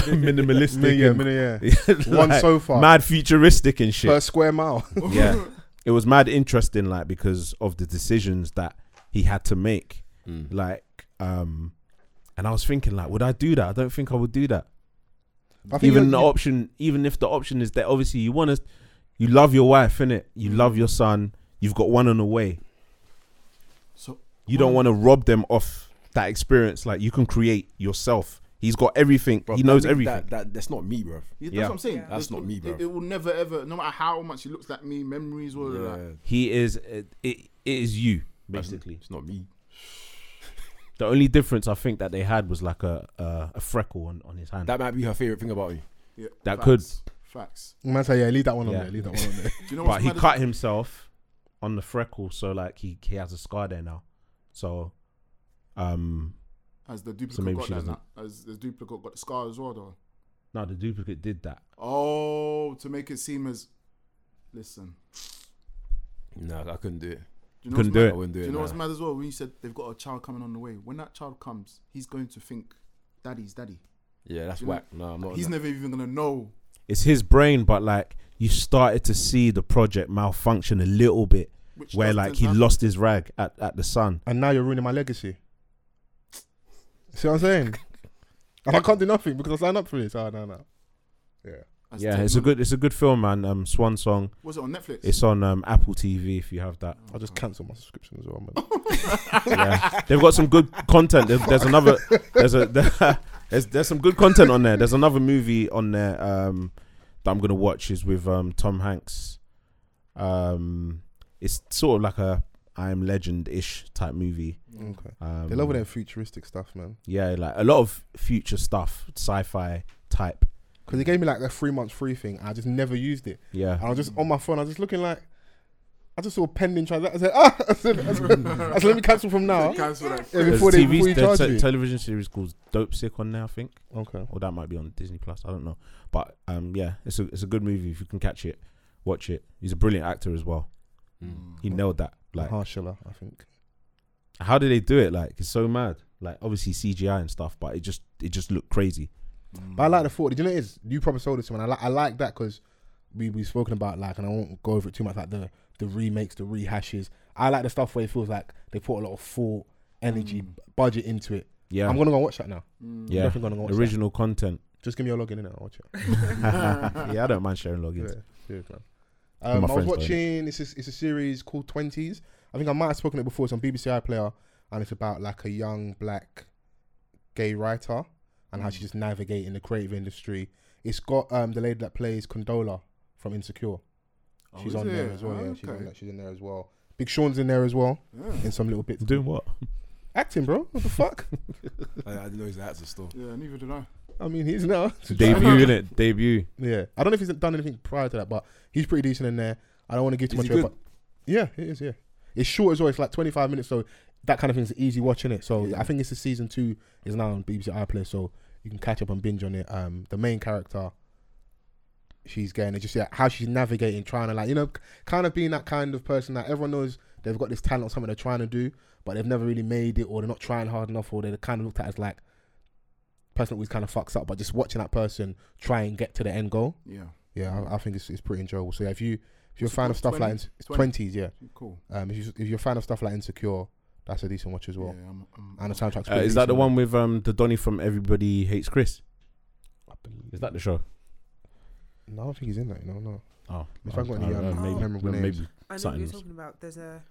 [SPEAKER 4] minimalistic
[SPEAKER 5] Yeah,
[SPEAKER 4] and-
[SPEAKER 5] yeah, yeah. One
[SPEAKER 4] like,
[SPEAKER 5] sofa
[SPEAKER 4] mad futuristic and shit
[SPEAKER 5] per square mile.
[SPEAKER 4] yeah it was mad interesting like because of the decisions that he had to make
[SPEAKER 7] Mm.
[SPEAKER 4] like um and i was thinking like would i do that i don't think i would do that
[SPEAKER 5] I think
[SPEAKER 4] even
[SPEAKER 5] you-
[SPEAKER 4] the
[SPEAKER 5] you-
[SPEAKER 4] option even if the option is that obviously you want to you love your wife innit you
[SPEAKER 7] Mm.
[SPEAKER 4] love your son you've got one on the way
[SPEAKER 8] So
[SPEAKER 4] you
[SPEAKER 7] Mm.
[SPEAKER 4] don't want to rob them off that experience like you can create yourself he's got everything
[SPEAKER 7] Bro,
[SPEAKER 4] he knows
[SPEAKER 7] that-
[SPEAKER 4] everything
[SPEAKER 7] That, that, that's not me, bro.
[SPEAKER 8] Yeah, that's
[SPEAKER 4] Yeah.
[SPEAKER 8] what I'm saying.
[SPEAKER 6] Yeah.
[SPEAKER 7] That's
[SPEAKER 8] There's
[SPEAKER 7] not
[SPEAKER 8] no-
[SPEAKER 7] me, bro.
[SPEAKER 8] It, it will never ever, no matter how much he looks like me, memories, all of that.
[SPEAKER 4] he is it, it, it is you
[SPEAKER 7] That's-
[SPEAKER 4] basically
[SPEAKER 7] uh, it's not me.
[SPEAKER 4] the only difference i think that they had was like a a, a freckle on, on his hand
[SPEAKER 7] That might be her favorite thing about you.
[SPEAKER 8] Yeah,
[SPEAKER 4] That
[SPEAKER 8] facts,
[SPEAKER 4] could.
[SPEAKER 8] Facts.
[SPEAKER 5] Man, say yeah. Leave that one on
[SPEAKER 4] Yeah.
[SPEAKER 5] there. Leave that one on
[SPEAKER 8] Do
[SPEAKER 5] there.
[SPEAKER 8] you know
[SPEAKER 4] but
[SPEAKER 8] what's
[SPEAKER 4] he
[SPEAKER 8] mad is-
[SPEAKER 4] cut himself on the freckle so like he, he has a scar there now so um
[SPEAKER 8] Has the duplicate
[SPEAKER 4] maybe
[SPEAKER 8] got
[SPEAKER 4] she
[SPEAKER 8] that?
[SPEAKER 4] doesn't.
[SPEAKER 8] now? Has the duplicate got the scar as well, though?
[SPEAKER 4] no the duplicate did that
[SPEAKER 8] Oh, to make it seem as. Listen.
[SPEAKER 7] No, I couldn't do it.
[SPEAKER 8] Do you know what's
[SPEAKER 4] Couldn't do
[SPEAKER 8] mad?
[SPEAKER 4] it.
[SPEAKER 7] I wouldn't do
[SPEAKER 8] Do
[SPEAKER 7] it.
[SPEAKER 8] you know
[SPEAKER 7] nah.
[SPEAKER 8] what's mad as well? When you said they've got a child coming on the way, when that child comes, he's going to think, "Daddy's daddy."
[SPEAKER 7] Yeah, that's
[SPEAKER 8] You know-
[SPEAKER 7] whack. No, I'm not. on
[SPEAKER 8] he's
[SPEAKER 7] that.
[SPEAKER 8] never even gonna know.
[SPEAKER 4] it's his brain, but like you started to see the project malfunction a little bit,
[SPEAKER 8] Which
[SPEAKER 4] where
[SPEAKER 8] does
[SPEAKER 4] like
[SPEAKER 8] tend
[SPEAKER 4] he
[SPEAKER 8] to happen.
[SPEAKER 4] lost his rag at, at the sun.
[SPEAKER 5] and now you're ruining my legacy. See what I'm saying? And I can't do nothing because I signed up for this. Oh no, no.
[SPEAKER 8] As
[SPEAKER 4] yeah,
[SPEAKER 8] Ted
[SPEAKER 4] it's a
[SPEAKER 8] Miller-
[SPEAKER 4] good it's a good film, man. Um, Swan Song.
[SPEAKER 8] Was it on Netflix?
[SPEAKER 4] It's on um Apple TV if you have that.
[SPEAKER 5] I'll just cancel my subscription as well, man.
[SPEAKER 4] Yeah, they've got some good content. There's, there's another. There's a there's there's some good content on there. There's another movie on there um that I'm gonna watch is with um Tom Hanks. Um, it's sort of like a I Am Legend ish type movie.
[SPEAKER 5] Okay.
[SPEAKER 4] Um,
[SPEAKER 5] They love all their futuristic stuff, man.
[SPEAKER 4] Yeah, like a lot of future stuff, sci-fi type.
[SPEAKER 5] Because they gave me like a three months free thing. I just never used it.
[SPEAKER 4] Yeah,
[SPEAKER 5] And I was just on my phone. I was just looking like, I just saw pending transaction. I said, ah, I said, I said, I said, let me cancel from now. Yeah,
[SPEAKER 8] Cancel that.
[SPEAKER 4] There's
[SPEAKER 5] before,
[SPEAKER 4] a
[SPEAKER 5] they,
[SPEAKER 4] TV
[SPEAKER 5] before you
[SPEAKER 4] there's
[SPEAKER 5] charge
[SPEAKER 4] a
[SPEAKER 5] me.
[SPEAKER 4] television series called Dope Sick on there, I think,
[SPEAKER 5] okay.
[SPEAKER 4] or that might be on Disney Plus. I don't know, but um, yeah, it's a it's a good movie if you can catch it, watch it. He's a brilliant actor as well.
[SPEAKER 7] Mm.
[SPEAKER 4] He nailed that. Like
[SPEAKER 5] Harshiller, I think.
[SPEAKER 4] How do they do it? Like it's so mad. Like obviously CGI and stuff, but it just it just looked crazy.
[SPEAKER 5] But I like the thought. Did you know it is? You probably sold it to me. And I like I like that because we we've spoken about like, and I won't go over it too much. Like the the remakes, the rehashes. I like the stuff where it feels like they put a lot of thought, energy,
[SPEAKER 8] Mm.
[SPEAKER 5] b- budget into it.
[SPEAKER 4] Yeah,
[SPEAKER 5] I'm gonna go watch that now.
[SPEAKER 4] yeah.
[SPEAKER 5] definitely gonna go watch that.
[SPEAKER 4] Original content.
[SPEAKER 5] Just give me your login and I'll watch it.
[SPEAKER 4] yeah, I don't mind sharing
[SPEAKER 5] Yeah,
[SPEAKER 4] logins.
[SPEAKER 5] yeah, man.
[SPEAKER 4] With
[SPEAKER 5] Um,
[SPEAKER 4] my
[SPEAKER 5] I was
[SPEAKER 4] friends, by the way.
[SPEAKER 5] watching. It's a, it's a series called Twenties. I think I might have spoken it before. It's on BBC iPlayer, and it's about like a young black gay writer and
[SPEAKER 8] Mm.
[SPEAKER 5] how she's just navigating the creative industry. It's got um, the lady that plays Condola from Insecure. She's
[SPEAKER 8] is
[SPEAKER 5] on there
[SPEAKER 8] it?
[SPEAKER 5] as well.
[SPEAKER 8] Oh,
[SPEAKER 5] yeah, she's, on
[SPEAKER 8] okay.
[SPEAKER 5] that. she's in there as well. Big Sean's in there as well in some little bits.
[SPEAKER 4] Doing what?
[SPEAKER 5] Acting, bro. What the fuck?
[SPEAKER 7] I, I didn't know he's that's a store.
[SPEAKER 8] Yeah, neither did I.
[SPEAKER 5] I mean, he's now.
[SPEAKER 4] Debut in it. Debut.
[SPEAKER 5] Yeah, I don't know if he's done anything prior to that, but he's pretty decent in there. I don't want to give too
[SPEAKER 7] Is
[SPEAKER 5] much
[SPEAKER 7] he
[SPEAKER 5] away,
[SPEAKER 7] good?
[SPEAKER 5] but yeah, it is. Yeah, it's short as well. It's like twenty five minutes, so that kind of thing's easy watching it. So I think it's the season two is now on BBC iPlayer, so you can catch up and binge on it. Um, the main character, she's getting it, just yeah, how she's navigating, trying to like you know, k- kind of being that kind of person that everyone knows they've got this talent or something they're trying to do, but they've never really made it, or they're not trying hard enough, or they're kind of looked at as like person that always kind of fucks up. But just watching that person try and get to the end goal
[SPEAKER 8] Yeah,
[SPEAKER 5] yeah, I, I think it's, it's pretty enjoyable. So yeah, if you if you're a fan of stuff like
[SPEAKER 8] 20? It's 20?
[SPEAKER 5] twenties, yeah,
[SPEAKER 8] cool.
[SPEAKER 5] um, if, you, if you're a fan of stuff like Insecure, that's a decent watch as well.
[SPEAKER 8] yeah, I'm, I'm,
[SPEAKER 5] And the soundtrack's
[SPEAKER 4] Uh,
[SPEAKER 5] pretty
[SPEAKER 4] is that the
[SPEAKER 5] decent.
[SPEAKER 4] one with um the Donny from Everybody Hates Chris?
[SPEAKER 5] I believe-
[SPEAKER 4] Is that the show?
[SPEAKER 5] No, I don't think he's in that. No, no.
[SPEAKER 4] Oh,
[SPEAKER 5] If I got any,
[SPEAKER 4] I don't
[SPEAKER 5] um,
[SPEAKER 4] know,
[SPEAKER 6] Oh.
[SPEAKER 5] memorable
[SPEAKER 4] maybe
[SPEAKER 5] names.
[SPEAKER 6] I know what
[SPEAKER 4] Something
[SPEAKER 6] you're
[SPEAKER 4] else.
[SPEAKER 6] talking about. There's a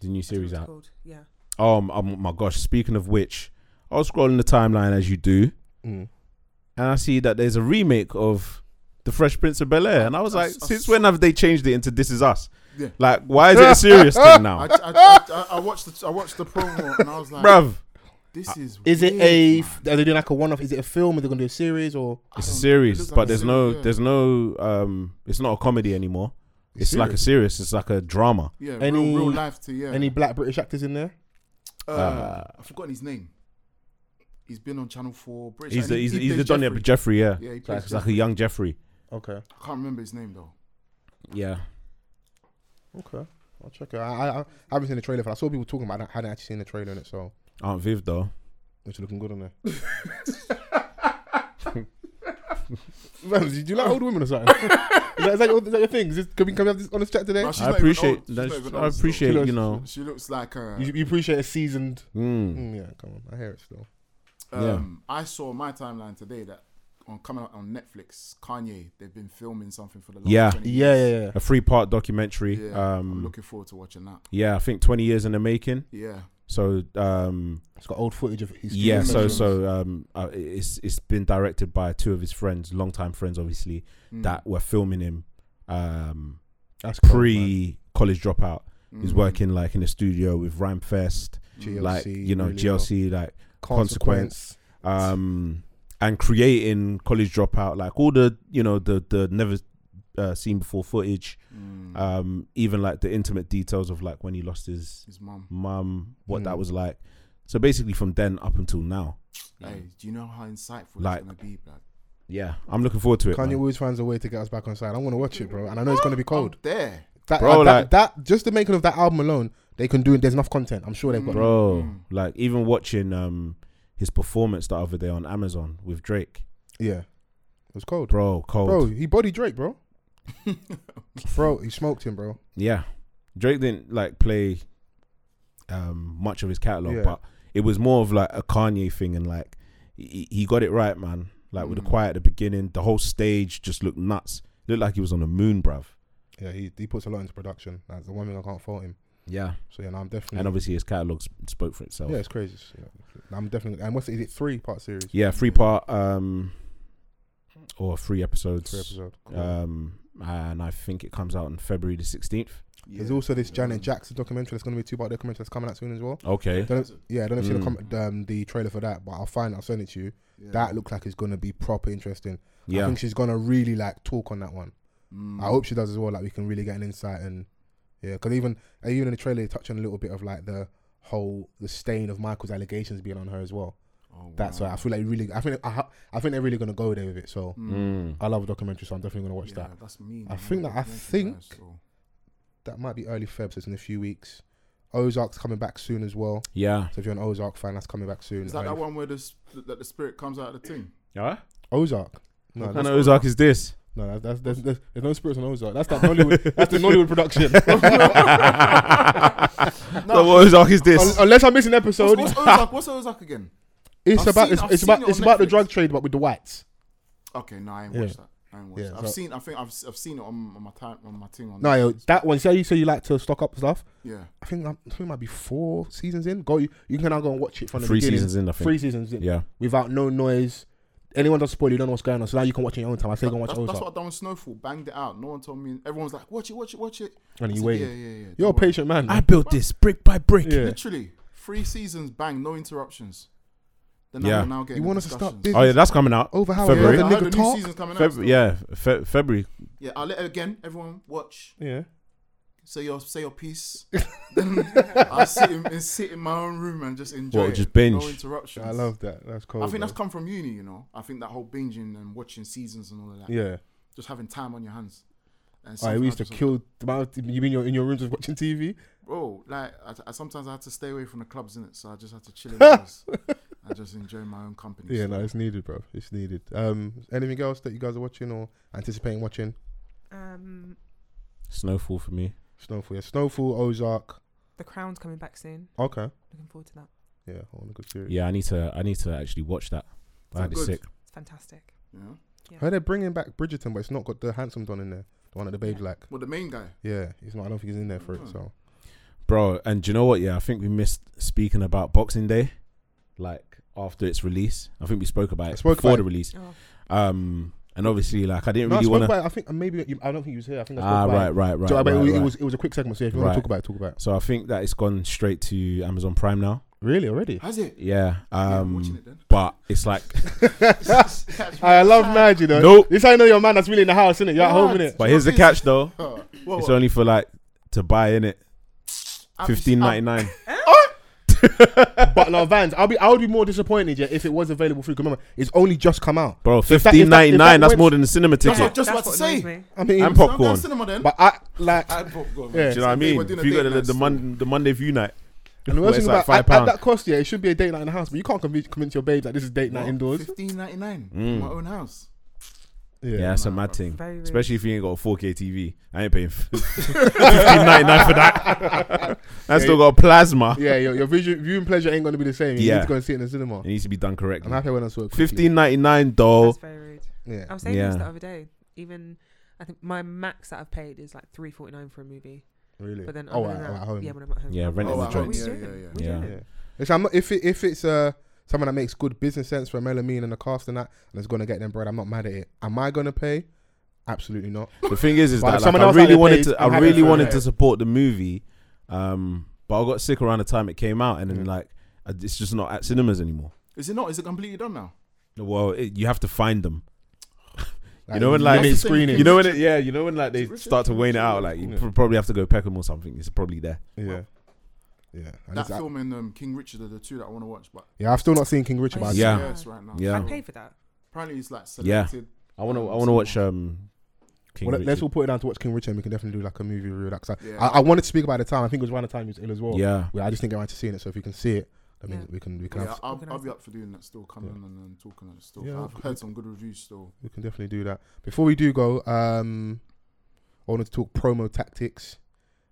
[SPEAKER 4] the new
[SPEAKER 6] I don't know what
[SPEAKER 4] series
[SPEAKER 6] it's
[SPEAKER 4] out.
[SPEAKER 6] Called. Yeah.
[SPEAKER 4] Oh m- um, my gosh! Speaking of which, I was scrolling the timeline as you do,
[SPEAKER 5] Mm.
[SPEAKER 4] and I see that there's a remake of The Fresh Prince of Bel Air, and I was
[SPEAKER 8] I-
[SPEAKER 4] like,
[SPEAKER 8] I
[SPEAKER 4] since
[SPEAKER 8] saw-
[SPEAKER 4] when have they changed it into This Is Us?
[SPEAKER 8] Yeah.
[SPEAKER 4] Like, why is it a serious thing
[SPEAKER 8] I,
[SPEAKER 4] now,
[SPEAKER 8] I, I, I watched the I watched the promo and I was like,
[SPEAKER 4] bruv? Uh,
[SPEAKER 8] this is
[SPEAKER 5] Uh, Is it
[SPEAKER 8] weird, man.
[SPEAKER 5] a? F- are they doing like a one-off? Is it a film? Are they gonna do a series or?
[SPEAKER 8] I
[SPEAKER 4] It's a
[SPEAKER 8] don't- it
[SPEAKER 4] series,
[SPEAKER 8] looks like
[SPEAKER 4] but
[SPEAKER 8] a
[SPEAKER 4] there's
[SPEAKER 8] series,
[SPEAKER 4] no,
[SPEAKER 8] yeah.
[SPEAKER 4] there's no, um, it's not a comedy anymore. It's like a serious. It's like a drama.
[SPEAKER 8] yeah,
[SPEAKER 5] any-
[SPEAKER 8] real, real life to yeah.
[SPEAKER 5] Any black British actors in there?
[SPEAKER 8] uh,
[SPEAKER 4] uh,
[SPEAKER 8] I've forgotten his name. He's been on Channel Four. British.
[SPEAKER 4] He's
[SPEAKER 8] and
[SPEAKER 4] the,
[SPEAKER 8] he-
[SPEAKER 4] he's,
[SPEAKER 8] he
[SPEAKER 4] he's the
[SPEAKER 8] plays
[SPEAKER 4] Donny
[SPEAKER 8] Jeffrey.
[SPEAKER 4] Jeffrey, yeah.
[SPEAKER 8] Yeah, he plays.
[SPEAKER 4] Like, it's like a
[SPEAKER 8] Jeffrey.
[SPEAKER 4] young Jeffrey.
[SPEAKER 5] Okay,
[SPEAKER 8] I can't remember his name though.
[SPEAKER 4] Yeah.
[SPEAKER 5] okay. I'll check it. I, I, I haven't seen the trailer for. That. I saw people talking about. it. I hadn't actually seen the trailer in it, so
[SPEAKER 4] Aunt Viv though.
[SPEAKER 5] it's looking good on there. Man, do you like old women or something? is, that, is, that your, is that your thing? Is this, can we come have this on this chat today?
[SPEAKER 8] No, she's
[SPEAKER 4] I
[SPEAKER 8] not even
[SPEAKER 4] appreciate.
[SPEAKER 8] old. She's not
[SPEAKER 4] That's,
[SPEAKER 8] even
[SPEAKER 4] I
[SPEAKER 8] old still.
[SPEAKER 4] appreciate.
[SPEAKER 5] She
[SPEAKER 4] You know.
[SPEAKER 8] She looks like uh, a.
[SPEAKER 5] You, you appreciate a seasoned.
[SPEAKER 4] Mm.
[SPEAKER 5] Mm, yeah, come on. I hear it still.
[SPEAKER 4] Yeah.
[SPEAKER 8] Um, I saw my timeline today that on coming out on Netflix, Kanye they've been filming something for the last
[SPEAKER 4] Yeah.
[SPEAKER 8] 20
[SPEAKER 5] Yeah,
[SPEAKER 8] years.
[SPEAKER 5] yeah, yeah.
[SPEAKER 4] a three part documentary.
[SPEAKER 8] Yeah, I'm
[SPEAKER 4] um,
[SPEAKER 8] looking forward to watching that.
[SPEAKER 4] yeah, I think twenty years in the making.
[SPEAKER 8] Yeah,
[SPEAKER 4] So um,
[SPEAKER 5] It's got old footage of his.
[SPEAKER 4] yeah,
[SPEAKER 8] doing
[SPEAKER 4] so
[SPEAKER 8] measurements.
[SPEAKER 4] so um, uh, it's it's been directed by two of his friends, longtime friends, obviously,
[SPEAKER 8] Mm.
[SPEAKER 4] that were filming him um,
[SPEAKER 5] that's cool, man.
[SPEAKER 4] pre college dropout. He's
[SPEAKER 8] Mm.
[SPEAKER 4] working like in the studio with Rhyme Fest,
[SPEAKER 5] GLC,
[SPEAKER 4] like you know
[SPEAKER 5] really
[SPEAKER 4] GLC, like
[SPEAKER 5] well.
[SPEAKER 4] Consequence. um, and creating college dropout, like all the you know the the never uh, seen before footage,
[SPEAKER 8] Mm.
[SPEAKER 4] um, even like the intimate details of like when he lost his
[SPEAKER 8] His mum.
[SPEAKER 4] mum, what
[SPEAKER 5] Mm.
[SPEAKER 4] that was like. So basically, from then up until now,
[SPEAKER 8] Hey, do you know how insightful
[SPEAKER 4] Like-
[SPEAKER 8] it's gonna be, blood?
[SPEAKER 4] yeah, I'm looking forward to it.
[SPEAKER 5] Kanye
[SPEAKER 4] man.
[SPEAKER 5] always finds a way to get us back on side. I want to watch it, bro, and I know it's gonna be cold.
[SPEAKER 8] I'm there.
[SPEAKER 5] That,
[SPEAKER 4] Bro,
[SPEAKER 5] uh, that,
[SPEAKER 4] like-
[SPEAKER 5] that just the making of that album alone, they can do. it. There's enough content. I'm sure they've got.
[SPEAKER 4] Bro,
[SPEAKER 8] Mm.
[SPEAKER 4] like even watching um his performance the other day on Amazon with Drake,
[SPEAKER 5] Yeah, it was cold, bro.
[SPEAKER 4] bro, cold.
[SPEAKER 5] he bodied Drake, bro. bro, he smoked him, bro.
[SPEAKER 4] Yeah, Drake didn't like play um much of his catalog,
[SPEAKER 5] Yeah.
[SPEAKER 4] but it was more of like a Kanye thing, and like he, he got it right, man. Like with the
[SPEAKER 8] Mm.
[SPEAKER 4] quiet at the beginning, the whole stage just looked nuts. Looked like he was on the moon, bruv.
[SPEAKER 5] Yeah, he, he puts a lot into production. That's the one thing I can't fault him.
[SPEAKER 4] Yeah,
[SPEAKER 5] So yeah, no, I'm definitely.
[SPEAKER 4] and obviously his catalog sp- spoke for itself.
[SPEAKER 5] yeah, it's crazy. Yeah. I'm definitely. And what's it, is it? Three part series.
[SPEAKER 4] Yeah, three part um or three episodes.
[SPEAKER 5] Three episode. Cool.
[SPEAKER 4] Um and I think it comes out on February the sixteenth.
[SPEAKER 5] There's also this Janet Jackson documentary. There's going to be two part documentary that's coming out soon as well.
[SPEAKER 4] Okay.
[SPEAKER 5] Don't know- yeah, I don't know if you've seen
[SPEAKER 4] Mm.
[SPEAKER 5] the, com- um, the trailer for that, but I'll find. I'll send it to you. That looks like it's going to be proper interesting. I
[SPEAKER 4] Yeah.
[SPEAKER 5] think she's going to really like talk on that one. I hope she does as well. Like we can really get an insight and yeah, because even uh, even in the trailer, they touch on a little bit of like the whole the stain of Michael's allegations being on her as well. That's why I feel like really. I think I, ha- I think they're really going to go there with it. So
[SPEAKER 4] Mm.
[SPEAKER 5] I love a documentary, so I'm definitely going to watch that.
[SPEAKER 8] That's me.
[SPEAKER 5] I think that- I think- That might be early Feb, so it's in a few weeks. Ozark's coming back soon as well.
[SPEAKER 4] Yeah.
[SPEAKER 5] So if you're an Ozark fan, that's coming back soon.
[SPEAKER 8] Is that
[SPEAKER 5] And
[SPEAKER 8] that one where the s- that the spirit comes out of the thing?
[SPEAKER 4] Yeah.
[SPEAKER 5] Ozark. No,
[SPEAKER 4] And
[SPEAKER 5] that's,
[SPEAKER 4] Ozark is this.
[SPEAKER 5] no, that's, that's, there's, there's, there's no spirits on Ozark. That's that Nollywood. that's the Nollywood production.
[SPEAKER 4] So Ozark is this.
[SPEAKER 5] Un- Unless I miss an episode,
[SPEAKER 8] What's, what's, Ozark, what's Ozark again?
[SPEAKER 5] it's
[SPEAKER 8] I've
[SPEAKER 5] about
[SPEAKER 8] seen-
[SPEAKER 5] it's,
[SPEAKER 8] I've
[SPEAKER 5] it's
[SPEAKER 8] seen
[SPEAKER 5] about
[SPEAKER 8] it on
[SPEAKER 5] it's about the
[SPEAKER 8] Netflix.
[SPEAKER 5] drug trade, but with the whites.
[SPEAKER 8] Okay, no, I ain't
[SPEAKER 5] Yeah.
[SPEAKER 8] watched that. I ain't watched
[SPEAKER 5] Yeah,
[SPEAKER 8] that. I've
[SPEAKER 5] so-
[SPEAKER 8] seen. I think I've s- I've seen it on, on my time on my thing on.
[SPEAKER 5] No, yo,
[SPEAKER 8] Netflix.
[SPEAKER 5] that one. Say you say you like to stock up stuff.
[SPEAKER 8] yeah.
[SPEAKER 5] I think I'm- I think it might be four seasons in. Go, you, you can now go and watch it from the
[SPEAKER 4] Three
[SPEAKER 5] beginning.
[SPEAKER 4] seasons in, I think.
[SPEAKER 5] Three seasons in.
[SPEAKER 4] Yeah.
[SPEAKER 5] without no noise. Anyone does spoil, you don't know what's going on. So now you can watch it in your own time. I say go and watch
[SPEAKER 8] That's, that's what
[SPEAKER 5] Ozark,
[SPEAKER 8] I done with Snowfall. Banged it out. No one told me. Everyone was like, "Watch it, watch it, watch it."
[SPEAKER 5] and
[SPEAKER 8] I
[SPEAKER 5] you
[SPEAKER 8] said,
[SPEAKER 5] waited.
[SPEAKER 8] Yeah, yeah, yeah.
[SPEAKER 5] You're a
[SPEAKER 8] don't worry."
[SPEAKER 5] patient man.
[SPEAKER 4] I built this brick by brick.
[SPEAKER 5] yeah.
[SPEAKER 8] Literally, three seasons, bang, no interruptions. Then
[SPEAKER 4] Yeah.
[SPEAKER 8] I'm now getting
[SPEAKER 5] You want us to stop
[SPEAKER 8] discussions.
[SPEAKER 5] business
[SPEAKER 4] Oh yeah, that's coming out.
[SPEAKER 5] over how
[SPEAKER 4] February.
[SPEAKER 5] February.
[SPEAKER 8] I heard
[SPEAKER 5] nigga
[SPEAKER 8] the new
[SPEAKER 5] talk?
[SPEAKER 8] season's coming out.
[SPEAKER 4] Feb-
[SPEAKER 8] still.
[SPEAKER 4] yeah, Fe- February.
[SPEAKER 8] yeah. I'll let again everyone watch.
[SPEAKER 5] Yeah.
[SPEAKER 8] Say your say your piece. then I sit in, and sit in my own room and just enjoy.
[SPEAKER 4] What,
[SPEAKER 8] it.
[SPEAKER 4] just binge?
[SPEAKER 8] No interruptions.
[SPEAKER 5] I love that. That's cool.
[SPEAKER 8] I think that's come from uni, you know. I think that whole binging and watching seasons and all of that.
[SPEAKER 5] yeah.
[SPEAKER 8] Just having time on your hands. And
[SPEAKER 5] I we used to
[SPEAKER 8] sometimes-
[SPEAKER 5] kill the amount of- you mean you're in your rooms just watching TV.
[SPEAKER 8] Bro, like I, I sometimes I had to stay away from the clubs in it, so I just had to chill in the house. I just enjoy my own company.
[SPEAKER 5] Yeah,
[SPEAKER 8] So-
[SPEAKER 5] no, it's needed, bro. It's needed. Um, anything else that you guys are watching or anticipating watching?
[SPEAKER 6] Um,
[SPEAKER 4] Snowfall for me.
[SPEAKER 5] Snowfall, yeah. Snowfall, Ozark.
[SPEAKER 6] the Crown's coming back soon.
[SPEAKER 5] Okay.
[SPEAKER 6] Looking forward to that.
[SPEAKER 5] Yeah, on a good series.
[SPEAKER 4] Yeah, I need to. I need to actually watch that. I had it
[SPEAKER 8] good?
[SPEAKER 4] sick.
[SPEAKER 6] It's fantastic.
[SPEAKER 8] Yeah.
[SPEAKER 5] Heard they're bringing back Bridgerton, but it's not got the handsome don in there. The one that the baby like.
[SPEAKER 8] Well, the main guy. Oh.
[SPEAKER 5] Yeah, he's not. I don't think he's in there for it. So
[SPEAKER 4] bro. And do you know what? Yeah, I think we missed speaking about Boxing Day, like after its release. I think we spoke about it
[SPEAKER 5] spoke
[SPEAKER 4] before
[SPEAKER 5] about
[SPEAKER 4] the
[SPEAKER 5] it.
[SPEAKER 4] release.
[SPEAKER 6] Oh,
[SPEAKER 4] Um, and obviously, like I didn't
[SPEAKER 5] no, I
[SPEAKER 4] really
[SPEAKER 5] spoke
[SPEAKER 4] want to.
[SPEAKER 5] about it. I think maybe you, I don't think he was here. I think I spoke
[SPEAKER 4] Ah,
[SPEAKER 5] about it.
[SPEAKER 4] right, right, right.
[SPEAKER 5] so, but
[SPEAKER 4] right,
[SPEAKER 5] it,
[SPEAKER 4] right.
[SPEAKER 5] was it was a quick segment. So if you want
[SPEAKER 4] Right.
[SPEAKER 5] to talk about it, talk about it.
[SPEAKER 4] So I think that it's gone straight to Amazon Prime now.
[SPEAKER 5] Really already?
[SPEAKER 8] Has it?
[SPEAKER 4] Yeah.
[SPEAKER 8] Yeah, I'm watching
[SPEAKER 4] Um,
[SPEAKER 8] it then.
[SPEAKER 4] but it's like,
[SPEAKER 5] I love Nige, you know.
[SPEAKER 4] Nope.
[SPEAKER 5] This how you know your man that's really in the house, innit? You're at home, innit? Oh,
[SPEAKER 4] but here's the catch though.
[SPEAKER 8] What,
[SPEAKER 4] It's
[SPEAKER 8] what?
[SPEAKER 4] only for like to buy in it.
[SPEAKER 8] I've-
[SPEAKER 4] Fifteen ninety nine.
[SPEAKER 5] But no, Vans, I'll be I would be more disappointed yeah, if it was available free. 'cause Remember, it's only just come out.
[SPEAKER 4] Bro,
[SPEAKER 5] If that-
[SPEAKER 4] fifteen ninety
[SPEAKER 5] if
[SPEAKER 4] nine.
[SPEAKER 5] that
[SPEAKER 4] That's
[SPEAKER 5] went-
[SPEAKER 4] more than the cinema
[SPEAKER 8] That's what I
[SPEAKER 4] ticket.
[SPEAKER 8] was just about
[SPEAKER 6] that's
[SPEAKER 8] to
[SPEAKER 6] what
[SPEAKER 8] say.
[SPEAKER 6] annoys me.
[SPEAKER 5] I mean,
[SPEAKER 4] and
[SPEAKER 8] Don't go to
[SPEAKER 4] popcorn. Do
[SPEAKER 8] cinema then.
[SPEAKER 5] but I like.
[SPEAKER 8] I bought gone.
[SPEAKER 5] Yeah.
[SPEAKER 4] you know what I mean?
[SPEAKER 8] We're doing
[SPEAKER 4] If
[SPEAKER 8] a
[SPEAKER 4] you go
[SPEAKER 8] date
[SPEAKER 4] to the,
[SPEAKER 8] night
[SPEAKER 4] the,
[SPEAKER 8] still.
[SPEAKER 4] Mon- the Monday view night,
[SPEAKER 5] and the
[SPEAKER 4] where
[SPEAKER 5] worst
[SPEAKER 4] it's
[SPEAKER 5] thing
[SPEAKER 4] like
[SPEAKER 5] about
[SPEAKER 4] five
[SPEAKER 5] at, at
[SPEAKER 4] pound.
[SPEAKER 5] that cost, yeah, it should be a date night in the house. But you can't convince, convince your babe that this is date night indoors.
[SPEAKER 8] Fifteen ninety nine.
[SPEAKER 4] Mm.
[SPEAKER 8] in My own house.
[SPEAKER 5] Yeah.
[SPEAKER 4] Yeah, that's a mad thing.
[SPEAKER 6] Very rude.
[SPEAKER 4] Especially if you ain't got a 4K TV. I ain't paying fifteen ninety nine for that. I still got a plasma.
[SPEAKER 5] Yeah, your, your vision, viewing pleasure ain't going to be the same. You
[SPEAKER 4] Yeah.
[SPEAKER 5] need to go and see it in the cinema.
[SPEAKER 4] It needs to be done
[SPEAKER 5] I'm
[SPEAKER 4] correctly.
[SPEAKER 5] happy when I saw it. quickly.
[SPEAKER 4] Fifteen ninety nine though.
[SPEAKER 6] That's very rude. I
[SPEAKER 5] Yeah.
[SPEAKER 6] was saying
[SPEAKER 4] Yeah.
[SPEAKER 6] this the other day. Even I think my max that I've paid is like three forty nine for a movie.
[SPEAKER 5] Really?
[SPEAKER 6] But then
[SPEAKER 5] oh,
[SPEAKER 6] other
[SPEAKER 5] at,
[SPEAKER 6] than that,
[SPEAKER 5] at home.
[SPEAKER 6] yeah, when I'm at home,
[SPEAKER 4] Yeah,
[SPEAKER 6] I'm
[SPEAKER 4] rent is
[SPEAKER 6] like,
[SPEAKER 8] Oh,
[SPEAKER 4] a
[SPEAKER 8] at
[SPEAKER 6] what are
[SPEAKER 8] home,
[SPEAKER 6] we
[SPEAKER 8] yeah,
[SPEAKER 6] doing?
[SPEAKER 8] yeah, yeah.
[SPEAKER 6] What are we
[SPEAKER 4] Yeah.
[SPEAKER 6] doing?
[SPEAKER 5] Yeah. It's, I'm, if it, if it's uh, someone that makes good business sense for Melamine and the cast and that, and it's gonna get them bread, I'm not mad at it. Am I gonna pay? Absolutely not.
[SPEAKER 4] The thing is, is
[SPEAKER 5] But if
[SPEAKER 4] that like,
[SPEAKER 5] someone
[SPEAKER 4] I
[SPEAKER 5] else had
[SPEAKER 4] really
[SPEAKER 5] it
[SPEAKER 4] wanted
[SPEAKER 5] paid,
[SPEAKER 4] to.
[SPEAKER 5] I'm
[SPEAKER 4] I
[SPEAKER 5] happy
[SPEAKER 4] really
[SPEAKER 5] for
[SPEAKER 4] wanted
[SPEAKER 5] it.
[SPEAKER 4] to support the movie, um, but I got sick around the time it came out, and then
[SPEAKER 5] Yeah.
[SPEAKER 4] like I- it's just not at cinemas anymore.
[SPEAKER 8] Is it not? Is it completely done now?
[SPEAKER 4] Well, it, you have to find them.
[SPEAKER 5] Like,
[SPEAKER 4] You know when
[SPEAKER 5] limited
[SPEAKER 4] like they,
[SPEAKER 5] screening.
[SPEAKER 4] you know when it, yeah, you know when like they
[SPEAKER 8] Richard?
[SPEAKER 4] start to wane it out. Like you
[SPEAKER 5] Yeah.
[SPEAKER 4] pr- probably have to go Peckham or something. It's probably there.
[SPEAKER 5] yeah, yeah.
[SPEAKER 8] That
[SPEAKER 5] I just- I-
[SPEAKER 8] film and um, King Richard are the two that I want to watch, but
[SPEAKER 5] yeah, I've still not seen King Richard.
[SPEAKER 6] Oh,
[SPEAKER 5] But
[SPEAKER 4] Yeah.
[SPEAKER 8] yes, right now.
[SPEAKER 4] Yeah.
[SPEAKER 6] I
[SPEAKER 8] So
[SPEAKER 6] paid for that.
[SPEAKER 8] Apparently, it's like
[SPEAKER 4] Yeah.
[SPEAKER 8] selected.
[SPEAKER 4] I want to.
[SPEAKER 8] Um,
[SPEAKER 4] I want to
[SPEAKER 8] so-
[SPEAKER 4] watch um.
[SPEAKER 5] I,
[SPEAKER 4] King
[SPEAKER 5] well, let's
[SPEAKER 4] Richard.
[SPEAKER 5] all put it down to watch King Richard. and We can definitely do like a movie review. Like, 'cause I-
[SPEAKER 8] Yeah.
[SPEAKER 5] I, I wanted to speak about the time. I think it was around the time he was ill as well.
[SPEAKER 4] Yeah.
[SPEAKER 5] Well, I just didn't get around to seeing it. So if we can see it, that means
[SPEAKER 6] Yeah.
[SPEAKER 5] we can we can
[SPEAKER 8] Yeah,
[SPEAKER 5] have,
[SPEAKER 8] I'll, I'll
[SPEAKER 6] Organise
[SPEAKER 8] be
[SPEAKER 6] it.
[SPEAKER 8] up for doing that still. Coming
[SPEAKER 5] Yeah.
[SPEAKER 8] in and then talking and still.
[SPEAKER 5] Yeah,
[SPEAKER 8] I've
[SPEAKER 5] okay.
[SPEAKER 8] heard some good reviews still.
[SPEAKER 5] we can definitely do that. Before we do go, um, I wanted to talk promo tactics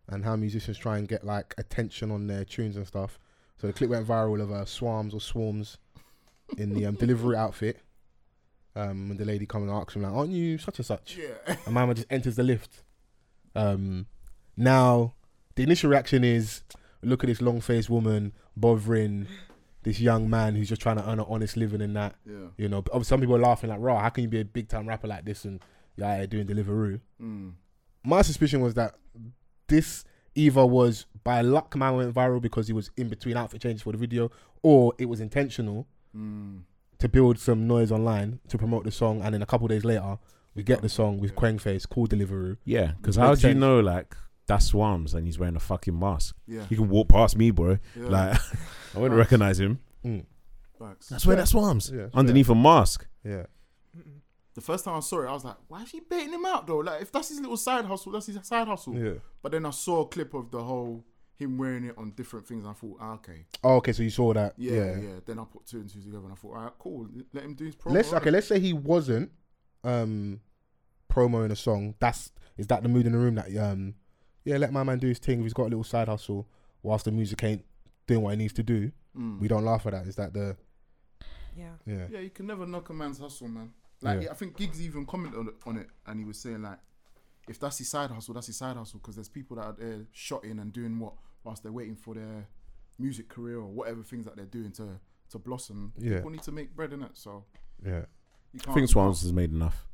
[SPEAKER 5] and how musicians try and get like attention on their tunes and stuff. So the clip went viral of uh, Swarms or Swarms in the um, delivery outfit. Um, and the lady comes and asks him like, "Aren't you such and such?"
[SPEAKER 8] Yeah.
[SPEAKER 5] And Mama just enters the lift. Um, now the initial reaction is, "Look at this long-faced woman bothering this young man who's just trying to earn an honest living and that."
[SPEAKER 8] Yeah.
[SPEAKER 5] You know, but some people are laughing like, "Raw, how can you be a big time rapper like this and you're out here doing Deliveroo?"
[SPEAKER 8] Mm.
[SPEAKER 5] My suspicion was that this either was by luck man went viral because he was in between outfit changes for the video, or it was intentional
[SPEAKER 8] Mm.
[SPEAKER 5] to build some noise online to promote the song, and then a couple days later we get the song with Quang Face called Deliveroo.
[SPEAKER 4] Yeah, because
[SPEAKER 5] Makes
[SPEAKER 4] how do you
[SPEAKER 5] sense.
[SPEAKER 4] know like that's Swams and he's wearing a fucking mask?
[SPEAKER 8] Yeah.
[SPEAKER 4] He can walk past me, bro.
[SPEAKER 8] yeah.
[SPEAKER 4] Like I wouldn't
[SPEAKER 8] Facts.
[SPEAKER 4] recognize him.
[SPEAKER 5] Mm.
[SPEAKER 8] Facts.
[SPEAKER 4] That's where that's Swams
[SPEAKER 5] Yeah, it's
[SPEAKER 4] underneath a mask.
[SPEAKER 5] Yeah,
[SPEAKER 8] The first time I saw it, I was like, why is she baiting him out though? Like, if that's his little side hustle, that's his side hustle.
[SPEAKER 5] yeah,
[SPEAKER 8] But then I saw a clip of the whole him wearing it on different things. And I thought, ah, okay,
[SPEAKER 5] Oh, okay, so you saw that.
[SPEAKER 8] yeah,
[SPEAKER 5] Yeah.
[SPEAKER 8] yeah, Then I put two and two together, and I thought, all right, cool. Let him do his promo.
[SPEAKER 5] Let's
[SPEAKER 8] innit?
[SPEAKER 5] okay. Let's say he wasn't um promoing a song. That's is that the mood in the room that um yeah let my man do his thing. If he's got a little side hustle whilst the music ain't doing what it needs to do.
[SPEAKER 8] Mm.
[SPEAKER 5] We don't laugh at that. Is that the
[SPEAKER 6] Yeah.
[SPEAKER 5] yeah?
[SPEAKER 8] Yeah, you can never knock a man's hustle, man. Like
[SPEAKER 5] Yeah.
[SPEAKER 8] I think Giggs even commented on it, on it, and he was saying like, if that's his side hustle, that's his side hustle because there's people that are there shotting and doing what whilst they're waiting for their music career or whatever things that they're doing to to blossom.
[SPEAKER 5] Yeah.
[SPEAKER 8] people need to make bread in it, so
[SPEAKER 5] Yeah.
[SPEAKER 8] you
[SPEAKER 4] I
[SPEAKER 8] can't.
[SPEAKER 4] think Swans has made enough.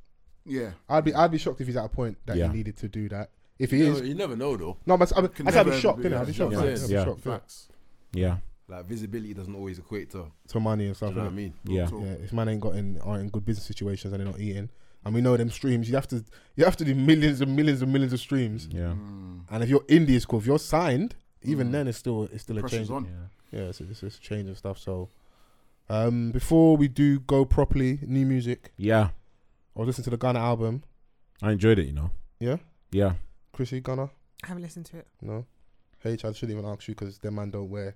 [SPEAKER 8] Yeah,
[SPEAKER 5] I'd be I'd be shocked if he's at a point that
[SPEAKER 4] Yeah.
[SPEAKER 5] he needed to do that. If he
[SPEAKER 7] You
[SPEAKER 5] is,
[SPEAKER 7] never, you never know though.
[SPEAKER 5] no, but I mean,
[SPEAKER 8] Can
[SPEAKER 5] I'd say I'd be
[SPEAKER 8] never
[SPEAKER 5] shocked,
[SPEAKER 8] ever be-
[SPEAKER 5] innit? I'd be
[SPEAKER 8] yeah,
[SPEAKER 5] shocked.
[SPEAKER 7] yeah,
[SPEAKER 5] I'd be
[SPEAKER 4] yeah.
[SPEAKER 5] shocked, innit?
[SPEAKER 8] facts.
[SPEAKER 4] Yeah,
[SPEAKER 7] Like visibility doesn't always equate to.
[SPEAKER 5] To money and stuff.
[SPEAKER 7] Do you know what I
[SPEAKER 5] innit?
[SPEAKER 7] mean?
[SPEAKER 4] yeah.
[SPEAKER 8] Talk.
[SPEAKER 5] Yeah, if man ain't got in aren't in good business situations and they're not eating, and we know them streams, you have to you have to do millions and millions and millions of streams.
[SPEAKER 4] Yeah.
[SPEAKER 8] Mm.
[SPEAKER 5] And if you're indie, it's cool. If you're signed, even
[SPEAKER 8] Mm.
[SPEAKER 5] then it's still it's still a change.
[SPEAKER 8] Pressure's on.
[SPEAKER 5] Yeah, it's, it's, it's a change of stuff. So, um, before we do go properly, new music.
[SPEAKER 4] Yeah.
[SPEAKER 5] I was listening to the Gunna album.
[SPEAKER 4] I enjoyed it, you know.
[SPEAKER 5] Yeah,
[SPEAKER 4] Yeah.
[SPEAKER 5] Chrissy Gunna.
[SPEAKER 6] I haven't listened to it.
[SPEAKER 5] No, H. I shouldn't even ask you because their man don't wear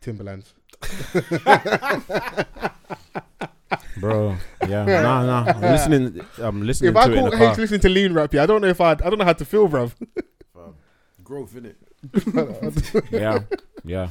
[SPEAKER 5] Timberlands.
[SPEAKER 4] Bro. Yeah. nah, nah. I'm listening I'm listening
[SPEAKER 5] if
[SPEAKER 4] to
[SPEAKER 5] I
[SPEAKER 4] it in the
[SPEAKER 5] call
[SPEAKER 4] car.
[SPEAKER 5] H listening to lean rap, yeah, I don't know if I I don't know how to feel, bruv.
[SPEAKER 7] Fam. uh, Growth in it.
[SPEAKER 4] yeah, yeah,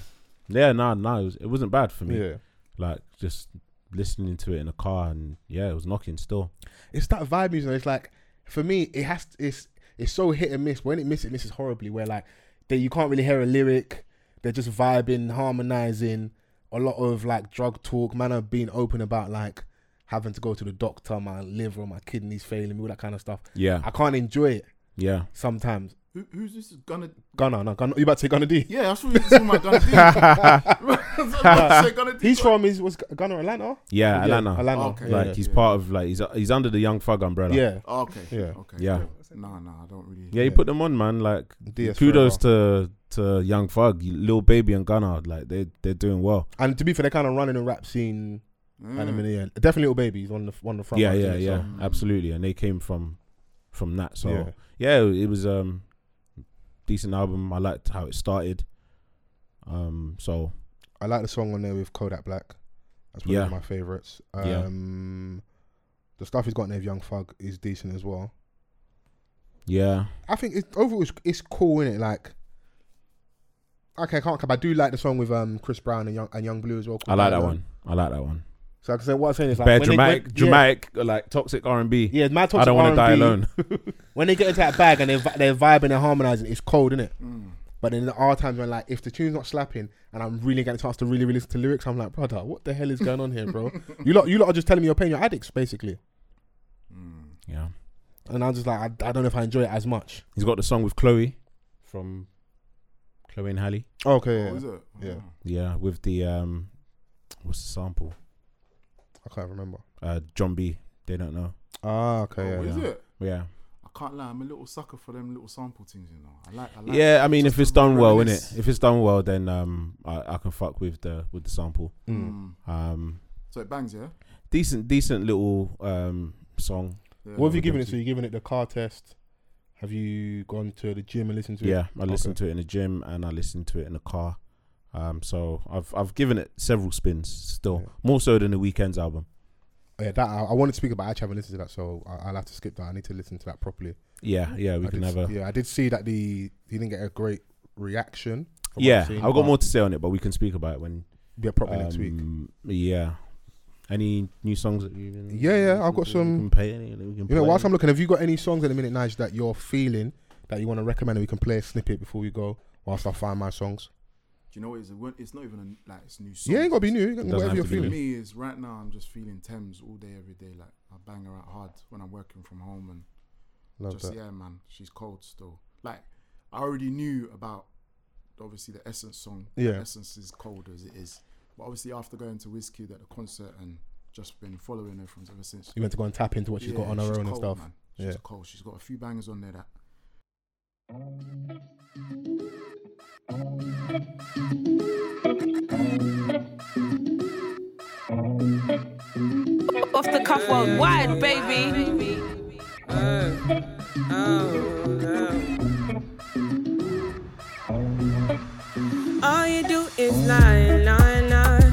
[SPEAKER 4] yeah. Nah, nah. It, was, it wasn't bad for me.
[SPEAKER 5] yeah,
[SPEAKER 4] Like just listening to it in the car, and yeah, it was knocking still.
[SPEAKER 5] it's that vibe music. It's like for me, it has it's it's so hit and miss. When it misses, it misses horribly. Where like they you can't really hear a lyric. They're just vibing, harmonizing. A lot of like drug talk. Man, are being open about like having to go to the doctor. My liver or my kidneys failing me, all that kind of stuff.
[SPEAKER 4] Yeah,
[SPEAKER 5] I can't enjoy it
[SPEAKER 4] yeah.
[SPEAKER 5] sometimes.
[SPEAKER 8] Who, who's this? Gonna?
[SPEAKER 5] Gunna, no, Gunna. You about to say Gunna D?
[SPEAKER 8] Yeah, I saw you talking about Gunna D. I said Gunna D.
[SPEAKER 5] He's from his was Gunna Atlanta.
[SPEAKER 4] Yeah, Atlanta.
[SPEAKER 5] Atlanta.
[SPEAKER 8] Okay.
[SPEAKER 4] Like
[SPEAKER 5] yeah.
[SPEAKER 4] he's
[SPEAKER 8] yeah.
[SPEAKER 4] part of like he's he's under the Young Thug umbrella.
[SPEAKER 5] yeah.
[SPEAKER 8] Okay.
[SPEAKER 5] Yeah.
[SPEAKER 8] Okay.
[SPEAKER 4] Yeah.
[SPEAKER 8] cool. Nah, nah, I don't really.
[SPEAKER 4] yeah. He
[SPEAKER 5] Yeah.
[SPEAKER 4] put them on, man. Like
[SPEAKER 5] DS
[SPEAKER 4] kudos
[SPEAKER 5] forever.
[SPEAKER 4] to to Young Thug, Lil Baby, and Gunna. Like they they're doing well.
[SPEAKER 5] And to be fair, they're kind of running the rap scene.
[SPEAKER 8] Mm.
[SPEAKER 5] And I mean, yeah, definitely little babies on the on the front.
[SPEAKER 4] yeah,
[SPEAKER 5] lines,
[SPEAKER 4] yeah,
[SPEAKER 5] innit?
[SPEAKER 4] yeah.
[SPEAKER 8] so-
[SPEAKER 4] Absolutely. And they came from from that.
[SPEAKER 5] So,
[SPEAKER 4] So yeah. it was um decent album. I liked how it started. Um. So
[SPEAKER 5] I like the song on there with Kodak Black. That's one
[SPEAKER 4] Yeah.
[SPEAKER 5] of my favorites.
[SPEAKER 4] Yeah.
[SPEAKER 5] Um, The stuff he's got in there with Young Thug is decent as well.
[SPEAKER 4] yeah,
[SPEAKER 5] I think it, overall it's, it's cool, innit? Like, okay, I can't. But I do like the song with um Chris Brown and Young and Young Blue as well.
[SPEAKER 4] I
[SPEAKER 5] called
[SPEAKER 4] like that
[SPEAKER 5] Dialogue.
[SPEAKER 4] one. I like that one.
[SPEAKER 5] So like I said, what I'm saying is like
[SPEAKER 4] Bare
[SPEAKER 5] when they-
[SPEAKER 4] dramatic,
[SPEAKER 5] when- yeah.
[SPEAKER 4] dramatic, like toxic R and B.
[SPEAKER 5] Yeah, my
[SPEAKER 4] I don't want to die alone.
[SPEAKER 5] When they get into that bag and they're, vi- they're vibing and harmonizing, it's cold, innit?
[SPEAKER 8] Mm.
[SPEAKER 5] But then there are times when, like, if the tune's not slapping and I'm really getting a chance to really, really listen to lyrics, I'm like, brother, what the hell is going on here, bro? you lot, you lot are just telling me you're paying your addicts, basically.
[SPEAKER 8] Mm.
[SPEAKER 4] yeah,
[SPEAKER 5] And I'm just like, I, I don't know if I enjoy it as much.
[SPEAKER 4] he's got the song with Chloe from Chloe and Halle.
[SPEAKER 5] Okay,
[SPEAKER 8] Oh, is it?
[SPEAKER 5] Yeah.
[SPEAKER 4] Yeah, with the um, what's the sample?
[SPEAKER 5] I can't remember.
[SPEAKER 4] Uh, John B. They don't know.
[SPEAKER 5] Ah,
[SPEAKER 8] Oh,
[SPEAKER 5] okay, yeah.
[SPEAKER 8] is
[SPEAKER 4] yeah.
[SPEAKER 8] it?
[SPEAKER 4] Yeah,
[SPEAKER 8] I can't lie. I'm a little sucker for them little sample things, you know. I like. I like
[SPEAKER 4] yeah. I mean, if
[SPEAKER 8] Just
[SPEAKER 4] it's
[SPEAKER 8] to
[SPEAKER 4] done well, in
[SPEAKER 8] reminisce.
[SPEAKER 4] it. If it's done well, then um, I, I can fuck with the with the sample.
[SPEAKER 5] Mm.
[SPEAKER 8] Mm.
[SPEAKER 4] Um,
[SPEAKER 8] So it bangs, yeah.
[SPEAKER 4] decent, decent little um song.
[SPEAKER 8] yeah.
[SPEAKER 5] What have you given it? So you're giving it the car test. Have you gone to the gym and listened to it?
[SPEAKER 4] Yeah, I listened to it in the gym and I listened to it in the car. Um, so I've I've given it several spins still,
[SPEAKER 5] Yeah.
[SPEAKER 4] more so than the weekend's album.
[SPEAKER 5] Oh, yeah, that I, I wanted to speak about. I actually haven't listened to that, so I, I'll have to skip that. I need to listen to that properly.
[SPEAKER 4] Yeah, yeah, we
[SPEAKER 5] I
[SPEAKER 4] can
[SPEAKER 5] did,
[SPEAKER 4] have a.
[SPEAKER 5] Yeah, I did see that the he didn't get a great reaction. from what I've
[SPEAKER 4] Yeah,
[SPEAKER 5] seen, Oh.
[SPEAKER 4] I've got
[SPEAKER 5] but-
[SPEAKER 4] more to say on it, but we can speak about it when.
[SPEAKER 5] Yeah, probably next week.
[SPEAKER 4] um, Yeah. Any new songs that you've been?
[SPEAKER 5] Yeah, yeah, I've got some-
[SPEAKER 4] We can play any. We can
[SPEAKER 5] You know,
[SPEAKER 4] play
[SPEAKER 5] whilst I'm
[SPEAKER 4] any.
[SPEAKER 5] looking, have you got any songs at the minute, Nige, that you're feeling that you want to recommend? And we can play a snippet before we go. Whilst I find my songs,
[SPEAKER 8] Do you know what? It's, a, it's not even a, like it's new. Song.
[SPEAKER 5] yeah, ain't gotta be new.
[SPEAKER 4] Doesn't
[SPEAKER 5] Whatever
[SPEAKER 4] have
[SPEAKER 5] you're
[SPEAKER 4] to be
[SPEAKER 8] For
[SPEAKER 5] feeling.
[SPEAKER 8] me is right now. I'm just feeling Thames all day, every day. Like I bang her out hard when I'm working from home and
[SPEAKER 5] Love
[SPEAKER 8] just
[SPEAKER 5] that.
[SPEAKER 8] yeah, man. She's cold still. Like I already knew about obviously the Essence song.
[SPEAKER 5] Yeah.
[SPEAKER 8] Essence is cold as it is, but obviously after going to Wizkid at the concert and just been following her from ever since.
[SPEAKER 5] You went to go and tap into what she's got
[SPEAKER 8] Yeah,
[SPEAKER 5] on her
[SPEAKER 8] she's
[SPEAKER 5] own and
[SPEAKER 8] cold,
[SPEAKER 5] stuff.
[SPEAKER 8] man. She's
[SPEAKER 5] Yeah.
[SPEAKER 8] cold. She's got a few bangers on there that
[SPEAKER 9] Off the cuff world wide, baby.
[SPEAKER 10] lying, lying, lying.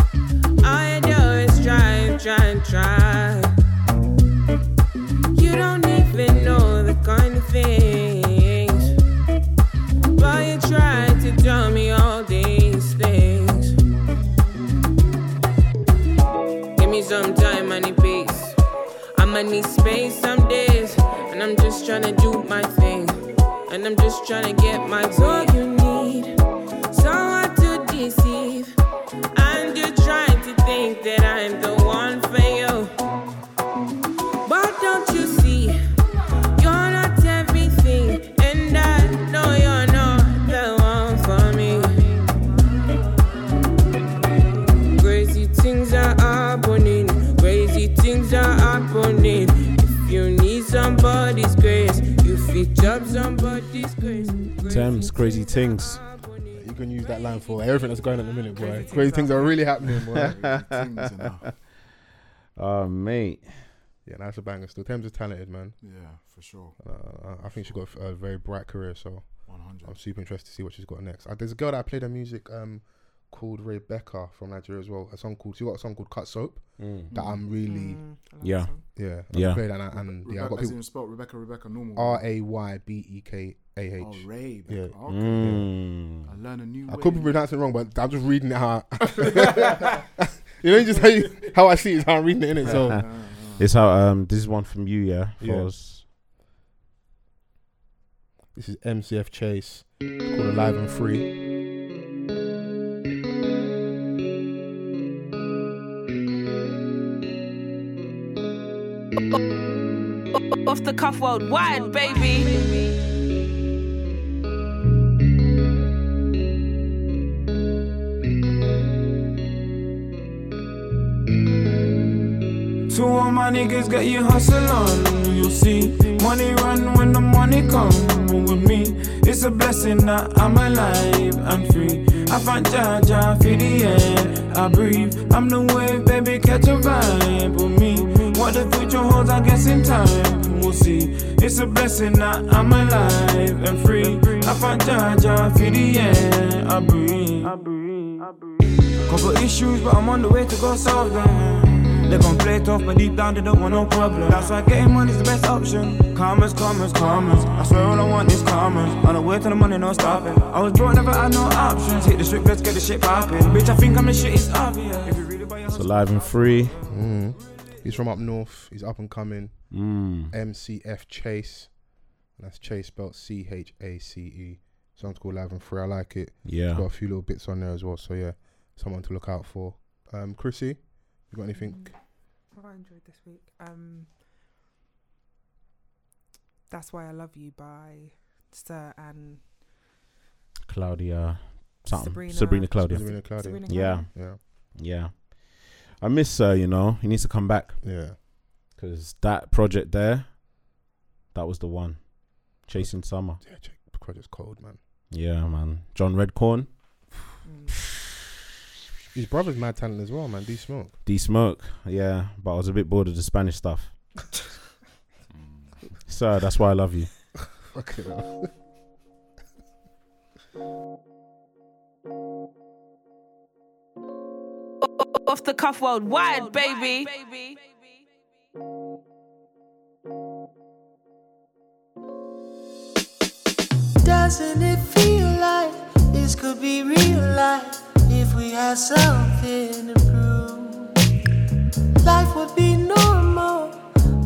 [SPEAKER 10] All you do is drive, drive, drive. You don't even know the kind of things. But you try to tell me all these things. Give me some time, I need peace. I'ma need space some days. And I'm just tryna do my thing. And I'm just tryna get my all you need. Someone to deceive. And you're trying to think that I'm the one for you. But don't you see? You're not everything. And I know you're not the one for me. Crazy things are happening. Crazy things are happening. If you need somebody's grace, you fit up somebody's grace.
[SPEAKER 4] Thames, crazy things.
[SPEAKER 5] You can use that line for everything that's going on at the minute, boy. Crazy, things are really happening, boy.
[SPEAKER 8] Things and, uh,
[SPEAKER 4] Oh, mate.
[SPEAKER 5] yeah, that's a banger. Still, Thames is talented, man.
[SPEAKER 8] yeah, for sure.
[SPEAKER 5] Uh, uh, I think she got a very bright career, so
[SPEAKER 8] 100.
[SPEAKER 5] I'm super interested to see what she's got next. Uh, there's a girl that I played her music um, called Rebecca from Nigeria as well. A song called she got a song called Cut Soap that I'm really
[SPEAKER 6] Mm, I love
[SPEAKER 4] Yeah.
[SPEAKER 6] that song.
[SPEAKER 5] yeah
[SPEAKER 4] Yeah.
[SPEAKER 5] I played that and, I- and yeah I
[SPEAKER 8] Rebecca,
[SPEAKER 5] got
[SPEAKER 8] as
[SPEAKER 5] people
[SPEAKER 8] in spelled Rebecca, Rebecca, normal.
[SPEAKER 5] R A Y B E K A H.
[SPEAKER 8] Oh, Ray.
[SPEAKER 5] Yeah.
[SPEAKER 8] Becca. Okay.
[SPEAKER 4] Mm.
[SPEAKER 8] I learn a new
[SPEAKER 5] I
[SPEAKER 8] word.
[SPEAKER 5] could be pronouncing it wrong, but I'm just reading it how. I- you know, just how, you, how I see it is how I'm reading it in it. So
[SPEAKER 4] It's how um this is one from you, yeah. For
[SPEAKER 5] Yeah.
[SPEAKER 4] us.
[SPEAKER 5] this is MCF Chase it's called Alive and Free.
[SPEAKER 9] Off the cuff worldwide, baby.
[SPEAKER 1] Two of my niggas got you hustle on. You'll see money run when the money come with me. It's a blessing that I'm alive and free. I find Jaja feel the air. I breathe. I'm the wave, baby. Catch a vibe with me. What the future holds, I guess in time we'll see. It's a blessing that I'm alive and free. I find Jaja feel the air. I breathe. I breathe. I breathe. Couple issues, but I'm on the way to go solve them. They gon' play tough, but deep down they don't want no problem. That's why getting money's the best option. Commerce, commerce, commerce. I swear all I want is commerce. On the way to the money, no stopping. I was broke, never had no options. Hit the strip, let's get the shit poppin'. Bitch, I think I'm the shit, it's obvious. If you really buy your
[SPEAKER 4] It's alive and free.
[SPEAKER 5] Mm-hmm. He's from up north. He's up and coming.
[SPEAKER 4] Mm.
[SPEAKER 5] MCF Chase. And that's Chase spelled C H A C E. Sounds called Live and Free. I like it.
[SPEAKER 4] Yeah.
[SPEAKER 5] Got a few little bits on there as well. So yeah, someone to look out for. Um, Chrissy, you got anything?
[SPEAKER 6] What have I enjoyed this week? Um, That's Why I Love You by Sir and
[SPEAKER 4] Claudia. Something. Sabrina,
[SPEAKER 6] Sabrina-
[SPEAKER 4] Claudia.
[SPEAKER 5] Sabrina Claudia.
[SPEAKER 6] Sabrina
[SPEAKER 4] Yeah.
[SPEAKER 6] Clare.
[SPEAKER 5] Yeah,
[SPEAKER 4] Yeah. I miss her, you know. He needs to come back.
[SPEAKER 5] yeah.
[SPEAKER 4] Because that project there, that was the one. Chasing Summer.
[SPEAKER 5] Yeah, check project's cold, man.
[SPEAKER 4] Yeah, man. John Redcorn.
[SPEAKER 6] Mm.
[SPEAKER 5] His brother's mad talent as well, man. D Smoke.
[SPEAKER 4] D Smoke. Yeah. But I was a bit bored of the Spanish stuff. Sir, that's why I love you.
[SPEAKER 5] Fucking hell.
[SPEAKER 9] Off the cuff worldwide, baby.
[SPEAKER 1] Doesn't it feel like this could be real life if we had something to prove? Life would be normal,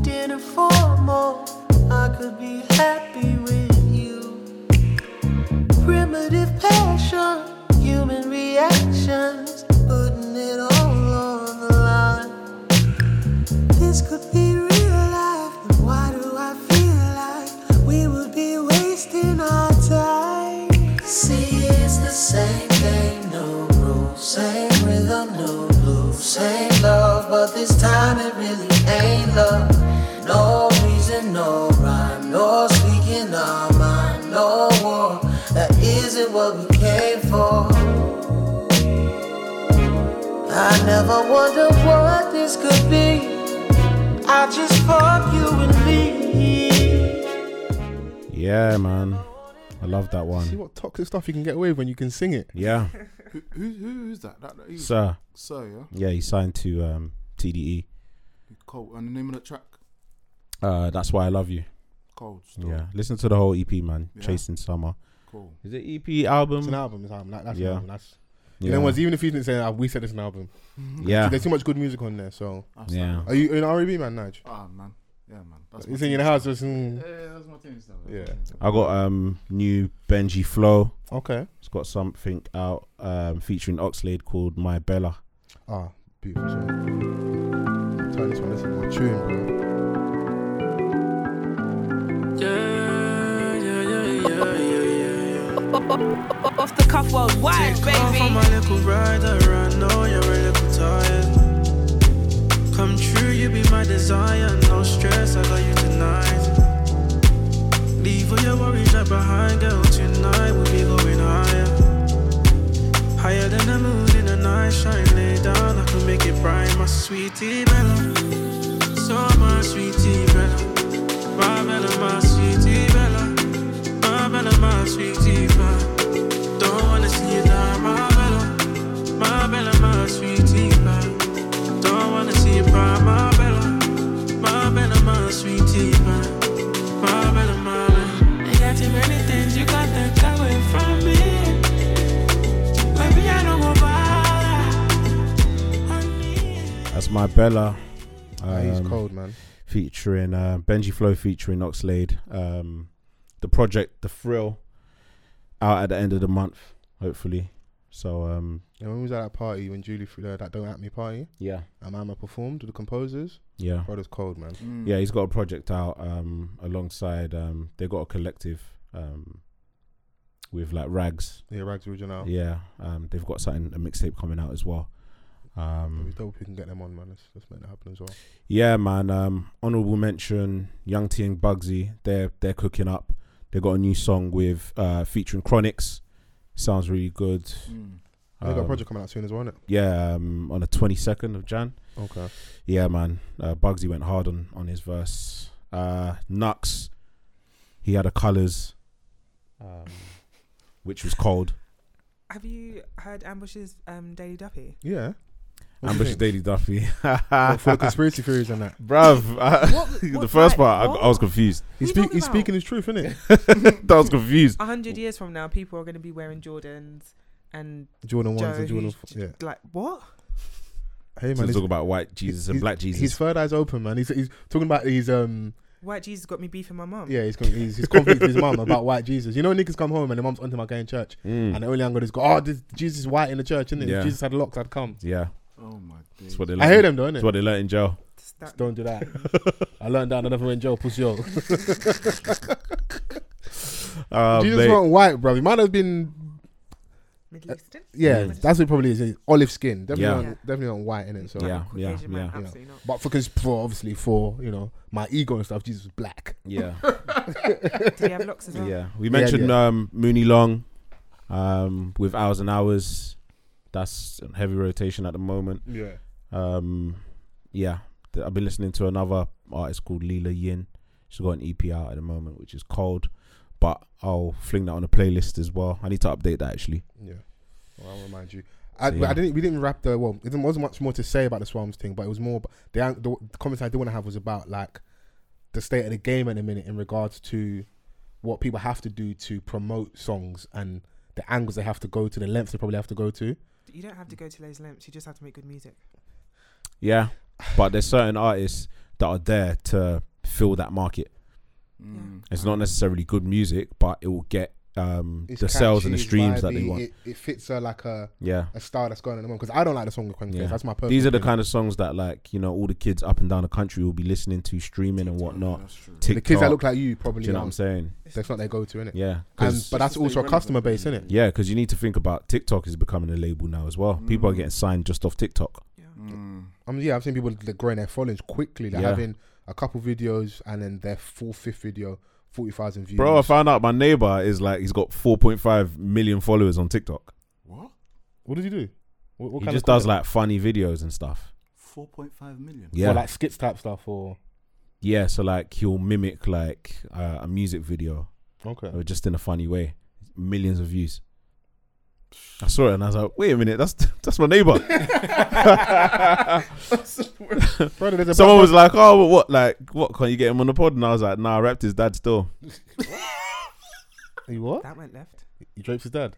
[SPEAKER 1] dinner formal. I could be happy with you. Primitive passion, human reactions, putting it all on the line. This could be real life, and why do I feel like we would be wasting our time? See, it's the same thing, no rules, same rhythm, no blues, same love, but this time it really ain't love. No reason, no rhyme, no speaking our mind, no war. That isn't what we came for. I never wondered what this could be. I just fuck you and me.
[SPEAKER 4] Yeah, man. I love that
[SPEAKER 5] See
[SPEAKER 4] one.
[SPEAKER 5] what toxic stuff you can get away with when you can sing it.
[SPEAKER 4] Yeah,
[SPEAKER 8] Who, who, who's that? that, that so,
[SPEAKER 4] sir.
[SPEAKER 8] so yeah,
[SPEAKER 4] Yeah, he signed to um, TDE.
[SPEAKER 8] Cold. And the name of the track,
[SPEAKER 4] Uh, that's why I love you.
[SPEAKER 8] Cold. Still.
[SPEAKER 4] Yeah, listen to the whole EP, man.
[SPEAKER 8] Yeah.
[SPEAKER 4] Chasing Summer.
[SPEAKER 8] cool.
[SPEAKER 4] Is it EP album?
[SPEAKER 5] It's an album. It's an album. That, that's
[SPEAKER 4] Yeah.
[SPEAKER 5] an album. That's,
[SPEAKER 4] yeah.
[SPEAKER 5] You know, what's even if you didn't say that, "Ah, we said it's an album.
[SPEAKER 4] yeah.
[SPEAKER 5] There's too much good music on there. So,
[SPEAKER 8] That's
[SPEAKER 4] Yeah.
[SPEAKER 8] that.
[SPEAKER 5] are you an R&B man, Nige?
[SPEAKER 8] Ah man, yeah man. That's
[SPEAKER 5] You
[SPEAKER 8] my
[SPEAKER 5] sing in
[SPEAKER 8] thing.
[SPEAKER 5] the house? Just, mm,
[SPEAKER 8] Yeah, that's my thing. Still.
[SPEAKER 5] Yeah.
[SPEAKER 4] I got um new Benji Flow.
[SPEAKER 5] okay.
[SPEAKER 4] It's got something out um featuring Oxlade called My Bella.
[SPEAKER 5] Ah, beautiful song. Turn this one. This is my tune, bro.
[SPEAKER 9] Off the cuff worldwide, baby.
[SPEAKER 1] little rider, I know you're a little tired. Come true, you be my desire. No stress, I got you tonight. Leave all your worries right behind, girl. Tonight we'll be going higher. Higher than the moon in the night, shine lay down. I can make it bright, my sweetie Bella. So my sweetie Bella. My Bella, my sweetie Bella. My Bella, my sweetie Bella. Don't wanna see you die, my bella, my bella, my sweetie pie. Don't wanna see you cry, my bella, my bella, my sweetie pie. My bella, my bella. I got too many things you got to take away from me. Baby, I don't go bother. I need.
[SPEAKER 4] That's My Bella.
[SPEAKER 5] Ah, he's
[SPEAKER 4] um,
[SPEAKER 5] cold, man.
[SPEAKER 4] Featuring uh, Benji Flow featuring Oxlade. Um, the project The Thrill out at the end of the month, hopefully. So um
[SPEAKER 5] Yeah, when we was at that party, when Julie threw that Don't At Me party,
[SPEAKER 4] yeah.
[SPEAKER 5] and Mama performed with the composers,
[SPEAKER 4] Yeah.
[SPEAKER 5] brother's cold, man.
[SPEAKER 8] Mm.
[SPEAKER 4] Yeah, he's got a project out um alongside um they got a collective um with like rags.
[SPEAKER 5] Yeah, Rags Original.
[SPEAKER 4] Yeah. Um they've got something a mixtape coming out as well. Um
[SPEAKER 5] We hope we can get them on, man. Let's, let's make that happen as well.
[SPEAKER 4] Yeah, man. Um, honorable mention: Young T and Bugsy. They're they're cooking up. They got a new song with uh, featuring Chronix. Sounds really good.
[SPEAKER 8] Mm.
[SPEAKER 5] They got a
[SPEAKER 4] Um,
[SPEAKER 5] project coming out soon as well, innit?
[SPEAKER 4] Yeah, um, on the twenty second of Jan.
[SPEAKER 5] Okay.
[SPEAKER 4] Yeah, man. Uh, Bugsy went hard on on his verse. Uh, Nux, he had a colors, um, which was cold.
[SPEAKER 6] Have you heard Ambush's um, Daily Duppy?
[SPEAKER 5] Yeah. What do you
[SPEAKER 4] Ambush
[SPEAKER 5] think?
[SPEAKER 4] Daily Duffy.
[SPEAKER 5] Well, for the conspiracy theories and that.
[SPEAKER 4] Bruv, I-
[SPEAKER 6] What-
[SPEAKER 4] the
[SPEAKER 6] what-
[SPEAKER 4] first
[SPEAKER 6] like,
[SPEAKER 4] part, I,
[SPEAKER 6] what?
[SPEAKER 4] I was confused.
[SPEAKER 5] He's,
[SPEAKER 6] you
[SPEAKER 5] speak,
[SPEAKER 6] talking
[SPEAKER 5] he's
[SPEAKER 6] about?
[SPEAKER 5] speaking his truth, innit?
[SPEAKER 4] I was confused.
[SPEAKER 6] A hundred years from now, people are going to be wearing Jordans and
[SPEAKER 5] Jordan 1s
[SPEAKER 6] Joe,
[SPEAKER 5] and Jordan
[SPEAKER 6] who's
[SPEAKER 5] 4s. Yeah.
[SPEAKER 6] like what?
[SPEAKER 5] Hey,
[SPEAKER 4] to
[SPEAKER 5] man.
[SPEAKER 4] talk
[SPEAKER 5] His,
[SPEAKER 4] about white Jesus and
[SPEAKER 5] he's-
[SPEAKER 4] black Jesus.
[SPEAKER 5] his third eye's open, man. He's, he's talking about his, um,
[SPEAKER 6] White Jesus got me beefing my mum.
[SPEAKER 5] yeah, he's, con- he's, he's conflict with his mum about white Jesus. You know, niggas come home and their mum's onto my guy in church.
[SPEAKER 4] Mm.
[SPEAKER 5] And the only angle is go, oh, this, Jesus is white in the church, innit?
[SPEAKER 4] Yeah.
[SPEAKER 5] If Jesus had locks, I'd come.
[SPEAKER 4] Yeah,
[SPEAKER 8] Oh my
[SPEAKER 4] that's
[SPEAKER 8] days.
[SPEAKER 4] what they.
[SPEAKER 5] I
[SPEAKER 4] learned-
[SPEAKER 5] hear them, though,
[SPEAKER 4] That's
[SPEAKER 5] innit?
[SPEAKER 4] what they learnt in jail.
[SPEAKER 6] Just that-
[SPEAKER 5] Don't do that. I learned that. I never went jail, pussy yo.
[SPEAKER 4] Uh,
[SPEAKER 5] Jesus
[SPEAKER 4] mate,
[SPEAKER 5] wasn't white, bro. He might have been uh,
[SPEAKER 6] Middle Eastern.
[SPEAKER 5] Yeah,
[SPEAKER 4] Mm.
[SPEAKER 5] that's what it probably is. It's olive skin, definitely,
[SPEAKER 4] Yeah.
[SPEAKER 5] on, definitely on white in it. So,
[SPEAKER 4] Yeah,
[SPEAKER 6] Quick
[SPEAKER 4] yeah,
[SPEAKER 6] Asian man,
[SPEAKER 4] yeah.
[SPEAKER 6] absolutely not.
[SPEAKER 5] but for, cons- for obviously for you know my ego and stuff, Jesus was black.
[SPEAKER 4] yeah,
[SPEAKER 6] Do you have locks as well?
[SPEAKER 4] yeah. We mentioned
[SPEAKER 5] yeah.
[SPEAKER 4] Um, Mooney Long, um, with hours and hours. That's in heavy rotation at the moment.
[SPEAKER 5] Yeah,
[SPEAKER 4] Um, yeah, Th- I've been listening to another artist called Leela Yin. She's got an EP out at the moment, which is cold. But I'll fling that on a playlist as well. I need to update that actually.
[SPEAKER 5] yeah. Well, I'll remind you. I,
[SPEAKER 4] So,
[SPEAKER 5] but
[SPEAKER 4] yeah.
[SPEAKER 5] I didn't. We didn't wrap the. Well, there wasn't much more to say about the Swams thing, but it was more. ab- The, ang- the, the comments I did want to have was about like the state of the game at the minute in regards to what people have to do to promote songs and the angles they have to go to, the lengths they probably have to go to.
[SPEAKER 6] You don't have to go to those lengths. You just have to make good music.
[SPEAKER 4] Yeah, but there's certain artists that are there to fill that market.
[SPEAKER 8] Mm.
[SPEAKER 4] It's not necessarily good music, but it will get um, the sales and the streams that they want.
[SPEAKER 5] It, fits like a.
[SPEAKER 4] yeah.
[SPEAKER 5] a style that's going on at the moment because I don't like the song Quentin
[SPEAKER 4] Yeah.
[SPEAKER 5] That's my personal.
[SPEAKER 4] These are the
[SPEAKER 5] opinion.
[SPEAKER 4] kind of songs that, like, you know, all the kids up and down the country will be listening to, streaming and whatnot.
[SPEAKER 8] That's true.
[SPEAKER 4] TikTok.
[SPEAKER 5] the kids that look like you probably.
[SPEAKER 4] do you know what I'm
[SPEAKER 5] aren't.
[SPEAKER 4] saying?
[SPEAKER 5] That's not their go-to, innit?
[SPEAKER 4] Yeah,
[SPEAKER 5] And,
[SPEAKER 4] because
[SPEAKER 5] but that's also a customer base, innit?
[SPEAKER 4] yeah, because you need to think about TikTok is becoming a label now as well. People are getting signed just off TikTok.
[SPEAKER 6] Yeah.
[SPEAKER 8] Mm.
[SPEAKER 5] I mean, yeah, I've seen people that are growing their followings quickly. They're
[SPEAKER 4] Yeah.
[SPEAKER 5] having a couple videos and then their full fifth video, forty thousand views.
[SPEAKER 4] Bro, I found out my neighbor is like he's got 4.5 million followers on TikTok.
[SPEAKER 8] What?
[SPEAKER 5] what does he do? What, what
[SPEAKER 4] he
[SPEAKER 5] kind
[SPEAKER 4] just
[SPEAKER 5] of
[SPEAKER 4] does
[SPEAKER 5] content?
[SPEAKER 4] like funny videos and stuff.
[SPEAKER 8] 4.5 million.
[SPEAKER 4] Yeah,
[SPEAKER 5] Or like skits type stuff, or
[SPEAKER 4] yeah. So like he'll mimic like uh, a music video Okay. Or just in a funny way. Millions of views. I saw it and I was like, wait a minute, that's that's my neighbor.
[SPEAKER 5] Brother, there's a
[SPEAKER 4] Someone
[SPEAKER 5] black
[SPEAKER 4] was like, oh, but what, like, what, can't you get him on the pod? And I was like, nah, I rapped his dad still.
[SPEAKER 5] man- You what?
[SPEAKER 6] That went left.
[SPEAKER 5] He drapes his dad.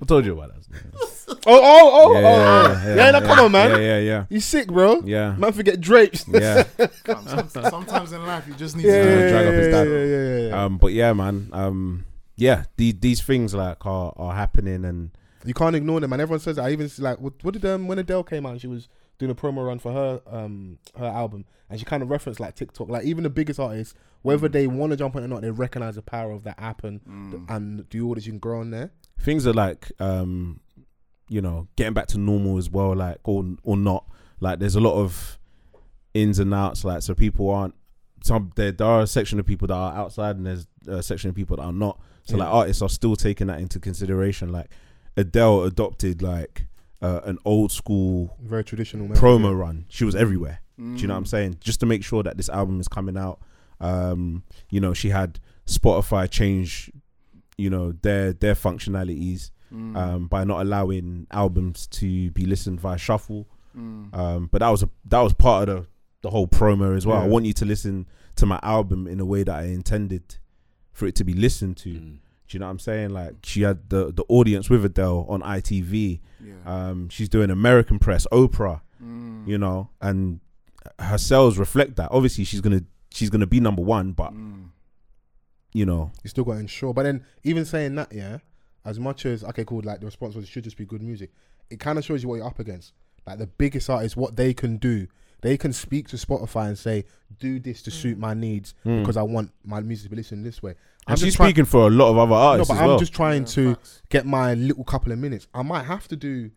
[SPEAKER 4] I told you about that.
[SPEAKER 5] Oh, oh, oh,
[SPEAKER 4] Yeah,
[SPEAKER 5] oh. Yeah, no, come on, man.
[SPEAKER 4] Yeah, yeah, yeah.
[SPEAKER 5] You sick, bro.
[SPEAKER 4] Yeah.
[SPEAKER 5] Man, forget drapes.
[SPEAKER 4] Yeah.
[SPEAKER 8] Some- Sometimes in life, you just need
[SPEAKER 5] yeah,
[SPEAKER 8] to.
[SPEAKER 5] yeah,
[SPEAKER 4] drag up his
[SPEAKER 5] yeah,
[SPEAKER 4] dad.
[SPEAKER 5] yeah, yeah, yeah, yeah.
[SPEAKER 4] Um, but yeah, man. Um, yeah, the, these things like are, are happening, and
[SPEAKER 5] you can't ignore them, and everyone says that. I even s- like what, what did um when Adele came out, and she was doing a promo run for her um her album, and she kind of referenced like TikTok. Like even the biggest artists, whether they want to jump on it or not, they recognize the power of that app and and the orders you can grow on there.
[SPEAKER 4] things are like, um, you know, getting back to normal as well, like or or not. Like, there's a lot of ins and outs. Like, so people aren't. Some there, there are a section of people that are outside, and there's a section of people that are not. So like, artists are still taking that into consideration. Like, Adele adopted like uh, an old school
[SPEAKER 5] Very traditional man.
[SPEAKER 4] promo run. She was everywhere. Do you know what I'm saying? Just to make sure that this album is coming out. Um, you know, she had Spotify change, you know, their their functionalities um, by not allowing albums to be listened via shuffle. Um, but that was a that was part of the the whole promo as well. I
[SPEAKER 5] Yeah.
[SPEAKER 4] want you to listen to my album in a way that I intended for it to be listened to. Do you know what I'm saying? Like she had the the audience with Adele on ITV. Um, she's doing American Press, Oprah, you know, and her sales reflect that. Obviously, she's gonna she's gonna be number one, but you know,
[SPEAKER 5] you still got to ensure. But then even saying that, yeah, as much as okay, cool, like the response was it should just be good music. It kind of shows you what you're up against. Like the biggest artists, what they can do, they can speak to Spotify and say, "Do this to suit my needs because I want my music to be listened this way." I'm
[SPEAKER 4] Mm. and
[SPEAKER 5] just
[SPEAKER 4] she's
[SPEAKER 5] trying-
[SPEAKER 4] speaking for a lot of other
[SPEAKER 5] No,
[SPEAKER 4] artists
[SPEAKER 5] but
[SPEAKER 4] as
[SPEAKER 5] I'm
[SPEAKER 4] well.
[SPEAKER 5] just trying to get my little couple of minutes. I might have to do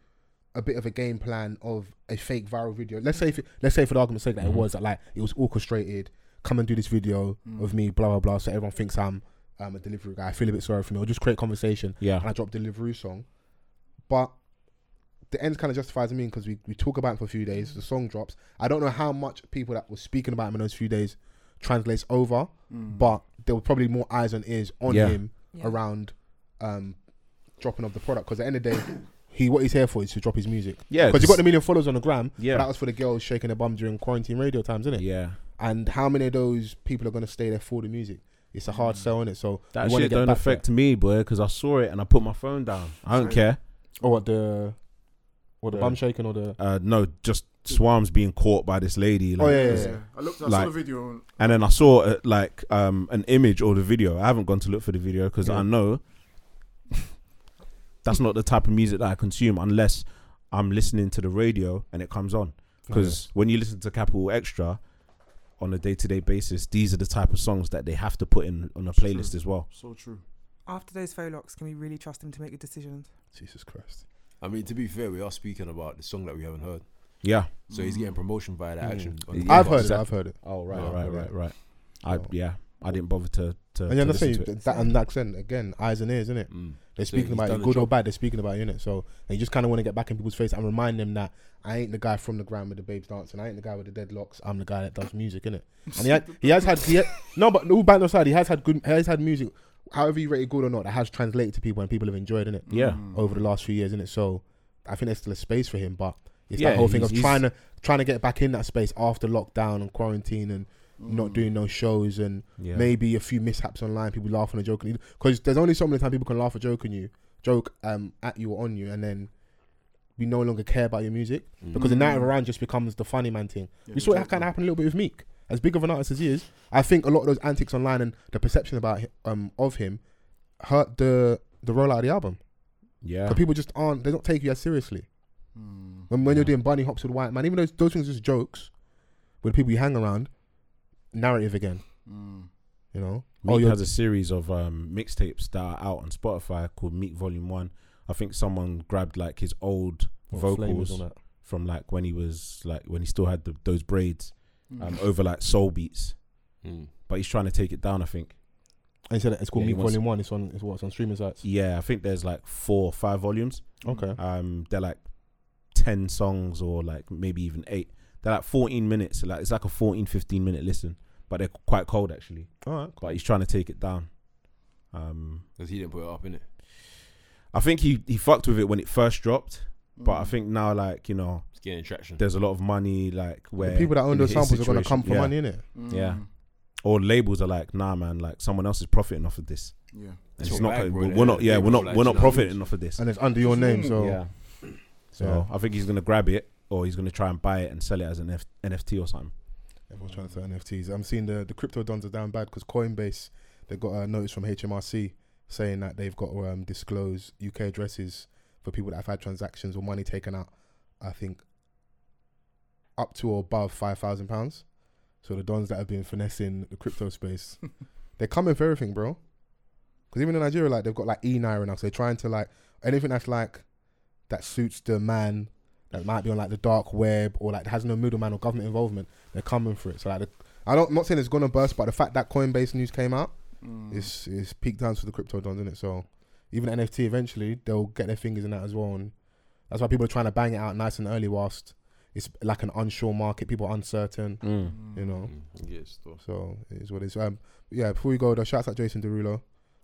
[SPEAKER 5] a bit of a game plan of a fake viral video. Let's say, if it, let's say for the argument's sake that it was that like it was orchestrated. Come and do this video of me, blah blah blah, so everyone thinks I'm um, a delivery guy. I feel a bit sorry for me, or just create conversation.
[SPEAKER 4] Yeah.
[SPEAKER 5] and I drop delivery song, but the end kind of justifies me because we, we talk about him for a few days. The song drops. I don't know how much people that were speaking about him in those few days translates over, but there were probably more eyes and ears on
[SPEAKER 4] Yeah.
[SPEAKER 5] him
[SPEAKER 6] Yeah.
[SPEAKER 5] around um, dropping of the product. Because at the end of the day, he what he's here for is to drop his music.
[SPEAKER 4] Yeah,
[SPEAKER 5] because you
[SPEAKER 4] just-
[SPEAKER 5] got the million followers on the gram.
[SPEAKER 4] Yeah.
[SPEAKER 5] Yeah, that was for the girls shaking their bum during quarantine radio times, isn't it?
[SPEAKER 4] yeah,
[SPEAKER 5] And how many of those people are going to stay there for the music? It's a hard sell on it. So
[SPEAKER 4] that
[SPEAKER 5] we wanna
[SPEAKER 4] shit
[SPEAKER 5] get
[SPEAKER 4] don't
[SPEAKER 5] back to
[SPEAKER 4] affect me, boy, because I saw it and I put my phone down. I don't care.
[SPEAKER 5] that. Or what the or the
[SPEAKER 4] Yeah.
[SPEAKER 5] bum shaking or the
[SPEAKER 4] Uh, no, just Swarms being caught by this lady. Like,
[SPEAKER 5] oh yeah, yeah, yeah.
[SPEAKER 8] Yeah. I looked. I saw
[SPEAKER 4] Like-
[SPEAKER 8] the video. and-
[SPEAKER 4] And then I saw uh, like um, an image or the video. I haven't gone to look for the video because I know that's not the type of music that I consume unless I'm listening to the radio and it comes on. Because when you listen to Capital Extra on a day to day basis, these are the type of songs that they have to put in on a playlist as well.
[SPEAKER 8] So true.
[SPEAKER 6] After those faux can we really trust him to make good decisions?
[SPEAKER 5] Jesus Christ.
[SPEAKER 7] I mean, to be fair, we are speaking about the song that we haven't heard.
[SPEAKER 4] Yeah.
[SPEAKER 7] So he's getting promotion via that action. on the
[SPEAKER 4] Yeah,
[SPEAKER 5] Hmm. I've heard
[SPEAKER 7] podcast.
[SPEAKER 5] it. I've heard it.
[SPEAKER 4] Mm. Oh right,
[SPEAKER 5] Oh,
[SPEAKER 4] right,
[SPEAKER 5] okay.
[SPEAKER 4] right, right. I yeah, I didn't bother to to,
[SPEAKER 5] And yeah,
[SPEAKER 4] to
[SPEAKER 5] that's
[SPEAKER 4] listen
[SPEAKER 5] saying
[SPEAKER 4] to it.
[SPEAKER 5] that and that accent again, eyes and ears, isn't it?
[SPEAKER 7] Mm.
[SPEAKER 5] They're
[SPEAKER 7] So
[SPEAKER 5] speaking
[SPEAKER 7] he's
[SPEAKER 5] about
[SPEAKER 7] done
[SPEAKER 5] it,
[SPEAKER 7] the
[SPEAKER 5] good or
[SPEAKER 7] job.
[SPEAKER 5] bad. They're speaking about it, innit? So and you just kind of want to get back in people's face and remind them that I ain't the guy from the ground with the babes dancing. I ain't the guy with the deadlocks. I'm the guy that does music, innit? And he, had, he has had he had, no, but all band aside, he has had good. He has had music, however you rate it good or not, that has translated to people and people have enjoyed, innit?
[SPEAKER 4] Yeah.
[SPEAKER 5] over the last few years, innit? So I think there's still a space for him, but it's
[SPEAKER 4] Yeah,
[SPEAKER 5] that whole thing of
[SPEAKER 4] he's-
[SPEAKER 5] trying to trying to get back in that space after lockdown and quarantine and not doing no shows and
[SPEAKER 4] Yeah.
[SPEAKER 5] maybe a few mishaps online, people laughing and joking. Because there's only so many times people can laugh or joke on you, joke um at you or on you, and then we no longer care about your music
[SPEAKER 4] Mm.
[SPEAKER 5] because the narrative around just becomes the funny man thing. you saw it kind of happen a little bit with Meek. As big of an artist as he is, I think a lot of those antics online and the perception about hi- um of him hurt the the rollout of the album.
[SPEAKER 4] Yeah.
[SPEAKER 5] But people just aren't. They don't take you as seriously. When, when you're doing bunny hops with white man, even though those things are just jokes with people you hang around, narrative again. You know. Oh,
[SPEAKER 4] Meek
[SPEAKER 5] you're-
[SPEAKER 4] has a series of um, mixtapes that are out on Spotify called Meek Volume One. I think someone grabbed like his old
[SPEAKER 5] Oh, Flame was
[SPEAKER 4] vocals
[SPEAKER 5] on that.
[SPEAKER 4] from like when he was like when he still had the, those braids um, over like soul beats,
[SPEAKER 7] Mm.
[SPEAKER 4] but he's trying to take it down. I think.
[SPEAKER 5] And he said that it's called
[SPEAKER 4] Yeah, he
[SPEAKER 5] Meek
[SPEAKER 4] wants-
[SPEAKER 5] Volume One. It's on. It's what? It's on streaming sites.
[SPEAKER 4] Yeah, I think there's like four or five volumes.
[SPEAKER 5] Okay.
[SPEAKER 4] Um, they're like ten songs or like maybe even eight. They're like 14 minutes. Like it's like a 14, 15 minute listen. but they're quite cold actually.
[SPEAKER 5] All right.
[SPEAKER 4] But he's trying to take it down. Um,
[SPEAKER 7] Because he didn't put it up, innit?
[SPEAKER 4] I think he he fucked with it when it first dropped, but I
[SPEAKER 8] Mm.
[SPEAKER 4] think now like you know
[SPEAKER 7] It's getting traction.
[SPEAKER 4] there's a lot of money like where
[SPEAKER 5] The people that own
[SPEAKER 4] in
[SPEAKER 5] those
[SPEAKER 4] his
[SPEAKER 5] samples are gonna
[SPEAKER 4] situation-
[SPEAKER 5] come for
[SPEAKER 4] yeah.
[SPEAKER 5] money, innit?
[SPEAKER 4] Yeah.
[SPEAKER 8] Mm,
[SPEAKER 4] Or labels are like, nah, man, like someone else is profiting off of this.
[SPEAKER 8] Yeah.
[SPEAKER 7] That's
[SPEAKER 4] it's
[SPEAKER 7] what
[SPEAKER 4] not.
[SPEAKER 7] bag, bro,
[SPEAKER 4] we're,
[SPEAKER 7] that-
[SPEAKER 4] not. Yeah,
[SPEAKER 7] that
[SPEAKER 4] we're not.
[SPEAKER 7] people
[SPEAKER 4] We're not
[SPEAKER 7] like-
[SPEAKER 4] profiting off of this.
[SPEAKER 5] And it's under your name, so
[SPEAKER 4] Yeah. So
[SPEAKER 5] Yeah.
[SPEAKER 4] I think he's gonna grab it, or he's gonna try and buy it and sell it as an F- NFT or something.
[SPEAKER 5] everyone's trying to sell NFTs. I'm seeing the the crypto dons are down bad because Coinbase they got a notice from HMRC saying that they've got to um, disclose UK addresses for people that have had transactions or money taken out. I think up to or above five thousand pounds. So the dons that have been finessing the crypto space, they're coming for everything, bro. Because even in Nigeria, like they've got like e naira now, so they're trying to like anything that's like that suits the man that might be on like the dark web or like has no middleman or government involvement. They're coming for it. So like, the, I don't, I'm not saying it's gonna burst, but the fact that Coinbase news came out,
[SPEAKER 8] Mm.
[SPEAKER 5] it's it's peak times for the crypto dons, isn't it? So even NFT eventually they'll get their fingers in that as well, and that's why people are trying to bang it out nice and early whilst it's like an unsure market. People are uncertain, you know.
[SPEAKER 7] Mm, yeah, it's tough.
[SPEAKER 5] So it is what it is. Um, yeah. Before we go, though, shouts out Jason Derulo.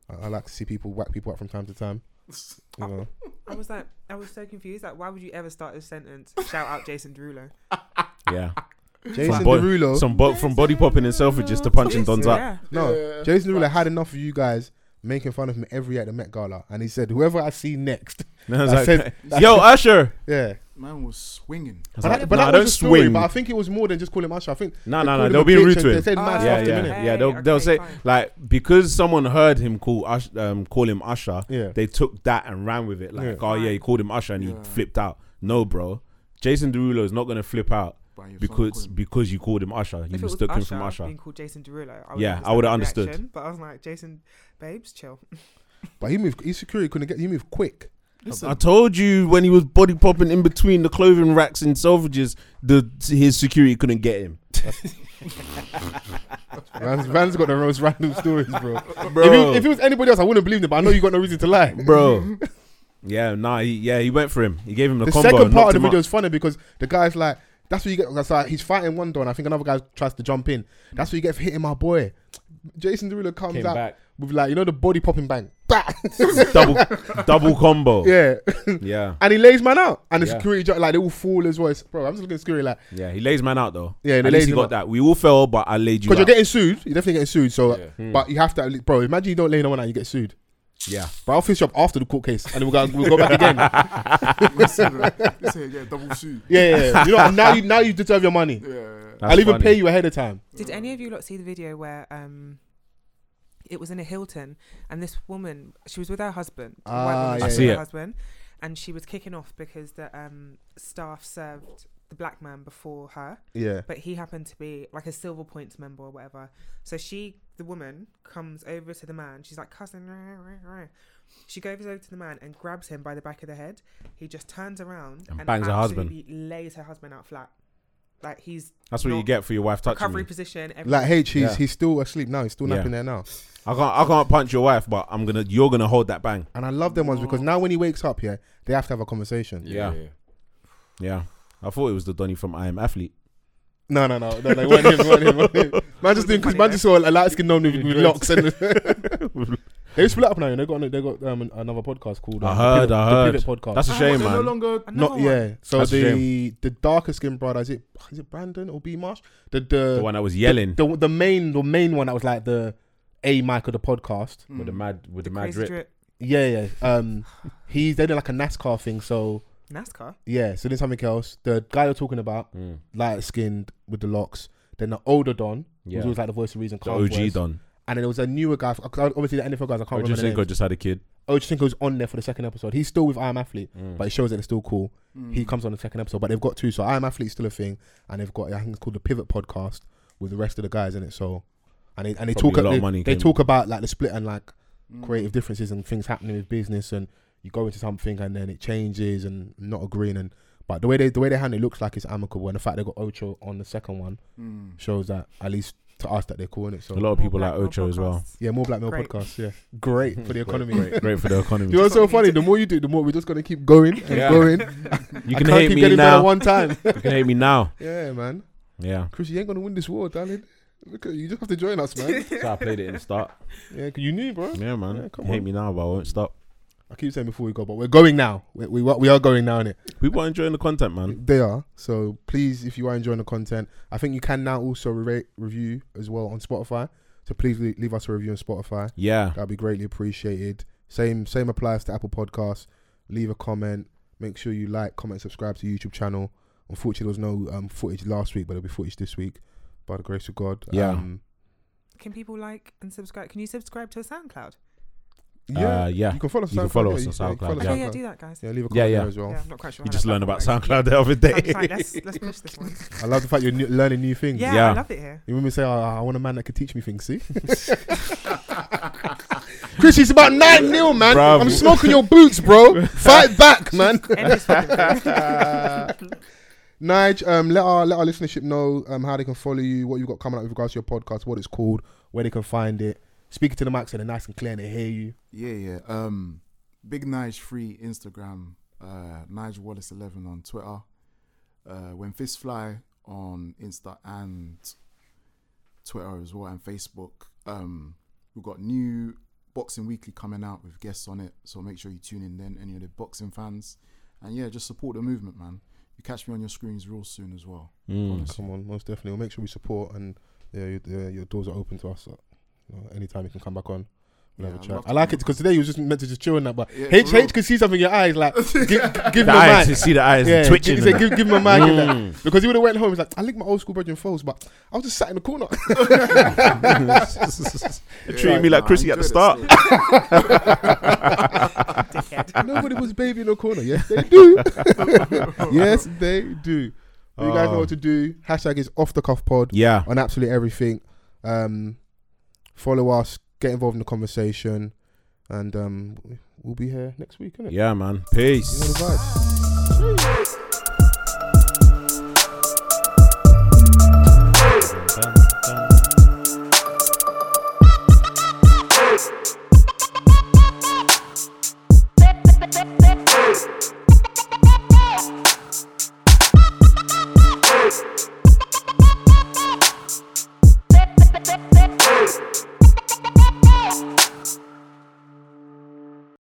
[SPEAKER 5] I, I like to see people whack people up from time to time. You know,
[SPEAKER 6] I was like, I was so confused. Like, why would you ever start this sentence? Shout out Jason Derulo.
[SPEAKER 4] Yeah.
[SPEAKER 5] Jason
[SPEAKER 4] bo-
[SPEAKER 5] Derulo.
[SPEAKER 4] Some bo- from body popping and selfridges to punching dons up.
[SPEAKER 6] yeah.
[SPEAKER 5] No,
[SPEAKER 8] Yeah.
[SPEAKER 5] Jason Derulo had enough of you guys making fun of him every year at the Met Gala, and he said, "Whoever I see next."
[SPEAKER 4] And I was
[SPEAKER 5] I
[SPEAKER 4] like,
[SPEAKER 5] said-
[SPEAKER 4] Yo, Usher.
[SPEAKER 5] Yeah,
[SPEAKER 8] Man was swinging.
[SPEAKER 4] I
[SPEAKER 5] but,
[SPEAKER 4] was like,
[SPEAKER 5] that, but
[SPEAKER 4] nah,
[SPEAKER 5] that was
[SPEAKER 4] don't
[SPEAKER 5] a story,
[SPEAKER 4] swing.
[SPEAKER 5] But I think it was more than just calling him Usher. I think
[SPEAKER 4] No,
[SPEAKER 5] they
[SPEAKER 4] no,
[SPEAKER 5] called
[SPEAKER 4] no.
[SPEAKER 5] him
[SPEAKER 4] They'll
[SPEAKER 5] a bitch
[SPEAKER 4] be rude
[SPEAKER 5] and
[SPEAKER 4] to
[SPEAKER 5] They
[SPEAKER 4] him.
[SPEAKER 5] said
[SPEAKER 6] Ah,
[SPEAKER 5] mad
[SPEAKER 4] Yeah,
[SPEAKER 5] stuff to
[SPEAKER 4] yeah,
[SPEAKER 5] him, innit?
[SPEAKER 4] yeah. They'll
[SPEAKER 6] Hey,
[SPEAKER 4] they'll
[SPEAKER 6] okay,
[SPEAKER 4] say
[SPEAKER 6] fine.
[SPEAKER 4] like because someone heard him call Ush, um, call him Usher.
[SPEAKER 5] Yeah.
[SPEAKER 4] They took that and ran with it. Like,
[SPEAKER 5] Yeah.
[SPEAKER 4] oh yeah, he called him Usher and
[SPEAKER 8] Yeah.
[SPEAKER 4] he flipped out. No, bro. Jason Derulo is not gonna flip out
[SPEAKER 8] By your
[SPEAKER 4] because
[SPEAKER 8] son,
[SPEAKER 4] because you called him Usher. You
[SPEAKER 6] If it was
[SPEAKER 4] mistook him from
[SPEAKER 6] Usher
[SPEAKER 4] Usher.
[SPEAKER 6] being called Jason Derulo, I
[SPEAKER 4] Yeah, I would've
[SPEAKER 6] the
[SPEAKER 4] understood.
[SPEAKER 6] reaction, But I was like, Jason, babes, chill.
[SPEAKER 5] But he moved. His security couldn't get. He moved quick.
[SPEAKER 8] Listen,
[SPEAKER 4] I told you when he was body popping in between the clothing racks in Selfridges, the his security couldn't get him.
[SPEAKER 5] Van's, Van's got the most random stories, bro. If, he, if it was anybody else, I wouldn't believe him. But I know you got no reason to lie.
[SPEAKER 4] bro. Yeah, nah, he, yeah, he went for him. He gave him the,
[SPEAKER 5] The
[SPEAKER 4] combo.
[SPEAKER 5] second part
[SPEAKER 4] knocked
[SPEAKER 5] of the
[SPEAKER 4] him
[SPEAKER 5] video
[SPEAKER 4] out.
[SPEAKER 5] is funny because the guy's like, "That's what you get." That's like he's fighting one door, and I think another guy tries to jump in. That's what you get for hitting my boy. Jason Derulo comes
[SPEAKER 4] Came
[SPEAKER 5] out
[SPEAKER 4] back.
[SPEAKER 5] with like you know the body popping bang. Bah!
[SPEAKER 4] double double combo. Yeah.
[SPEAKER 5] yeah.
[SPEAKER 4] yeah,
[SPEAKER 5] And he lays man out, and the
[SPEAKER 4] Yeah.
[SPEAKER 5] security jo- like they all fall as well. It's- bro, I'm just looking at security like
[SPEAKER 4] He lays man out though.
[SPEAKER 5] Yeah,
[SPEAKER 4] at
[SPEAKER 5] they
[SPEAKER 4] least
[SPEAKER 5] laid
[SPEAKER 4] he
[SPEAKER 5] him
[SPEAKER 4] got
[SPEAKER 5] out.
[SPEAKER 4] that. We all fell, but I laid you.
[SPEAKER 5] because you're
[SPEAKER 4] Out.
[SPEAKER 5] getting sued. You're definitely getting sued. So,
[SPEAKER 7] Yeah.
[SPEAKER 8] Hmm.
[SPEAKER 5] but you have to, at least- bro. Imagine you don't lay no one out, you get sued.
[SPEAKER 4] yeah,
[SPEAKER 5] But I'll finish up after the court case, and then we'll go, we'll go back again.
[SPEAKER 8] listen, listen, yeah, double suit.
[SPEAKER 5] Yeah, yeah, yeah. You know, now you now you deserve your money.
[SPEAKER 8] Yeah, yeah, yeah.
[SPEAKER 4] That's
[SPEAKER 5] I'll even
[SPEAKER 4] funny.
[SPEAKER 5] pay you ahead of time.
[SPEAKER 6] Did
[SPEAKER 4] Mm.
[SPEAKER 6] any of you lot see the video where um it was in a Hilton and this woman she was with her husband. the white
[SPEAKER 5] Ah,
[SPEAKER 6] woman,
[SPEAKER 5] yeah,
[SPEAKER 6] she was
[SPEAKER 4] I see
[SPEAKER 6] with
[SPEAKER 4] it.
[SPEAKER 6] her husband and she was kicking off because the um staff served the black man before her,
[SPEAKER 5] Yeah,
[SPEAKER 6] but he happened to be like a Silver Points member or whatever. So she the woman comes over to the man, she's like cousin. She goes over to the man and grabs him by the back of the head. He just turns around
[SPEAKER 4] And bangs her husband.
[SPEAKER 6] absolutely Lays her husband out flat. Like he's
[SPEAKER 4] that's what you
[SPEAKER 6] Not-
[SPEAKER 4] get for your wife touching
[SPEAKER 6] recovery
[SPEAKER 4] me.
[SPEAKER 6] position. Everything.
[SPEAKER 5] like H, he's
[SPEAKER 4] Yeah.
[SPEAKER 5] he's still asleep now. He's still napping there
[SPEAKER 4] Yeah.
[SPEAKER 5] now.
[SPEAKER 4] I can't, I can't punch your wife, but I'm gonna, you're gonna hold that bang.
[SPEAKER 5] And I love them ones because now when he wakes up, yeah, they have to have a conversation.
[SPEAKER 7] Yeah.
[SPEAKER 4] Yeah. Yeah, I thought it was the Donny from I Am Athlete.
[SPEAKER 5] No, no, no, no, no, it wasn't him, it wasn't him, it wasn't him. Man just doing because man just saw a light skinned gnome with, with locks and they split up now. You know, they got they got um, another podcast called
[SPEAKER 4] I
[SPEAKER 5] um,
[SPEAKER 4] heard,
[SPEAKER 5] the Pivot,
[SPEAKER 4] I
[SPEAKER 5] The
[SPEAKER 4] heard.
[SPEAKER 5] Pivot podcast.
[SPEAKER 4] That's a shame,
[SPEAKER 8] They're no
[SPEAKER 4] man.
[SPEAKER 8] longer.
[SPEAKER 6] Another
[SPEAKER 5] Not
[SPEAKER 6] one.
[SPEAKER 5] yeah. So
[SPEAKER 4] That's a
[SPEAKER 5] the the darker skinned brother is it is it Brandon or B Marsh? The the
[SPEAKER 4] the one that was yelling
[SPEAKER 5] the, the main the main one that was like the a mic of the podcast.
[SPEAKER 4] with the mad, with the, mad
[SPEAKER 6] Crazy
[SPEAKER 4] drip.
[SPEAKER 6] drip.
[SPEAKER 5] Yeah, yeah. Um, he they did like a NASCAR thing. So
[SPEAKER 6] NASCAR.
[SPEAKER 5] yeah, so then something else. The guy you're talking about,
[SPEAKER 4] Mm.
[SPEAKER 5] light skinned with the locks. Then the older Don, who
[SPEAKER 4] Yeah.
[SPEAKER 5] was always like the voice of reason.
[SPEAKER 4] The
[SPEAKER 5] calm
[SPEAKER 4] OG
[SPEAKER 5] voice.
[SPEAKER 4] Don.
[SPEAKER 5] And then there was a newer guy. 'cause Obviously, the NFL guys. I can't remember.
[SPEAKER 4] Ojusinko just had a kid.
[SPEAKER 5] Ojusinko's on there for the second episode. He's still with I Am Athlete,
[SPEAKER 4] Mm.
[SPEAKER 5] but it shows that it's still cool. He comes on the second episode, but they've got two. So I Am Athlete's still a thing, and they've got I think it's called the Pivot Podcast with the rest of the guys in it. So, and they and they
[SPEAKER 4] Probably
[SPEAKER 5] talk
[SPEAKER 4] a lot of
[SPEAKER 5] they,
[SPEAKER 4] money
[SPEAKER 5] they
[SPEAKER 4] came-
[SPEAKER 5] talk about like the split and like
[SPEAKER 6] Mm.
[SPEAKER 5] creative differences and things happening with business and you go into something and then it changes and not agreeing and but the way they the way they handle it looks like it's amicable and the fact they got Ocho on the second one shows that at least to us that they're calling it. So
[SPEAKER 4] A lot of
[SPEAKER 6] Mm. More
[SPEAKER 4] people like
[SPEAKER 6] black male
[SPEAKER 4] Ocho as well.
[SPEAKER 6] podcasts.
[SPEAKER 5] yeah, more black male
[SPEAKER 6] Great.
[SPEAKER 5] podcasts. Yeah, great for the economy.
[SPEAKER 4] Great, great for the economy.
[SPEAKER 5] You know what's so
[SPEAKER 6] That's what we
[SPEAKER 5] funny? The more you do, the more we're just gonna keep going and
[SPEAKER 4] Yeah.
[SPEAKER 5] going.
[SPEAKER 4] You
[SPEAKER 5] I
[SPEAKER 4] can
[SPEAKER 5] can't
[SPEAKER 4] hate
[SPEAKER 5] keep
[SPEAKER 4] me
[SPEAKER 5] getting better
[SPEAKER 4] now.
[SPEAKER 5] one time.
[SPEAKER 4] You can hate me now.
[SPEAKER 5] yeah, man.
[SPEAKER 4] Yeah.
[SPEAKER 5] Chris, you ain't gonna win this war, darling.
[SPEAKER 11] Look at you. Just have to join us, man.
[SPEAKER 4] So I played it in the start.
[SPEAKER 5] Yeah, 'cause you knew, bro.
[SPEAKER 4] Yeah, man.
[SPEAKER 5] come
[SPEAKER 4] you hate
[SPEAKER 5] on.
[SPEAKER 4] me now, but I won't stop.
[SPEAKER 5] I keep saying before we go, but we're going now. We we, we are going now, innit?
[SPEAKER 4] People are enjoying the content, man.
[SPEAKER 5] They are. So please, if you are enjoying the content, I think you can now also rate, review as well on Spotify. So please le- leave us a review on Spotify.
[SPEAKER 4] Yeah.
[SPEAKER 5] That'd be greatly appreciated. Same same applies to Apple Podcasts. Leave a comment. Make sure you like, comment, subscribe to the YouTube channel. Unfortunately, there was no um, footage last week, but there'll be footage this week. By the grace of God.
[SPEAKER 4] Yeah.
[SPEAKER 5] Um,
[SPEAKER 6] Can people like and subscribe? Can you subscribe to a SoundCloud?
[SPEAKER 5] yeah.
[SPEAKER 4] Uh, yeah.
[SPEAKER 5] You can follow us.
[SPEAKER 4] You can
[SPEAKER 5] SoundCloud,
[SPEAKER 4] follow
[SPEAKER 5] yeah,
[SPEAKER 4] us
[SPEAKER 5] you- yeah, you
[SPEAKER 4] on
[SPEAKER 5] can
[SPEAKER 4] SoundCloud,
[SPEAKER 5] follow us
[SPEAKER 6] Oh
[SPEAKER 4] Yeah.
[SPEAKER 5] on
[SPEAKER 6] yeah,
[SPEAKER 5] SoundCloud.
[SPEAKER 6] do that, guys.
[SPEAKER 5] Yeah, leave a
[SPEAKER 4] Yeah,
[SPEAKER 5] comment
[SPEAKER 4] yeah.
[SPEAKER 5] there as well.
[SPEAKER 6] Yeah, I'm not quite sure.
[SPEAKER 4] We
[SPEAKER 6] how
[SPEAKER 4] just
[SPEAKER 6] that
[SPEAKER 4] learned about
[SPEAKER 6] works.
[SPEAKER 4] SoundCloud the other
[SPEAKER 6] I'm sorry,
[SPEAKER 4] day.
[SPEAKER 6] let's let's finish this one.
[SPEAKER 5] I love the fact you're new- learning new things.
[SPEAKER 6] Yeah,
[SPEAKER 4] Yeah.
[SPEAKER 6] I love it here.
[SPEAKER 5] You remember say, oh, I want a man that can teach me things, see? Chris, it's about 9 0, man.
[SPEAKER 4] Bruv.
[SPEAKER 5] I'm smoking your boots, bro. Fight back, man.
[SPEAKER 6] End this fucking thing.
[SPEAKER 5] Nige, um, let our let our listenership know um, how they can follow you, what you've got coming up with regards to your podcast, what it's called, where they can find it. Speaking to the mic so they're nice and clear and they hear you.
[SPEAKER 8] Yeah, yeah. Um, Big Nige Free Instagram, uh, Nige Wallace Eleven on Twitter. Uh, when Fists Fly on Insta and Twitter as well and Facebook. Um, we've got new Boxing Weekly coming out with guests on it, so make sure you tune in then. Any of the boxing fans, and yeah, just support the movement, man. You catch me on your screens real soon as well.
[SPEAKER 4] Mm.
[SPEAKER 8] Honestly.
[SPEAKER 5] Come on, most definitely. We'll make sure we support and yeah, your, yeah, your doors are open to us. So, you know, anytime you can come back on. We'll
[SPEAKER 8] Yeah,
[SPEAKER 5] have a
[SPEAKER 8] I'd
[SPEAKER 5] chat.
[SPEAKER 8] love to
[SPEAKER 5] I like
[SPEAKER 8] come
[SPEAKER 5] it because today you was just meant to just chill and that, but
[SPEAKER 8] Yeah,
[SPEAKER 5] H
[SPEAKER 8] for real.
[SPEAKER 5] H could see something in your eyes, like give, give
[SPEAKER 4] The
[SPEAKER 5] him a mic.
[SPEAKER 4] eyes, you see the eyes
[SPEAKER 5] Yeah,
[SPEAKER 4] twitching.
[SPEAKER 5] He said,
[SPEAKER 4] and that.
[SPEAKER 5] give, give him a mic and that.
[SPEAKER 4] Mm.
[SPEAKER 5] Because he would have went home. He's like, I licked my old school brethren foes, but I was just sat in the corner.
[SPEAKER 4] Treating me like Chrissy at the start.
[SPEAKER 5] Nobody was baby in the corner. Yes, they do. yes, they do. But you guys know
[SPEAKER 4] Oh.
[SPEAKER 5] what to do. Hashtag is off the cuff pod
[SPEAKER 4] Yeah.
[SPEAKER 5] on absolutely everything. Um, follow us, get involved in the conversation, and um, we'll be here next week, innit?
[SPEAKER 4] Yeah,
[SPEAKER 5] You
[SPEAKER 4] man.
[SPEAKER 5] know the
[SPEAKER 4] Peace.
[SPEAKER 5] vibes.
[SPEAKER 12] Hey!